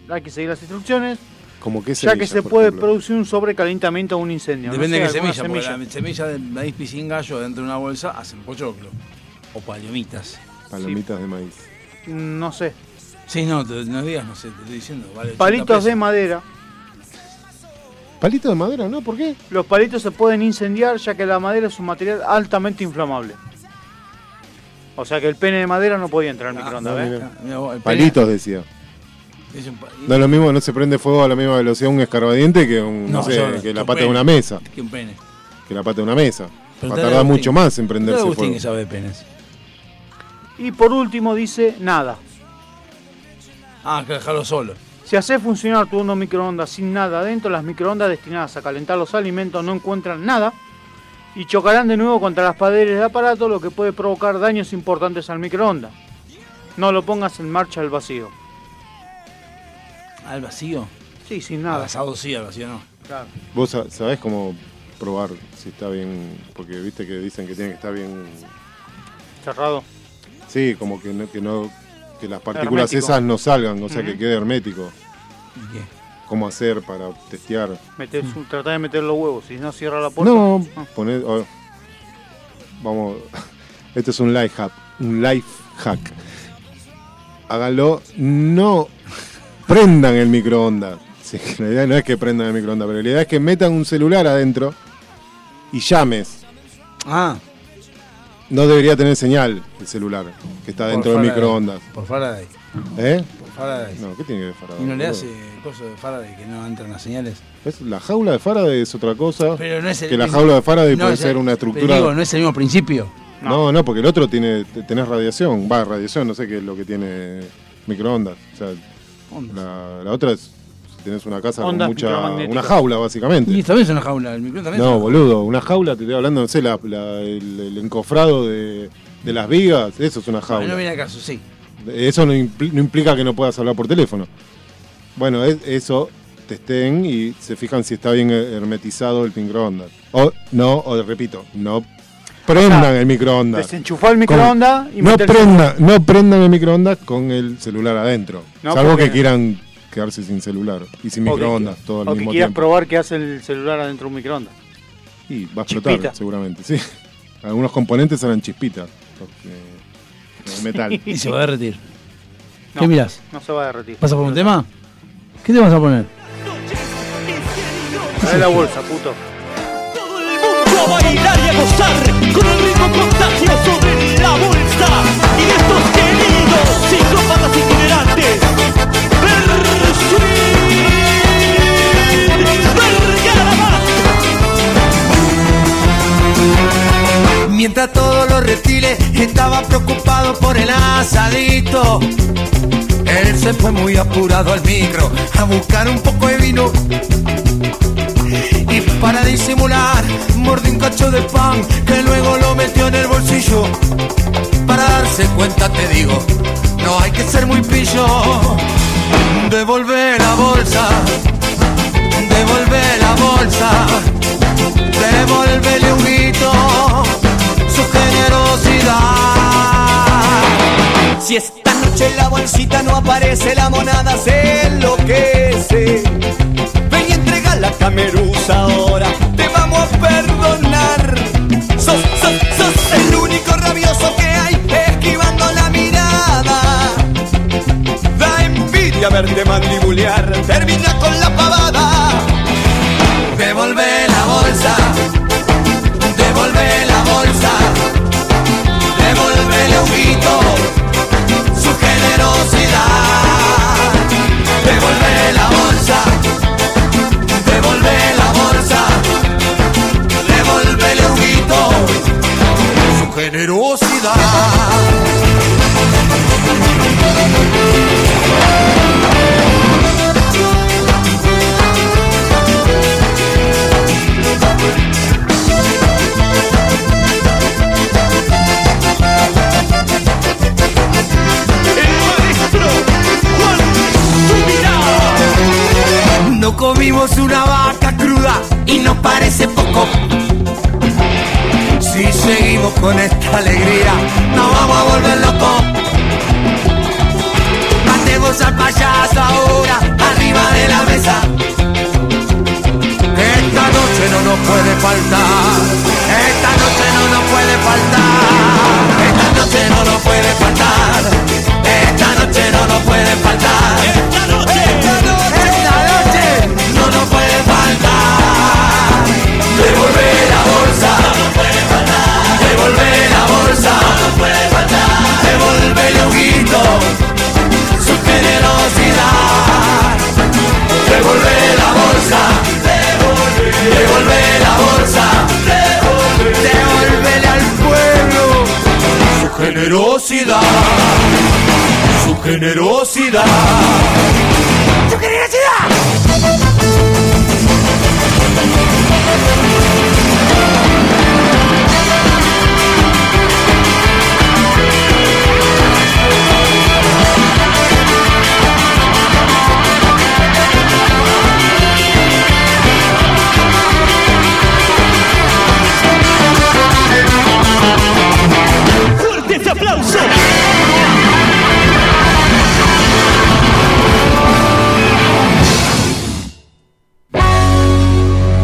Speaker 2: hay que seguir las instrucciones,
Speaker 9: Como que
Speaker 2: ya que se puede producir un sobrecalentamiento o un incendio. No
Speaker 8: Depende
Speaker 2: sé,
Speaker 8: de qué
Speaker 2: alguna
Speaker 8: semilla, porque la semilla de maíz pisingallo dentro de una bolsa hacen pochoclo. O palomitas.
Speaker 9: Palomitas de maíz.
Speaker 2: Mm, No sé.
Speaker 8: Sí, no, te- no digas, no sé, te estoy diciendo. Vale 80
Speaker 2: Palitos
Speaker 8: pesos.
Speaker 2: de madera.
Speaker 9: ¿Palitos de madera? ¿No? ¿Por qué?
Speaker 2: Los palitos se pueden incendiar ya que la madera es un material altamente inflamable. O sea que el pene de madera no podía
Speaker 8: Ah,
Speaker 2: entrar al microondas, ¿eh? ¿ves?
Speaker 8: Mirá vos, el
Speaker 9: Palitos, decía.
Speaker 8: Es un pa-
Speaker 9: No es lo mismo, no se prende fuego a la misma velocidad un escarbadiente que, un, no
Speaker 8: No,
Speaker 9: sé,
Speaker 8: yo no,
Speaker 9: que la
Speaker 8: yo
Speaker 9: pata de
Speaker 8: pene.
Speaker 9: una mesa.
Speaker 8: Que un pene.
Speaker 9: Que la pata de una mesa. Va a
Speaker 8: Preguntale a
Speaker 9: tardar
Speaker 8: Agustín.
Speaker 9: mucho más en
Speaker 8: Preguntale
Speaker 9: prenderse
Speaker 8: a Agustín
Speaker 9: fuego.
Speaker 8: que sabe de penes.
Speaker 2: Y por último dice nada.
Speaker 8: Ah, que dejarlo solo.
Speaker 2: Si haces funcionar tu horno microondas sin nada adentro, las microondas destinadas a calentar los alimentos no encuentran nada y chocarán de nuevo contra las paredes del aparato, lo que puede provocar daños importantes al microondas. No lo pongas en marcha al vacío.
Speaker 8: ¿Al vacío?
Speaker 2: Sí, sin
Speaker 9: Ah.
Speaker 8: Al
Speaker 2: nada.
Speaker 8: asado sí, al vacío no.
Speaker 2: Claro.
Speaker 9: Vos sa- sabés cómo probar si está bien. Porque viste que dicen que tiene que estar bien.
Speaker 2: Cerrado.
Speaker 9: Sí, como que no, que no. Que las partículas
Speaker 2: Hermético.
Speaker 9: esas no salgan, o sea que
Speaker 2: Ujú.
Speaker 9: quede hermético.
Speaker 8: ¿Y qué?
Speaker 9: ¿Cómo hacer para testear?
Speaker 2: Metés un- tratá de meter los huevos, si no cierra la puerta.
Speaker 9: No,
Speaker 2: Ah,
Speaker 9: poner. oh, vamos. Esto es un life hack. Un life hack. Háganlo. No prendan el microondas. Sí, la idea no es que prendan el microondas, pero la idea es que metan un celular adentro y llames.
Speaker 8: Ah.
Speaker 9: No debería tener señal el celular que está dentro del
Speaker 8: Faraday.
Speaker 9: microondas.
Speaker 8: Por Faraday.
Speaker 9: ¿eh?
Speaker 8: Por Faraday.
Speaker 9: No, ¿qué tiene que ver Faraday?
Speaker 8: Y no le
Speaker 9: boludo?
Speaker 8: hace cosas de Faraday que no entran las señales.
Speaker 9: Es- La jaula de Faraday es otra cosa.
Speaker 8: Pero no es el
Speaker 9: que la
Speaker 8: mismo-
Speaker 9: jaula de Faraday
Speaker 8: no
Speaker 9: puede
Speaker 8: es el-
Speaker 9: ser una
Speaker 8: pero
Speaker 9: estructura.
Speaker 8: digo, no es el mismo principio.
Speaker 9: No, no, porque el otro tiene, te- tenés radiación, va, radiación, no sé qué es lo que tiene microondas. O sea, la, la otra es, si tenés una casa con
Speaker 8: Ondas
Speaker 9: mucha,
Speaker 8: micromagnéticas.
Speaker 9: una jaula básicamente.
Speaker 8: Y también es una jaula, el micro también.
Speaker 9: No, boludo, una jaula, te estoy hablando, no sé, la- la- el, el encofrado de, de las vigas, eso es una
Speaker 8: Bueno, no
Speaker 9: jaula.
Speaker 8: viene acaso, sí.
Speaker 9: Eso no, impli- no implica que no puedas hablar por teléfono. Bueno, es- eso testeen y se fijan si está bien hermetizado el microondas. O no, o repito, no prendan el microondas.
Speaker 2: Desenchufá el microondas
Speaker 9: Con-
Speaker 2: y
Speaker 9: no
Speaker 2: meté el
Speaker 9: prenda, no prendan el microondas con el celular adentro.
Speaker 2: No,
Speaker 9: salvo
Speaker 2: porque-
Speaker 9: que quieran quedarse sin celular y sin
Speaker 2: O que-
Speaker 9: microondas todo al
Speaker 2: o que
Speaker 9: mismo
Speaker 2: quieras
Speaker 9: tiempo.
Speaker 2: probar qué hace el celular adentro de un microondas.
Speaker 9: Y va a explotar
Speaker 2: chispita.
Speaker 9: seguramente, sí. Algunos componentes eran chispitas. porque- de metal.
Speaker 8: Y se va a derretir.
Speaker 2: No,
Speaker 8: ¿Qué mirás?
Speaker 2: No se va a derretir.
Speaker 8: ¿Pasa por un tema? ¿Qué te vas a poner?
Speaker 2: Dale la bolsa, puto.
Speaker 23: a bailar y a gozar con un ritmo contagioso de la bolsa y de estos queridos psicópatas itinerantes.
Speaker 6: Mientras todos los reptiles estaban preocupados por el asadito, él se fue muy apurado al micro a buscar un poco de vino. Y para disimular, mordió un cacho de pan que luego lo metió en el bolsillo. Para darse cuenta, te digo, no hay que ser muy pillo. Devolver la bolsa, devolver la bolsa. Devuélvele un grito su generosidad. Si esta noche en la bolsita no aparece, la monada se enloquece. Ven y entrega la camerusa ahora, te vamos a perdonar. Sos, sos, sos el único rabioso que hay esquivando la mirada. Da envidia verte mandibulear, termina con la pavada. Devolve la bolsa, devolve la bolsa, devolve el ojito, su generosidad. Devolve la bolsa, devolve la bolsa, devolve el ojito, su generosidad. No comimos una vaca cruda y nos parece poco seguimos con esta alegría, nos vamos a volver locos. Matemos al payaso ahora, arriba de la mesa. Esta noche no nos puede faltar, esta noche no nos puede faltar, esta noche no nos puede faltar, esta noche no nos puede faltar. Esta noche, esta noche no nos puede faltar. Devolver la bolsa, devolver la bolsa, devolver el juguito, su generosidad. Devolver la bolsa, devolver la bolsa, devolverle al pueblo su generosidad, su generosidad. ¡Su generosidad!
Speaker 22: ¡Fuerte ese aplauso!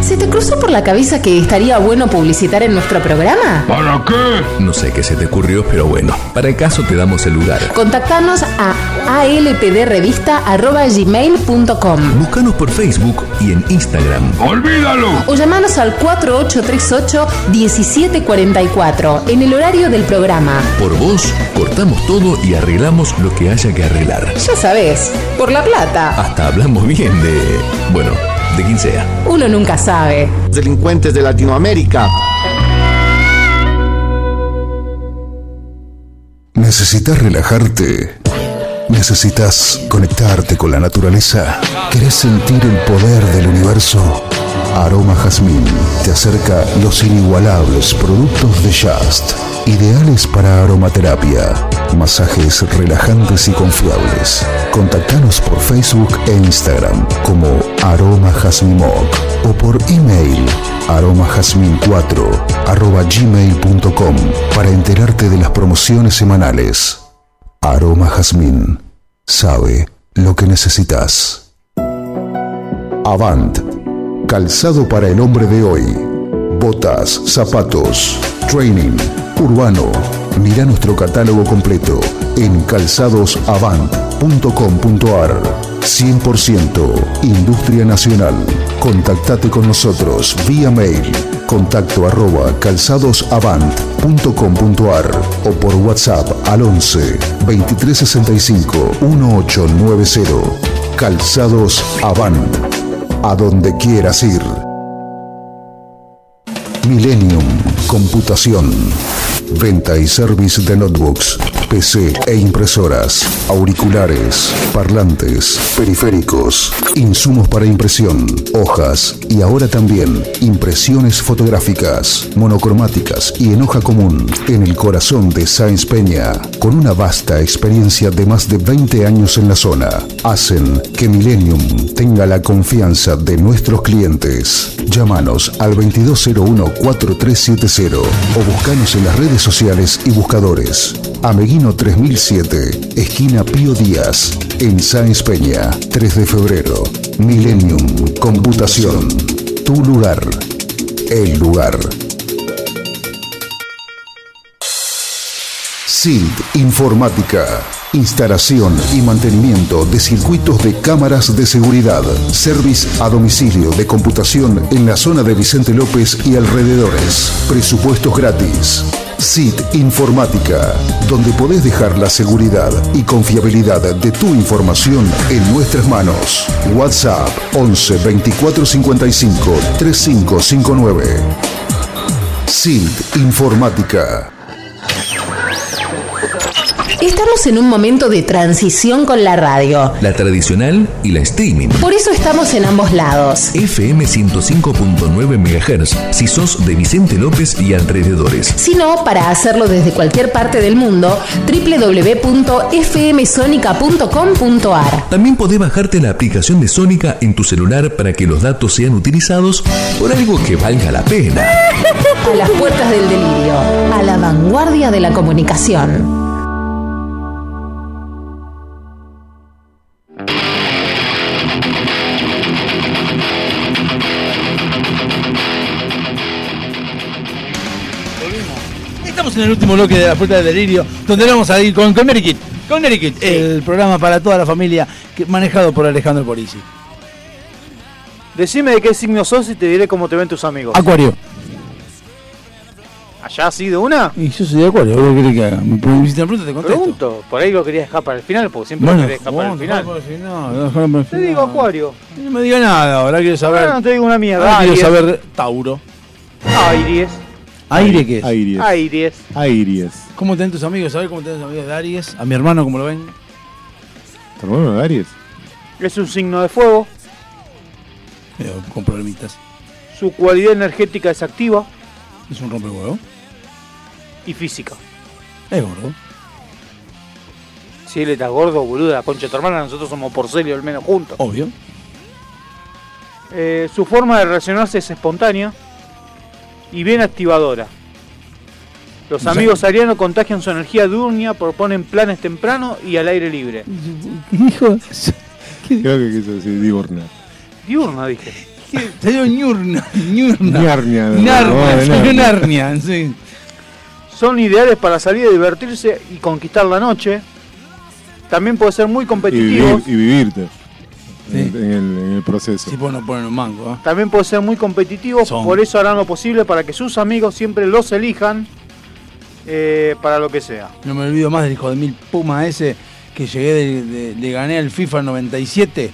Speaker 7: ¿Se te cruzó por la cabeza que estaría bueno publicitar en nuestro programa?
Speaker 14: ¿Para qué? No sé qué se te ocurrió, pero bueno, para el caso te damos el lugar.
Speaker 7: Contactanos a alpdrevista.gmail.com
Speaker 14: Búscanos por Facebook y en Instagram. ¡Olvídalo!
Speaker 7: o llamanos al 4838-1744 en el horario del programa.
Speaker 14: Por vos, cortamos todo y arreglamos lo que haya que arreglar.
Speaker 7: Ya sabes, por la plata,
Speaker 14: Hasta hablamos bien de. Bueno, de quien sea.
Speaker 7: uno nunca sabe.
Speaker 24: Delincuentes de Latinoamérica.
Speaker 1: ¿Necesitas relajarte? ¿Necesitas conectarte con la naturaleza? ¿Querés sentir el poder del universo? Aroma Jazmín te acerca los inigualables productos de Just, ideales para aromaterapia, masajes relajantes y confiables. Contactanos por Facebook e Instagram como Aroma Jazmín Moc o por email aromajazmin4 arroba gmail.com para enterarte de las promociones semanales. Aroma Jazmín. Sabe lo que necesitas. Avant. Calzado para el hombre de hoy. Botas, zapatos, training, urbano. Mira nuestro catálogo completo en calzadosavant.com.ar. 100% Industria Nacional. Contactate con nosotros vía mail contacto arroba calzadosavant.com.ar o por WhatsApp al 11 2365 1890. Calzados Avant. A donde quieras ir. Millennium Computación. Venta y service de notebooks, PC e impresoras, auriculares, parlantes, periféricos, insumos para impresión, hojas y ahora también impresiones fotográficas, monocromáticas y en hoja común, en el corazón de Sáenz Peña, con una vasta experiencia de más de 20 años en la zona, hacen que Millennium tenga la confianza de nuestros clientes. Llámanos al 2201-4370 o buscanos en las redes sociales y buscadores. Ameguino 3007, esquina Pío Díaz, en Sáenz Peña, 3 de febrero. Millennium Computación, tu lugar, el lugar. SILT Informática. Instalación y mantenimiento de circuitos de cámaras de seguridad. Service a domicilio de computación en la zona de Vicente López y alrededores. Presupuestos gratis. SIT Informática, donde podés dejar la seguridad y confiabilidad de tu información en nuestras manos. WhatsApp 11 24 55 3559. SIT Informática.
Speaker 7: Estamos en un momento de transición con la radio.
Speaker 14: La tradicional y la streaming.
Speaker 7: Por eso estamos en ambos lados.
Speaker 14: FM 105.9 MHz si sos de Vicente López y alrededores.
Speaker 7: Sino para hacerlo desde cualquier parte del mundo, www.fmsonica.com.ar.
Speaker 14: También podés bajarte la aplicación de Sónica en tu celular para que los datos sean utilizados por algo que valga la pena.
Speaker 7: A las puertas del delirio. A la vanguardia de la comunicación.
Speaker 8: Estamos en el último bloque de la puerta del delirio, donde vamos a ir con Connecticut. Connecticut, el programa para toda la familia que- manejado por Alejandro Porici.
Speaker 2: Decime de qué signo sos y te diré cómo te ven tus amigos.
Speaker 8: Acuario.
Speaker 2: ¿Allá ha sido una?
Speaker 8: Y yo soy de acuerdo, ¿vos qué querés que haga? Me pre- Si te pregunto, te contesto.
Speaker 2: Pregunto. Por ahí lo quería dejar para el final, porque siempre
Speaker 8: Bueno,
Speaker 2: lo quería dejar para el
Speaker 8: bueno,
Speaker 2: final.
Speaker 8: No, no, no, no,
Speaker 2: Te digo Acuario.
Speaker 8: no me diga nada, ahora quiero saber.
Speaker 2: Ahora Ah, no te digo una mierda.
Speaker 8: ahora quiero
Speaker 2: Aries.
Speaker 8: saber Tauro.
Speaker 2: Aries.
Speaker 8: ¿Aire qué es?
Speaker 9: Aries.
Speaker 2: Aries.
Speaker 9: Aries.
Speaker 8: ¿Cómo te ven tus amigos? A ver cómo te ven tus amigos de Aries. Ah, A mi hermano, ¿cómo lo ven?
Speaker 9: ¿Tu hermano de Aries?
Speaker 2: Es un signo de fuego.
Speaker 8: Eh, con problemitas.
Speaker 2: Su cualidad energética es activa
Speaker 8: Es un rompehuevo.
Speaker 2: y física.
Speaker 8: Es gordo.
Speaker 2: Si él está gordo, boluda, la concha de tu hermana, nosotros somos porcelio al menos juntos.
Speaker 8: Obvio.
Speaker 2: Eh, su forma de relacionarse es espontánea y bien activadora. Los
Speaker 8: Ya.
Speaker 2: amigos arianos contagian su energía diurna, proponen planes temprano y al aire libre.
Speaker 8: Hijo.
Speaker 9: Creo que quiso decir diurna.
Speaker 2: Diurna, dije.
Speaker 8: Salió ñurna. ñurna.
Speaker 9: Narnia. de-
Speaker 8: Narnia,
Speaker 9: de
Speaker 8: salió
Speaker 9: Narnia.
Speaker 8: Narnia, sí.
Speaker 2: Son ideales para salir a divertirse y conquistar la noche. También puede ser muy
Speaker 9: Y, vivir-
Speaker 2: competitivos.
Speaker 9: y vivirte. En, en el, en el proceso.
Speaker 8: Tipo no ponen un mango, ¿ah?
Speaker 2: También puede ser muy competitivo,
Speaker 8: Son.
Speaker 2: por eso harán lo posible para que sus amigos siempre los elijan eh, para lo que sea.
Speaker 8: No me olvido más del hijo de mil puma ese que llegué, de- de- le gané al FIFA 97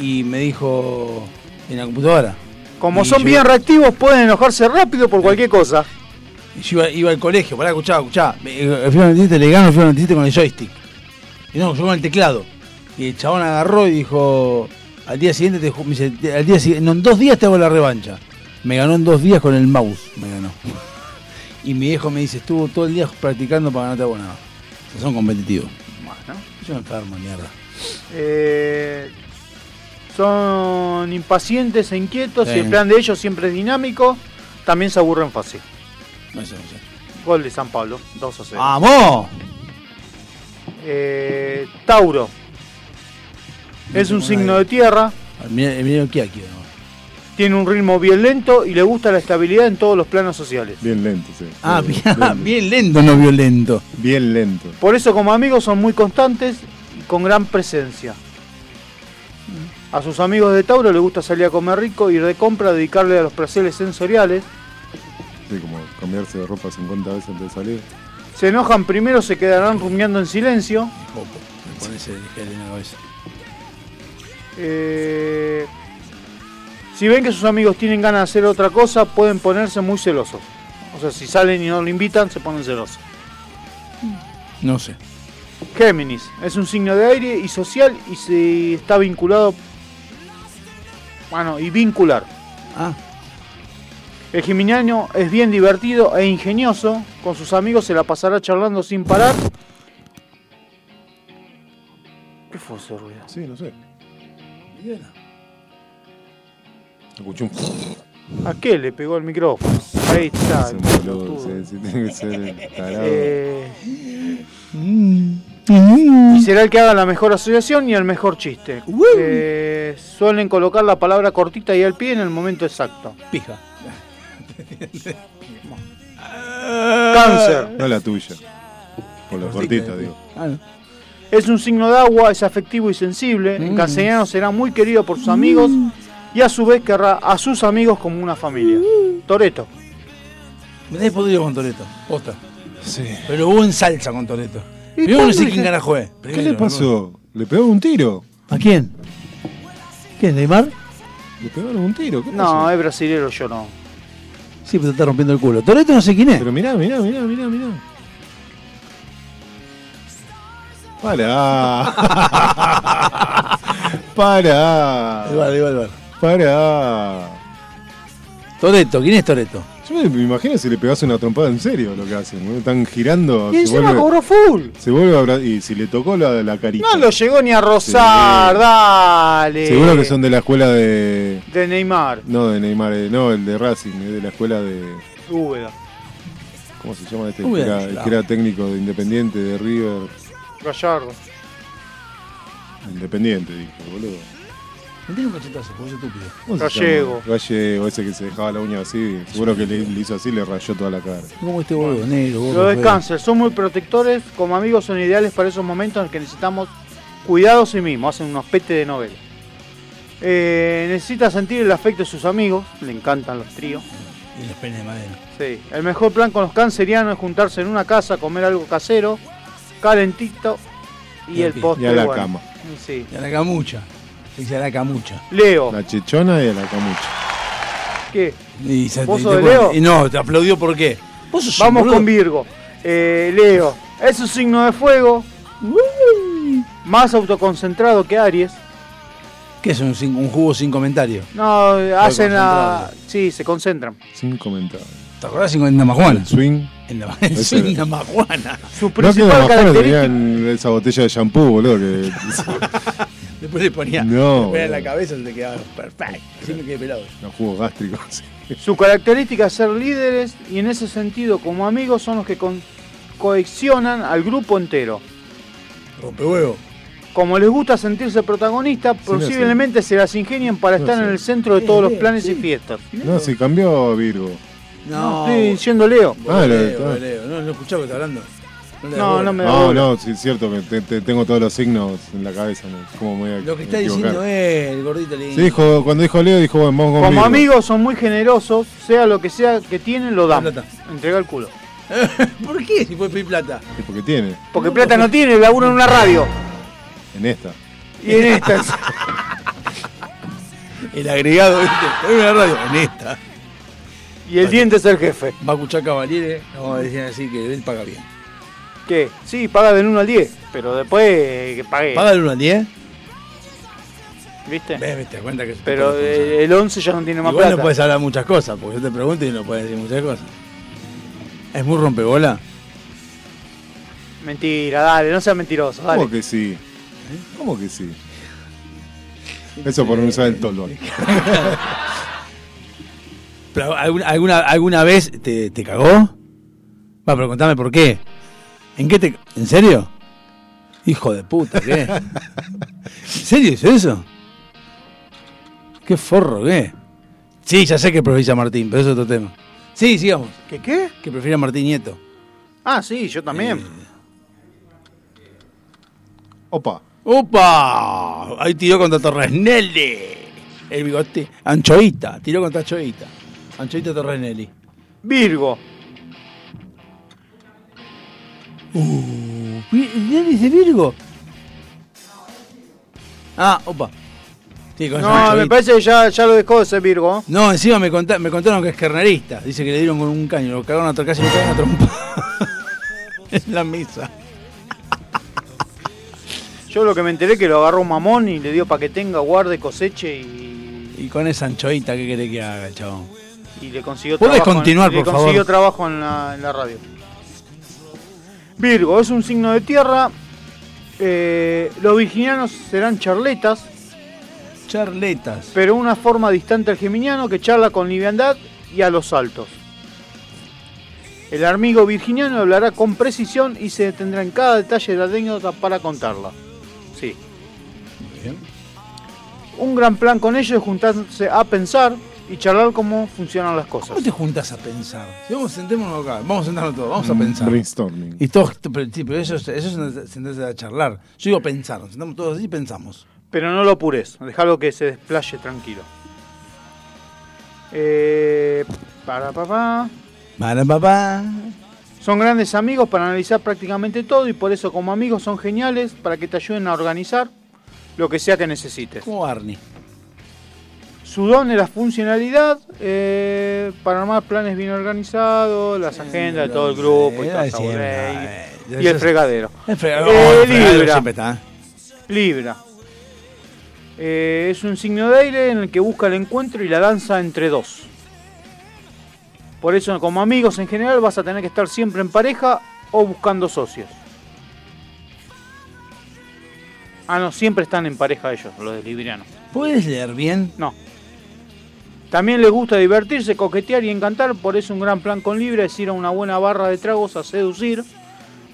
Speaker 8: y me dijo en la computadora.
Speaker 2: Como
Speaker 8: Y
Speaker 2: son
Speaker 8: yo-
Speaker 2: bien reactivos, pueden enojarse rápido por cualquier cosa.
Speaker 8: y Yo iba, iba al colegio, pará, escuchá, escuchá. me- Eh, El FIFA 97 le gano al FIFA 97 con el joystick. Y no, yo con el teclado. Y el chabón agarró y dijo, al día siguiente te ju- me dice, "Te- al día sigui- no, en dos días te hago la revancha. Me ganó en dos días con el mouse, me ganó. Y mi viejo me dice, estuvo todo el día practicando para ganarte abonado. O sea, son competitivos. Yo me enfermo, mierda.
Speaker 2: Eh, son impacientes e inquietos
Speaker 8: Sí.
Speaker 2: y el plan de ellos siempre es dinámico. También se aburren fácil.
Speaker 8: No sé, Ah, no sé.
Speaker 2: Gol de San Pablo, 2 a 0.
Speaker 8: ¡Vamos!
Speaker 2: Eh, Tauro. Es un signo de tierra,
Speaker 8: Mirá, mirá lo que hay aquí, ¿no?
Speaker 2: tiene un ritmo bien lento y le gusta la estabilidad en todos los planos sociales.
Speaker 9: Bien lento, sí.
Speaker 8: Ah, bien, bien lento, no violento.
Speaker 9: Bien lento.
Speaker 2: Por eso como amigos son muy constantes y con gran presencia. A sus amigos de Tauro les gusta salir a comer rico, ir de compra, dedicarle a los placeres sensoriales.
Speaker 9: Sí, como cambiarse de ropa 50 veces antes de salir.
Speaker 2: Se enojan primero, se quedarán rumiando en silencio.
Speaker 8: Poco. Me pones el gel en la cabeza.
Speaker 2: Eh, si ven que sus amigos tienen ganas de hacer otra cosa, pueden ponerse muy celosos. O sea, si salen y no lo invitan, se ponen celosos.
Speaker 8: No sé.
Speaker 2: Géminis es un signo de aire y social y se está vinculado. Bueno, y vincular.
Speaker 8: Ah.
Speaker 2: El geminiano es bien divertido e ingenioso. Con sus amigos se la pasará charlando sin parar. ¿Qué fue ese ruido?
Speaker 9: Sí, no sé. Escuché un.
Speaker 2: ¿A qué le pegó el micrófono? Ahí está.
Speaker 9: Ese
Speaker 2: el
Speaker 9: boludo,
Speaker 2: pelotudo.
Speaker 9: sí, sí, tiene que ser el tarado.
Speaker 2: Eh,
Speaker 9: Mm.
Speaker 2: y será el que haga la mejor asociación y el mejor chiste. Eh, suelen colocar la palabra cortita y al pie en el momento exacto.
Speaker 8: Pija.
Speaker 2: Cáncer.
Speaker 9: No la tuya. Por la cortita, digo.
Speaker 2: Es un signo de agua, es afectivo y sensible. En castellano será muy querido por sus amigos y a su vez querrá a sus amigos como una familia. Toreto.
Speaker 8: Me tenés podrido con Toreto. Posta.
Speaker 9: Sí.
Speaker 8: Pero hubo en salsa con Toreto.
Speaker 9: ¿Y
Speaker 8: Yo no
Speaker 9: cuándo
Speaker 8: sé
Speaker 9: dije-
Speaker 8: quién carajo es.
Speaker 9: ¿Qué le pasó? ¿Le pegó un tiro?
Speaker 8: ¿A quién? ¿Quién? ¿Neymar?
Speaker 9: ¿Le pegaron un tiro? ¿Qué
Speaker 2: No, es brasilero, yo no.
Speaker 8: Sí, pero te está rompiendo el culo. Toreto no sé quién es.
Speaker 9: Pero mirá, mirá, mirá, mirá, mirá. Pará. Pará.
Speaker 8: El bar, el bar, el bar.
Speaker 9: Pará.
Speaker 8: Toreto, ¿quién es Toreto?
Speaker 9: Yo Yo me me imagino si le pegase una trompada en serio lo que hacen. ¿no? Están girando.
Speaker 2: Y
Speaker 9: se
Speaker 2: encima
Speaker 9: vuelve,
Speaker 2: cobró full.
Speaker 9: se vuelve a abra- Y si le tocó la, la carita.
Speaker 2: No lo llegó ni a rozar, dale.
Speaker 9: Seguro que son de la escuela de.
Speaker 2: De Neymar,
Speaker 9: No, de Neymar, eh, no, el de Racing, es de la escuela de.
Speaker 2: Úbeda.
Speaker 9: ¿Cómo se llama este? El
Speaker 2: Muy
Speaker 9: que
Speaker 2: bien,
Speaker 9: era, el
Speaker 2: claro.
Speaker 9: que era técnico de Independiente, de River.
Speaker 2: Gallardo.
Speaker 9: Independiente, dijo, boludo.
Speaker 8: Me tiene un cachetazo, por eso estúpido.
Speaker 9: ¿Cómo se llama? Gallego, ese que se dejaba la uña así. Seguro que le, le hizo así le rayó toda la cara.
Speaker 8: ¿Cómo este boludo? Negro, gordo,
Speaker 2: Lo de
Speaker 8: feo.
Speaker 2: cáncer, son muy protectores, como amigos son ideales para esos momentos en los que necesitamos cuidado a sí mismo, hacen unos petes de novela. Eh, necesita sentir el afecto de sus amigos, le encantan los tríos.
Speaker 8: Y los penes de madera.
Speaker 2: Sí. El mejor plan con los cancerianos es juntarse en una casa, comer algo casero, calentito y, el postre.
Speaker 9: Y a la
Speaker 2: bueno.
Speaker 9: cama.
Speaker 2: Sí.
Speaker 8: Y a la camucha. Se dice a la camucha.
Speaker 2: Leo.
Speaker 9: La chichona y la camucha.
Speaker 2: ¿Qué?
Speaker 8: Y se-
Speaker 2: ¿Vos
Speaker 8: te-
Speaker 2: sos
Speaker 8: te-
Speaker 2: de Leo?
Speaker 8: Y no, te aplaudió por qué.
Speaker 2: Vamos
Speaker 8: boludo.
Speaker 2: con Virgo. Eh, Leo, es un signo de fuego. Más autoconcentrado que Aries.
Speaker 8: ¿Qué es un, sin- un jugo sin comentario?
Speaker 2: No, hacen la.
Speaker 8: concentrado.
Speaker 2: Sí, se concentran.
Speaker 9: Sin comentar.
Speaker 8: ¿Te acordás sin- en Damajuana?
Speaker 9: El swing.
Speaker 8: En la,
Speaker 9: Ese-
Speaker 8: sí, en la majuana.
Speaker 2: Su
Speaker 9: No que
Speaker 2: principal
Speaker 9: abajo
Speaker 2: característica.
Speaker 9: tenían esa botella de shampoo, boludo. Que...
Speaker 8: Después le ponía.
Speaker 9: No,
Speaker 8: le pegaba en
Speaker 9: boludo.
Speaker 8: la cabeza y te quedaba ah, perfecto. Así me quedé pelado.
Speaker 9: Los jugos gástricos.
Speaker 2: Su característica es ser líderes y en ese sentido, como amigos, son los que con- coexionan al grupo entero.
Speaker 8: Rompe huevo.
Speaker 2: Como les gusta sentirse protagonistas,
Speaker 9: no sé.
Speaker 2: posiblemente se las ingenian para estar en el centro de
Speaker 8: Sí,
Speaker 2: todos los
Speaker 8: sí,
Speaker 2: planes
Speaker 8: sí.
Speaker 2: y fiestas.
Speaker 9: No, si cambió Virgo.
Speaker 8: No,
Speaker 2: estoy diciendo Leo.
Speaker 9: Ah, lo-
Speaker 8: Leo,
Speaker 9: ah.
Speaker 8: Leo. No, no escuchaba que está hablando.
Speaker 2: No,
Speaker 8: le das bola.
Speaker 2: no me da
Speaker 9: No,
Speaker 2: bola.
Speaker 9: Ah, no, sí, es cierto que te- te- tengo todos los signos en la cabeza. ¿no? ¿Cómo me voy a
Speaker 8: Lo que está
Speaker 9: equivocar?
Speaker 8: diciendo es el gordito lindo.
Speaker 9: Sí, dijo, cuando dijo Leo, dijo, bueno, vamos con
Speaker 2: Como
Speaker 9: Virgo.
Speaker 2: amigos son muy generosos, sea lo que sea que tienen, lo dan. Entrega el culo.
Speaker 8: ¿Por qué si puede pedir plata?
Speaker 9: Sí, Porque tiene,
Speaker 2: Porque plata no tiene, laburo en una radio.
Speaker 9: en esta.
Speaker 2: Y en estas.
Speaker 8: El agregado, ¿viste? Poneme la radio. En esta.
Speaker 2: Y el diente es el jefe.
Speaker 8: Va a escuchar Cavaliere. No, decían así que él paga bien.
Speaker 2: ¿Qué? Sí, paga del 1 al 10, pero después eh, que pague.
Speaker 8: ¿Paga el 1 al 10?
Speaker 2: ¿Viste?
Speaker 8: Ves, te das cuenta que.
Speaker 2: Pero
Speaker 8: Igual
Speaker 2: eh, el 11 ya no tiene más
Speaker 8: no
Speaker 2: plata.
Speaker 8: puedes hablar muchas cosas, porque yo te pregunto y no puedes decir muchas cosas. Es muy rompebola.
Speaker 2: Mentira, dale, no seas mentiroso, dale.
Speaker 9: ¿Cómo que sí? ¿Eh? ¿Cómo que sí? Eso por no usar el tolón.
Speaker 8: Pero alguna, alguna, alguna vez te, te cagó? Va, pero contame por qué. ¿En qué te.? ¿En serio? Hijo de puta, ¿qué? ¿En serio hizo eso? ¿Qué forro, qué? Sí, ya sé que preferís a Martín, pero eso es otro tema. Sí, sigamos.
Speaker 2: ¿Qué qué?
Speaker 8: Que prefiere a Martín Nieto.
Speaker 2: Ah, sí, yo también.
Speaker 8: Eh.
Speaker 9: Opa.
Speaker 8: ¡Opa! Ahí tiró contra Torresnelli. El bigote. Anchoita, tiró contra Anchoita. Anchoita Torresnelli.
Speaker 2: Virgo.
Speaker 8: Uh, ¿Quién dice Virgo? Ah, opa. Sí, con esa
Speaker 2: No, me
Speaker 8: anchoita.
Speaker 2: parece que ya, ya lo dejó de ser Virgo. ¿eh?
Speaker 8: No, encima me, contá- me contaron que es carnerista. Dice que le dieron con un caño, lo cagaron a tro- casi lo cagaron a trompa. en la mesa.
Speaker 2: Yo lo que me enteré que lo agarró un mamón y le dio para que tenga, guarde, coseche y,
Speaker 8: Y con esa anchoita, ¿qué querés que haga, chabón?
Speaker 2: y le consiguió
Speaker 8: ¿Podés
Speaker 2: trabajo. en-
Speaker 8: continuar,
Speaker 2: le
Speaker 8: por favor?
Speaker 2: consiguió trabajo en la, en la radio. Virgo, es un signo de tierra. Eh, los virginianos serán charletas,
Speaker 8: Charletas.
Speaker 2: pero una forma distante al geminiano que charla con liviandad y a los saltos. El amigo virginiano hablará con precisión y se detendrá en cada detalle de la anécdota para contarla. Sí. Un gran plan con ellos es juntarse a pensar y charlar cómo funcionan las cosas.
Speaker 8: ¿Cómo te juntas a pensar? Si vamos, sentémonos acá, vamos a sentarnos todos,
Speaker 2: Mm.
Speaker 8: vamos a pensar.
Speaker 9: Mm, Brainstorming.
Speaker 8: Y todos, pero, sí, pero eso, es- eso es una- sentarse a charlar. Yo digo pensar, nos sentamos todos así y pensamos.
Speaker 2: Pero no lo apures, dejalo que se desplaye tranquilo. Eh, para papá.
Speaker 8: Para papá.
Speaker 2: Son grandes amigos para analizar prácticamente todo y por eso como amigos son geniales para que te ayuden a organizar lo que sea que necesites.
Speaker 8: Como Barney.
Speaker 2: Su don es la funcionalidad eh, para armar planes bien organizados, las agendas de todo el grupo y,
Speaker 8: Eh,
Speaker 2: toda esa
Speaker 8: siempre,
Speaker 2: boludez.
Speaker 8: eh,
Speaker 2: Y el
Speaker 8: eso-
Speaker 2: fregadero.
Speaker 8: El fregadero,
Speaker 2: Eh,
Speaker 8: el fregadero
Speaker 2: Libra.
Speaker 8: siempre está.
Speaker 2: Libra. Eh, es un signo de aire en el que busca el encuentro y la danza entre dos. Por eso, como amigos en general, vas a tener que estar siempre en pareja o buscando socios. Ah, no, siempre están en pareja ellos, los de Libriano.
Speaker 8: ¿Puedes leer bien?
Speaker 2: No. También les gusta divertirse, coquetear y encantar, por eso un gran plan con Libra es ir a una buena barra de tragos a seducir,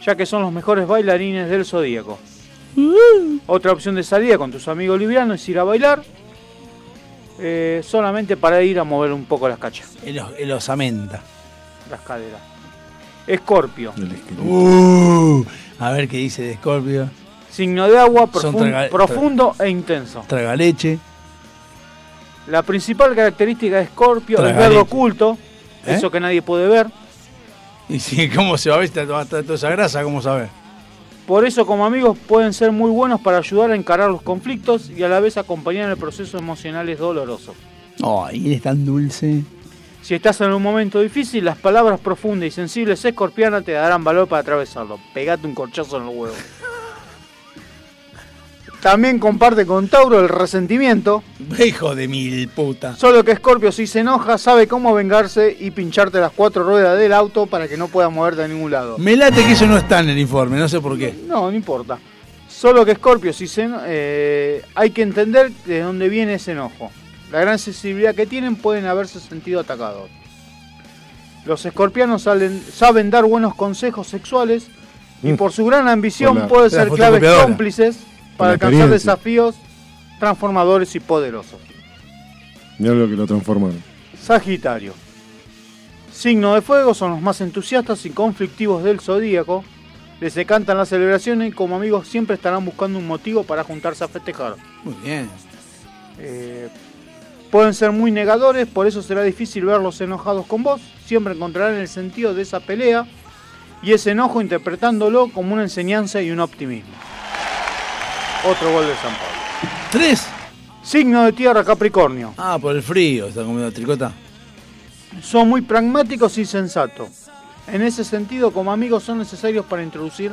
Speaker 2: ya que son los mejores bailarines del zodíaco. Otra opción de salida con tus amigos librianos es ir a bailar, eh, solamente para ir a mover un poco las cachas,
Speaker 8: El, os- el osamenta.
Speaker 2: las caderas. Escorpio,
Speaker 8: Uh, a ver qué dice de Scorpio.
Speaker 2: signo de agua
Speaker 8: Son
Speaker 2: profun-
Speaker 8: traga- tra-
Speaker 2: profundo e intenso.
Speaker 8: Tragaleche.
Speaker 2: La principal característica de Escorpio es
Speaker 8: Tragarete.
Speaker 2: verbo oculto,
Speaker 8: ¿Eh?
Speaker 2: eso que nadie puede ver.
Speaker 8: Y si, ¿cómo se va a ver Está toda, está toda esa grasa? ¿Cómo sabe?
Speaker 2: Por eso como amigos pueden ser muy buenos para ayudar a encarar los conflictos y a la vez acompañar en el proceso emocional es doloroso.
Speaker 8: Ay, eres tan dulce.
Speaker 2: Si estás en un momento difícil, las palabras profundas y sensibles escorpianas te darán valor para atravesarlo. Pegate un corchazo en el huevo. También comparte con Tauro el resentimiento,
Speaker 8: Hijo de mil puta.
Speaker 2: solo que Scorpio si se enoja sabe cómo vengarse y pincharte las cuatro ruedas del auto para que no puedas moverte a ningún lado.
Speaker 8: Me late que eso no está en el informe, no sé por qué.
Speaker 2: No, no importa. Solo que Scorpio, si se, eno- eh, hay que entender de dónde viene ese enojo. La gran sensibilidad que tienen pueden haberse sentido atacados. Los escorpianos salen- saben dar buenos consejos sexuales y
Speaker 9: Mm.
Speaker 2: por su gran ambición
Speaker 9: Hola.
Speaker 2: pueden
Speaker 9: La
Speaker 2: ser claves
Speaker 9: fotocopiadora.
Speaker 2: cómplices para
Speaker 9: la
Speaker 2: alcanzar
Speaker 9: experiencia.
Speaker 2: desafíos transformadores y poderosos.
Speaker 9: Mirá lo que lo transformaron.
Speaker 2: Sagitario. Signo de fuego son los más entusiastas y conflictivos del zodíaco. Les encantan las celebraciones y como amigos siempre estarán buscando un motivo para juntarse a festejar.
Speaker 8: Muy bien.
Speaker 2: Eh, pueden ser muy negadores, por eso será difícil verlos enojados con vos. Siempre encontrarán el sentido de esa pelea y ese enojo interpretándolo como una enseñanza y un optimismo. Otro gol de San Pablo.
Speaker 8: ¿Tres?
Speaker 2: Signo de tierra Capricornio.
Speaker 8: Ah, por el frío, está comiendo tricota.
Speaker 2: Son muy pragmáticos y sensatos. En ese sentido, como amigos, son necesarios para introducir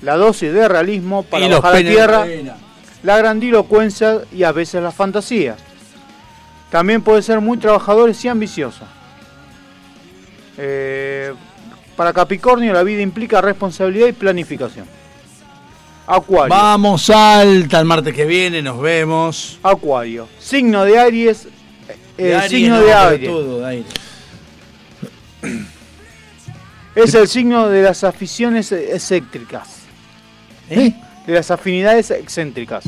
Speaker 2: la dosis de realismo para
Speaker 8: Y los
Speaker 2: bajar a
Speaker 8: penes
Speaker 2: tierra,
Speaker 8: de arena.
Speaker 2: la grandilocuencia y a veces la fantasía. También pueden ser muy trabajadores y ambiciosos. Eh, para Capricornio, la vida implica responsabilidad y planificación. Acuario.
Speaker 8: Vamos, salta el martes que viene, nos vemos.
Speaker 2: Acuario. Signo de Aries. eh,
Speaker 8: De Aries,
Speaker 2: signo
Speaker 8: no,
Speaker 2: de
Speaker 8: pero
Speaker 2: Aries.
Speaker 8: todo, de aire.
Speaker 2: Es el signo de las aficiones excéntricas. ¿Eh? De las afinidades excéntricas.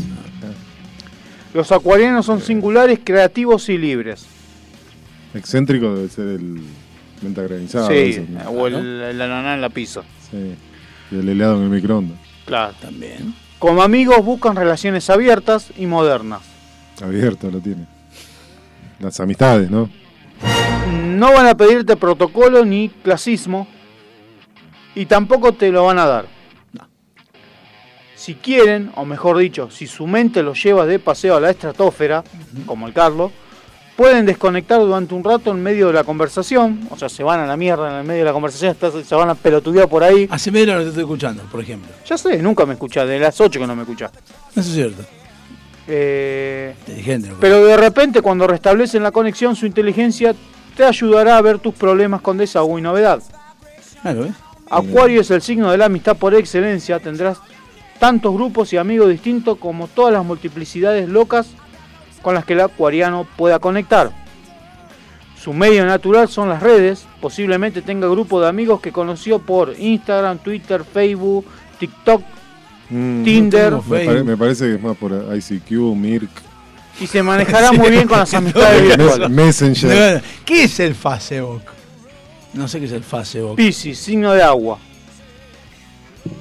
Speaker 2: Los acuarianos son singulares, creativos y libres.
Speaker 9: Excéntrico debe ser el mentagranizados.
Speaker 2: sí, o el, el ananá en la pizza.
Speaker 9: Sí. Y el helado en el microondas.
Speaker 2: Claro. También. Como amigos buscan relaciones abiertas y modernas.
Speaker 9: Abierto lo tiene. Las amistades, ¿no?
Speaker 2: No van a pedirte protocolo ni clasismo y tampoco te lo van a dar. Si quieren, o mejor dicho, si su mente los lleva de paseo a la estratosfera, como el Carlos, pueden desconectar durante un rato en medio de la conversación, o sea, se van a la mierda en el medio de la conversación, estás- se van a pelotudear por ahí.
Speaker 8: Hace media hora que te estoy escuchando, por ejemplo.
Speaker 2: Ya sé, nunca me escuchás, de las 8 que no me escuchás.
Speaker 8: Eso es cierto.
Speaker 2: Eh,
Speaker 8: Inteligente. ¿no?
Speaker 2: Pero de repente, cuando restablecen la conexión, su inteligencia te ayudará a ver tus problemas con desahogo y novedad.
Speaker 8: Claro, ¿eh?
Speaker 2: Acuario es el signo de la amistad por excelencia. Tendrás tantos grupos y amigos distintos como todas las multiplicidades locas con las que el acuariano pueda conectar. Su medio natural son las redes. Posiblemente tenga grupos de amigos que conoció por Instagram, Twitter, Facebook, TikTok
Speaker 9: Mm,
Speaker 2: Tinder.
Speaker 9: me, pare- me parece que es más por ICQ, Mirk.
Speaker 2: y se manejará muy bien con las amistades
Speaker 9: Mes-
Speaker 2: virtuales.
Speaker 9: Messenger.
Speaker 8: ¿Qué es el Facebook? No sé qué es el Facebook.
Speaker 2: Piscis, signo de agua.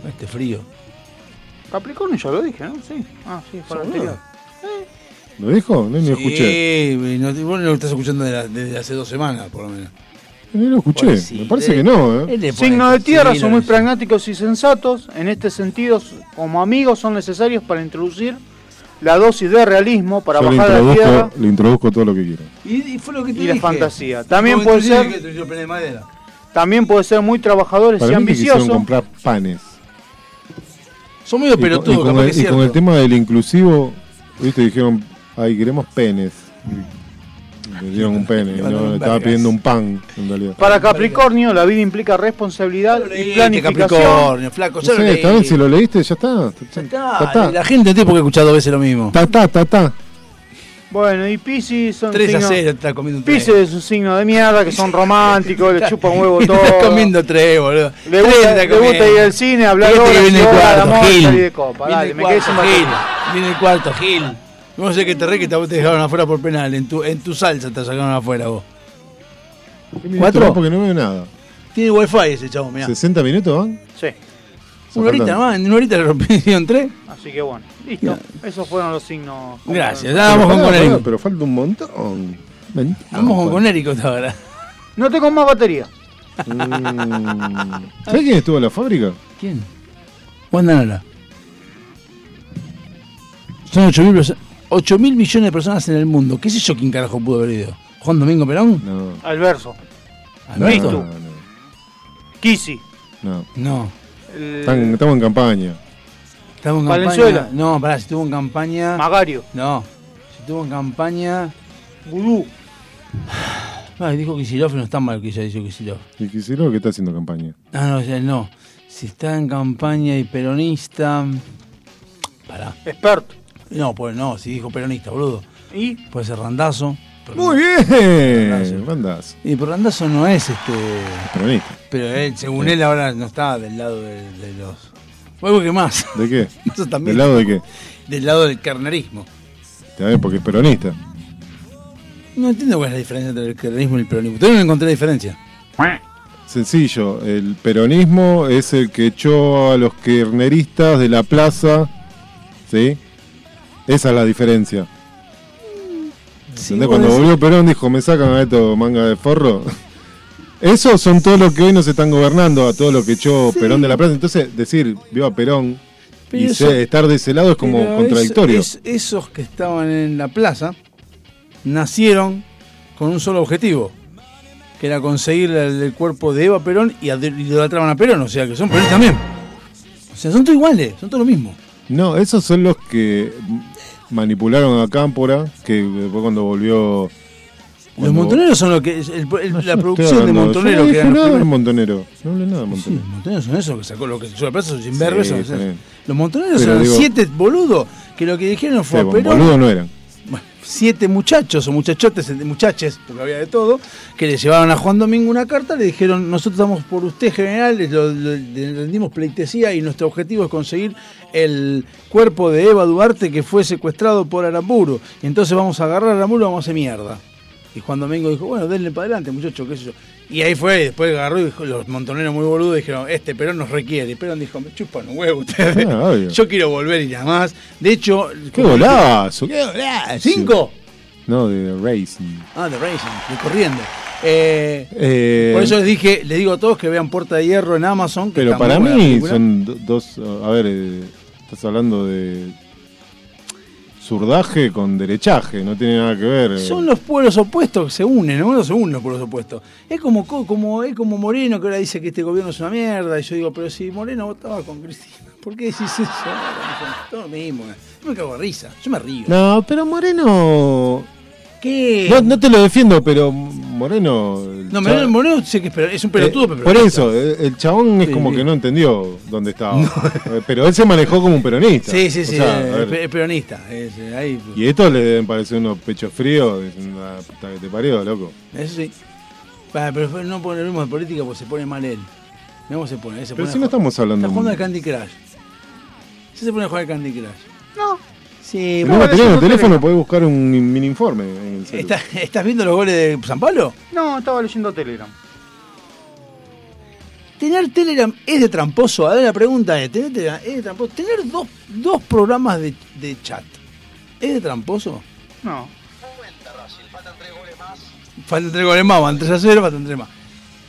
Speaker 8: Este frío.
Speaker 2: Capricornio ya lo dije, ¿no? Sí. Ah, sí, por anterior.
Speaker 9: ¿Lo dijo? No, ni lo
Speaker 8: Sí,
Speaker 9: escuché.
Speaker 8: güey, no, vos no lo estás escuchando de la- desde hace dos semanas, por lo menos.
Speaker 9: No Eh, lo escuché.
Speaker 8: Pobrecito,
Speaker 9: me parece
Speaker 8: eh.
Speaker 9: que no, ¿eh?
Speaker 8: Él le pone
Speaker 2: Signo de
Speaker 8: sí,
Speaker 2: tierra,
Speaker 8: lo
Speaker 2: son muy
Speaker 8: dice.
Speaker 2: pragmáticos y sensatos. En este sentido, como amigos, son necesarios para introducir la dosis de realismo para
Speaker 9: Yo le
Speaker 2: bajar a la tierra
Speaker 9: introduzco, le introduzco todo lo que quiera.
Speaker 8: Y, y fue lo que te
Speaker 2: y la
Speaker 8: dije.
Speaker 2: fantasía. También
Speaker 8: Lo
Speaker 2: puede
Speaker 8: que te dije
Speaker 2: ser,
Speaker 8: que te dio pene de madera.
Speaker 2: también puede ser muy trabajadores y
Speaker 9: Para mí que quisieron
Speaker 2: ambiciosos.
Speaker 9: comprar panes.
Speaker 8: Son medio
Speaker 9: Y con- y
Speaker 8: pelotudos,
Speaker 9: con,
Speaker 8: capaz
Speaker 9: el,
Speaker 8: que es
Speaker 9: y con el
Speaker 8: cierto. Mm.
Speaker 9: tema del inclusivo, ¿viste? Dijeron, ay, queremos penes. le dieron un pene. no, le estaba pidiendo un pan, en realidad.
Speaker 2: Para Capricornio, la vida implica responsabilidad y planificación.
Speaker 8: Capricornio, flaco, ya
Speaker 9: No
Speaker 8: lo
Speaker 9: sé,
Speaker 8: leí.
Speaker 9: esta vez si lo leíste, ya está. Ya está.
Speaker 8: Ah, La gente tiene por qué escuchar dos veces lo mismo.
Speaker 9: Ta, ta, ta, ta.
Speaker 2: Bueno, y Pisces son
Speaker 8: 3 a
Speaker 2: signos-
Speaker 8: 0 está comiendo un 3.
Speaker 2: Pisces es un signo de mierda, que son románticos, le chupan huevo todo.
Speaker 8: Está comiendo 3, Eh, boludo.
Speaker 2: Le gusta, le gusta ir al cine, hablar horas,
Speaker 8: Viene el
Speaker 2: y horas,
Speaker 8: cuarto,
Speaker 2: amor,
Speaker 8: Gil.
Speaker 2: salir de copa.
Speaker 8: Viene
Speaker 2: Dale,
Speaker 8: el
Speaker 2: me quedé sin
Speaker 8: cuarto, Gil.
Speaker 2: batería.
Speaker 8: Viene el cuarto, Gil. Vos sé que te re que te, vos te dejaron afuera por penal. En tu, en tu salsa te sacaron afuera vos.
Speaker 9: ¿Cuatro? Porque no veo nada.
Speaker 8: Tiene wifi ese chavo, mirá.
Speaker 9: ¿60 minutos van?
Speaker 2: Sí.
Speaker 8: Una horita
Speaker 9: faltan.
Speaker 8: nomás, en una horita le rompieron tres.
Speaker 2: Así que bueno, listo. Esos fueron los signos.
Speaker 8: Gracias,
Speaker 9: Pero
Speaker 8: ya vamos con
Speaker 9: pará, pará,
Speaker 8: Conérico.
Speaker 9: Pero falta un montón. Ven.
Speaker 8: Vamos con Conérico hasta ahora.
Speaker 2: No tengo más batería.
Speaker 8: Mm.
Speaker 9: ¿Sabes quién estuvo en la fábrica?
Speaker 8: ¿Quién? Juan Danara. Son 8 mil, millones de personas en el mundo. ¿Qué sé yo quién carajo pudo haber ido? ¿Juan Domingo Perón?
Speaker 9: No.
Speaker 2: Al verso.
Speaker 8: ¿Alberto?
Speaker 2: Mistu. Kisi.
Speaker 9: No.
Speaker 8: No.
Speaker 9: Están- estamos en campaña.
Speaker 8: Estamos en
Speaker 2: Valenzuela.
Speaker 8: campaña. No, pará, si estuvo en campaña.
Speaker 2: Magario.
Speaker 8: No. Si estuvo en campaña.
Speaker 2: Gudú.
Speaker 8: Ay, dijo Kicillof, no está mal que ya dicho Kicillof.
Speaker 9: ¿Y Kicillof que está haciendo campaña?
Speaker 8: Ah, no, ya no. Si está en campaña y peronista. Pará.
Speaker 2: Experto.
Speaker 8: No, pues no, si dijo peronista, boludo.
Speaker 2: ¿Y?
Speaker 8: Puede ser randazo.
Speaker 9: Muy bien. Bandas.
Speaker 8: Y por randazo no es este.
Speaker 9: Peronista.
Speaker 8: Pero él, según él, ahora no está del lado de, de los. Huevo que más.
Speaker 9: ¿De qué?
Speaker 8: Eso también.
Speaker 9: ¿Del lado de qué?
Speaker 8: Del lado del carnerismo.
Speaker 9: Te ves porque es peronista.
Speaker 8: No entiendo cuál es la diferencia entre el carnerismo y el peronismo. Todavía no encontré la diferencia.
Speaker 9: Sencillo, el peronismo es el que echó a los kirchneristas de la plaza, ¿sí? Esa es la diferencia. ¿Entendés? Cuando
Speaker 8: bueno,
Speaker 9: volvió Perón dijo, me sacan a esto manga de forro. Esos son todos los que hoy nos están gobernando, a todos los que echó Perón de la plaza. Entonces, decir, vio a Perón y se-
Speaker 8: Pero eso-
Speaker 9: estar de ese lado es como
Speaker 8: Pero
Speaker 9: contradictorio.
Speaker 8: es- es- esos que estaban en la plaza nacieron con un solo objetivo, que era conseguir el, el cuerpo de Eva Perón y ad- idolatraban a Perón, o sea que son peronistas también. O sea, son todos iguales, son todos lo mismo.
Speaker 9: No, esos son los que manipularon a Cámpora, que después cuando volvió...
Speaker 8: Los
Speaker 9: cuando-
Speaker 8: montoneros son lo que. el- el- la
Speaker 9: Estoy
Speaker 8: producción de
Speaker 9: hablando- yo
Speaker 8: montoneros
Speaker 9: no
Speaker 8: que eran
Speaker 9: dije
Speaker 8: los
Speaker 9: nada de
Speaker 8: primeros-
Speaker 9: montonero. No hablé nada de montonero.
Speaker 8: Los montoneros son esos que sacó lo que se hizo la plaza, son sin
Speaker 9: Sí,
Speaker 8: verbo, esos,
Speaker 9: está
Speaker 8: esos.
Speaker 9: bien.
Speaker 8: Los montoneros
Speaker 9: Pero
Speaker 8: eran
Speaker 9: digo-
Speaker 8: siete boludos, que lo que dijeron
Speaker 9: Sí,
Speaker 8: fue a
Speaker 9: bueno,
Speaker 8: Perón.
Speaker 9: boludos no eran.
Speaker 8: siete muchachos o muchachotes, eh, muchaches, porque había de todo, que le llevaron a Juan Domingo una carta, le dijeron, nosotros estamos por usted general, le- lo- lo- le rendimos pleitesía y nuestro objetivo es conseguir el cuerpo de Eva Duarte que fue secuestrado por Aramburu. Y entonces vamos a agarrar a Aramburu y vamos a hacer mierda. Y Juan Domingo dijo, bueno, denle para adelante, muchacho, qué sé yo. Y ahí fue, y después agarró y dijo, los montoneros muy boludos dijeron, este Perón nos requiere. Y Perón dijo, me chupan un huevo ustedes.
Speaker 9: Ah, obvio.
Speaker 8: yo quiero volver y nada más. De hecho...
Speaker 9: ¡Qué golazo!
Speaker 8: ¡Qué golazo! ¡Cinco!
Speaker 9: No, de Racing.
Speaker 8: Ah, de Racing, de corriendo. Eh,
Speaker 9: Eh,
Speaker 8: por eso les dije, les digo a todos que vean Puerta de Hierro en Amazon. que
Speaker 9: Pero
Speaker 8: está muy
Speaker 9: para
Speaker 8: buena
Speaker 9: mí
Speaker 8: película.
Speaker 9: son do- dos. A ver, eh, estás hablando de. Zurdaje con derechaje, no tiene nada que ver. eh.
Speaker 8: Son los pueblos opuestos que se unen, ¿no? Uno se unen los pueblos opuestos. Es como, co- como, es como Moreno que ahora dice que este gobierno es una mierda. Y yo digo, pero si Moreno votaba con Cristina, ¿por qué decís eso? Todo lo mismo. eh. Yo me cago de risa, yo me río.
Speaker 9: No, pero Moreno.
Speaker 8: ¿Qué?
Speaker 9: No, no te lo defiendo, pero Moreno. el cha-
Speaker 8: No, Moreno, Moreno sé que es per- es un pelotudo,
Speaker 9: Eh,
Speaker 8: pero
Speaker 9: por
Speaker 8: peronista.
Speaker 9: eso, eh, el chabón es
Speaker 8: Sí,
Speaker 9: como
Speaker 8: sí.
Speaker 9: que no entendió dónde estaba. Eh, Pero él se manejó como un peronista.
Speaker 8: Sí, sí,
Speaker 9: O
Speaker 8: sí,
Speaker 9: sea, a
Speaker 8: eh,
Speaker 9: ver,
Speaker 8: pe- es peronista. es, eh, ahí,
Speaker 9: y esto le deben parecer unos pechos fríos. dicen, "Ah, puta que te parió, loco.
Speaker 8: Eso sí. Pa, pero fue- no ponemos de política porque se pone mal él. Mirá cómo se pone. él se
Speaker 9: Pero
Speaker 8: pone
Speaker 9: si
Speaker 8: a
Speaker 9: no
Speaker 8: jugar-
Speaker 9: estamos hablando.
Speaker 8: Está jugando al Candy Crush. Si se pone a jugar al Candy Crush.
Speaker 2: No.
Speaker 8: Sí,
Speaker 9: Tenemos
Speaker 8: vos-
Speaker 9: teléfono, teléfono, podés buscar un mini informe en el celu.
Speaker 8: ¿Estás, ¿Estás viendo los goles de San Pablo?
Speaker 2: No, estaba leyendo Telegram.
Speaker 8: Tener Telegram es de tramposo. A ver, la pregunta es: ¿tener Telegram es de tramposo? ¿Tener dos, dos programas de, de chat es de tramposo?
Speaker 2: No.
Speaker 8: Faltan tres goles más, van 3 a 0, faltan tres más.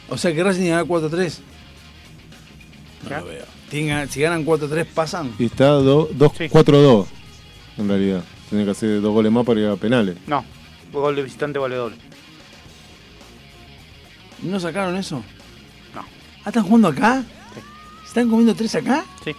Speaker 8: O sea que Racing gana 4 a 3. No lo veo. Tienen- Si ganan 4 a 3, pasan.
Speaker 9: Y está 2-4-2, en realidad. Tiene que hacer dos goles más para ir a penales.
Speaker 2: No. Gol de visitante vale doble.
Speaker 8: ¿No sacaron eso?
Speaker 2: No.
Speaker 8: ¿Ah, están jugando acá? ¿Se ¿Están comiendo tres acá?
Speaker 2: Sí.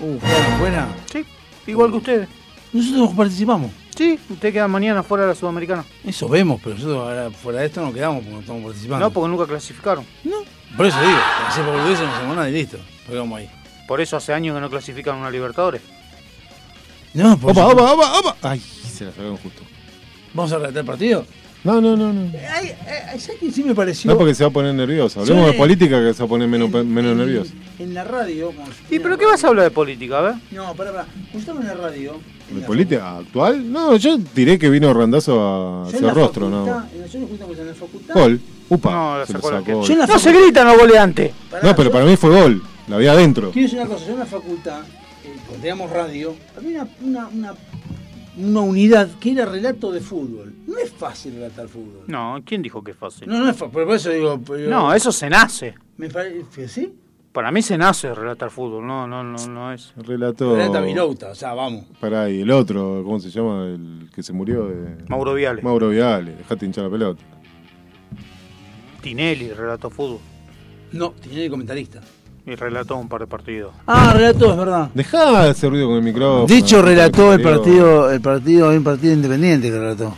Speaker 8: Uh, ¿jugaron afuera?
Speaker 2: Sí, igual que ustedes.
Speaker 8: Nosotros participamos.
Speaker 2: Sí, usted queda mañana fuera de la Sudamericana.
Speaker 8: Eso vemos, pero nosotros ahora fuera de esto no quedamos porque no estamos participando.
Speaker 2: No, porque nunca clasificaron.
Speaker 8: No. Por eso digo, que hacer por eso no hacemos nada y listo. Pero quedamos Pues ahí.
Speaker 2: Por eso hace años que no clasifican una Libertadores.
Speaker 8: No, por
Speaker 9: Opa,
Speaker 8: eso-
Speaker 9: opa, opa, opa. Ay, se la sacaron justo.
Speaker 8: ¿Vamos a relatar el partido?
Speaker 9: No, no, no, no.
Speaker 8: Ay, ay, ¿Sabes qué sí me pareció?
Speaker 9: No porque se va a poner nervioso. Hablemos
Speaker 8: Sí.
Speaker 9: de política que se va a poner menos, menos nervioso.
Speaker 8: En la radio. como-
Speaker 2: ¿Y pero qué vas a hablar de política, a ver?
Speaker 8: No, pará, pará. Gustavo en la radio.
Speaker 9: ¿De política actual? No, yo diré que vino Randazo a
Speaker 8: yo en
Speaker 9: hacer
Speaker 8: la
Speaker 9: Ah, rostro, no.
Speaker 8: facultad- en la- yo no en la facultad.
Speaker 9: Gol. Upa.
Speaker 2: No, la
Speaker 9: se lo
Speaker 2: sacó la
Speaker 9: sacó.
Speaker 2: que- No se gritan los goleantes.
Speaker 9: No, pero para mí fue gol. La vi adentro.
Speaker 8: Quiero decir una cosa, yo en la facultad, eh, cuando teníamos radio, había una, una, una, una unidad que era relato de fútbol. No es fácil relatar fútbol.
Speaker 2: No, ¿quién dijo que es fácil?
Speaker 8: No, no es fácil, por eso digo... pero-
Speaker 2: No, eso se nace.
Speaker 8: Me parece, ¿sí?
Speaker 2: Para mí se nace relatar fútbol, no, no, no, no es.
Speaker 9: Relato.
Speaker 8: Relata Virouta, o sea, vamos.
Speaker 9: Pará, y el otro, ¿cómo se llama? El que se murió. eh,
Speaker 2: Mauro Viale.
Speaker 9: Mauro Viale. Dejate hinchar la pelota.
Speaker 2: Tinelli relató fútbol
Speaker 8: No, tenía el comentarista.
Speaker 2: y relató un par de partidos.
Speaker 8: Ah, relato, es verdad.
Speaker 9: Dejá ese ruido con el micrófono.
Speaker 8: De hecho, relató el
Speaker 9: Digo,
Speaker 8: partido, el partido, hay un partido independiente que relató.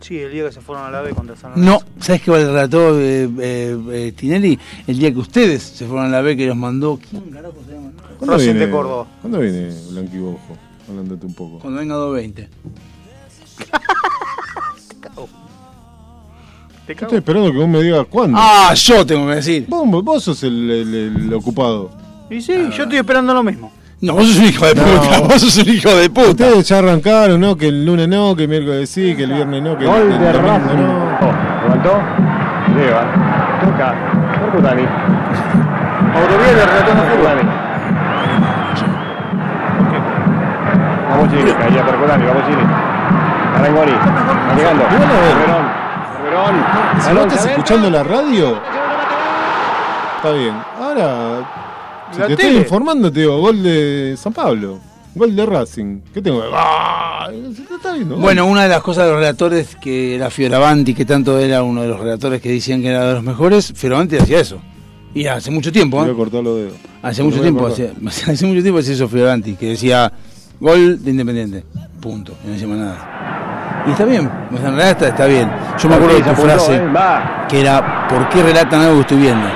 Speaker 2: Sí, el día que se fueron a la B contra San
Speaker 8: No, ¿sabes qué relató eh, eh, eh, Tinelli? El día que ustedes se fueron a la B que los mandó. ¿Quién carajo se llama?
Speaker 9: ¿Cuándo
Speaker 2: Racing
Speaker 9: viene,
Speaker 2: de Córdoba.
Speaker 9: ¿Cuándo viene Blanquibojo? Hablándote un poco.
Speaker 8: Cuando venga 220.
Speaker 2: Te
Speaker 9: Yo estoy esperando que vos me digas cuándo.
Speaker 8: Ah, yo tengo que decir.
Speaker 9: Vos, vos sos el, el- el ocupado.
Speaker 2: Y sí,
Speaker 8: Ah,
Speaker 2: yo estoy esperando lo mismo.
Speaker 8: No, vos sos un hijo de puta, vos sos un hijo de puta.
Speaker 9: Ustedes ya arrancaron, ¿no? Que el lunes no, que el miércoles sí, que el viernes no, que el, el domingo no.
Speaker 25: Levantó, lleva, toca, Orcutani. Aurovieles relatando Orcutani. Vamos Chile, caía Percutani, vamos Chile. Arangoni, va llegando. Verón, Verón,
Speaker 9: Si vos estás escuchando la radio, está bien. Ahora, si
Speaker 2: La
Speaker 9: te estoy
Speaker 2: tele.
Speaker 9: informando, te digo, gol de San Pablo, gol de Racing. ¿Qué tengo que ¡Ah! Se te está viendo.
Speaker 8: Bueno, una de las cosas de los relatores que era Fioravanti, que tanto era uno de los relatores que decían que era de los mejores, Fioravanti hacía eso. Y hace mucho tiempo,
Speaker 9: voy a
Speaker 8: ¿eh?
Speaker 9: cortar los dedos.
Speaker 8: Hace
Speaker 9: Me
Speaker 8: mucho
Speaker 9: voy a
Speaker 8: tiempo,
Speaker 9: cortar.
Speaker 8: hace, hace mucho tiempo hacía eso Fioravanti, que decía gol de Independiente. Punto. Y no decía más nada. Y está bien, o sea, en realidad está, está bien. Yo me acuerdo de tu frase que era ¿por qué relatan algo que estoy viendo?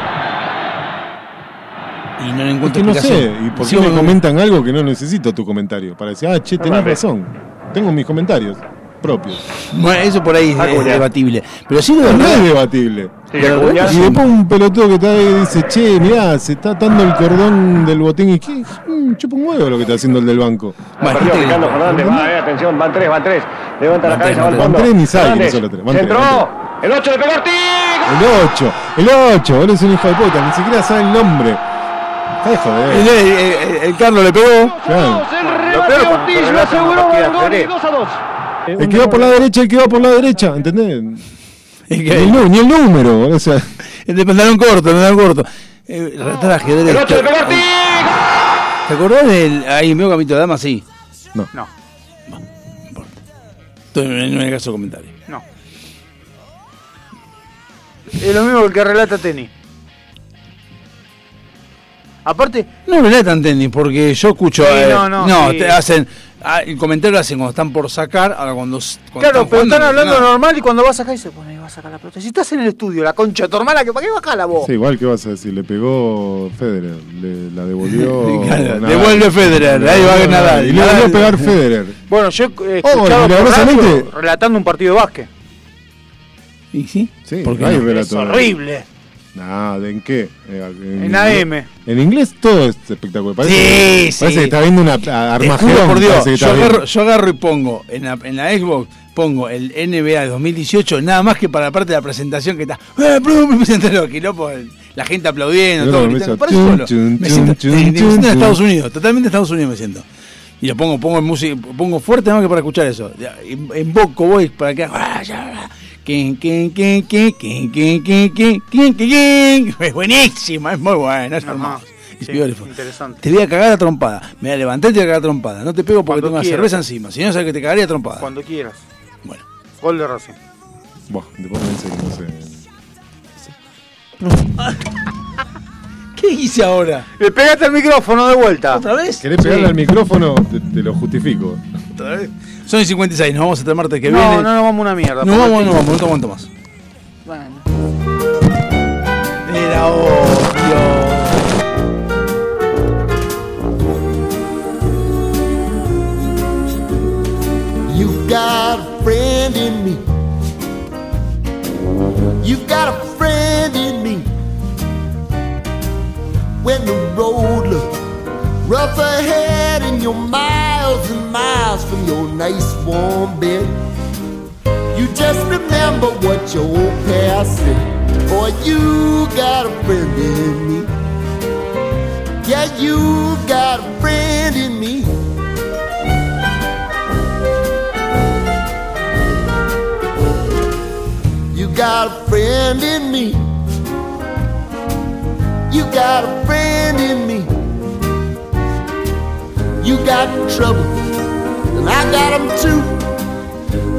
Speaker 8: Y no le
Speaker 9: Es
Speaker 8: encuentro
Speaker 9: que no sé,
Speaker 8: explicación.
Speaker 9: ¿y por
Speaker 8: Sí,
Speaker 9: qué me
Speaker 8: porque-
Speaker 9: comentan algo que no necesito tu comentario? Para decir, ah, che, tenés
Speaker 8: Aparte.
Speaker 9: razón. Tengo mis comentarios propios.
Speaker 8: Bueno, eso por ahí es,
Speaker 9: Acuña.
Speaker 8: es debatible. Pero sí lo de
Speaker 9: Ah, No es
Speaker 8: verdad-
Speaker 9: debatible.
Speaker 8: Sí, Acuña.
Speaker 9: y después un pelotudo que está ahí dice, che, mirá, se está atando el cordón del botín y qué, Mm, chupa un huevo lo que está haciendo el del banco.
Speaker 25: La perdió Ricardo Fernández, va, eh, atención, van tres, van tres. Levanta la cabeza, va al
Speaker 9: Van
Speaker 25: fondo.
Speaker 9: tres ni sabe
Speaker 25: Fernández,
Speaker 9: quiénes son los tres. Van tres,
Speaker 25: centró,
Speaker 9: van
Speaker 25: el 8 de Pegorti.
Speaker 9: El 8, el 8, boludo, es un hijo de puta, ni siquiera sabe el nombre. Está de joder.
Speaker 8: El, Carlos le pegó.
Speaker 9: Claro.
Speaker 25: Lo peor cuando te relatan una partida de ajedrez.
Speaker 9: El que va por la derecha, el que va por la derecha, ¿entendés?
Speaker 8: que-
Speaker 9: Ni el nu- ni el número, boludo, o sea.
Speaker 8: El de pantalón corto, el de pantalón corto. Eh,
Speaker 2: Ah.
Speaker 8: relatar ajedrez.
Speaker 25: El 8 de Pegorti.
Speaker 8: ¿Te acordás del. Ahí, medio camito de dama? Sí.
Speaker 9: No.
Speaker 2: No.
Speaker 8: Bueno, no importa. Entonces, no hay caso de comentario.
Speaker 2: Es lo mismo que el que relata tenis. Aparte,
Speaker 8: No relatan tenis, porque yo escucho.
Speaker 2: Sí,
Speaker 8: eh,
Speaker 2: no, no, sí.
Speaker 8: te hacen. ah, el comentario lo hacen cuando están por sacar. Ahora, cuando. s- cuando
Speaker 2: claro, pero
Speaker 8: jugando,
Speaker 2: están
Speaker 8: no dicen
Speaker 2: hablando
Speaker 8: nada.
Speaker 2: normal y cuando vas a sacar dices, bueno, ahí vas a sacar la pelota. Si estás en el estudio, la concha de tu hermana, ¿que ¿para qué bajás la voz?
Speaker 9: Sí, igual que vas a decir, le pegó Federer, le, la devolvió.
Speaker 8: Claro,
Speaker 9: Nadal.
Speaker 8: devuelve Federer, ahí va a ganar.
Speaker 9: Y le volvió a pegar Federer.
Speaker 2: Bueno, yo he
Speaker 9: Oh,
Speaker 2: escuchado por
Speaker 9: milagrosamente.
Speaker 2: radio relatando un partido de básquet.
Speaker 8: ¿Y sí?
Speaker 9: Sí,
Speaker 8: ¿Por qué
Speaker 9: hay
Speaker 8: no?
Speaker 9: relato.
Speaker 2: Horrible.
Speaker 9: Nah, ¿de en qué? Eh, en,
Speaker 2: En AM.
Speaker 9: En inglés todo es espectacular. Parece,
Speaker 8: Sí,
Speaker 9: parece
Speaker 8: sí.
Speaker 9: que está viendo una a-
Speaker 8: Te juro
Speaker 9: Armagedón.
Speaker 8: por Dios,
Speaker 9: parece que
Speaker 8: yo
Speaker 9: está viendo.
Speaker 8: agarro, yo agarro y pongo en la, en la Xbox, pongo el NBA 2018, nada más que para la parte de la presentación que está. ¡Eh, brum! me siento los quilomos, la gente aplaudiendo,
Speaker 9: Yo
Speaker 8: todo
Speaker 9: no, me
Speaker 8: gritando,
Speaker 9: hizo
Speaker 8: parece
Speaker 9: chun,
Speaker 8: solo.
Speaker 9: chun,
Speaker 8: Me
Speaker 9: chun,
Speaker 8: siento
Speaker 9: chun,
Speaker 8: me siento
Speaker 9: chun,
Speaker 8: en Estados
Speaker 9: chun.
Speaker 8: Unidos, totalmente Estados Unidos me siento. Y lo pongo, pongo en música, pongo fuerte nada más que para escuchar eso. En, en Boco voy para acá. ¡ah, ya, ya! Quin, quin, quin, quin, quin, quin, quin, quin, quin, quin. Es buenísima, es muy buena, es hermosa. Es beautiful.
Speaker 2: Interesante.
Speaker 8: Te voy a cagar a trompada. Me levanté y te voy a cagar a trompada. No te pego porque
Speaker 2: Cuando
Speaker 8: tengo la
Speaker 2: quieras.
Speaker 8: cerveza encima. Si no, sabes que te cagaría a trompada.
Speaker 2: Cuando quieras.
Speaker 8: Bueno.
Speaker 2: Gol de Racing.
Speaker 9: Buah, después pensé que no sé.
Speaker 8: ¿Qué hice ahora?
Speaker 2: Le pegaste al micrófono de vuelta.
Speaker 8: ¿Otra vez?
Speaker 9: ¿Querés pegarle al micrófono? Te, te lo justifico.
Speaker 8: ¿Otra vez? Son y 56, nos vamos hasta el martes que
Speaker 2: no,
Speaker 8: viene.
Speaker 2: no nos vamos a una mierda.
Speaker 8: No
Speaker 2: Porque
Speaker 8: vamos, no
Speaker 2: tengo-
Speaker 8: vamos, no te aguanto más.
Speaker 2: Bueno.
Speaker 8: Era obvio.
Speaker 16: You've got a friend in me. You've got a friend in me. When the road looks rough ahead and you're miles and miles from your nice warm bed, you just remember what your old past said. Boy, you got a friend in me. Yeah, you've got a friend in me. You got a friend in me. You got a friend in me. You got trouble, and I got 'em too.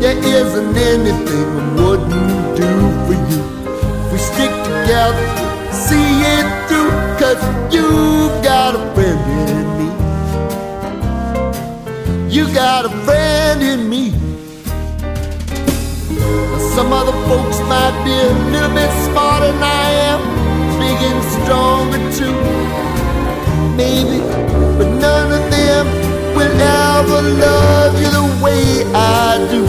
Speaker 16: There isn't anything I wouldn't do for you. We stick together, see it through, cause you got a friend in me. You got a friend in me. Some other folks might be a little bit smarter than I am, big and stronger too. Maybe, but none of them will ever love you the way I do.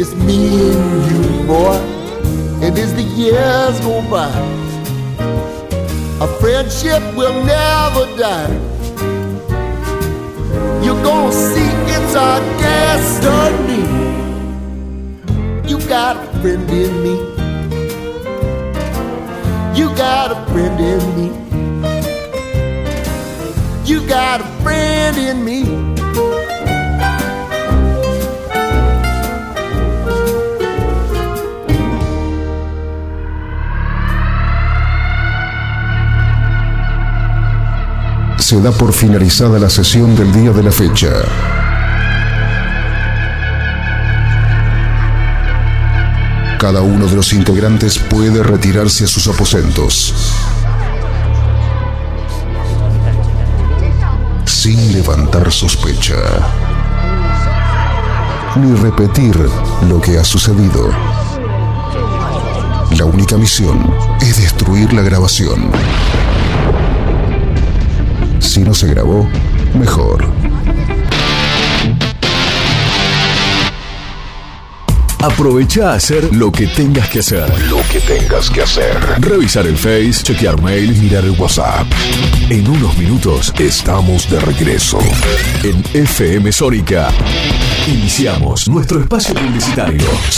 Speaker 16: It's me and you, boy, and as the years go by, our friendship will never die. You're gonna see it's our destiny. You got a friend in me. You got a friend in me. You got a friend in me.
Speaker 1: Se da por finalizada la sesión del día de la fecha. Cada uno de los integrantes puede retirarse a sus aposentos. Sin levantar sospecha. Ni repetir lo que ha sucedido. La única misión es destruir la grabación. Si no se grabó, mejor.
Speaker 17: Aprovecha a hacer lo que tengas que hacer. Lo que tengas que hacer. Revisar el Face, chequear mail, mirar el WhatsApp. En unos minutos estamos de regreso. En FM Sónica. Iniciamos nuestro espacio publicitario.